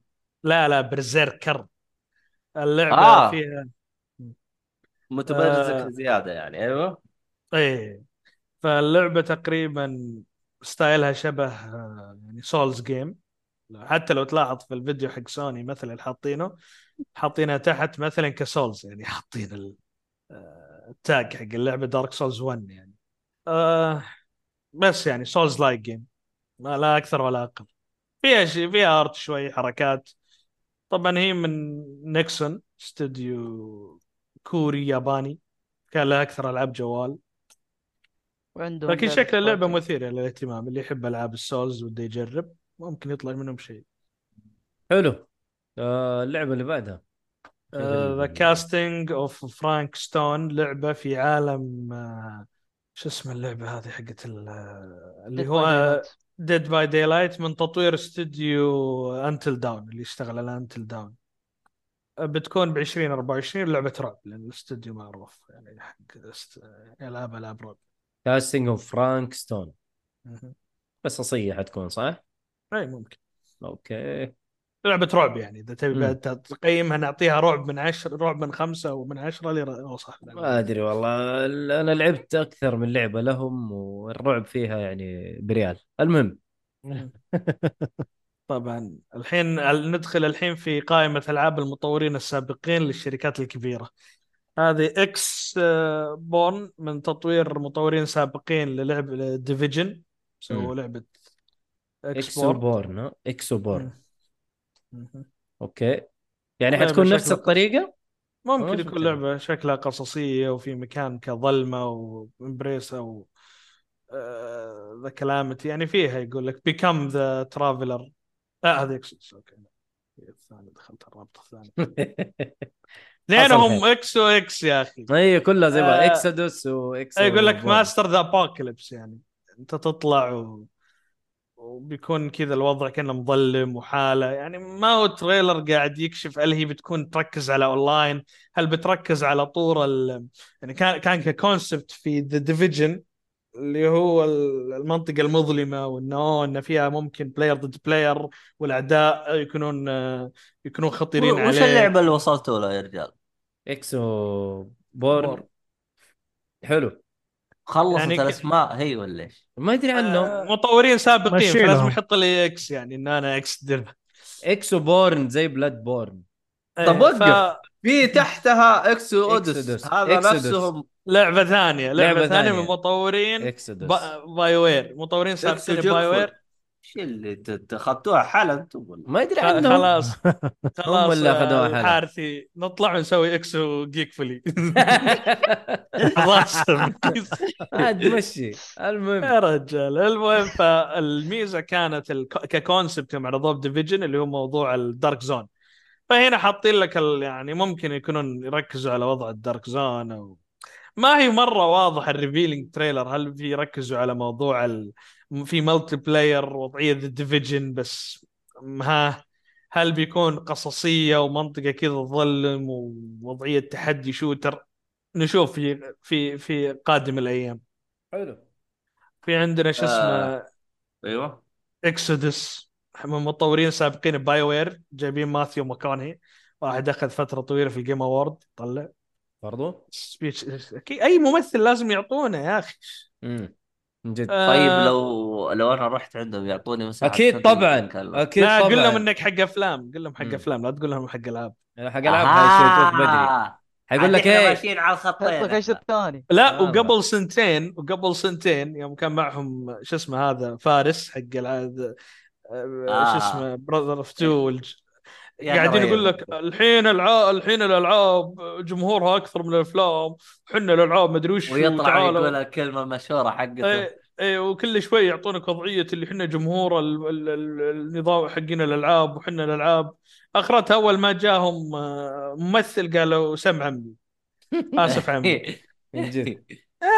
[SPEAKER 5] لا لا برزيركر اللعبة
[SPEAKER 3] اه
[SPEAKER 5] فيها
[SPEAKER 3] متبرزك
[SPEAKER 5] آه
[SPEAKER 3] زياده يعني ايوه
[SPEAKER 5] ايه فاللعبة تقريبا ستايلها شبه آه، يعني سولز جيم حتى لو تلاحظ في الفيديو حق سوني مثلا اللي حاطينه حاطينها تحت مثلا كسولز يعني حاطين ال- آه، التاج حق اللعبه دارك سولز 1 يعني آه بس يعني سولز لايك جيم ما لا اكثر ولا اقل فيها شيء فيها ارت شوي حركات طبعا هي من نيكسون استوديو كوري ياباني كان لها اكثر العاب جوال
[SPEAKER 2] وعندهم
[SPEAKER 5] لكن
[SPEAKER 2] لعبة
[SPEAKER 5] شكل اللعبه
[SPEAKER 2] فايتنج
[SPEAKER 5] مثيره للاهتمام اللي يحب العاب السولز وده يجرب ممكن يطلع منهم شيء
[SPEAKER 1] حلو آه اللعبه اللي بعدها شوف
[SPEAKER 5] ذا
[SPEAKER 1] ال-
[SPEAKER 5] كاستنج اوف فرانك ستون لعبه في عالم آه، شو اسم اللعبه هذه حقت ال- آه، اللي
[SPEAKER 2] ديد
[SPEAKER 5] هو
[SPEAKER 2] باي داي لايت
[SPEAKER 5] ديد باي داي لايت من تطوير استوديو انتل داون اللي يشتغل على انتل داون بتكون ب 2024 لعبه رعب لان الاستوديو معروف يعني حق است- العاب العاب رعب
[SPEAKER 1] كاستنج اوف فرانك ستون
[SPEAKER 5] مهم.
[SPEAKER 1] بس اصيح حتكون صح؟
[SPEAKER 5] اي ممكن
[SPEAKER 1] اوكي
[SPEAKER 5] لعبه رعب يعني اذا تبي
[SPEAKER 1] مم.
[SPEAKER 5] بعد تقيمها نعطيها رعب من 10 رعب من خمسه ومن 10 لوصح
[SPEAKER 1] ما ادري والله ال- انا لعبت اكثر من لعبه لهم والرعب فيها يعني بريال المهم
[SPEAKER 5] طبعا الحين ال- ندخل الحين في قائمة ألعاب المطورين السابقين للشركات الكبيرة هذه اكس آه، بورن من تطوير مطورين سابقين للعب ديفيجن سووا
[SPEAKER 1] مم.
[SPEAKER 5] لعبة اكس
[SPEAKER 1] اكسو
[SPEAKER 5] بورن
[SPEAKER 1] بورن ها؟ اكسو بورن
[SPEAKER 5] مم. مم.
[SPEAKER 1] اوكي يعني
[SPEAKER 5] لعبة
[SPEAKER 1] حتكون نفس
[SPEAKER 5] شكلها قص...
[SPEAKER 1] الطريقه؟ انا ما
[SPEAKER 5] ممكن
[SPEAKER 1] شفت
[SPEAKER 5] يكون
[SPEAKER 1] لها
[SPEAKER 5] لعبة شكلها قصصية وفي مكان كظلمة وامبريس او ذا كلامتي يعني فيها يقول لك بيكم ذا ترافلر لا آه، هذه اكس اوكي الثاني دخلت الرابط الثاني
[SPEAKER 1] حصل
[SPEAKER 5] اثنينهم
[SPEAKER 1] خير
[SPEAKER 5] اكس واكس يا اخي
[SPEAKER 1] هي كلها زي بعض
[SPEAKER 5] آه
[SPEAKER 1] اكسدوس واكسو
[SPEAKER 5] يقول لك
[SPEAKER 1] بورن
[SPEAKER 5] ماستر ذا ابوكاليبس يعني انت تطلع و... وبيكون كذا الوضع كانه مظلم وحاله يعني ما هو تريلر قاعد يكشف هل هي بتكون تركز على اونلاين هل بتركز على طور ال... يعني كان كان ككونسبت في ذا ديفيجن اللي هو ال- المنطقة المظلمة وانه أوه، ان فيها ممكن بلاير ضد بلاير والاعداء يكونون يكونون خطيرين
[SPEAKER 3] و- وش
[SPEAKER 5] عليك
[SPEAKER 3] اللعبه اللي وصلتوا لها يا رجال؟
[SPEAKER 1] اكسو بورن حلو
[SPEAKER 3] خلصت
[SPEAKER 5] يعني ك-
[SPEAKER 3] الاسماء هي ولا ايش؟
[SPEAKER 1] ما ادري عنهم
[SPEAKER 5] آه، مطورين سابقين
[SPEAKER 4] مشي
[SPEAKER 5] فلازم
[SPEAKER 4] لهم.
[SPEAKER 5] يحط لي اكس يعني ان انا اكس دل
[SPEAKER 1] اكسو بورن زي بلاد بورن
[SPEAKER 5] إيه،
[SPEAKER 3] طب وقف. في تحتها اكسو اودس
[SPEAKER 1] إكسودس.
[SPEAKER 3] هذا
[SPEAKER 1] إكسودس.
[SPEAKER 3] نفسهم
[SPEAKER 5] لعبه ثانيه لعبه,
[SPEAKER 1] لعبة
[SPEAKER 5] ثانيه
[SPEAKER 1] ثانية.
[SPEAKER 5] من مطورين
[SPEAKER 1] اكسودس
[SPEAKER 5] با... باي وير مطورين
[SPEAKER 3] اكسو
[SPEAKER 5] سابقين باي
[SPEAKER 3] جوكفول.
[SPEAKER 5] وير
[SPEAKER 3] ايش اللي انت- انت اخذتوها حالا انتم ولا؟
[SPEAKER 1] ما ادري
[SPEAKER 5] خ-
[SPEAKER 1] عنهم
[SPEAKER 5] خلاص خلاص
[SPEAKER 1] هم اللي أخذوها
[SPEAKER 5] آه،
[SPEAKER 1] حلا.
[SPEAKER 5] الحارثي نطلع ونسوي اكسو جيك فولي خلاص
[SPEAKER 1] عاد مشي المهم
[SPEAKER 5] يا رجال المهم فالميزه كانت الك... ككونسبت يوم عرضوه بديفيجن اللي هو موضوع الدارك زون فهنا حاطين لك ال... يعني ممكن يكونون يركزوا على وضع الدارك زون او ما هي مره واضح الريفيلينج تريلر هل في يركزوا على موضوع ال... في ملتي بلاير وضعيه ذا ديفيجن بس ها هل بيكون قصصيه ومنطقه كذا ظلم ووضعيه تحدي شوتر نشوف في في في قادم الايام
[SPEAKER 1] حلو
[SPEAKER 5] في عندنا شو اسمه
[SPEAKER 3] ايوه
[SPEAKER 5] اكسودس من مطورين سابقين باي وير جايبين ماثيو ماكونهي واحد اخذ فتره طويله في الجيم اوورد طلع
[SPEAKER 1] برضو
[SPEAKER 5] سبيتش أكيد اي ممثل لازم يعطونه يا اخي
[SPEAKER 1] امم من جد
[SPEAKER 5] آه،
[SPEAKER 3] طيب لو لو انا رحت عندهم يعطوني مساحه
[SPEAKER 1] اكيد
[SPEAKER 3] شكل
[SPEAKER 1] طبعا
[SPEAKER 3] أتكلم.
[SPEAKER 1] اكيد
[SPEAKER 5] لا قول لهم
[SPEAKER 1] طبعا
[SPEAKER 5] انك حق افلام قول لهم حق
[SPEAKER 1] مم.
[SPEAKER 5] افلام لا تقول لهم حق العاب
[SPEAKER 1] حق العاب
[SPEAKER 5] آه.
[SPEAKER 1] هاي شيء بدري حيقول لك
[SPEAKER 3] عاد احنا
[SPEAKER 1] ايه
[SPEAKER 3] آه. ماشيين على
[SPEAKER 2] حط لك
[SPEAKER 3] الخطين
[SPEAKER 2] ايش
[SPEAKER 3] إحنا.
[SPEAKER 2] الثاني
[SPEAKER 5] لا
[SPEAKER 1] آه،
[SPEAKER 5] وقبل سنتين وقبل سنتين يوم كان معهم شو اسمه هذا فارس حق العاد شو
[SPEAKER 3] آه.
[SPEAKER 5] اسمه براذر اوف تو
[SPEAKER 3] يا
[SPEAKER 5] قاعدين
[SPEAKER 3] حبايب.
[SPEAKER 5] يقول لك الحين العاب الحين الالعاب جمهورها اكثر من الافلام حنا الالعاب مدري وش
[SPEAKER 3] ويطلع
[SPEAKER 5] وتعالوا.
[SPEAKER 3] يقول الكلمه المشهوره حقته
[SPEAKER 5] اي اي وكل شوي يعطونك وضعيه اللي احنا جمهور ال ال ال النظام حقنا الالعاب وحنا الالعاب اخرتها اول ما جاهم آه، ممثل قالوا سم عمي اسف
[SPEAKER 3] إيه.
[SPEAKER 5] عمي
[SPEAKER 1] من جد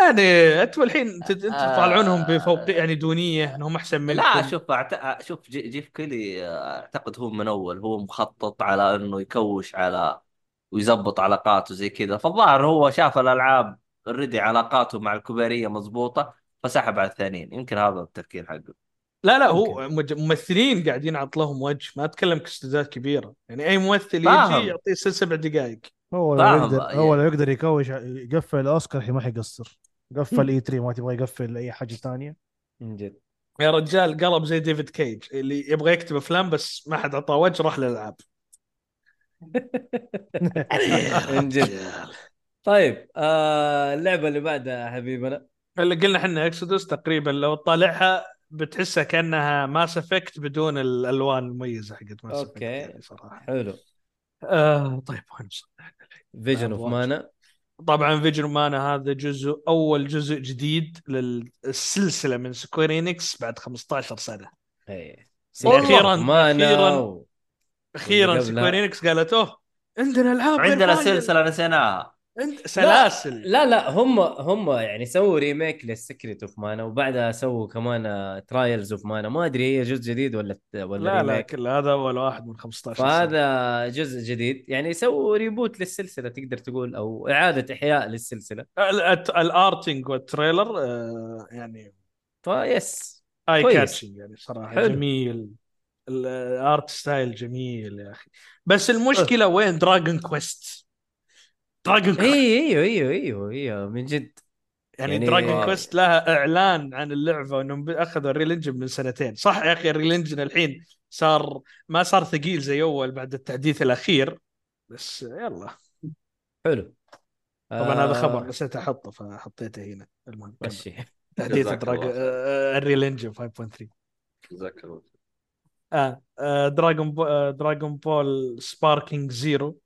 [SPEAKER 5] يعني انتم الحين انت انت
[SPEAKER 3] آه.
[SPEAKER 5] تطالعونهم بفوقيه يعني دونيه انهم احسن منكم
[SPEAKER 3] لا شوف أعت... شوف جي- جيف كيلي اعتقد هو من اول هو مخطط على انه يكوش على ويزبط علاقاته زي كذا فالظاهر هو شاف الالعاب اوريدي علاقاته مع الكباريه مضبوطه فسحب على الثانيين يمكن هذا التفكير حقه
[SPEAKER 5] لا لا هو مج- ممثلين قاعدين ينعط لهم وجه ما اتكلم كاستوديوهات كبيره يعني اي ممثل
[SPEAKER 3] فاهم.
[SPEAKER 5] يجي يعطيه ست سبع دقائق
[SPEAKER 4] هو لو
[SPEAKER 3] فاهم
[SPEAKER 4] يقدر
[SPEAKER 3] بقى،
[SPEAKER 4] هو لو
[SPEAKER 3] يعني.
[SPEAKER 4] يقدر يكوش يقفل الاوسكار ما حيقصر قفل اي 3 ما تبغى يقفل اي حاجه ثانيه
[SPEAKER 1] من جد
[SPEAKER 5] يا رجال قلب زي ديفيد كيج اللي يبغى يكتب افلام بس ما حد عطاه وجه راح للالعاب
[SPEAKER 1] من جد طيب آه اللعبه اللي بعدها يا حبيبنا
[SPEAKER 5] اللي قلنا احنا اكسودوس تقريبا لو تطالعها بتحسها كانها ماس افكت بدون الالوان المميزه حقت ماس
[SPEAKER 1] أوكي.
[SPEAKER 5] يعني صراحه
[SPEAKER 1] حلو
[SPEAKER 5] آه طيب وين وصلنا احنا الحين؟
[SPEAKER 1] فيجن
[SPEAKER 5] آه،
[SPEAKER 1] اوف
[SPEAKER 5] واجد.
[SPEAKER 1] مانا
[SPEAKER 5] طبعا فيجن مانا هذا جزء اول جزء جديد للسلسله من سكويرينكس بعد 15 سنه
[SPEAKER 1] إيه. سيكو
[SPEAKER 5] أخيراً-
[SPEAKER 1] مانا
[SPEAKER 5] أخيراً.
[SPEAKER 1] و-
[SPEAKER 5] اخيرا
[SPEAKER 1] واللي قبلها.
[SPEAKER 5] سكويرينكس قالت اوه عندنا العاب غير
[SPEAKER 3] عندنا
[SPEAKER 5] فاينل.
[SPEAKER 3] سلسله نسيناها
[SPEAKER 5] عند سلاسل
[SPEAKER 1] لا لا هم هم يعني سووا ريميك للسكريت اوف مانا وبعدها سووا كمان ترايلز اوف مانا ما ادري هي جزء جديد ولا ولا
[SPEAKER 5] لا لا
[SPEAKER 1] ريميك
[SPEAKER 5] كل هذا اول واحد من 15 سنة.
[SPEAKER 1] فهذا جزء جديد يعني يسووا ريبوت للسلسله تقدر تقول او اعاده احياء للسلسله
[SPEAKER 5] ال- الت- الارتنج والتريلر آه، يعني
[SPEAKER 1] فيس
[SPEAKER 5] اي
[SPEAKER 1] كويس.
[SPEAKER 5] كاتشنج يعني صراحه
[SPEAKER 1] حلو.
[SPEAKER 5] جميل ال- الارت ستايل جميل يا اخي بس
[SPEAKER 1] أه.
[SPEAKER 5] المشكله وين دراجون كويست دراجون كويست
[SPEAKER 1] اي ايوه ايوه ايوه ايوه من جد
[SPEAKER 5] يعني,
[SPEAKER 1] يعني-
[SPEAKER 5] دراجون
[SPEAKER 1] واو.
[SPEAKER 5] كويست لها اعلان عن اللعبه وانهم اخذوا الريل انجن من سنتين صح يا اخي الريل انجن الحين صار ما صار ثقيل زي اول بعد التحديث الاخير بس يلا
[SPEAKER 1] حلو
[SPEAKER 5] طبعا هذا خبر
[SPEAKER 1] آه،
[SPEAKER 5] نسيت احطه فحطيته هنا المهم كمل.
[SPEAKER 1] مشي
[SPEAKER 5] تحديث آه،
[SPEAKER 3] جزاك
[SPEAKER 5] دراج
[SPEAKER 3] الله خير.
[SPEAKER 5] الريل انجن 5.3
[SPEAKER 3] جزاك الله
[SPEAKER 5] اه آه، دراجون بو... آه، دراجون بول سباركينج زيرو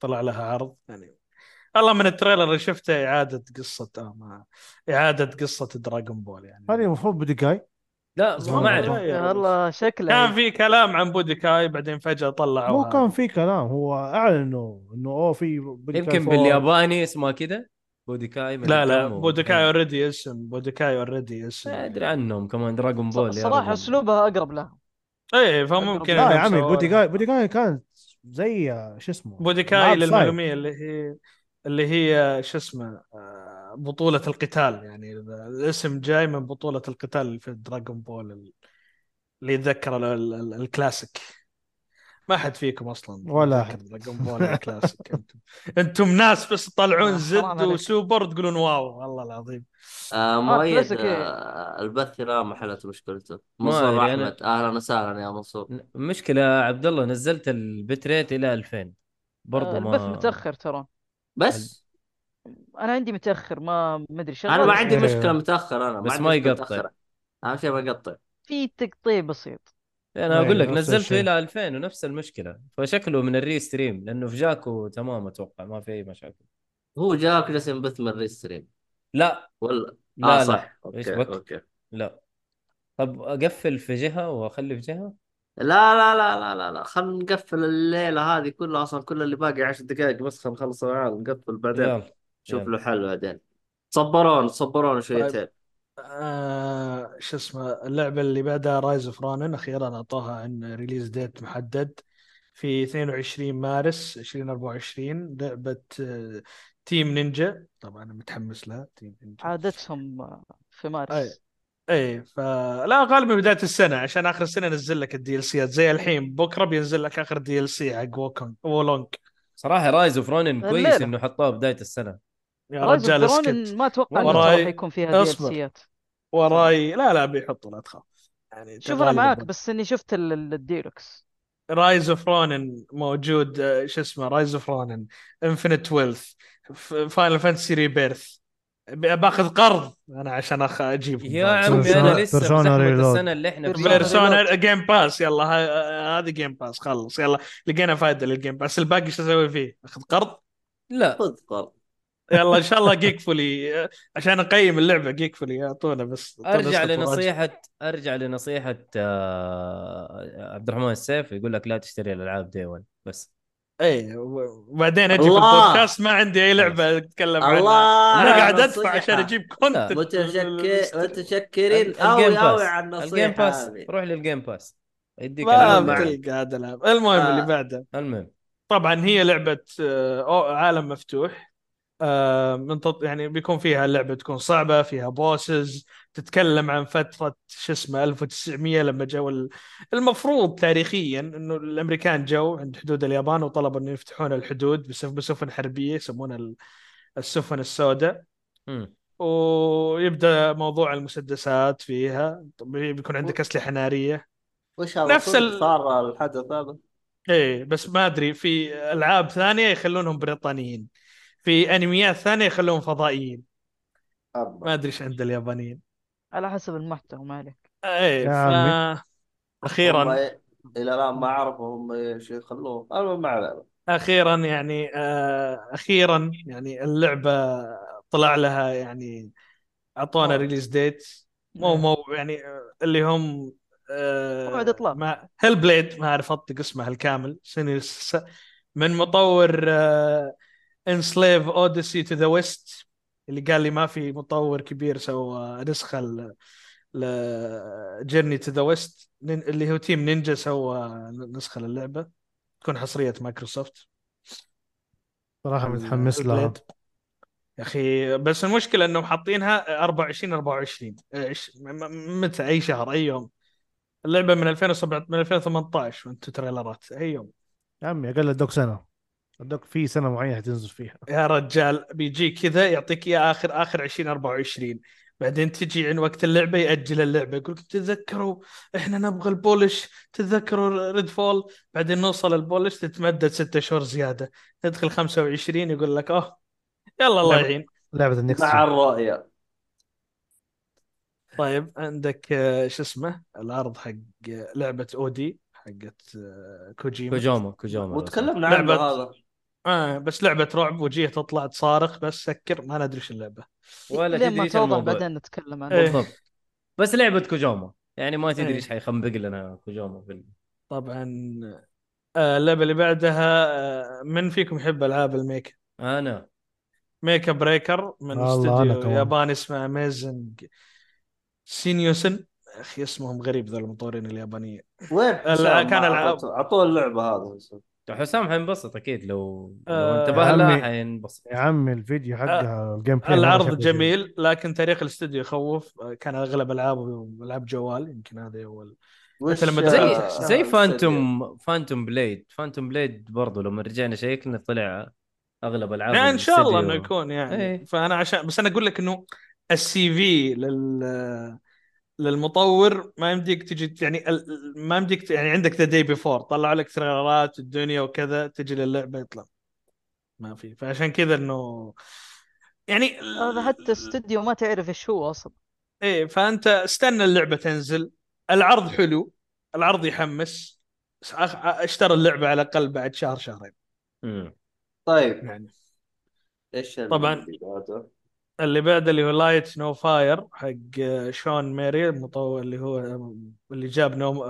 [SPEAKER 5] طلع لها عرض يعني الله من التريلر اللي شفته اعاده قصه آه ما... اعاده قصه دراجون بول يعني
[SPEAKER 4] هذه المفروض بدقاي
[SPEAKER 1] لا
[SPEAKER 4] زمان
[SPEAKER 1] ما
[SPEAKER 4] والله.
[SPEAKER 1] اعرف
[SPEAKER 5] يا يعني
[SPEAKER 2] والله شكله
[SPEAKER 5] طيب. كان في كلام عن بوديكاي بعدين فجاه طلعوا
[SPEAKER 4] مو
[SPEAKER 5] هذا.
[SPEAKER 4] كان في كلام هو اعلن انه انه اوه في بدقاي
[SPEAKER 1] يمكن
[SPEAKER 4] فور.
[SPEAKER 1] بالياباني اسمها كذا بوديكاي مدري
[SPEAKER 5] لا لا
[SPEAKER 1] كم و-
[SPEAKER 5] بوديكاي اوريدي اسم بوديكاي اوريدي اسم
[SPEAKER 1] ما ادري عنهم كمان دراجون بول يا
[SPEAKER 2] الصراحه
[SPEAKER 1] رجل.
[SPEAKER 2] اسلوبها اقرب له
[SPEAKER 5] ايه فممكن
[SPEAKER 4] لا يا
[SPEAKER 5] إنهم
[SPEAKER 4] عمي
[SPEAKER 5] سووا-
[SPEAKER 4] بوديجاي بوديجاي كانت زي شو اسمه
[SPEAKER 5] بوديكاي
[SPEAKER 4] ألعاب سايد.
[SPEAKER 5] للمعلوميه اللي هي اللي هي شو اسمه آه، بطولة القتال يعني الاسم جاي من بطولة القتال في دراغون بول ال- اللي يتذكر ال- ال- ال- الكلاسيك ما حد فيكم اصلا
[SPEAKER 4] ولا
[SPEAKER 5] يتذكر دراجون بول كلاسيك انتم انتم ناس بس تطلعون
[SPEAKER 2] آه، حرام
[SPEAKER 5] زد
[SPEAKER 2] عليك.
[SPEAKER 5] وسوبر تقولون واو والله العظيم
[SPEAKER 3] آه مؤيد
[SPEAKER 2] كلاسيك.
[SPEAKER 3] آه البث لا ما حلت مشكلته
[SPEAKER 1] ما
[SPEAKER 3] منصور
[SPEAKER 1] أدري أنا-
[SPEAKER 3] احمد اهلا وسهلا يا منصور
[SPEAKER 1] مشكلة عبد الله نزلت البت ريت إلى 2000 برضو
[SPEAKER 2] آه،
[SPEAKER 1] ما
[SPEAKER 2] البث متاخر ترى
[SPEAKER 3] بس
[SPEAKER 2] انا عندي متاخر ما ما ادري شغال
[SPEAKER 3] انا ما
[SPEAKER 2] بس
[SPEAKER 3] عندي
[SPEAKER 4] إيه.
[SPEAKER 3] مشكله متاخر انا
[SPEAKER 1] بس
[SPEAKER 3] عندي
[SPEAKER 1] ما
[SPEAKER 3] مشكلة
[SPEAKER 1] يقطع.
[SPEAKER 3] متأخر. اهم شيء ما يقطع
[SPEAKER 2] في تقطيع بسيط
[SPEAKER 1] أنا أقول لك
[SPEAKER 4] أيوة، نفس
[SPEAKER 1] نزلته
[SPEAKER 4] الشيء.
[SPEAKER 1] إلى 2000 ونفس المشكلة فشكله من الري ستريم لأنه في جاكو تمام أتوقع ما في أي مشاكل
[SPEAKER 3] هو جاك جالس ينبث من الريستريم
[SPEAKER 1] لا
[SPEAKER 3] ولا
[SPEAKER 1] لا
[SPEAKER 2] آه،
[SPEAKER 3] اه
[SPEAKER 1] لا
[SPEAKER 3] صح
[SPEAKER 1] إيش
[SPEAKER 3] اوكي
[SPEAKER 1] بك؟
[SPEAKER 3] اوكي
[SPEAKER 1] لا طب أقفل في جهة وأخلي في جهة
[SPEAKER 3] لا لا لا لا لا لا خلينا نقفل الليله هذه كلها اصلا كل اللي باقي 10 دقائق بس خلينا نخلص العاب نقفل
[SPEAKER 2] طيب،
[SPEAKER 3] بعدين
[SPEAKER 1] يلا
[SPEAKER 3] نشوف
[SPEAKER 1] يلا.
[SPEAKER 3] له حل بعدين صبرون صبرون شويتين
[SPEAKER 5] آه شو اسمه اللعبه اللي بعدها رايز اوف رانن اخيرا اعطوها عن ريليز ديت محدد في 22 مارس 2024 لعبه آه، تيم نينجا طبعا انا متحمس لها تيم نينجا
[SPEAKER 2] عادتهم آه، في
[SPEAKER 1] طيب،
[SPEAKER 5] أي.
[SPEAKER 2] مارس
[SPEAKER 5] ايه فلا غالبا بدايه السنه عشان اخر السنه ينزل لك الدي ال سيات زي الحين بكره بينزل لك اخر دي ال سي حق ووكونج وولونج
[SPEAKER 1] صراحة رايز اوف رونن كويس
[SPEAKER 2] الليلة.
[SPEAKER 1] إنه حطوها بداية السنة
[SPEAKER 5] يا
[SPEAKER 2] رايز
[SPEAKER 5] رجال
[SPEAKER 2] اوف ذا
[SPEAKER 5] اسكت
[SPEAKER 2] رونن ما اتوقع انه
[SPEAKER 5] وراي-
[SPEAKER 2] ترى راح يكون فيها دي
[SPEAKER 5] اصبر.
[SPEAKER 2] سيات
[SPEAKER 5] وراي لا لا بيحطوا لا تخاف يعني
[SPEAKER 2] شوف انا معاك
[SPEAKER 5] تغلب.
[SPEAKER 2] بس اني شفت ال- ال- الديلوكس
[SPEAKER 5] رايز اوف رونن موجود آه، شو اسمه رايز اوف رونن انفنت ويلث فاينل فانتسي ريبيرث باخذ قرض انا عشان أخ... اجيبهم
[SPEAKER 1] يا
[SPEAKER 5] فاهم؟
[SPEAKER 1] عمي أنا
[SPEAKER 4] بيرسونا-
[SPEAKER 1] لسه في
[SPEAKER 4] بيرسونا
[SPEAKER 1] زحمة
[SPEAKER 4] ريلود.
[SPEAKER 1] السنة اللي إحنا فيها
[SPEAKER 2] بيرسونا.
[SPEAKER 5] بيرسونا جيم باس يلا ه- هذه جيم باس خلص يلا لقينا فائده للجيم باس الباقي شو اسوي فيه؟ اخذ قرض
[SPEAKER 1] لا
[SPEAKER 3] خذ قرض
[SPEAKER 5] يلا ان شاء الله جيك فولي آه، عشان نقيم اللعبه جيك فولي يعطونا بس يعطونا
[SPEAKER 1] ارجع
[SPEAKER 5] نسخة مراجعة.
[SPEAKER 1] لنصيحة ارجع لنصيحة آه، عبد الرحمن السيف يقول لك لا تشتري الالعاب دي 1 بس
[SPEAKER 5] ايه وبعدين اجي في
[SPEAKER 3] الله!
[SPEAKER 5] البودكاست ما عندي اي لعبه اتكلم عنها
[SPEAKER 3] الله
[SPEAKER 5] انا
[SPEAKER 3] على
[SPEAKER 5] قاعد ادفع
[SPEAKER 3] النصيحة.
[SPEAKER 5] عشان اجيب كونتنت
[SPEAKER 3] متشكر متشكرين
[SPEAKER 1] ال-
[SPEAKER 3] قوي
[SPEAKER 1] باس
[SPEAKER 3] قوي على
[SPEAKER 1] الجيم
[SPEAKER 3] النصيحة
[SPEAKER 1] باس
[SPEAKER 3] هذه
[SPEAKER 1] روح للجيم باس يديك
[SPEAKER 5] ما
[SPEAKER 1] الألعاب.
[SPEAKER 3] معك.
[SPEAKER 5] بطيق هذا العب المهم
[SPEAKER 3] آه.
[SPEAKER 5] اللي بعده
[SPEAKER 1] المهم
[SPEAKER 5] طبعا هي لعبه آه، أو- عالم مفتوح آه، من تط... يعني بيكون فيها اللعبه تكون صعبه فيها بوسز تتكلم عن فتره شو اسمه 1900 لما جو ال- المفروض تاريخيا انه الامريكان جو عند حدود اليابان وطلبوا انه يفتحون الحدود بسف- بسفن حربيه يسمونها ال- السفن السوداء
[SPEAKER 1] مم.
[SPEAKER 5] ويبدا موضوع المسدسات فيها طب بيكون عندك اسلحه ناريه
[SPEAKER 3] وش هذا
[SPEAKER 5] نفس
[SPEAKER 3] صدق
[SPEAKER 5] ال-
[SPEAKER 3] صار الحدث هذا
[SPEAKER 5] ايه بس ما ادري في العاب ثانيه يخلونهم بريطانيين في انميات ثانيه يخلونهم فضائيين
[SPEAKER 3] أبا.
[SPEAKER 5] ما ادري ايش عند اليابانيين
[SPEAKER 2] على حسب المحتوى ما عليك
[SPEAKER 5] ايه
[SPEAKER 4] يا
[SPEAKER 5] ف...
[SPEAKER 3] هم
[SPEAKER 5] اخيرا
[SPEAKER 3] إيه- الى الان ما عرفوا هم ايش يخلوه المهم ما علينا
[SPEAKER 5] اخيرا يعني آه، اخيرا يعني اللعبه طلع لها يعني اعطونا
[SPEAKER 1] آه.
[SPEAKER 5] ريليز ديت مو مو يعني آه، اللي هم آه،
[SPEAKER 2] موعد إطلاق.
[SPEAKER 5] ما هيل بليد ما اعرف انطق اسمها الكامل سن- س- من مطور آه، انسليف اوديسي تو ذا ويست اللي قال لي ما في مطور كبير سوى نسخه لجيرني تو ذا ويست اللي هو تيم نينجا سوى نسخه للعبه تكون حصريه مايكروسوفت
[SPEAKER 4] صراحه متحمس لها
[SPEAKER 5] البليد. يا اخي بس المشكله انهم حاطينها 24 24 إيش- م- م- متى اي شهر اي يوم اللعبه من 2017 من 2018 وانتم تريلرات اي يوم
[SPEAKER 4] يا عمي اقل ادوك سنه ادوك في سنه معينه حتنزل فيها
[SPEAKER 5] يا رجال بيجي كذا يعطيك اياه اخر اخر 20 24 بعدين تجي عن وقت اللعبه ياجل اللعبه يقول لك تتذكروا احنا نبغى البولش تتذكروا ريد فول بعدين نوصل البولش تتمدد ستة شهور زياده تدخل 25 يقول لك اه يلا الله
[SPEAKER 4] لعبة-
[SPEAKER 5] يعين
[SPEAKER 4] لعبه النكست
[SPEAKER 3] مع الرؤية
[SPEAKER 5] طيب عندك آه، شو اسمه العرض حق آه، لعبه اودي حقت آه، كوجيما
[SPEAKER 1] كوجوما كوجوما لو سمحت.
[SPEAKER 3] وتكلمنا عنه
[SPEAKER 5] لعبة-
[SPEAKER 3] هذا
[SPEAKER 5] آه بس لعبه رعب وجهه تطلع تصارخ بس سكر ما ندري ايش اللعبه
[SPEAKER 1] ولا
[SPEAKER 2] لين
[SPEAKER 1] تدري
[SPEAKER 2] ما
[SPEAKER 1] ايش
[SPEAKER 2] توضح
[SPEAKER 1] الموضوع
[SPEAKER 2] بعدين نتكلم عنه
[SPEAKER 5] إيه.
[SPEAKER 1] بالضبط بس لعبة كوجوما يعني ما تدري
[SPEAKER 5] إيه.
[SPEAKER 1] ايش حيخنبق لنا كوجوما بال...
[SPEAKER 5] طبعا آه، اللعبه اللي بعدها آه، من فيكم يحب العاب الميك
[SPEAKER 1] انا
[SPEAKER 5] ميك بريكر من
[SPEAKER 4] الله، أنا
[SPEAKER 5] استوديو
[SPEAKER 4] كمان.
[SPEAKER 5] ياباني اسمه اميزنج سينيوسن اخي اسمهم غريب ذول المطورين اليابانيين
[SPEAKER 3] وين
[SPEAKER 5] الع-
[SPEAKER 3] حسام
[SPEAKER 5] كان
[SPEAKER 3] ما
[SPEAKER 5] العاب.
[SPEAKER 3] أعطته- اعطوه اللعبة هذا
[SPEAKER 1] حسام حينبسط اكيد لو لو
[SPEAKER 5] آه،
[SPEAKER 1] انتبه لها
[SPEAKER 4] عمي.
[SPEAKER 1] حينبسط
[SPEAKER 4] يا عمي الفيديو حقها الجيم بلاي
[SPEAKER 5] العرض
[SPEAKER 4] مرة شكله
[SPEAKER 5] جميل لكن تاريخ الاستوديو يخوف آه، كان اغلب العابه العاب جوال يمكن هذا اول
[SPEAKER 3] وش-
[SPEAKER 5] مثل لما
[SPEAKER 1] زي
[SPEAKER 5] آه،
[SPEAKER 1] زي فانتوم فانتوم بليد فانتوم بليد برضو لما رجعنا شيكنا طلع اغلب العاب
[SPEAKER 5] يعني ان شاء الله انه
[SPEAKER 1] الاستديو.
[SPEAKER 5] يكون يعني
[SPEAKER 1] إيه.
[SPEAKER 5] فانا عشان بس انا اقول لك انه السي في لل للمطور ما يمديك تجي يعني ال- ما يمديك ت- يعني عندك ذا داي بيفور طلعوا لك تريلرات الدنيا وكذا تجي للعبه يطلع ما في فعشان كذا انه يعني ال-
[SPEAKER 2] هذا حتى استوديو ما تعرف ايش هو اصلا
[SPEAKER 5] ايه فانت استنى اللعبه تنزل العرض حلو العرض يحمس أخ- اشترى اللعبه على الاقل بعد شهر شهرين
[SPEAKER 1] مم.
[SPEAKER 3] طيب
[SPEAKER 5] يعني
[SPEAKER 3] ايش ال-
[SPEAKER 5] طبعاً.
[SPEAKER 3] اللي بعده؟
[SPEAKER 5] اللي بعده اللي هو لايت نو فاير حق آه، شون ميري المطور اللي هو آه، اللي جاب نو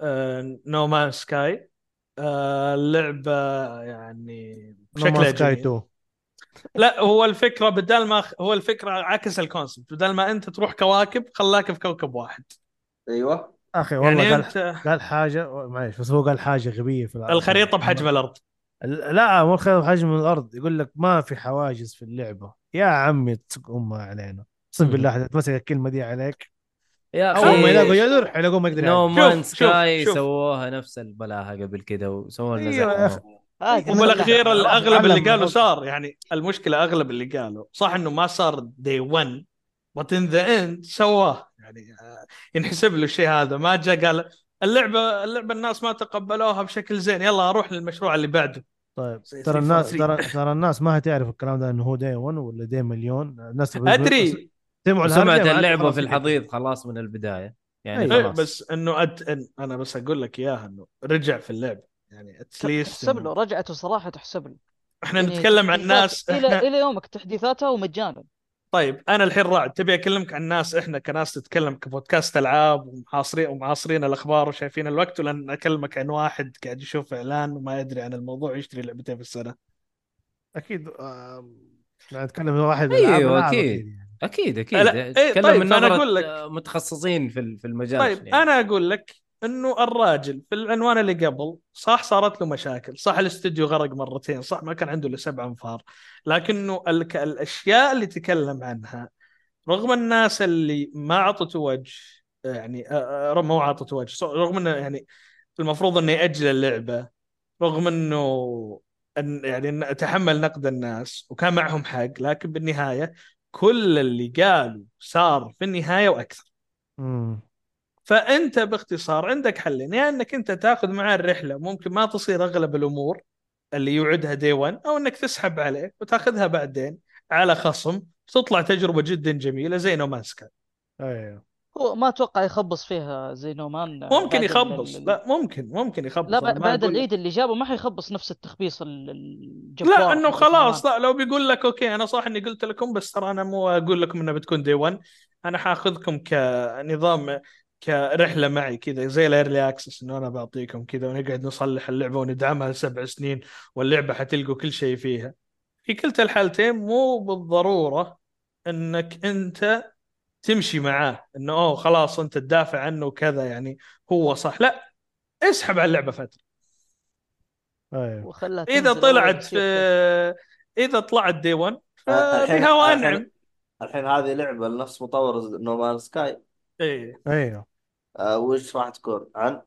[SPEAKER 5] آه، نو مان سكاي اللعبه آه، يعني
[SPEAKER 4] No Man's
[SPEAKER 5] شكلها
[SPEAKER 4] Sky
[SPEAKER 5] جميل
[SPEAKER 4] 2
[SPEAKER 5] لا هو الفكره بدال ما هو الفكره عكس الكونسبت بدال ما انت تروح كواكب خلاك في كوكب واحد
[SPEAKER 3] ايوه
[SPEAKER 4] اخي والله
[SPEAKER 5] يعني
[SPEAKER 4] قال
[SPEAKER 5] انت
[SPEAKER 4] قال حاجه معليش بس هو قال حاجه غبيه في العرض.
[SPEAKER 5] الخريطه بحجم الارض
[SPEAKER 4] لا مو الخريطه بحجم الارض يقول لك ما في حواجز في اللعبه يا عمي تسق امها علينا اقسم بالله حتتمسك الكلمه دي عليك
[SPEAKER 1] يا
[SPEAKER 4] اول ما يلاقوا
[SPEAKER 1] اخي
[SPEAKER 4] جذر حيلاقوا ما يقدر
[SPEAKER 1] نو
[SPEAKER 4] يعدي.
[SPEAKER 1] مان
[SPEAKER 5] شوف، شوف،
[SPEAKER 1] سكاي
[SPEAKER 5] شوف.
[SPEAKER 1] سووها نفس البلاهه قبل كذا وسووا لنا
[SPEAKER 4] أيوة يا
[SPEAKER 1] زحمة.
[SPEAKER 4] أخي.
[SPEAKER 2] هذه
[SPEAKER 5] وبالاخير
[SPEAKER 4] راح
[SPEAKER 5] الاغلب اللي
[SPEAKER 4] أعلم
[SPEAKER 5] قالوا
[SPEAKER 4] الرد.
[SPEAKER 5] صار يعني المشكله اغلب اللي قالوا صح انه ما صار دي 1 بس ان ذا اند سواه يعني آه، ينحسب له الشيء هذا ما جاء قال اللعبه اللعبه الناس ما تقبلوها بشكل زين يلا اروح للمشروع اللي بعده
[SPEAKER 4] طيب
[SPEAKER 5] زي
[SPEAKER 4] ترى
[SPEAKER 5] Street
[SPEAKER 4] الناس
[SPEAKER 5] Fighter.
[SPEAKER 4] ترى ترى الناس ما هتعرف الكلام ده انه هو داي 1 ولا داي مليون الناس
[SPEAKER 5] ادري
[SPEAKER 4] سمعوا
[SPEAKER 1] وسمعت
[SPEAKER 4] الهرجة ما عرفوا
[SPEAKER 1] اللعبه في
[SPEAKER 4] خلاص سكتوا.
[SPEAKER 1] الحضيض خلاص من البدايه يعني
[SPEAKER 4] أيوة.
[SPEAKER 5] إيه،
[SPEAKER 1] خلاص
[SPEAKER 5] بس انه أد... إن- انا بس اقول لك اياها انه رجع في اللعبه يعني اتليست
[SPEAKER 2] تحسب له رجعته صراحه تحسب له
[SPEAKER 5] احنا
[SPEAKER 2] يعني
[SPEAKER 5] نتكلم عن
[SPEAKER 2] تحديثات
[SPEAKER 5] ناس
[SPEAKER 2] الى
[SPEAKER 5] احنا
[SPEAKER 2] الى يومك تحديثاتها ومجانا
[SPEAKER 5] طيب انا الحين رعد تبي اكلمك عن ناس احنا كناس تتكلم كبودكاست العاب ومحاصرين ومعاصرين الاخبار وشايفين الوقت ولا أنا اكلمك عن واحد قاعد يشوف اعلان وما يدري عن الموضوع ويشتري لعبتين في السنه
[SPEAKER 4] اكيد آم، احنا نتكلم عن واحد من
[SPEAKER 1] أيوة،
[SPEAKER 4] ألعاب- ألعاب
[SPEAKER 1] أكيد.
[SPEAKER 4] يعني.
[SPEAKER 1] اكيد اكيد
[SPEAKER 5] لا، إيه،
[SPEAKER 1] تكلم
[SPEAKER 5] طيب،
[SPEAKER 1] من
[SPEAKER 5] فأنا
[SPEAKER 1] نظرة،
[SPEAKER 5] أقول لك.
[SPEAKER 1] آه، متخصصين في ال- في المجال
[SPEAKER 5] طيب
[SPEAKER 1] يعني.
[SPEAKER 5] انا اقول لك انه الراجل في العنوان اللي قبل صح صارت له مشاكل صح الاستوديو غرق مرتين صح ما كان عنده الا سبع انفار لكنه ال- الاشياء اللي تكلم عنها رغم الناس اللي ما عطته وجه يعني آه، آه، ما عطته وجه ص- رغم انه يعني المفروض انه ياجل اللعبه رغم انه أن يعني إن تحمل نقد الناس وكان معهم حق لكن بالنهايه كل اللي قالوا صار في النهايه واكثر
[SPEAKER 4] أمم.
[SPEAKER 5] فانت باختصار عندك حلين يعني يا انك انت تاخذ معاه الرحله ممكن ما تصير اغلب الامور اللي يوعدها دي 1 او انك تسحب عليه وتاخذها بعدين على خصم تطلع تجربه جدا جميله زي نومانسكا
[SPEAKER 4] ايوه
[SPEAKER 2] هو ما اتوقع يخبص فيها زي نومان آه،
[SPEAKER 5] ممكن
[SPEAKER 2] بعد
[SPEAKER 5] يخبص
[SPEAKER 2] ال-
[SPEAKER 5] لا ممكن ممكن يخبص
[SPEAKER 2] لا
[SPEAKER 5] أنا
[SPEAKER 2] ب-
[SPEAKER 5] ما
[SPEAKER 2] بعد
[SPEAKER 5] أقول لك.
[SPEAKER 2] العيد اللي جابه ما حيخبص نفس التخبيص ال- الجبار
[SPEAKER 5] لا انه
[SPEAKER 2] حق
[SPEAKER 5] خلاص
[SPEAKER 2] نومان.
[SPEAKER 5] لا لو بيقول لك اوكي انا صح اني قلت لكم بس ترى انا مو اقول لكم انها بتكون دي 1 انا حاخذكم كنظام كرحله معي كذا زي الايرلي اكسس انه انا بعطيكم كذا ونقعد نصلح اللعبه وندعمها لسبع سنين واللعبه حتلقوا كل شيء فيها. في كلتا الحالتين مو بالضروره انك انت تمشي معاه انه اوه خلاص انت تدافع عنه وكذا يعني هو صح لا اسحب على اللعبه فتره
[SPEAKER 4] ايوه
[SPEAKER 2] وخلاها
[SPEAKER 5] اذا
[SPEAKER 2] تنزل أول
[SPEAKER 5] طلعت
[SPEAKER 2] يصير
[SPEAKER 5] في
[SPEAKER 2] كذا.
[SPEAKER 5] اذا طلعت دي 1
[SPEAKER 3] آه، الحين-
[SPEAKER 5] فبها وانعم
[SPEAKER 3] الحين- الحين هذه لعبه لنفس مطور نومان سكاي
[SPEAKER 5] ايه
[SPEAKER 4] ايوه
[SPEAKER 3] وش راح تكون عن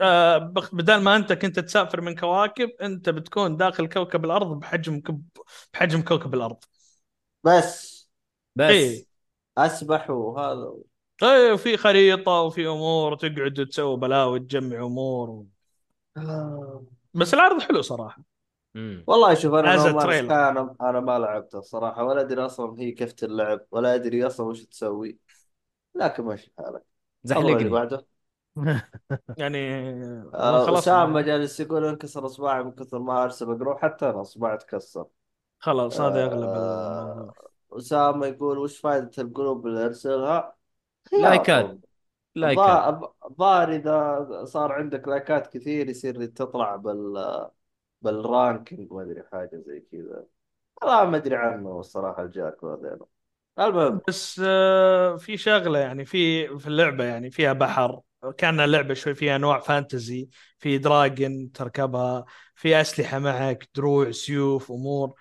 [SPEAKER 5] آه بخ- بدل ما انت كنت تسافر من كواكب انت بتكون داخل كوكب الارض بحجم كب... بحجم كوكب الارض
[SPEAKER 3] بس
[SPEAKER 1] بس
[SPEAKER 5] إيه.
[SPEAKER 3] اسبح وهذا
[SPEAKER 5] ايه وفي خريطه وفي امور تقعد وتسوي بلاوي تجمع امور و... بس العرض حلو صراحه
[SPEAKER 1] مم.
[SPEAKER 3] والله شوف انا
[SPEAKER 5] As a
[SPEAKER 3] نو مان
[SPEAKER 5] trailer.
[SPEAKER 3] سكاي انا انا ما لعبته الصراحه ولا ادري اصلا هي كيف تلعب ولا ادري اصلا وش تسوي لكن ماشي حالك خبر اللي
[SPEAKER 1] زحلقني
[SPEAKER 3] بعده
[SPEAKER 5] يعني
[SPEAKER 3] آه،
[SPEAKER 5] خلاص
[SPEAKER 3] اسامه جالس يقول انكسر اصبعي من كثر ما ارسم اقرو حتى انا اصبعي تكسر
[SPEAKER 5] خلاص هذا اغلب
[SPEAKER 3] آه،
[SPEAKER 5] الموضوع
[SPEAKER 3] اسامه يقول وش فائده القلوب اللي ارسلها؟
[SPEAKER 1] لايكات
[SPEAKER 3] خيارهم
[SPEAKER 1] لايكات
[SPEAKER 3] الظا- الظاهر اذا صار عندك لايكات كثير يصير تطلع بال بالرانكينج ما ادري حاجه زي كذا والله ما ادري عنه الصراحه الجاكو هذا المهم
[SPEAKER 5] بس آه في شغله يعني في في اللعبه يعني فيها بحر كان اللعبه شوي فيها انواع فانتزي في دراجن تركبها في اسلحه معك دروع سيوف امور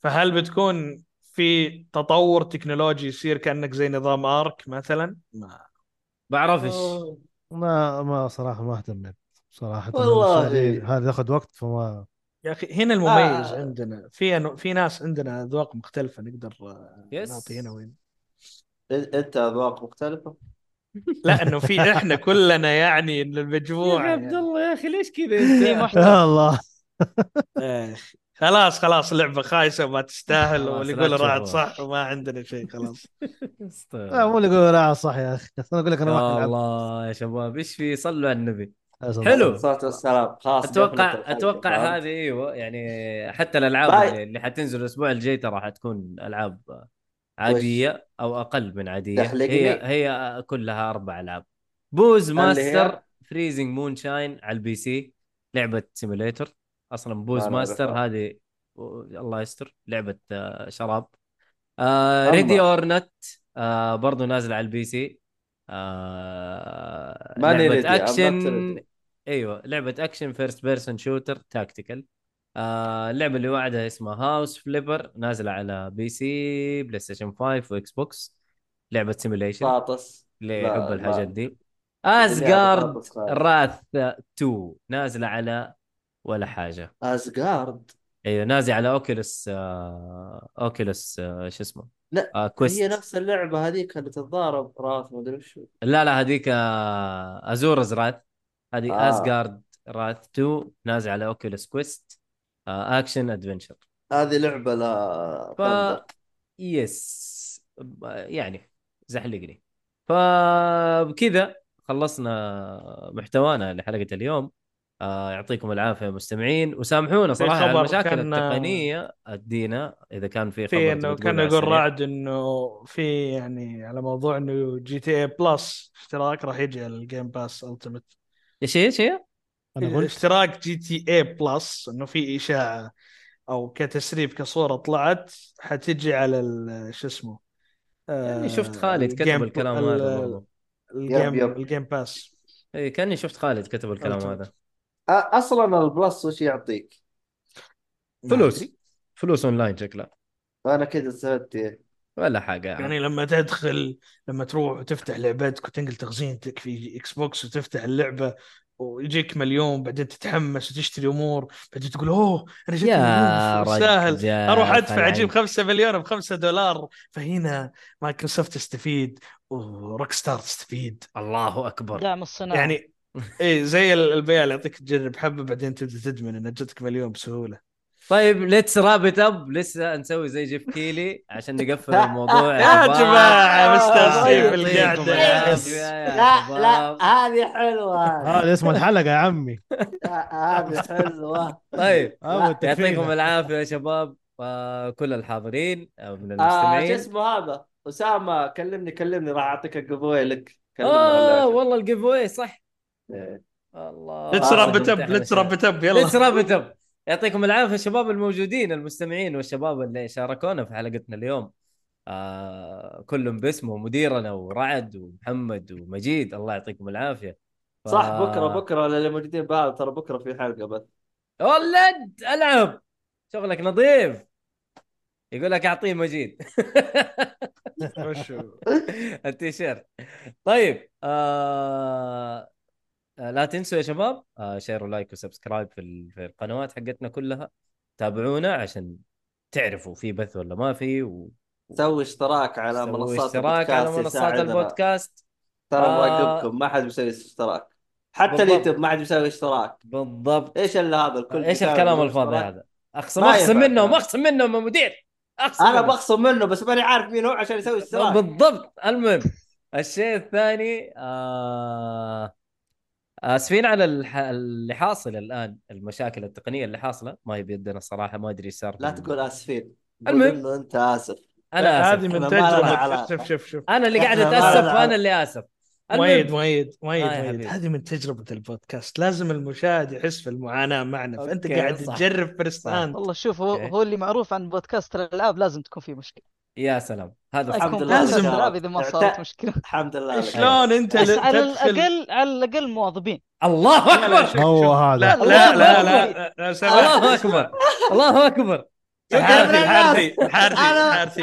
[SPEAKER 5] فهل بتكون في تطور تكنولوجي يصير كانك زي نظام ارك مثلا ما
[SPEAKER 1] بعرفش
[SPEAKER 4] ما ما صراحه ما اهتميت صراحه
[SPEAKER 3] والله.
[SPEAKER 4] هذا اخذ وقت فما
[SPEAKER 5] يا اخي هنا المميز
[SPEAKER 3] آه.
[SPEAKER 5] عندنا في أنو... في ناس عندنا اذواق مختلفه نقدر آه،
[SPEAKER 1] يس.
[SPEAKER 5] نعطي هنا وين
[SPEAKER 3] انت اذواق مختلفه
[SPEAKER 5] لا انه في احنا كلنا يعني إن المجموعه
[SPEAKER 1] يا عبد
[SPEAKER 5] يعني.
[SPEAKER 1] الله يا اخي ليش كذا
[SPEAKER 2] في
[SPEAKER 1] انت؟
[SPEAKER 2] محتوى
[SPEAKER 4] يا الله
[SPEAKER 5] آه، خلاص خلاص اللعبه خايسه وما تستاهل
[SPEAKER 1] خلاص،
[SPEAKER 5] واللي
[SPEAKER 1] لا
[SPEAKER 5] يقول راعت
[SPEAKER 1] تشوفوها.
[SPEAKER 5] صح وما عندنا شيء خلاص
[SPEAKER 1] استغفر
[SPEAKER 4] آه، مو اللي يقول راعي صح يا اخي انا اقول لك انا
[SPEAKER 1] يا
[SPEAKER 4] واحد لعبت
[SPEAKER 1] آه، الله يا شباب ايش في صلوا على النبي حلو.
[SPEAKER 3] الصلاه والسلام خلاص قفلت
[SPEAKER 1] اتوقع
[SPEAKER 3] الحلقة،
[SPEAKER 1] اتوقع
[SPEAKER 3] فهمت؟ طيب.
[SPEAKER 1] هذه ايوه يعني حتى الالعاب
[SPEAKER 3] باي.
[SPEAKER 1] اللي, اللي حتنزل الاسبوع الجاي ترى حتكون العاب عاديه او اقل من عاديه
[SPEAKER 3] تحلقني.
[SPEAKER 1] هي هي كلها اربع العاب بوز
[SPEAKER 3] اللي هي؟
[SPEAKER 1] ماستر فريزنج مون شاين على البي سي لعبه سيميليتر اصلا بوز
[SPEAKER 3] ما أنا
[SPEAKER 1] ماستر
[SPEAKER 3] أعرفها.
[SPEAKER 1] هذه الله يستر لعبه آه، شراب آه
[SPEAKER 3] أما.
[SPEAKER 1] ريدي اور نت آه برضو نازل على البي سي آه
[SPEAKER 3] ماني
[SPEAKER 1] لعبه
[SPEAKER 3] ريدي، I'm not
[SPEAKER 1] اكشن
[SPEAKER 3] ready.
[SPEAKER 1] ايوه لعبه اكشن فيرست بيرسون شوتر تاكتيكال آه اللعبه اللي وعدها اسمها هاوس فليبر نازله على بي سي بلاي ستيشن 5 واكس بوكس لعبه سيميليشن
[SPEAKER 3] بطاطس
[SPEAKER 1] اللي
[SPEAKER 3] لا،
[SPEAKER 1] يحب
[SPEAKER 3] لا.
[SPEAKER 1] الحاجات دي
[SPEAKER 3] اللي لعبة
[SPEAKER 1] ازجارد
[SPEAKER 3] بطاطس خالص.
[SPEAKER 1] راث 2 نازله على ولا حاجه
[SPEAKER 3] ازجارد
[SPEAKER 1] ايوه نازله على اوكيلس آه اوكيلس آه شو اسمه
[SPEAKER 3] لا،
[SPEAKER 1] آه كويست
[SPEAKER 3] هي نفس اللعبه هذيك اللي تتضارب راس ما ادري وش
[SPEAKER 1] لا لا هذيك آه، ازورز راث هذه
[SPEAKER 3] آه.
[SPEAKER 1] ازجارد راث 2 نازل على اوكيولس كويست آه، اكشن ادفنشر
[SPEAKER 3] هذه لعبه لا
[SPEAKER 1] ف
[SPEAKER 3] ثندر.
[SPEAKER 1] يس ب- يعني زحلقني فبكذا خلصنا محتوانا لحلقه اليوم آه، يعطيكم العافيه مستمعين وسامحونا
[SPEAKER 5] في
[SPEAKER 1] صراحه على
[SPEAKER 5] خبر
[SPEAKER 1] المشاكل
[SPEAKER 5] كان- آه،
[SPEAKER 1] التقنيه ادينا اذا كان في خبر
[SPEAKER 5] في
[SPEAKER 1] تبي
[SPEAKER 5] انه
[SPEAKER 1] تقوله
[SPEAKER 5] كان
[SPEAKER 1] على
[SPEAKER 5] يقول
[SPEAKER 1] السريع.
[SPEAKER 5] رعد انه في يعني على موضوع انه جي تي اي بلس اشتراك راح يجي على الجيم باس التيمت
[SPEAKER 1] ايش ايش هي؟
[SPEAKER 4] انا قلت
[SPEAKER 5] اشتراك جي تي اي بلس انه في اشاعه او كتسريب كصوره طلعت حتجي على ال- شو اسمه
[SPEAKER 1] كاني يعني شفت خالد كتب
[SPEAKER 5] الجيم-
[SPEAKER 1] الكلام
[SPEAKER 5] آه، ال-
[SPEAKER 1] هذا برضو
[SPEAKER 5] الجيم
[SPEAKER 3] يب.
[SPEAKER 5] الجيم باس
[SPEAKER 1] اي كاني شفت خالد كتب الكلام
[SPEAKER 5] Ultimate.
[SPEAKER 1] هذا
[SPEAKER 3] أ- اصلا البلس وش يعطيك؟
[SPEAKER 5] ما
[SPEAKER 1] فلوس
[SPEAKER 5] أدري.
[SPEAKER 1] فلوس اونلاين شكلها
[SPEAKER 3] انا كذا يعني. سويت
[SPEAKER 1] ولا حاجه يا عم.
[SPEAKER 5] يعني لما تدخل لما تروح وتفتح لعبتك وتنقل تخزينتك في اكس بوكس وتفتح اللعبه ويجيك مليون بعدين تتحمس وتشتري امور بعدين تقول اوه انا جتني
[SPEAKER 1] يا
[SPEAKER 5] مليون سهل
[SPEAKER 1] رجال
[SPEAKER 5] اروح ادفع
[SPEAKER 1] خلعن.
[SPEAKER 5] اجيب 5 مليون ب 5 دولار فهنا مايكروسوفت تستفيد وروك ستار تستفيد
[SPEAKER 1] الله اكبر
[SPEAKER 2] دعم الصناعة
[SPEAKER 5] يعني ايه زي ال- البيع اللي يعطيك تجرب حبه بعدين تبدا تدمن ان جتك مليون بسهوله
[SPEAKER 1] طيب ليتس رابت اب لسه نسوي زي جيف كيلي عشان نقفل الموضوع
[SPEAKER 5] يا
[SPEAKER 1] شباب.
[SPEAKER 5] جماعة،
[SPEAKER 3] مستانسين
[SPEAKER 5] بالقعدة.
[SPEAKER 1] يعطيكم العافية يا
[SPEAKER 3] لا لا
[SPEAKER 1] شباب.
[SPEAKER 3] هذه حلوه
[SPEAKER 4] هذا اسم الحلقه يا عمي
[SPEAKER 3] هذه آه، حلوه
[SPEAKER 1] طيب
[SPEAKER 4] أبو التكفير.
[SPEAKER 1] يعطيكم العافيه يا شباب آه، كل الحاضرين آه، من
[SPEAKER 3] آه شو
[SPEAKER 1] المستمعين
[SPEAKER 3] اسمه هذا اسامه كلمني كلمني راح اعطيك القبوي لك كلمني
[SPEAKER 1] اه
[SPEAKER 3] على الأكل.
[SPEAKER 1] والله الجيف اواي صح
[SPEAKER 3] إيه.
[SPEAKER 1] الله
[SPEAKER 5] ليتس رابت اب
[SPEAKER 1] ممتحن
[SPEAKER 5] ليتس
[SPEAKER 1] الشباب.
[SPEAKER 5] رابت اب
[SPEAKER 1] ليتس
[SPEAKER 5] يلا
[SPEAKER 1] راب اب يعطيكم العافيه الشباب الموجودين المستمعين والشباب اللي شاركونا في حلقتنا اليوم آه كلهم باسمه مديرنا ورعد ومحمد ومجيد الله يعطيكم العافيه ف-
[SPEAKER 3] صح بكره بكره للي موجودين بعد ترى بكره في حلقه بس
[SPEAKER 1] ولد العب شغلك نظيف يقول لك اعطيه مجيد
[SPEAKER 5] وشو
[SPEAKER 1] التيشيرت طيب آه لا تنسوا يا شباب آه شير ولايك وسبسكرايب في ال- في القنوات حقتنا كلها تابعونا عشان تعرفوا في بث ولا ما في و...
[SPEAKER 3] سوي اشتراك على
[SPEAKER 1] سووا
[SPEAKER 3] منصات
[SPEAKER 1] اشتراك على
[SPEAKER 3] البودكاست
[SPEAKER 1] منصات
[SPEAKER 3] يساعدنا.
[SPEAKER 1] البودكاست
[SPEAKER 3] ترى
[SPEAKER 1] آه.
[SPEAKER 3] مراقبكم ما حد مسوي اشتراك حتى
[SPEAKER 1] بالضبط.
[SPEAKER 3] اليوتيوب ما حد مسوي اشتراك
[SPEAKER 1] بالضبط
[SPEAKER 3] ايش اللي هذا الكل
[SPEAKER 1] ايش
[SPEAKER 3] بيساوي
[SPEAKER 1] الكلام
[SPEAKER 3] بدون
[SPEAKER 1] الفاضي
[SPEAKER 3] اشتراك؟
[SPEAKER 1] هذا اخصم
[SPEAKER 3] ما
[SPEAKER 1] اخصم
[SPEAKER 3] ينفع
[SPEAKER 1] منهم
[SPEAKER 3] الكلام.
[SPEAKER 1] اخصم منهم يا مدير اخصم
[SPEAKER 3] انا
[SPEAKER 1] منهم.
[SPEAKER 3] بخصم منه بس ماني عارف مين هو عشان يسوي اشتراك
[SPEAKER 1] بالضبط المهم الشيء الثاني آه... اسفين على الح... اللي حاصل الان المشاكل التقنيه اللي حاصله ما هي بيدنا الصراحه ما ادري ايش صار
[SPEAKER 3] لا
[SPEAKER 1] بال-
[SPEAKER 3] تقول اسفين قول
[SPEAKER 1] المهم.
[SPEAKER 3] انه انت اسف
[SPEAKER 1] انا اسف
[SPEAKER 5] هذه من
[SPEAKER 3] إحنا ما لنا
[SPEAKER 5] تجربة
[SPEAKER 3] علاقة.
[SPEAKER 5] شوف شوف شوف
[SPEAKER 1] انا اللي قاعد
[SPEAKER 3] إحنا ما
[SPEAKER 1] اتاسف
[SPEAKER 3] لنا
[SPEAKER 1] وانا
[SPEAKER 3] علاقة.
[SPEAKER 1] اللي اسف
[SPEAKER 5] مؤيد
[SPEAKER 1] المهم
[SPEAKER 5] مؤيد مؤيد
[SPEAKER 1] آه يا
[SPEAKER 5] مؤيد
[SPEAKER 1] حبيبي.
[SPEAKER 5] هذه من تجربة البودكاست لازم المشاهد يحس بالمعاناة معنا فأنت
[SPEAKER 3] أوكي،
[SPEAKER 5] قاعد
[SPEAKER 3] صح.
[SPEAKER 5] تجرب فيرست
[SPEAKER 1] صح.
[SPEAKER 5] هاند
[SPEAKER 2] والله شوف هو,
[SPEAKER 1] أوكي.
[SPEAKER 2] هو اللي معروف عن بودكاست الألعاب لازم تكون فيه مشكلة
[SPEAKER 1] يا سلام
[SPEAKER 5] طيب.
[SPEAKER 1] هذا الحمد
[SPEAKER 3] الحمد لله.
[SPEAKER 1] لله
[SPEAKER 2] لازم
[SPEAKER 3] لك.
[SPEAKER 2] العاب اذا ما صارت مشكله
[SPEAKER 3] الحمد لله عليك.
[SPEAKER 5] شلون انت
[SPEAKER 2] بس
[SPEAKER 5] ل-
[SPEAKER 2] على
[SPEAKER 5] تدخل
[SPEAKER 2] الاقل على الاقل مواظبين
[SPEAKER 1] الله
[SPEAKER 5] لا، لا،
[SPEAKER 1] اكبر
[SPEAKER 5] شوف،
[SPEAKER 4] هو
[SPEAKER 5] شوف.
[SPEAKER 4] هذا
[SPEAKER 5] لا لا لا لا لا لا سامحني.
[SPEAKER 1] الله اكبر الله اكبر
[SPEAKER 5] الحارثي الحارثي الحارثي الحارثي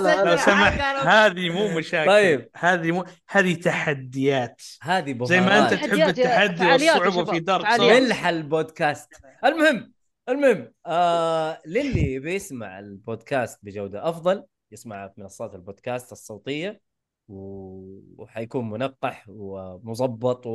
[SPEAKER 2] لا، لا،
[SPEAKER 3] ابغى
[SPEAKER 5] لو
[SPEAKER 3] اسجل
[SPEAKER 5] سمحت
[SPEAKER 3] حلقة، أنا-
[SPEAKER 5] هذه مو مشاكل
[SPEAKER 1] طيب.
[SPEAKER 5] هذه مو هذه تحديات
[SPEAKER 1] هذه بهارات
[SPEAKER 5] زي ما انت
[SPEAKER 2] تحديات
[SPEAKER 5] تحب
[SPEAKER 2] يا-
[SPEAKER 5] التحدي
[SPEAKER 2] فعاليات يا
[SPEAKER 5] والصعوبه في
[SPEAKER 2] شباب،
[SPEAKER 5] دارك
[SPEAKER 2] فعاليات.
[SPEAKER 5] سولز
[SPEAKER 1] ملح البودكاست المهم المهم آه للي بيسمع البودكاست بجوده افضل يسمعها في منصات البودكاست الصوتيه و- وحيكون منقح ومظبط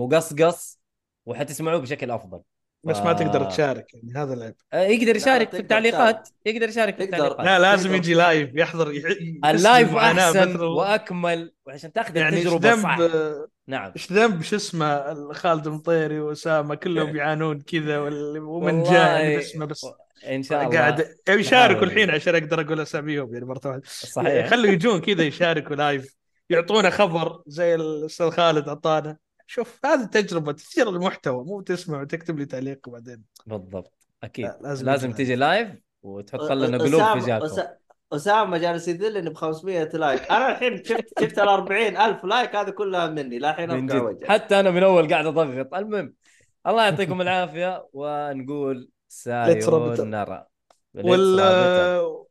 [SPEAKER 1] ومقصقص وحتسمعوه بشكل افضل
[SPEAKER 5] بس ما تقدر تشارك يعني هذا العيب
[SPEAKER 1] آه يقدر يشارك في
[SPEAKER 3] تقدر
[SPEAKER 1] التعليقات يقدر يشارك في
[SPEAKER 3] تقدر.
[SPEAKER 1] التعليقات آه،
[SPEAKER 5] لا لازم
[SPEAKER 3] تقدر.
[SPEAKER 5] يجي لايف يحضر ي- ي- يحس
[SPEAKER 1] اللايف
[SPEAKER 5] بالمعاناة
[SPEAKER 1] احسن
[SPEAKER 5] مثل الله.
[SPEAKER 1] واكمل وعشان تاخذ
[SPEAKER 5] يعني ايش
[SPEAKER 1] التجربه
[SPEAKER 5] ذنب
[SPEAKER 1] صح نعم
[SPEAKER 5] ايش ذنب شو اسمه خالد المطيري واسامه كلهم يعانون كذا وال- ومن
[SPEAKER 1] والله
[SPEAKER 5] جاء يعني باسمه بس
[SPEAKER 1] ان شاء الله
[SPEAKER 5] قاعد يشاركوا
[SPEAKER 1] نحاول.
[SPEAKER 5] الحين عشان اقدر اقول اساميهم يعني مره واحده
[SPEAKER 1] صحيح
[SPEAKER 5] خلوا يجون كذا يشاركوا لايف يعطونا خبر زي الاستاذ خالد اعطانا شوف هذه تجربه تثير المحتوى مو تسمع وتكتب لي تعليق وبعدين
[SPEAKER 1] بالضبط اكيد
[SPEAKER 5] لا، لازم
[SPEAKER 1] إيه، لازم
[SPEAKER 5] يجي
[SPEAKER 1] تجي لايف وتحط لنا
[SPEAKER 3] أ-
[SPEAKER 1] قلوب
[SPEAKER 3] أسامة-
[SPEAKER 1] في جاتهم
[SPEAKER 3] أس- اسامه جالس يذلني ب 500 لايك انا الحين شفت شفت ال 40000 لايك هذه كلها مني لا الحين
[SPEAKER 1] من
[SPEAKER 3] ارفع
[SPEAKER 1] جد
[SPEAKER 3] وجهي
[SPEAKER 1] حتى انا من اول قاعد اضغط المهم الله يعطيكم العافيه ونقول سايونارا
[SPEAKER 5] وال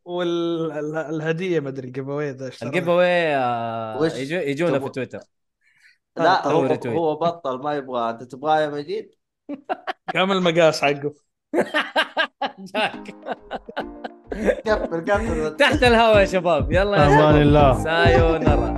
[SPEAKER 1] وال
[SPEAKER 5] والهديه ما ادري الجيف أواي ذا اشتراها.
[SPEAKER 1] الجيف اواي آه،
[SPEAKER 3] وش
[SPEAKER 1] يجو- يجونا في
[SPEAKER 3] تبغى؟
[SPEAKER 1] تويتر
[SPEAKER 3] لا هو
[SPEAKER 1] طور ريتويت.
[SPEAKER 3] هو بطل ما يبغى انت تبغاه يا مجيد؟
[SPEAKER 5] كم المقاس حقه
[SPEAKER 1] جاك.
[SPEAKER 3] كفل كفل
[SPEAKER 1] تحت الهواء يا شباب يلا يا
[SPEAKER 4] امان
[SPEAKER 1] شباب
[SPEAKER 4] الله
[SPEAKER 1] سايونارا